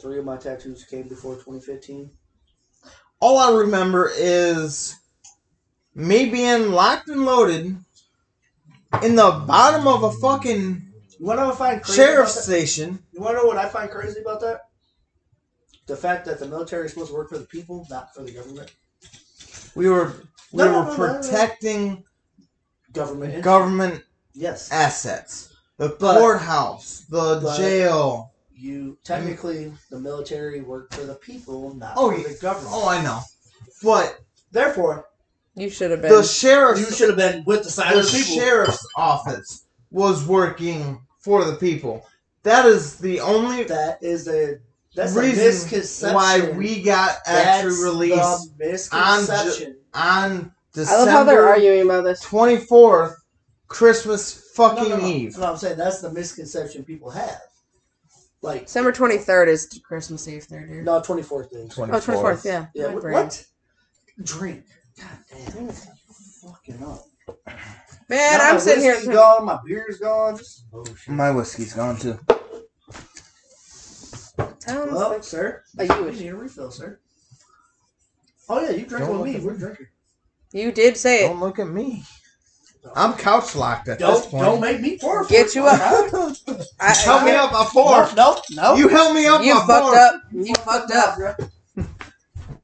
Speaker 4: three of my tattoos came before 2015.
Speaker 1: all I remember is me being locked and loaded in the bottom of a fucking
Speaker 4: You want to find crazy
Speaker 1: sheriff
Speaker 4: about that?
Speaker 1: station.
Speaker 4: You want to know what I find crazy about that? The fact that the military is supposed to work for the people, not for the government.
Speaker 1: We were we
Speaker 4: No, no,
Speaker 1: were
Speaker 4: no, no, no.
Speaker 1: protecting
Speaker 4: Government. interest.
Speaker 1: government
Speaker 4: yes.
Speaker 1: assets. The
Speaker 4: But-
Speaker 1: courthouse, the
Speaker 4: but-
Speaker 1: jail.
Speaker 4: You technically the military work for the people, not
Speaker 1: Oh,
Speaker 4: for the government.
Speaker 1: Oh, I know. But
Speaker 4: Therefore,
Speaker 3: You should have been.
Speaker 1: the sheriff's
Speaker 4: should have been with the side
Speaker 1: the sheriff's office was working for the people. That is the only
Speaker 4: That is a that's a
Speaker 1: reason
Speaker 4: misconception.
Speaker 1: why we got
Speaker 4: that's
Speaker 1: actual release
Speaker 4: the misconception.
Speaker 1: on
Speaker 3: I love how they're
Speaker 1: December
Speaker 3: arguing about this.
Speaker 1: twenty fourth, Christmas
Speaker 4: No,
Speaker 1: fucking
Speaker 4: no, Oh, no.
Speaker 1: Eve.
Speaker 4: No, I'm saying that's the misconception people have. Like
Speaker 3: December 23rd is Christmas Eve, third year.
Speaker 4: no, 24th days.
Speaker 3: Oh, 24th, yeah.
Speaker 4: Yeah,
Speaker 3: My
Speaker 4: what,
Speaker 3: brain.
Speaker 4: what? Drink. God damn. Fucking up.
Speaker 3: Man,
Speaker 4: Now
Speaker 3: I'm
Speaker 4: my
Speaker 3: sitting here.
Speaker 4: whiskey's gone. My beer's gone. This is
Speaker 1: Oh,
Speaker 4: bullshit.
Speaker 1: My whiskey's gone too.
Speaker 3: Sounds
Speaker 4: Well,
Speaker 3: like-
Speaker 4: sir,
Speaker 3: Are
Speaker 4: you
Speaker 3: you-
Speaker 4: need a refill, sir. Oh yeah, you drink
Speaker 1: Don't
Speaker 4: with me.
Speaker 1: look at
Speaker 4: We're
Speaker 1: me.
Speaker 4: drinking.
Speaker 3: You did say it.
Speaker 1: Don't look at me. I'm couch locked at this
Speaker 4: Don't
Speaker 1: point.
Speaker 4: don't make me pour. for
Speaker 3: Get you up. I,
Speaker 1: Help me up a four.
Speaker 4: No, no.
Speaker 1: You help me up
Speaker 3: You
Speaker 1: a
Speaker 3: fucked
Speaker 1: four.
Speaker 3: up. You fucked up.
Speaker 4: bro.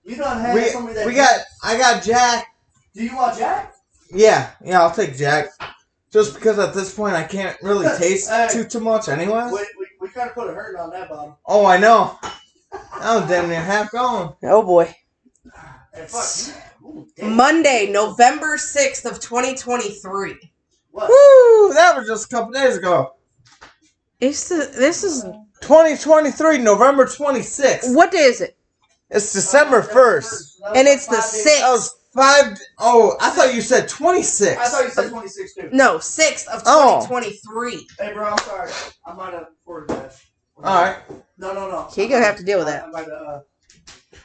Speaker 4: You done had somebody
Speaker 1: We,
Speaker 4: that
Speaker 1: we got I got Jack.
Speaker 4: Do you want Jack?
Speaker 1: Yeah, yeah, I'll take Jack. Just because at this point I can't really taste
Speaker 4: Hey.
Speaker 1: too too much anyway.
Speaker 4: We, we, we kind of put a hurt on that bottle.
Speaker 1: Oh I know. I was damn near half gone.
Speaker 3: Oh boy.
Speaker 4: And fuck. you- ooh, damn.
Speaker 3: Monday, November 6th of 2023.
Speaker 4: What?
Speaker 1: Woo! That was just a couple days ago.
Speaker 3: It's the, this is
Speaker 1: 2023, November 26th.
Speaker 3: what day is it?
Speaker 1: It's December 1st.
Speaker 3: And it's the
Speaker 4: Five days.
Speaker 1: That was five. Oh, I thought you said 26.
Speaker 4: I thought you said 26 too.
Speaker 3: No, 6th of
Speaker 1: Oh.
Speaker 3: 2023.
Speaker 4: Hey, bro, I'm sorry. I might have ordered that.
Speaker 1: All right.
Speaker 4: No, no, no.
Speaker 3: He gonna have to deal with that.
Speaker 4: I, I, might have, uh,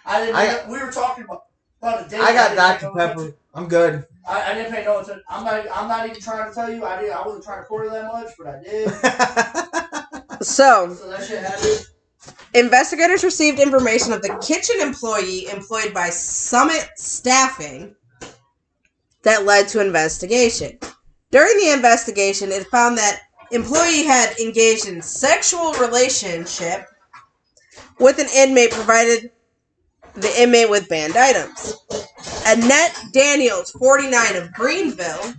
Speaker 4: I didn't.
Speaker 1: I-
Speaker 4: we were talking about, about a date.
Speaker 1: I got
Speaker 4: didn't pay
Speaker 1: Dr.
Speaker 4: no attention.
Speaker 1: Pepper. I'm good.
Speaker 4: I, I didn't pay no attention. I'm not. I'm not even trying to tell you. I did. I wasn't trying to quarter that much, but I did.
Speaker 3: So,
Speaker 4: so that shit happened.
Speaker 3: Investigators received information of the kitchen employee employed by Summit Staffing that led to investigation. During the investigation, it found that employee had engaged in sexual relationship with an inmate provided the inmate with banned items. Annette Daniels, 49 of Greenville,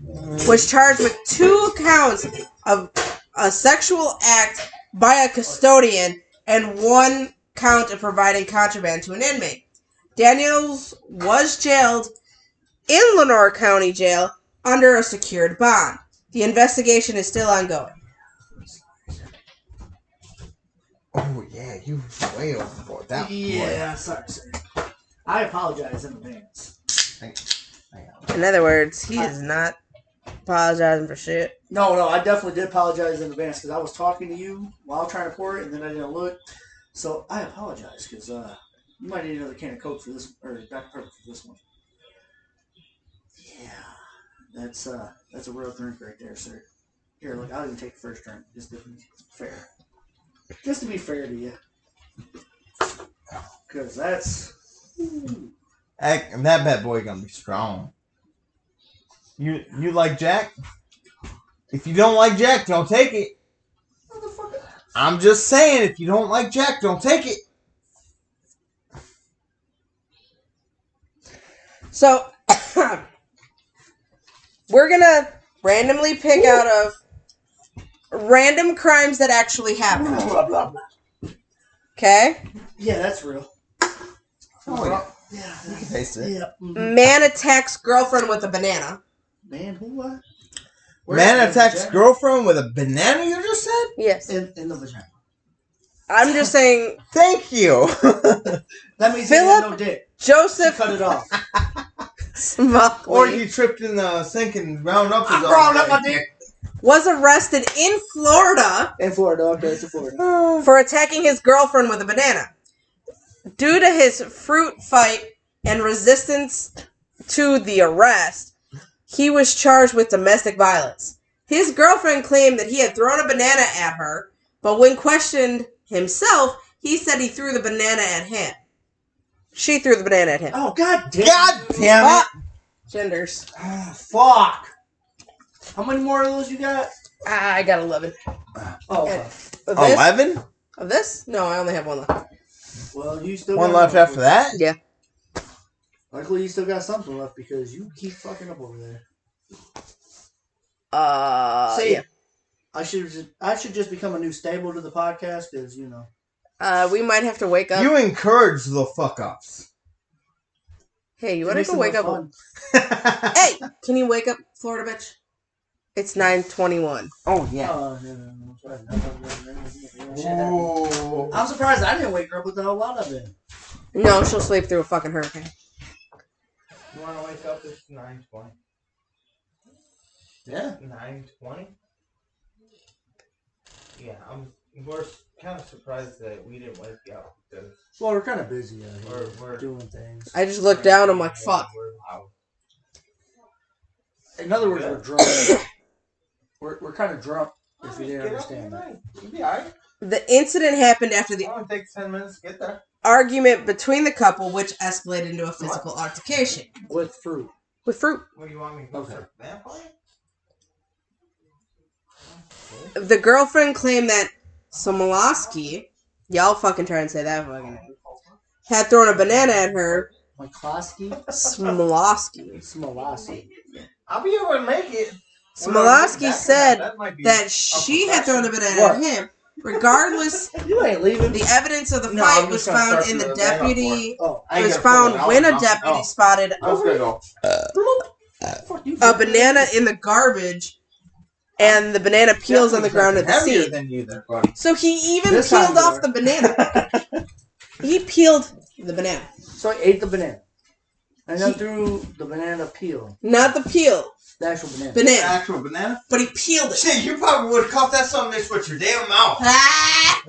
Speaker 3: was charged with two counts of a sexual act by a custodian and one count of providing contraband to an inmate. Daniels was jailed in Lenore County Jail under a secured bond. The investigation is still ongoing.
Speaker 1: *laughs*
Speaker 13: Oh yeah, you way overboard that
Speaker 4: Yeah, sorry. sorry. I apologize in advance.
Speaker 3: In other words, he is not apologizing for shit.
Speaker 4: No, no, I definitely did apologize in advance because I was talking to you while trying to pour it, and then I didn't look. So I apologize because uh, you might need another can of Coke for this, or Dr Pepper for this one. Yeah, that's uh, that's a real drink right there, sir. Here, look, I'll even take the first drink just to be fair. Just to be fair to you, because that's. ooh.
Speaker 1: Heck, and that bad boy gonna be strong. You you like Jack? If you don't like Jack, don't take it. I'm just saying, if you don't like Jack, don't take it.
Speaker 3: So *coughs* we're gonna randomly pick out of random crimes that actually happened.
Speaker 4: Blah, blah, blah.
Speaker 3: Okay,
Speaker 4: Yeah, that's real.
Speaker 1: Oh, yeah.
Speaker 4: Yeah,
Speaker 1: You can taste it.
Speaker 4: yeah. mhm.
Speaker 3: man attacks girlfriend with a banana.
Speaker 4: Man, who what?
Speaker 1: Man attacks girlfriend with a banana. You just said.
Speaker 3: Yes,
Speaker 4: in, in the vagina.
Speaker 3: I'm just saying
Speaker 1: Thank you.
Speaker 4: That means Philip? he had
Speaker 3: Philip?
Speaker 4: no dick. He
Speaker 3: Joseph
Speaker 4: cut it off.
Speaker 1: *laughs* or
Speaker 3: Smuckley
Speaker 1: he tripped in the sink and round up.
Speaker 4: I round up my dick.
Speaker 3: was arrested in Florida
Speaker 4: In Florida, okay, it's in Florida.
Speaker 3: for attacking his girlfriend with a banana. Due to his fruit fight and resistance to the arrest, he was charged with domestic violence. His girlfriend claimed that he had thrown a banana at her, but when questioned himself, he said he threw the banana at him. She threw the banana at him.
Speaker 4: Oh god damn.
Speaker 1: God damn it!
Speaker 3: Ah, genders.
Speaker 4: Ah, fuck. How many more of those you got?
Speaker 3: Ah, I got 11.
Speaker 4: Oh,
Speaker 3: Okay.
Speaker 4: okay.
Speaker 3: Of this?
Speaker 1: Eleven.
Speaker 3: Of this? No, I only have one left.
Speaker 4: well, you still
Speaker 1: One
Speaker 4: got
Speaker 1: left after that.
Speaker 4: Luckily, you still got something left because you keep fucking up over there.
Speaker 3: Uh,
Speaker 4: See,
Speaker 3: yeah.
Speaker 4: I should just, I should just become a new stable to the podcast because you know.
Speaker 3: Uh, we might have to wake up.
Speaker 1: You encourage the fuck ups.
Speaker 3: hey, you want
Speaker 4: it
Speaker 3: to
Speaker 4: makes
Speaker 3: go
Speaker 4: it
Speaker 3: wake
Speaker 4: more
Speaker 3: up?
Speaker 4: fun.
Speaker 3: Hey, can you wake up, Florida bitch? It's nine twenty-one.
Speaker 1: oh yeah.
Speaker 4: Oh, no, no, no, sorry. No, no, no, no, no, no, no, shit happened.
Speaker 1: Ooh.
Speaker 4: I'm surprised I didn't wake her up with a whole lot of it.
Speaker 3: No, she'll sleep through a fucking hurricane.
Speaker 1: You want to wake up? It's nine twenty.
Speaker 4: Yeah.
Speaker 1: Nine twenty. Yeah, I'm. We're kind of surprised that we didn't wake you up because
Speaker 4: Well, we're kind of busy. Uh,
Speaker 1: We're-
Speaker 4: we're
Speaker 1: we're-
Speaker 4: doing things.
Speaker 3: I just looked down. I'm like, fuck.
Speaker 1: We're loud.
Speaker 4: In other words, we're drunk. *coughs* we're we're kind of drunk. If you didn't
Speaker 1: Get up
Speaker 4: understand that.
Speaker 1: tonight. You'll be alright.
Speaker 3: The incident happened after
Speaker 1: It
Speaker 3: the
Speaker 1: only takes ten minutes to get there.
Speaker 3: argument between the couple, which escalated into a physical altercation
Speaker 4: with fruit.
Speaker 3: with fruit.
Speaker 1: What do you want me to go
Speaker 4: Okay.
Speaker 1: for? Vampire?
Speaker 3: The girlfriend claimed that Somolowski, y'all fucking try and say that fucking name, had thrown a banana at her.
Speaker 4: McCloskey
Speaker 3: Smolowski.
Speaker 4: Smolowski.
Speaker 1: I'll be able to make it.
Speaker 3: Smolowski said
Speaker 1: that, might be
Speaker 3: that she had thrown a banana
Speaker 4: What?
Speaker 3: at him. Regardless,
Speaker 4: You ain't leaving.
Speaker 3: the evidence of the
Speaker 1: *laughs* No,
Speaker 3: fight
Speaker 1: I'm
Speaker 3: was
Speaker 1: just gonna
Speaker 3: found
Speaker 1: start
Speaker 3: in the
Speaker 1: the banana
Speaker 3: deputy.
Speaker 4: oh,
Speaker 1: I ain't
Speaker 3: was
Speaker 1: gonna pull it
Speaker 3: found
Speaker 1: out.
Speaker 3: when a
Speaker 1: I'm-
Speaker 3: deputy
Speaker 1: oh,
Speaker 3: spotted
Speaker 1: I was gonna go.
Speaker 4: fuck you.
Speaker 3: a banana in the garbage, and the banana peels on the ground at the
Speaker 1: Heavier
Speaker 3: scene.
Speaker 1: than you there, buddy.
Speaker 3: So he even
Speaker 4: This time
Speaker 3: peeled
Speaker 4: you
Speaker 3: off
Speaker 4: are.
Speaker 3: the
Speaker 1: *laughs*
Speaker 3: banana. He peeled the banana,
Speaker 4: So I ate the banana. And then
Speaker 3: He-
Speaker 4: threw the banana peel,
Speaker 3: not the peel,
Speaker 4: the actual banana.
Speaker 3: banana,
Speaker 1: Actual banana?
Speaker 3: but he peeled it. *laughs*
Speaker 1: Shit, you probably would have caught that son of a bitch with your damn mouth.
Speaker 3: Ah!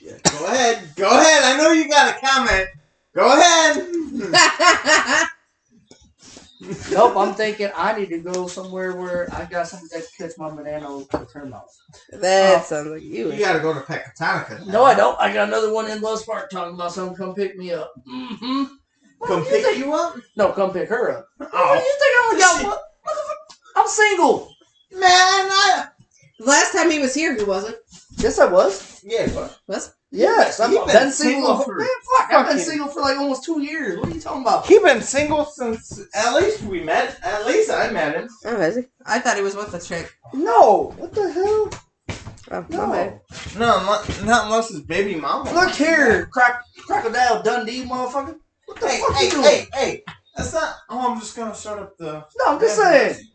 Speaker 1: Yeah, go ahead. Go ahead. I know you got a comment. Go
Speaker 3: *laughs*
Speaker 1: ahead.
Speaker 4: nope, I'm thinking I need to go somewhere where I got something that can catch my banana with her mouth.
Speaker 1: Oh.
Speaker 3: that sounds like you.
Speaker 1: You gotta go to Pecatonica.
Speaker 4: No, I don't. I got another one in Love Park talking about something. Come pick me up. hmm
Speaker 1: Come pick you up.
Speaker 4: No, come pick her up. What do
Speaker 1: Oh,
Speaker 4: you think I would? Yo, what, what the fuck? I'm single.
Speaker 3: Man, I. Last time he was here, he wasn't.
Speaker 4: Yes, I was.
Speaker 14: Yeah, but
Speaker 3: Was?
Speaker 4: Yes, I've
Speaker 1: You've
Speaker 4: been,
Speaker 1: been
Speaker 4: single.
Speaker 1: single for
Speaker 4: man, fuck, I've been
Speaker 1: fucking-
Speaker 4: single for like almost two years. What are you talking about?
Speaker 1: He been single since at least we met. At least I met him.
Speaker 3: Oh, is he? I thought he was with the chick.
Speaker 4: No, what the hell?
Speaker 3: Oh,
Speaker 4: No.
Speaker 3: my bad.
Speaker 1: No, unle- not unless his baby mama.
Speaker 4: Look here, croc- crocodile Dundee, motherfucker. What the
Speaker 1: Hey,
Speaker 4: fuck
Speaker 1: hey,
Speaker 4: you doing?
Speaker 1: hey, hey. That's not. Oh, I'm just gonna start up the.
Speaker 4: No, I'm just
Speaker 1: Yeah,
Speaker 4: saying.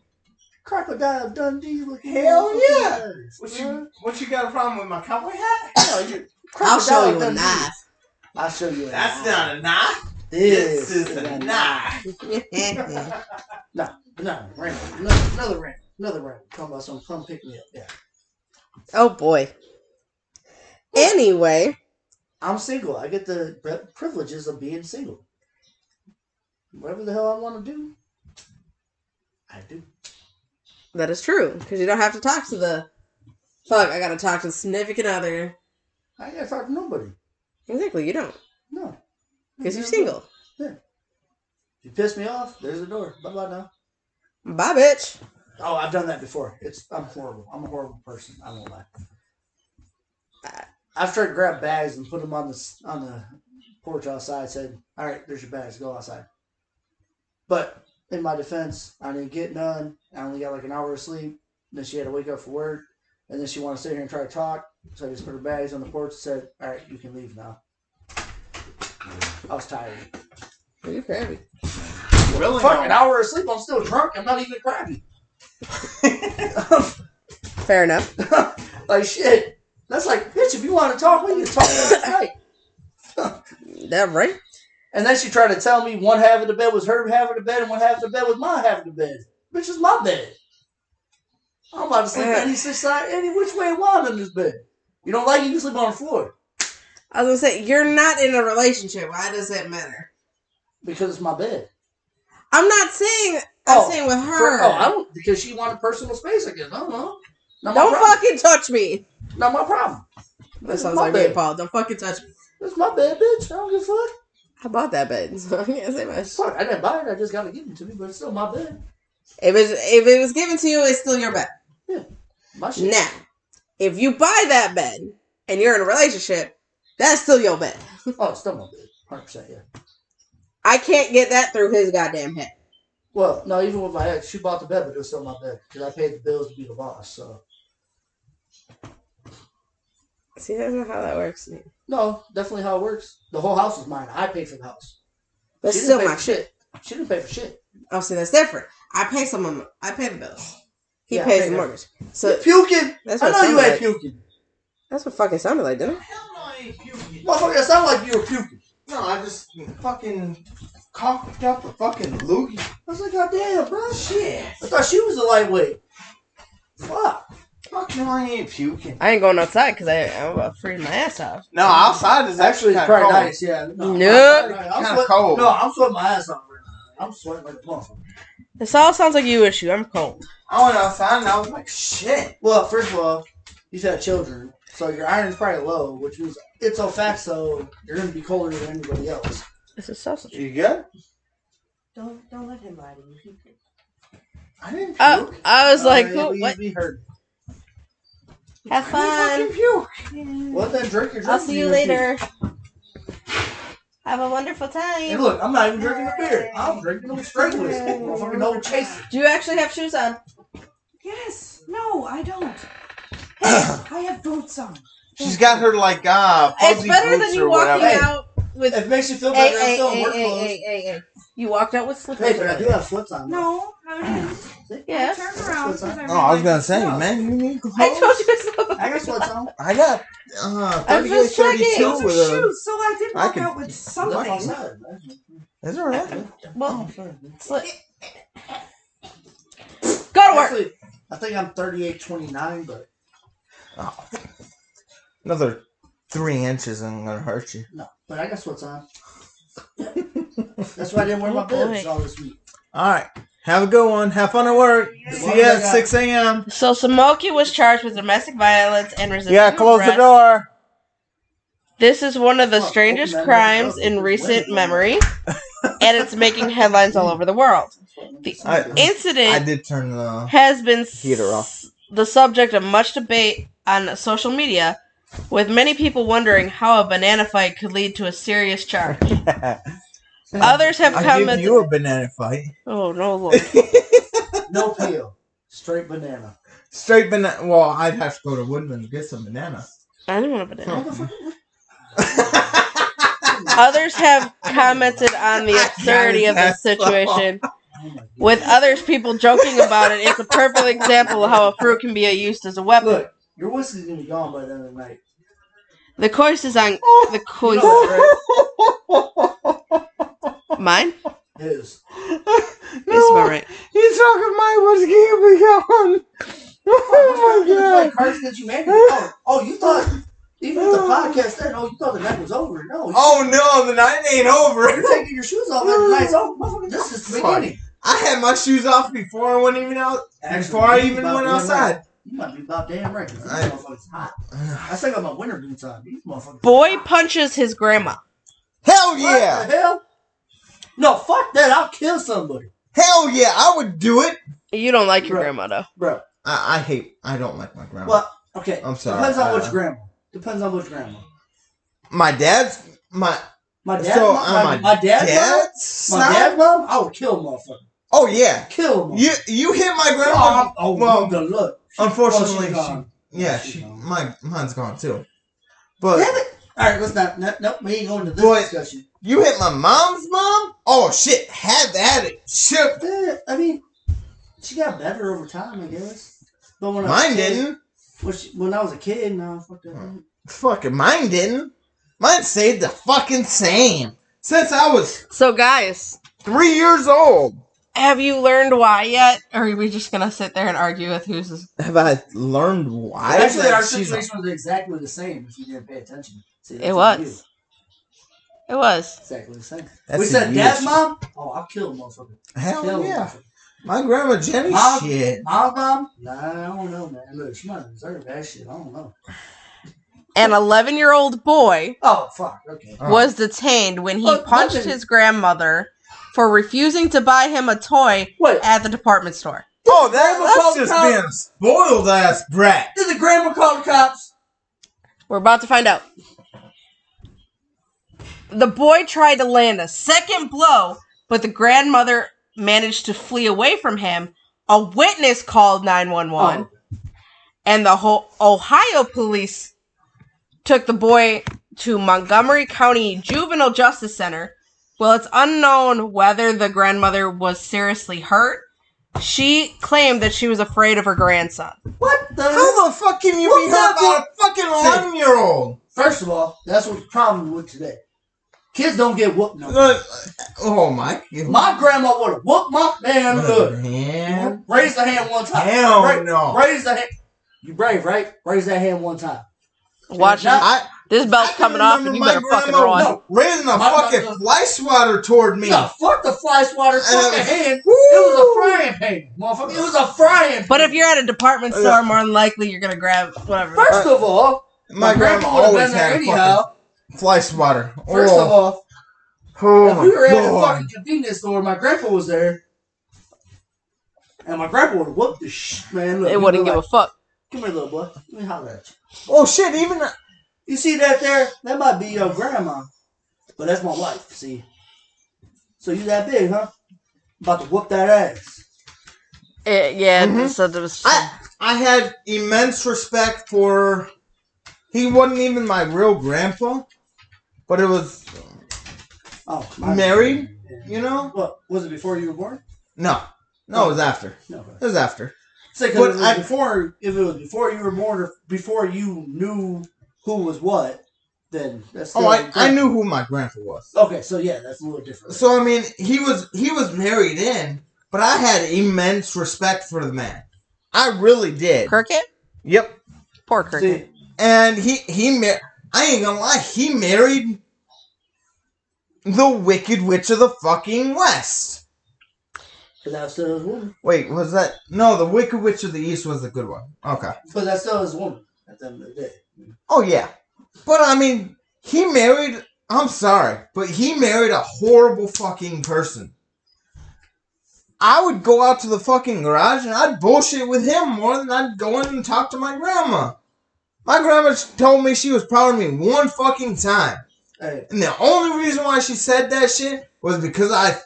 Speaker 4: Crocodile Dundee looking.
Speaker 1: Hell
Speaker 4: motherfucking
Speaker 1: yeah.
Speaker 4: ass,
Speaker 1: What
Speaker 4: bruh.
Speaker 1: you? What you got a problem with my cowboy hat?
Speaker 4: *laughs* No, you-
Speaker 3: I'll show
Speaker 4: Crocodile
Speaker 3: you a
Speaker 4: Dundee.
Speaker 3: knife.
Speaker 4: I'll show you. a
Speaker 1: That's
Speaker 4: knife.
Speaker 1: not a knife.
Speaker 4: This,
Speaker 1: is a knife.
Speaker 3: *laughs* yeah,
Speaker 4: No, random. Another, another random. Another random. Talking about some come pick me up. Yeah.
Speaker 3: Oh boy. Anyway,
Speaker 4: I'm single. I get the pri- privileges of being single. Whatever the hell I want to do, I do.
Speaker 3: that is true because you don't have to talk to the. Fuck, I gotta talk to the significant other.
Speaker 4: I ain't gotta talk to nobody.
Speaker 3: Exactly, you don't
Speaker 4: No.
Speaker 3: because you're
Speaker 4: Yeah,
Speaker 3: single.
Speaker 4: If you piss me off, there's the door. Bye bye now.
Speaker 3: Bye, bitch.
Speaker 4: Oh, I've done that before. It's I'm horrible. I'm a horrible person. I won't lie. I've tried to grab bags and put them on the s- on the porch outside. Said, "All right, there's your bags. Go outside." But in my defense, I didn't get none. I only got like an hour of sleep. Then she had to wake up for work, and then she wanted to sit here and try to talk. So I just put her bags on the porch and said, "All right, you can leave now." I was tired.
Speaker 3: Are you crabby?
Speaker 1: Really?
Speaker 4: Fuck an hour of sleep. I'm still drunk. I'm not even crappy.
Speaker 3: Fair enough.
Speaker 4: like shit. That's like, bitch. If you want to talk, we can talk last night.
Speaker 3: That right?
Speaker 4: And then she tried to tell me one half of the bed was her half of the bed and one half of the bed was my half of the bed. Bitch, it's my bed. I'm about to sleep
Speaker 3: Yeah.
Speaker 4: any six side, any which way I want in this bed. You don't like it, you can sleep on the floor
Speaker 3: I was gonna say you're not in a relationship. Why does that matter?
Speaker 4: because it's my bed.
Speaker 3: I'm not saying. I'm
Speaker 4: Oh,
Speaker 3: saying with
Speaker 4: For-
Speaker 3: her.
Speaker 4: oh, I don't because she wanted personal space. I guess I don't know. Not
Speaker 3: don't
Speaker 4: my problem.
Speaker 3: fucking touch me.
Speaker 4: Not my problem.
Speaker 3: That
Speaker 4: This
Speaker 3: sounds
Speaker 4: is my
Speaker 3: like me and
Speaker 4: bed.
Speaker 3: Paul. Don't fucking touch me.
Speaker 4: This is my bed, bitch. I don't give a fuck.
Speaker 3: I bought that bed, so I can't say much.
Speaker 4: Fuck, I didn't buy it. I just got it given to me, but it's still my bed.
Speaker 3: If it if it was given to you, it's still your bed.
Speaker 4: My shit.
Speaker 3: Now, if you buy that bed and you're in a relationship, that's still your bed.
Speaker 4: Oh, it's still my bed. Hundred percent. Yeah.
Speaker 3: I can't get that through his goddamn head.
Speaker 4: Well, no, even with my ex, she bought the bed, but it was still my bed because I paid the bills to be the boss. So
Speaker 3: See, that's not how that works. man.
Speaker 4: no, definitely how it works. The whole house is mine. I paid for the house.
Speaker 3: That's
Speaker 4: She didn't
Speaker 3: still
Speaker 4: pay
Speaker 3: my
Speaker 4: for
Speaker 3: shit.
Speaker 4: She didn't pay for shit.
Speaker 3: Oh, see, that's different. I pay some of my, I pay the bills. He
Speaker 4: Yeah, I
Speaker 3: pays
Speaker 4: pay
Speaker 3: the
Speaker 4: that.
Speaker 3: mortgage. So
Speaker 4: puking.
Speaker 3: that's
Speaker 4: I
Speaker 3: what it
Speaker 4: know you
Speaker 3: sounded
Speaker 4: ain't
Speaker 3: like.
Speaker 4: puking.
Speaker 3: That's what fucking sounded like, didn't it?
Speaker 1: Hell no, I ain't puking.
Speaker 4: Motherfucker, it sounded like you were puking.
Speaker 1: No, I just fucking cocked up a fucking loogie.
Speaker 4: I was like, God damn, bro.
Speaker 1: Shit.
Speaker 4: I thought she was a lightweight. Fuck.
Speaker 1: Fuck no, I ain't puking.
Speaker 3: I ain't going outside because I I'm about to freeze my ass off.
Speaker 1: No, outside is actually,
Speaker 4: Actually, it's
Speaker 1: kind of
Speaker 4: probably
Speaker 1: cold.
Speaker 4: nice. Yeah.
Speaker 3: Nope.
Speaker 4: I'm,
Speaker 1: Kinda
Speaker 4: sweating,
Speaker 1: cold.
Speaker 4: No, I'm sweating my ass off. right now. I'm sweating like a motherfucker.
Speaker 3: This all sounds like you issue. I'm cold.
Speaker 1: I went outside and I was like, shit.
Speaker 4: Well, first of all, you've had children, so your iron's probably low, which means it's a fact. So you're gonna be colder than anybody else.
Speaker 3: This is sausage.
Speaker 1: You good?
Speaker 12: Don't don't let him lie to you. He-
Speaker 1: I didn't puke.
Speaker 3: Oh, I was like,
Speaker 4: Uh,
Speaker 3: oh,
Speaker 4: we-
Speaker 3: what?
Speaker 4: we heard.
Speaker 3: Have
Speaker 1: I
Speaker 3: fun.
Speaker 1: didn't fucking
Speaker 4: Well, then drink your drink.
Speaker 3: I'll see you
Speaker 4: and your beer.
Speaker 3: later. Have a wonderful
Speaker 4: Hey,
Speaker 3: time.
Speaker 4: look, I'm not even drinking a beer. I'm drinking them straight whiskey. Motherfucking old chaser.
Speaker 3: Do you actually have shoes on?
Speaker 12: Yes. No, I don't. I have boots on.
Speaker 1: puke. She's got her like uh fuzzy
Speaker 3: it's better
Speaker 1: boots
Speaker 3: than
Speaker 1: or
Speaker 3: you walking
Speaker 1: whatever.
Speaker 4: whatever.
Speaker 3: out with.
Speaker 4: It makes you feel
Speaker 3: Hey,
Speaker 4: better. I'm
Speaker 3: hey,
Speaker 4: still in
Speaker 3: hey,
Speaker 4: work
Speaker 3: hey,
Speaker 4: clothes.
Speaker 3: hey, hey, hey. You walked out with slippers.
Speaker 4: Hey, but I do have flips on. though.
Speaker 12: No, I
Speaker 4: *clears throat*
Speaker 12: didn't.
Speaker 3: Yeah.
Speaker 12: I turned around because I
Speaker 1: No, Oh, I was
Speaker 12: realized-
Speaker 1: gonna say,
Speaker 12: No.
Speaker 1: man, you need clothes.
Speaker 3: I told you so.
Speaker 4: I got sweats on.
Speaker 1: I got uh,
Speaker 3: I'm
Speaker 1: 38,
Speaker 3: just checking.
Speaker 1: 32
Speaker 12: Those are
Speaker 1: with a.
Speaker 12: shoes, so I did
Speaker 1: I
Speaker 12: walk
Speaker 1: can-
Speaker 12: out with
Speaker 4: Look
Speaker 12: something.
Speaker 4: outside, man.
Speaker 1: Is it right?
Speaker 3: Well,
Speaker 4: Actually,
Speaker 3: sli- go to work.
Speaker 4: I think I'm 38, 29, but
Speaker 1: Oh. Another three inches and I'm gonna hurt you.
Speaker 4: no. But I got sweats on. That's why I
Speaker 3: Oh,
Speaker 4: didn't wear my bibs all this week.
Speaker 1: All right. Have a good one. Have fun at work. See ya at 6 a.m.
Speaker 3: So Samoki was charged with domestic violence and resisting
Speaker 1: Yeah, close the
Speaker 3: arrest.
Speaker 1: door.
Speaker 3: This is one of the strangest crimes in recent memory, and it's making headlines all over the world. The
Speaker 1: I, I
Speaker 3: incident
Speaker 1: did turn *laughs* the
Speaker 3: has been
Speaker 1: heater off.
Speaker 3: the subject of much debate on social media, with many people wondering how a banana fight could lead to a serious *laughs* charge. Others have
Speaker 1: I give
Speaker 3: commented.
Speaker 1: you a banana fight.
Speaker 3: *laughs* oh no, Lord!
Speaker 4: No peel. Straight banana.
Speaker 1: Straight banana. Well, I'd have to go to Woodman to get some banana.
Speaker 3: I don't want a
Speaker 4: *laughs*
Speaker 3: banana.
Speaker 1: *laughs*
Speaker 3: Others have commented on the absurdity of this
Speaker 1: That is asshole. *laughs*
Speaker 3: situation.
Speaker 4: Oh
Speaker 3: With others, people joking about it, it's a perfect example of how a fruit can be used as a weapon.
Speaker 4: Look, your whiskey's gonna be gone by the end of the night.
Speaker 3: The coist is on
Speaker 1: *laughs*
Speaker 3: the
Speaker 4: You
Speaker 3: coist.
Speaker 4: know that,
Speaker 3: Mine?
Speaker 4: right? It is.
Speaker 3: It's about right.
Speaker 1: He's talking my whiskey be gone. *laughs* Oh my god.
Speaker 4: Like cards that you made. Oh, oh, you thought even if the podcast ended, oh, you thought the night was over. No,
Speaker 1: Oh no, the night ain't over.
Speaker 4: you're taking your shoes off after the night's over.
Speaker 1: Oh.
Speaker 4: Motherfucker, this is the
Speaker 1: Fuck.
Speaker 4: beginning.
Speaker 1: I had my shoes off before I went even out. Before I
Speaker 4: you
Speaker 1: even
Speaker 4: about
Speaker 1: went
Speaker 4: damn
Speaker 1: outside.
Speaker 4: right. You might be about damn right. 'cause These
Speaker 1: I-
Speaker 4: motherfuckers hot. I still got my winter boots on. These motherfuckers.
Speaker 3: Boy punches his grandma.
Speaker 1: Hell
Speaker 4: What
Speaker 1: yeah.
Speaker 4: the hell? No, fuck that. I'll kill somebody,
Speaker 1: Hell yeah. I would do it.
Speaker 3: You don't like your
Speaker 4: Right.
Speaker 3: grandma, though.
Speaker 4: bro.
Speaker 1: I, I hate. I don't like my grandma.
Speaker 4: Well, okay.
Speaker 1: I'm sorry,
Speaker 4: Depends on
Speaker 1: uh,
Speaker 4: which grandma. Depends on which grandma.
Speaker 1: my dad's. My
Speaker 4: My dad,
Speaker 1: So,
Speaker 4: mom,
Speaker 1: uh,
Speaker 4: my,
Speaker 1: my
Speaker 4: my dad, mom,
Speaker 1: dad's.
Speaker 4: my
Speaker 1: side?
Speaker 4: dad, mom, I would kill a motherfucker.
Speaker 1: Oh yeah.
Speaker 4: Kill a motherfucker.
Speaker 1: You you hit my grandma.
Speaker 4: Oh, oh,
Speaker 1: well,
Speaker 4: good look.
Speaker 1: Unfortunately,
Speaker 4: Oh, she's gone.
Speaker 1: she, yeah,
Speaker 4: She's
Speaker 1: she,
Speaker 4: gone.
Speaker 1: my mine's gone too.
Speaker 4: Damn
Speaker 1: But
Speaker 4: it! All right, let's not. No, no, we ain't going to this
Speaker 1: Boy.
Speaker 4: discussion.
Speaker 1: you hit my mom's mom? Oh shit! Have at it. Shit,
Speaker 4: Eh, I mean, she got better over time, I guess. But when I was a
Speaker 1: mine
Speaker 4: kid-
Speaker 1: didn't.
Speaker 4: When, she, when I was a kid, no, fuck that.
Speaker 1: Hmm. Fucking mine didn't. Mine stayed the fucking same since I was
Speaker 3: So, guys,
Speaker 1: three years old.
Speaker 3: have you learned why yet? Or are we just going to sit there and argue with who's this?
Speaker 1: Have I learned why?
Speaker 4: Actually, our
Speaker 1: that she's a-
Speaker 4: situation was exactly the same if you didn't pay attention. See, that's
Speaker 3: It
Speaker 4: on
Speaker 3: was.
Speaker 4: you.
Speaker 3: It was.
Speaker 4: exactly the same.
Speaker 1: That's
Speaker 4: we
Speaker 1: a
Speaker 4: said,
Speaker 1: you
Speaker 4: Dad,
Speaker 1: issue."
Speaker 4: Mom, oh, I'll kill a motherfucker. Kill
Speaker 1: Hell
Speaker 4: a
Speaker 1: yeah.
Speaker 4: motherfucker.
Speaker 1: My grandma Jenny.
Speaker 4: Mom-
Speaker 1: Shit.
Speaker 4: Mom, Mom, nah, I don't know, man. Look, she might have deserved that shit. I don't know.
Speaker 3: An 11 year old boy
Speaker 4: Oh, fuck. Okay.
Speaker 1: Oh.
Speaker 3: was detained when he
Speaker 4: Look,
Speaker 3: punched
Speaker 4: nothing-
Speaker 3: his grandmother for refusing to buy him a toy
Speaker 4: Wait,
Speaker 3: at the department store.
Speaker 1: Oh, that,
Speaker 4: Grandma
Speaker 1: that's
Speaker 4: called
Speaker 1: just
Speaker 4: the cops.
Speaker 1: being a spoiled ass brat.
Speaker 4: did the grandma call the cops?
Speaker 3: We're about to find out. The boy tried to land a second blow, but the grandmother managed to flee away from him. A witness called 911,
Speaker 1: Oh.
Speaker 3: and the whole Ohio police took the boy to Montgomery County Juvenile Justice Center. Well, it's unknown whether the grandmother was seriously hurt. She claimed that she was afraid of her grandson.
Speaker 4: What the hell?
Speaker 1: How the fuck can you
Speaker 4: What's
Speaker 1: be hurt
Speaker 4: up,
Speaker 1: by a fucking eleven year old?
Speaker 4: First of all, that's what the problem with today. Kids don't get whooped no more.
Speaker 1: Oh my.
Speaker 4: My grandma would have whooped my damn hood.
Speaker 1: Man.
Speaker 4: Raise the hand one time.
Speaker 1: Hell
Speaker 4: Ra-
Speaker 1: no.
Speaker 4: Raise the hand. You brave, right? Raise that hand one time.
Speaker 3: Watch
Speaker 4: Now-
Speaker 1: I,
Speaker 3: This belt's
Speaker 1: I can
Speaker 3: coming off, and
Speaker 1: remember
Speaker 3: you
Speaker 1: my
Speaker 3: better fucking
Speaker 1: grandma
Speaker 3: run.
Speaker 4: No.
Speaker 1: raising a
Speaker 4: My
Speaker 1: fucking
Speaker 4: mother-
Speaker 1: fly swatter toward me.
Speaker 4: No, fuck the fly swatter. Fuck
Speaker 1: Uh,
Speaker 4: the hand.
Speaker 1: woo!
Speaker 4: It was a frying pan, motherfucker. It was a frying pan.
Speaker 3: But if you're at a department
Speaker 1: Uh,
Speaker 3: store, more than likely you're gonna grab whatever. the
Speaker 4: First of all,
Speaker 1: My, grandma,
Speaker 4: would've
Speaker 1: always had a fucking
Speaker 4: anyhow.
Speaker 1: fly swatter.
Speaker 4: First
Speaker 1: oh,
Speaker 4: of all,
Speaker 1: oh
Speaker 4: if
Speaker 1: my
Speaker 4: we were at a
Speaker 1: god.
Speaker 4: fucking convenience store, my grandpa was there, and my grandpa would whoop the shit, man. Look,
Speaker 3: fuck. It wouldn't give
Speaker 4: like,
Speaker 3: a fuck.
Speaker 4: Come here, little boy. Let me holler at you.
Speaker 1: Oh shit! Even
Speaker 4: You see that there? That might be your grandma, but that's my wife. See. So you that big, huh? About to whoop that ass.
Speaker 3: It, yeah, it
Speaker 1: Mhm.
Speaker 3: said it was.
Speaker 1: I I had immense respect for. He wasn't even my real grandpa, but it was
Speaker 4: Oh, my-
Speaker 1: married. You know?
Speaker 4: What was it before you were born?
Speaker 1: No, no, it was after.
Speaker 4: No.
Speaker 1: It was after.
Speaker 4: Say,
Speaker 1: But
Speaker 4: because
Speaker 1: I-
Speaker 4: before, if it was before you were born or before you knew who was what, then that's.
Speaker 1: Oh,
Speaker 4: still
Speaker 1: I, I
Speaker 4: different.
Speaker 1: knew who my grandpa was.
Speaker 4: Okay, so yeah, that's a little different.
Speaker 1: So I mean, he was he was married in, but I had immense respect for the man. I really did.
Speaker 3: Cricket?
Speaker 1: Yep.
Speaker 3: Poor Cricket.
Speaker 4: See,
Speaker 1: And he he mar- I ain't gonna lie, he married the Wicked Witch of the fucking West.
Speaker 4: but that's still his woman.
Speaker 1: Wait, was that no? The Wicked Witch of the East was the good one. Okay.
Speaker 4: But that's still his woman at the end of the day.
Speaker 1: Oh yeah, but I mean, He married. I'm sorry, but he married a horrible fucking person. I would go out to the fucking garage and I'd bullshit with him more than I'd go in and talk to my grandma. My grandma told me she was proud of me one fucking time. And the only reason why she said that shit was because I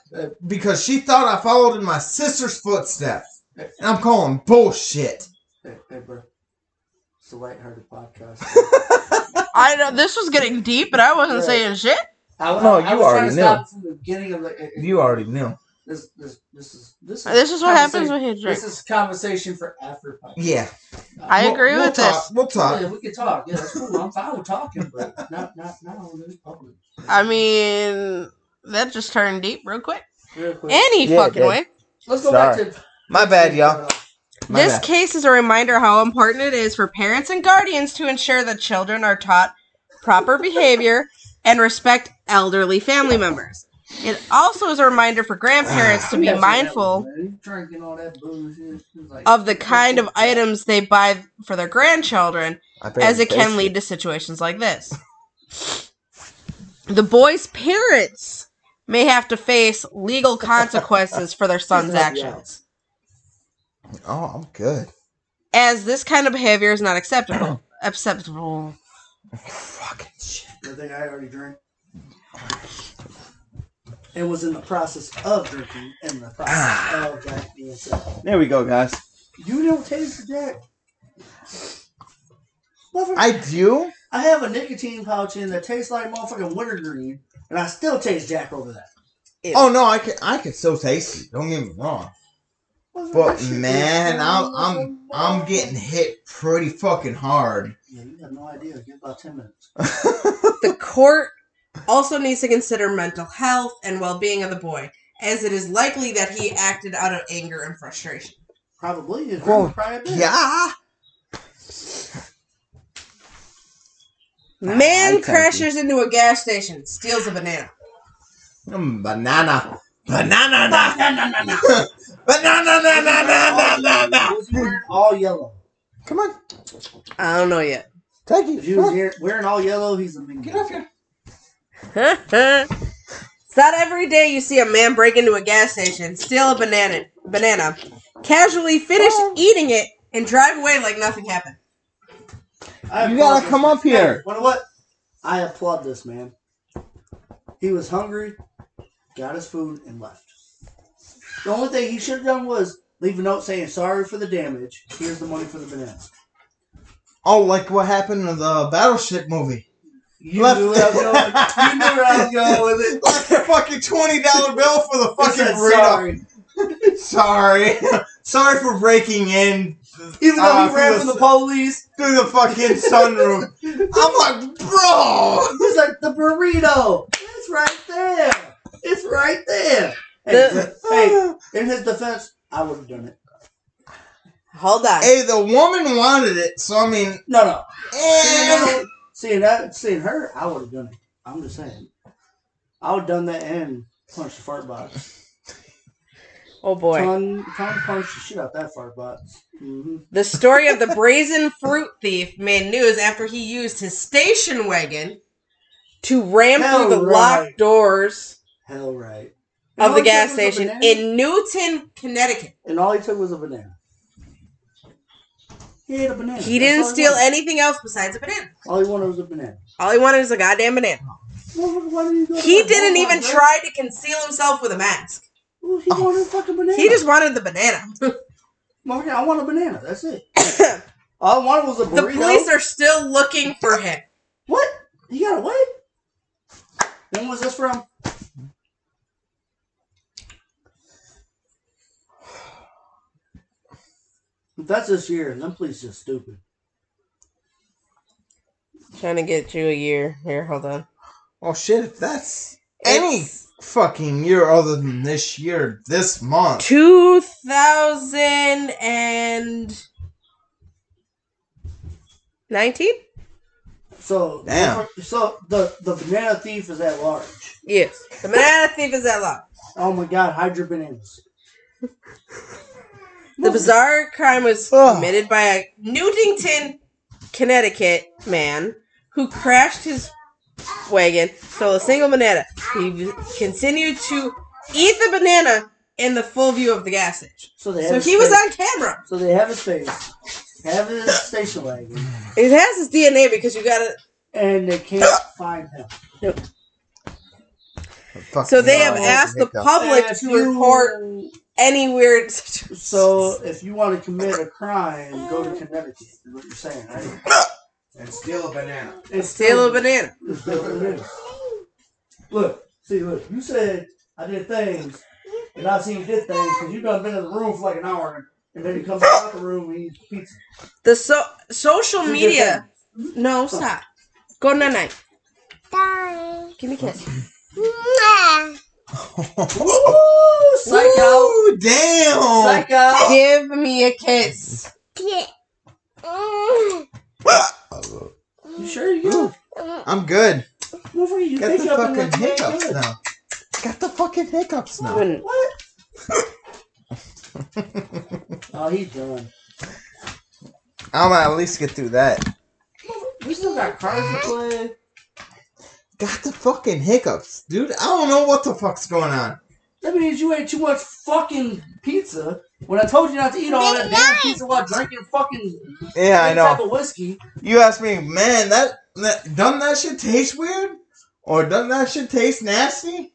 Speaker 1: because she thought I followed in my sister's footsteps. And I'm calling bullshit.
Speaker 4: Hey, hey, bro. It's a lighthearted podcast.
Speaker 3: I know this was getting deep, and I wasn't saying shit.
Speaker 4: I,
Speaker 1: No,
Speaker 4: I, I
Speaker 1: you
Speaker 4: was trying
Speaker 1: already
Speaker 4: to
Speaker 1: knew.
Speaker 4: stop it from the beginning of the. it- it-
Speaker 1: You already knew.
Speaker 4: This, this, this is this is
Speaker 3: This is what happens
Speaker 4: conversa-
Speaker 3: when you drink.
Speaker 4: This is conversation for after podcast.
Speaker 1: Yeah.
Speaker 3: *laughs* I agree with
Speaker 1: talk,
Speaker 3: this.
Speaker 1: We'll talk.
Speaker 4: Yeah, we can talk. Yeah, that's cool. I'm fine with talking, but not not not on this public.
Speaker 3: I mean, that just turned deep real quick.
Speaker 4: Real quick.
Speaker 3: Any
Speaker 1: Yeah, it
Speaker 3: fucking
Speaker 1: did.
Speaker 3: way.
Speaker 4: Let's go
Speaker 1: Sorry.
Speaker 4: back to
Speaker 1: My bad, y'all. My
Speaker 3: this
Speaker 1: bad.
Speaker 3: case is a reminder how important it is for parents and guardians to ensure that children are taught proper behavior and respect elderly family members. It also is a reminder for
Speaker 1: *sighs*
Speaker 3: grandparents to be
Speaker 4: That's what that was,
Speaker 3: mindful
Speaker 4: man. He's Drinking all that booze. It's like-
Speaker 3: of the kind of items they buy for their grandchildren
Speaker 1: I barely
Speaker 3: as it can
Speaker 1: faced
Speaker 3: lead to situations like this. The boy's parents may have to face legal consequences for their
Speaker 12: *laughs*
Speaker 3: son's
Speaker 4: Yeah.
Speaker 3: actions,
Speaker 1: Oh, I'm good.
Speaker 3: as this kind of behavior is not
Speaker 12: *clears throat*
Speaker 3: acceptable. acceptable.
Speaker 1: Fucking shit.
Speaker 4: The thing I already drank. And was in the process of drinking. In the process of that being said.
Speaker 1: Ah. There we go, guys.
Speaker 4: You don't taste that. Motherfucker,
Speaker 1: I do.
Speaker 4: I have a nicotine pouch in that tastes like motherfucking wintergreen, and I still taste Jack over that.
Speaker 1: Oh no, I can. I can still taste it. Don't get me wrong.
Speaker 4: Motherfucker, that
Speaker 1: But
Speaker 4: shit is
Speaker 1: man, I'm
Speaker 4: fucking
Speaker 1: I'm I'm getting hit pretty fucking hard.
Speaker 4: Yeah, you have no idea. Give it about ten minutes.
Speaker 12: The court also needs to consider mental health and well being of the boy, as it is likely that he acted out of anger and frustration.
Speaker 4: Probably. It's
Speaker 1: Well,
Speaker 4: probably
Speaker 1: yeah. I
Speaker 12: Man
Speaker 1: thank
Speaker 12: crashes into a gas station, steals a banana.
Speaker 1: Mm, banana. Banana. Banana. *laughs* Banana. na, na, na, na, na.
Speaker 4: Was he wearing all yellow?
Speaker 1: Come on,
Speaker 12: I don't know yet.
Speaker 1: take
Speaker 4: If
Speaker 1: it.
Speaker 4: he
Speaker 1: Come
Speaker 4: was
Speaker 1: on.
Speaker 4: wear- wearing all yellow, he's a mingo.
Speaker 1: Get off here.
Speaker 12: *laughs*
Speaker 3: That's
Speaker 12: It's not every day you see a man break into a gas station, steal a banana, banana, casually finish
Speaker 4: Oh.
Speaker 12: eating it, and drive away like nothing happened.
Speaker 4: I
Speaker 1: You
Speaker 4: applaud
Speaker 1: gotta
Speaker 4: this
Speaker 1: come
Speaker 4: man.
Speaker 1: up here.
Speaker 4: Hey, you know what? I applaud this man. He was hungry, got his food, and left. The only thing he should have done was leave a note saying sorry for the damage. Here's the money for the banana.
Speaker 1: Oh, like what happened in the battleship movie.
Speaker 4: You knew where I was going. You knew where I was going
Speaker 1: *laughs*
Speaker 4: with it.
Speaker 1: Like a fucking twenty dollar bill for the
Speaker 4: He
Speaker 1: fucking
Speaker 4: said
Speaker 1: burrito.
Speaker 4: sorry.
Speaker 1: Sorry. *laughs* Sorry for breaking in
Speaker 4: Even though
Speaker 1: Uh,
Speaker 4: he ran
Speaker 1: he
Speaker 4: from the
Speaker 1: was-
Speaker 4: police,
Speaker 1: through the fucking sunroom. I'm like, bro.
Speaker 4: he's like the burrito. It's right there. It's right there. Hey,
Speaker 3: The-
Speaker 4: hey, in his defense, I would have done it.
Speaker 12: Hold on.
Speaker 1: Hey, the woman wanted it, so I mean,
Speaker 4: No, no.
Speaker 1: eh.
Speaker 4: Seeing that, seeing her, I would have done it. I'm just saying. I would have done that and punched the fart box.
Speaker 12: Oh boy.
Speaker 4: Tongue, tongue punched the shit out that fart box. Mm-hmm.
Speaker 12: The story of the brazen fruit thief made news after he used his station wagon to ram
Speaker 4: Hell
Speaker 12: through the
Speaker 4: right.
Speaker 12: locked doors
Speaker 4: Hell right. And all
Speaker 12: of the
Speaker 4: he took
Speaker 12: gas
Speaker 4: was a
Speaker 12: station
Speaker 4: banana,
Speaker 12: in Newton, Connecticut.
Speaker 4: and all he took was a banana. He ate a banana.
Speaker 12: He
Speaker 4: That's
Speaker 12: didn't
Speaker 4: all
Speaker 12: steal
Speaker 4: wanted.
Speaker 12: anything else besides a banana.
Speaker 4: All he wanted was a banana.
Speaker 12: All he wanted was a goddamn banana.
Speaker 4: Well, why did he go to
Speaker 12: He
Speaker 4: Walmart,
Speaker 12: didn't even
Speaker 4: bro?
Speaker 12: try to conceal himself with a mask.
Speaker 4: Well, he wanted a fucking banana.
Speaker 12: He just wanted the banana. *laughs*
Speaker 4: Motherfucker, I want a banana. That's it. all I wanted was a
Speaker 12: The
Speaker 4: burrito.
Speaker 12: police are still looking for him.
Speaker 4: What? He got away? When was this from? If that's this year, then please just stupid.
Speaker 12: Trying to get you a year. Here, hold on.
Speaker 1: Oh shit! If that's any
Speaker 12: It's
Speaker 1: fucking year other than this year, this month,
Speaker 12: 2019?
Speaker 4: So
Speaker 1: Damn.
Speaker 4: so the, the banana thief is at large.
Speaker 12: Yes. The banana thief is at law.
Speaker 4: Oh my god, hide your bananas.
Speaker 12: The bizarre crime was
Speaker 1: Ugh.
Speaker 12: committed by a Newington, Connecticut man who crashed his
Speaker 3: wagon stole a single banana. He v- continued to eat the banana in the full view of the gas station.
Speaker 4: So, they have
Speaker 3: So
Speaker 4: his
Speaker 3: he was on
Speaker 4: face.
Speaker 3: camera.
Speaker 4: So they have his face. Have his station wagon.
Speaker 3: It has his DNA because you gotta.
Speaker 4: And they can't find him.
Speaker 3: So they have asked the public
Speaker 4: If
Speaker 3: to
Speaker 4: you-
Speaker 3: report any weird. *laughs*
Speaker 4: So if you want to commit a crime, go to Connecticut. Is what you're saying, right?
Speaker 6: And steal a banana.
Speaker 4: And
Speaker 3: Steal a banana.
Speaker 4: steal a banana. Look, see, look. You said I did things, and I seen you did things because you done been in the room for like an hour, and then he comes out the room and he eats pizza.
Speaker 3: The so social
Speaker 4: Did
Speaker 3: media. No, stop. Go night night. Bye. Give me a kiss.
Speaker 1: *laughs*
Speaker 4: Ooh, psycho.
Speaker 1: Ooh, damn.
Speaker 4: Psycho.
Speaker 3: Give me a kiss.
Speaker 4: You sure you good?
Speaker 1: I'm good.
Speaker 4: Wolverine, you
Speaker 1: Got
Speaker 4: think
Speaker 1: the
Speaker 4: you up in
Speaker 1: fucking
Speaker 4: the day
Speaker 1: hiccups
Speaker 4: good?
Speaker 1: now. Got the fucking hiccups
Speaker 4: Ah.
Speaker 1: now.
Speaker 3: Wouldn't-
Speaker 4: What?
Speaker 1: *laughs*
Speaker 4: oh, he's done.
Speaker 1: I'm gonna at least get through that.
Speaker 4: We still got cards to play.
Speaker 1: Got the fucking hiccups, dude. I don't know what the fuck's going on.
Speaker 4: That means you ate too much fucking pizza. When I told you not to eat all that damn pizza while drinking fucking
Speaker 1: Yeah, I
Speaker 4: any
Speaker 1: know.
Speaker 4: type of whiskey,
Speaker 1: You asked me, man, that, that doesn't that shit taste weird? Or doesn't that shit taste nasty?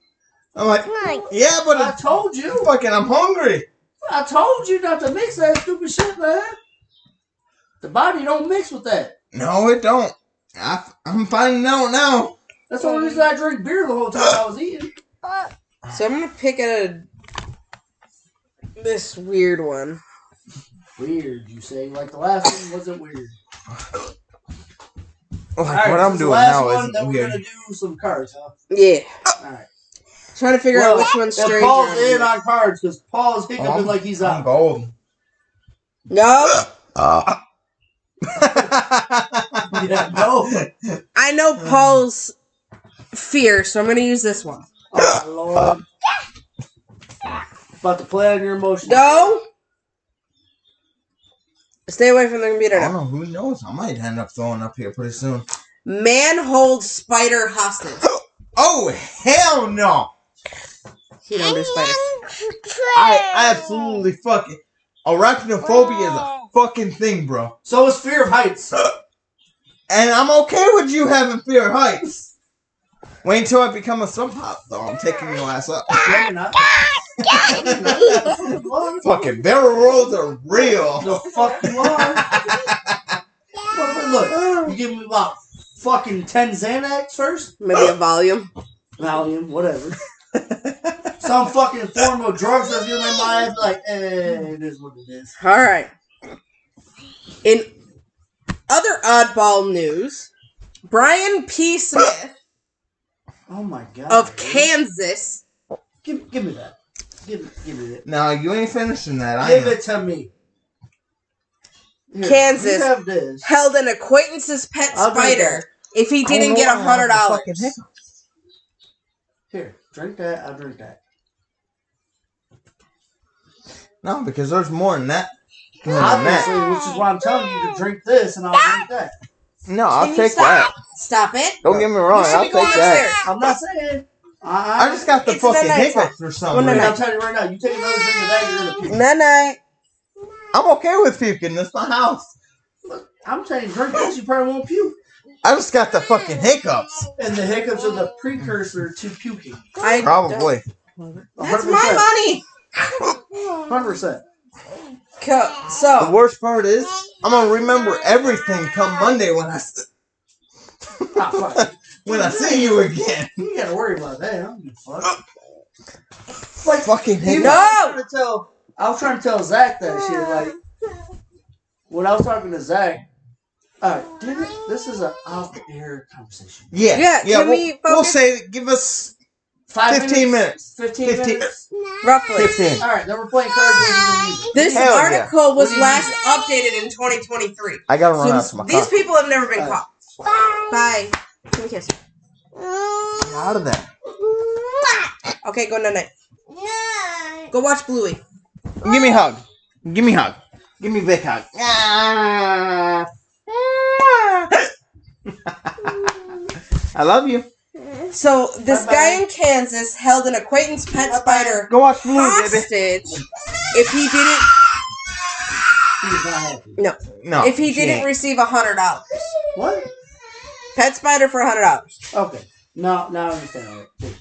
Speaker 1: I'm like, yeah, but
Speaker 4: I
Speaker 1: it's
Speaker 4: told you.
Speaker 1: fucking, I'm hungry.
Speaker 4: I told you not to mix that stupid shit, man. The body don't mix with that.
Speaker 1: No, it don't. I, I'm finding out now.
Speaker 4: That's the only reason I drink beer the whole time I was eating.
Speaker 3: So I'm gonna pick a this weird one.
Speaker 4: Weird, you say. Like the last one wasn't weird.
Speaker 1: Like,
Speaker 4: All right,
Speaker 1: what
Speaker 4: this
Speaker 1: I'm
Speaker 4: is the
Speaker 1: doing
Speaker 4: last
Speaker 1: now
Speaker 4: one,
Speaker 1: isn't
Speaker 4: then
Speaker 1: weird.
Speaker 4: We're gonna do some cards, huh?
Speaker 3: Yeah.
Speaker 4: All right.
Speaker 3: Trying to figure out
Speaker 4: Well,
Speaker 3: which one's
Speaker 4: Now
Speaker 3: straight.
Speaker 4: Paul's in on cards because Paul's hiccuping
Speaker 1: Oh, I'm-
Speaker 4: like he's
Speaker 1: I'm
Speaker 4: out. *laughs*
Speaker 1: gold.
Speaker 3: No,
Speaker 4: *laughs* yeah,
Speaker 1: *laughs*
Speaker 4: no.
Speaker 3: I know
Speaker 4: Uh.
Speaker 3: Paul's fear, so I'm gonna use this one.
Speaker 4: Oh my lord. About to play on your emotions.
Speaker 3: No. Stay away from the
Speaker 1: I
Speaker 3: computer
Speaker 1: don't
Speaker 3: now.
Speaker 1: know. Who knows? I might end up throwing up here pretty soon.
Speaker 3: Man holds spider hostage.
Speaker 1: Oh hell no!
Speaker 3: He don't do spiders.
Speaker 1: I absolutely fucking arachnophobia is a fucking thing, bro.
Speaker 4: So is fear of heights.
Speaker 1: And I'm okay with you having fear of heights. Wait until I become a sub pop, though. I'm taking your ass up. *laughs*
Speaker 4: No, you're not. You are.
Speaker 1: fucking barrel rolls are real.
Speaker 4: The fuck you are. Look, look, you give me about fucking 10 Xanax first?
Speaker 3: Maybe a volume.
Speaker 4: Valium, whatever. *laughs* Some fucking form of drugs that's gonna make my ass like, eh, it is what it is.
Speaker 3: All right. In other oddball news, Brian P. Smith
Speaker 4: Oh my god.
Speaker 3: of Kansas
Speaker 4: Give, give me that. Give, me- give me that.
Speaker 1: Now you ain't finishing that. I
Speaker 4: Give
Speaker 1: am.
Speaker 4: it to me. Here,
Speaker 3: Kansas.
Speaker 4: You have this.
Speaker 3: held an acquaintance's pet
Speaker 4: I'll drink
Speaker 3: spider if he
Speaker 1: I don't
Speaker 3: didn't
Speaker 1: know
Speaker 3: get
Speaker 1: why I
Speaker 3: a
Speaker 1: have
Speaker 3: hundred
Speaker 1: the Oh, fucking
Speaker 3: dollars.
Speaker 1: hiccup.
Speaker 4: Here, drink that. I'll drink that.
Speaker 1: No, because there's more than that. More than
Speaker 4: Obviously,
Speaker 1: that.
Speaker 4: which is why I'm telling you to drink this and I'll drink that.
Speaker 1: No,
Speaker 3: Can
Speaker 1: I'll
Speaker 3: you
Speaker 1: take that.
Speaker 3: stop? Stop it!
Speaker 1: Don't get me wrong.
Speaker 3: You should
Speaker 1: I'll
Speaker 3: be
Speaker 1: take
Speaker 3: going
Speaker 1: that.
Speaker 3: upstairs.
Speaker 4: I'm not saying. I,
Speaker 1: I just got the
Speaker 3: It's
Speaker 1: fucking
Speaker 3: midnight time.
Speaker 1: hiccups or
Speaker 3: One
Speaker 1: something.
Speaker 3: minute.
Speaker 4: I'm telling you right now, you take another drink of that, you're gonna puke.
Speaker 3: Night night.
Speaker 1: I'm okay with puking. That's my house.
Speaker 4: I'm telling you, drink this, you probably won't puke.
Speaker 1: I just got the fucking hiccups.
Speaker 4: And the hiccups are the precursor to puking.
Speaker 3: I
Speaker 1: Probably.
Speaker 3: don't- That's my money.
Speaker 4: 100%.
Speaker 3: Co-
Speaker 1: The
Speaker 3: So
Speaker 1: worst part is, I'm gonna remember everything come Monday when I s-
Speaker 4: Ah, fuck.
Speaker 1: when I see you again.
Speaker 4: You ain't gotta worry about that. I don't give a fuck.
Speaker 1: *laughs* Fucking
Speaker 4: You
Speaker 1: hiccups.
Speaker 4: know, I
Speaker 3: No!
Speaker 4: was trying to tell- I was trying to tell Zach that shit. Like, when I was talking to Zach, alright, damn it, this is an off air conversation.
Speaker 1: Yeah,
Speaker 3: Yeah, can
Speaker 1: we'll,
Speaker 3: we focus?
Speaker 1: we'll say give us
Speaker 4: Five
Speaker 1: 15
Speaker 4: minutes. 15,
Speaker 1: 15
Speaker 4: minutes.
Speaker 3: roughly,
Speaker 1: fifteen.
Speaker 4: Alright, then we're playing cards with music.
Speaker 3: this
Speaker 1: Hell yeah.
Speaker 3: article was
Speaker 4: What do you
Speaker 3: last updated in 2023.
Speaker 1: I gotta run
Speaker 3: So
Speaker 1: out to my
Speaker 3: these
Speaker 1: car.
Speaker 3: people have never been
Speaker 4: Bye.
Speaker 3: caught. Bye. Give me a kiss.
Speaker 1: Get out of there.
Speaker 3: Okay, go night night. Go watch Bluey.
Speaker 1: Give me a hug. Give me a hug. Give me a big hug. *laughs* I love you.
Speaker 3: So this guy in Kansas held an acquaintance pet spider
Speaker 1: Go watch Blue, baby.
Speaker 3: hostage if he didn't no
Speaker 1: No,
Speaker 3: if he
Speaker 1: she
Speaker 3: didn't
Speaker 1: ain't.
Speaker 3: receive a hundred dollars.
Speaker 4: What?
Speaker 3: Pet spider for a hundred dollars.
Speaker 4: Okay. No, now I understand. It.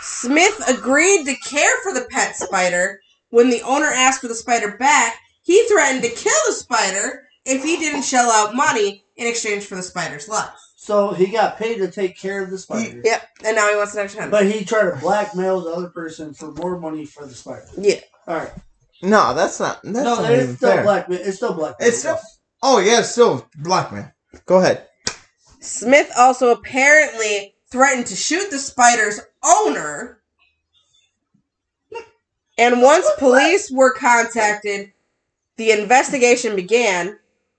Speaker 3: Smith agreed to care for the pet spider. When the owner asked for the spider back, he threatened to kill the spider if he didn't shell out money in exchange for the spider's life.
Speaker 4: So he got paid to take care of the spider,
Speaker 3: Yep, and now he wants an extra hundred.
Speaker 4: but he tried to blackmail the other person for more money for the spider.
Speaker 3: Yeah.
Speaker 4: All right.
Speaker 1: No, that's not. That's
Speaker 4: no,
Speaker 1: not
Speaker 4: it's
Speaker 1: even
Speaker 4: still
Speaker 1: fair.
Speaker 4: blackmail. It's still blackmail.
Speaker 1: It's still- Oh yeah, it's still black man. Go ahead.
Speaker 3: Smith also apparently threatened to shoot the spider's owner. And once police were contacted, the investigation began.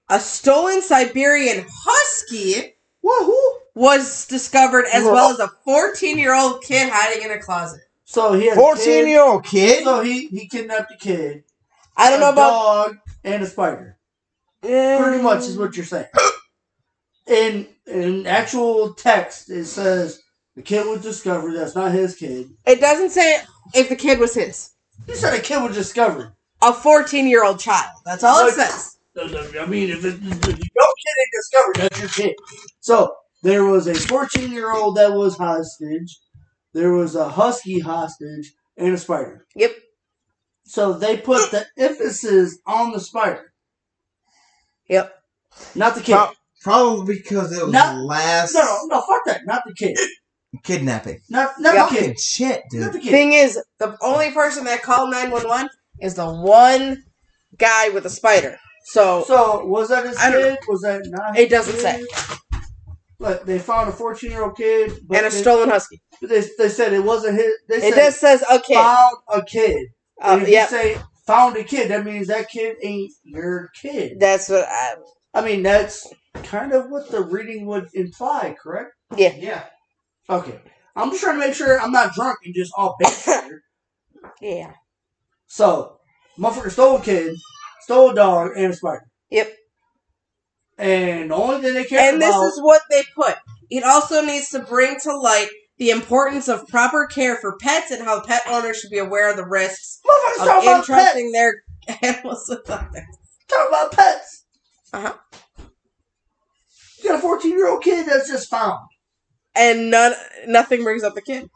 Speaker 3: A stolen Siberian husky
Speaker 4: Wahoo!
Speaker 3: was discovered, as well as a 14 year old kid hiding in a closet.
Speaker 4: So he had a
Speaker 1: Fourteen
Speaker 4: kid.
Speaker 1: year old kid.
Speaker 4: So he he kidnapped a kid.
Speaker 3: I don't
Speaker 4: a
Speaker 3: know about. Mm.
Speaker 4: dog and a spider. Pretty much is what you're saying. In in actual text, it says the kid was discovered. That's not his kid.
Speaker 3: It doesn't say if the kid was his.
Speaker 4: You said a kid was discovered.
Speaker 3: A 14 year old child. That's all it
Speaker 4: Like-
Speaker 3: says.
Speaker 4: I mean, if, it, if no kid ain't discovered, that's your kid. So there was a 14 year old that was hostage. There was a husky hostage and a spider.
Speaker 3: Yep.
Speaker 4: So they put the emphasis on the spider,
Speaker 3: Yep.
Speaker 4: not the kid.
Speaker 1: Pro- probably because it was
Speaker 4: No.
Speaker 1: the last
Speaker 4: No, no, no, fuck that. Not the kid.
Speaker 1: kidnapping.
Speaker 4: Not not the
Speaker 1: Fucking
Speaker 4: kid.
Speaker 1: shit,
Speaker 4: Not the
Speaker 1: dude.
Speaker 4: kid.
Speaker 3: Thing is, the only person that called 911 is the one guy with a spider. So,
Speaker 4: So was that his
Speaker 3: I don't
Speaker 4: kid? Was that not?
Speaker 3: It
Speaker 4: his
Speaker 3: doesn't
Speaker 4: kid?
Speaker 3: say.
Speaker 4: But they found a fourteen-year-old kid, but
Speaker 3: and a
Speaker 4: they,
Speaker 3: stolen husky.
Speaker 4: they, they said it wasn't his. They
Speaker 3: It
Speaker 4: said
Speaker 3: just says, okay.
Speaker 4: found a kid. And
Speaker 3: Uh,
Speaker 4: if
Speaker 3: yep.
Speaker 4: you say found a kid, that means that kid ain't your kid.
Speaker 3: That's what I.
Speaker 4: I mean, that's kind of what the reading would imply, correct?
Speaker 3: Yeah.
Speaker 6: Yeah.
Speaker 4: Okay. I'm just trying to make sure I'm not drunk and just all
Speaker 3: *laughs*
Speaker 4: based here.
Speaker 3: Yeah.
Speaker 4: So, motherfucker stole a kid, stole a dog, and a spider.
Speaker 3: Yep.
Speaker 4: And the only thing they care
Speaker 3: And this
Speaker 4: about
Speaker 3: is what they put. It also needs to bring to light the importance of proper care for pets and how pet owners should be aware of the risks
Speaker 4: Motherfuckers
Speaker 3: of
Speaker 4: talking about pets.
Speaker 3: entrusting their *laughs* animals with others.
Speaker 4: Talking about pets.
Speaker 3: Uh-huh.
Speaker 4: You got a 14 year old kid that's just found.
Speaker 3: And none, nothing brings up the kid.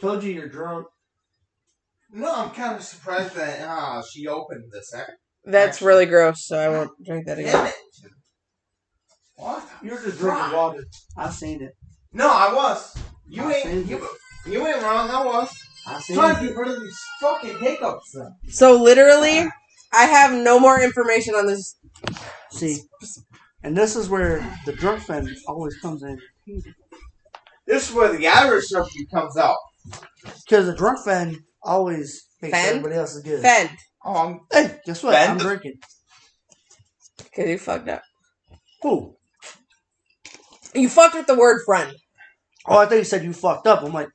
Speaker 4: Told you you're drunk.
Speaker 1: No, I'm kind of surprised that uh, she opened this. Act.
Speaker 3: That's really gross, so I won't drink that again.
Speaker 1: Damn it. What?
Speaker 4: You're just drinking water. I've seen it.
Speaker 1: No, I was. You
Speaker 4: I
Speaker 1: ain't.
Speaker 4: seen it.
Speaker 1: You, Ah, you ain't wrong. I was.
Speaker 4: I've seen
Speaker 1: Trying to
Speaker 4: it.
Speaker 1: get rid of these fucking hiccups. Though.
Speaker 3: So literally, I have no more information on this.
Speaker 4: See, and this is where the drunk fan always comes in.
Speaker 1: This is where the Irish rugby comes out.
Speaker 4: Because the drunk fan always thinks
Speaker 3: Fan?
Speaker 4: everybody else is good.
Speaker 3: Ben,
Speaker 1: Oh, I'm
Speaker 4: Hey, guess what?
Speaker 1: Fan?
Speaker 4: I'm drinking.
Speaker 3: because you fucked up.
Speaker 4: Who?
Speaker 3: You fucked with the word friend.
Speaker 4: Oh, I thought you said you fucked up. I'm like,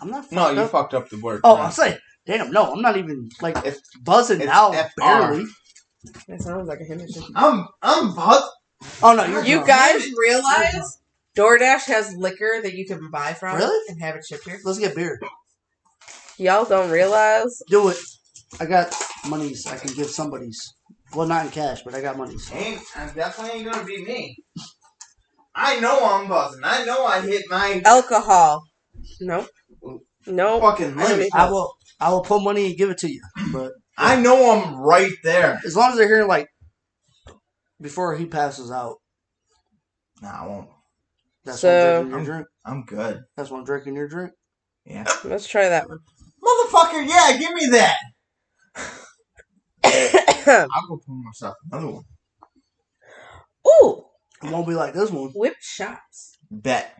Speaker 4: I'm not fucked
Speaker 1: No, you
Speaker 4: up.
Speaker 1: fucked up the word.
Speaker 4: oh,
Speaker 1: friend.
Speaker 4: I'm saying, damn, no, I'm not even, like,
Speaker 1: It's-
Speaker 4: buzzing
Speaker 1: it's
Speaker 4: now,
Speaker 1: FR.
Speaker 4: barely.
Speaker 3: That sounds like a him issue.
Speaker 1: I'm I'm buzzed.
Speaker 4: Oh, no, you're
Speaker 3: You
Speaker 4: drunk.
Speaker 3: guys realize DoorDash has liquor that you can buy from
Speaker 4: Really?
Speaker 3: and have it shipped here?
Speaker 4: Let's get beer.
Speaker 3: Y'all don't realize?
Speaker 4: Do it. I got monies. I can give somebody's. Well, not in cash, but I got monies.
Speaker 1: Ain't I definitely ain't gonna be me. I know I'm buzzing. I know I hit my
Speaker 3: Alcohol. Nope. Nope.
Speaker 1: fucking
Speaker 3: I don't
Speaker 1: limit.
Speaker 3: need-
Speaker 4: I will. I will put money and give it to you. But
Speaker 1: I know I'm right there.
Speaker 4: as long as they're here, like before he passes out,
Speaker 1: Nah, I won't.
Speaker 4: that's
Speaker 3: So-
Speaker 4: one drinking your drink.
Speaker 1: I'm good.
Speaker 4: That's one drinking your drink.
Speaker 1: Yeah.
Speaker 3: Let's try that
Speaker 1: Motherfucker, yeah, give me that.
Speaker 3: one.
Speaker 1: I'll go pour myself another one.
Speaker 3: *coughs* Ooh,
Speaker 4: It won't be like this one.
Speaker 3: whipped shots.
Speaker 1: Bet.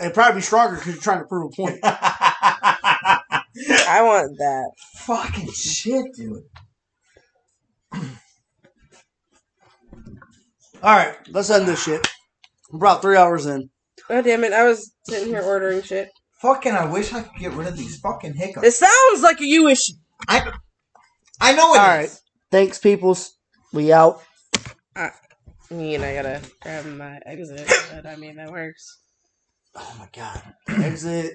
Speaker 4: It'd probably be stronger because you're trying to prove a point.
Speaker 3: I want that.
Speaker 1: *laughs* fucking shit, dude.
Speaker 4: *laughs* All right, let's end this shit. We're about three hours in.
Speaker 3: Oh damn it! I was sitting here ordering shit.
Speaker 1: Fucking, I wish I could get rid of these fucking hiccups.
Speaker 3: This sounds like a you issue.
Speaker 1: I know it is.
Speaker 4: All right. Thanks, peoples. We out.
Speaker 12: me and I gotta grab my exit, but I mean, that works.
Speaker 4: Oh my god. Exit.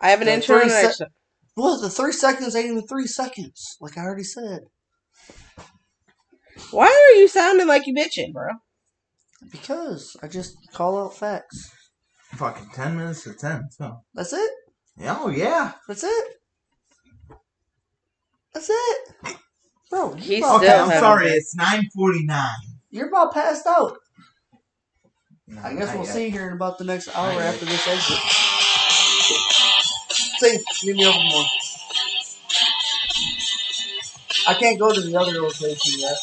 Speaker 12: I have an
Speaker 4: The
Speaker 12: intro
Speaker 4: three
Speaker 12: and an
Speaker 4: sec-
Speaker 12: extra.
Speaker 4: Look, the three seconds ain't even three seconds, like I already said.
Speaker 12: Why are you sounding like you bitching, bro?
Speaker 4: Because I just call out facts.
Speaker 1: Fucking 10 minutes to 10. So.
Speaker 4: That's it.
Speaker 1: Oh, yeah.
Speaker 4: That's it. That's it. Bro, you
Speaker 12: He's
Speaker 4: about,
Speaker 12: still
Speaker 1: Okay, I'm
Speaker 12: having
Speaker 1: sorry.
Speaker 12: this.
Speaker 1: It's 9.49.
Speaker 4: you're about passed out.
Speaker 1: No,
Speaker 4: I guess
Speaker 1: not
Speaker 4: we'll
Speaker 1: yet.
Speaker 4: see here in about the next hour
Speaker 1: Not yet.
Speaker 4: after this exit. See, leave me open more. I can't go to the other location yet.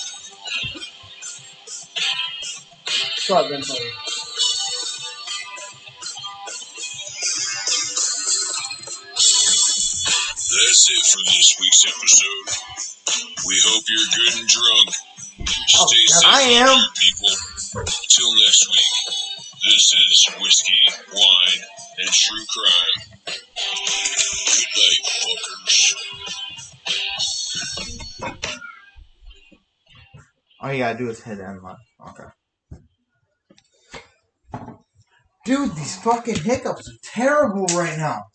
Speaker 4: So I've been told.
Speaker 5: That's it for this week's episode. We hope you're good and drunk.
Speaker 6: Oh,
Speaker 5: Stay safe,
Speaker 1: I am.
Speaker 5: people. Till next week, this is Whiskey, Wine, and True Crime. Good night, fuckers.
Speaker 1: All you gotta do is hit end left. Okay.
Speaker 6: Dude, these fucking hiccups are terrible right now.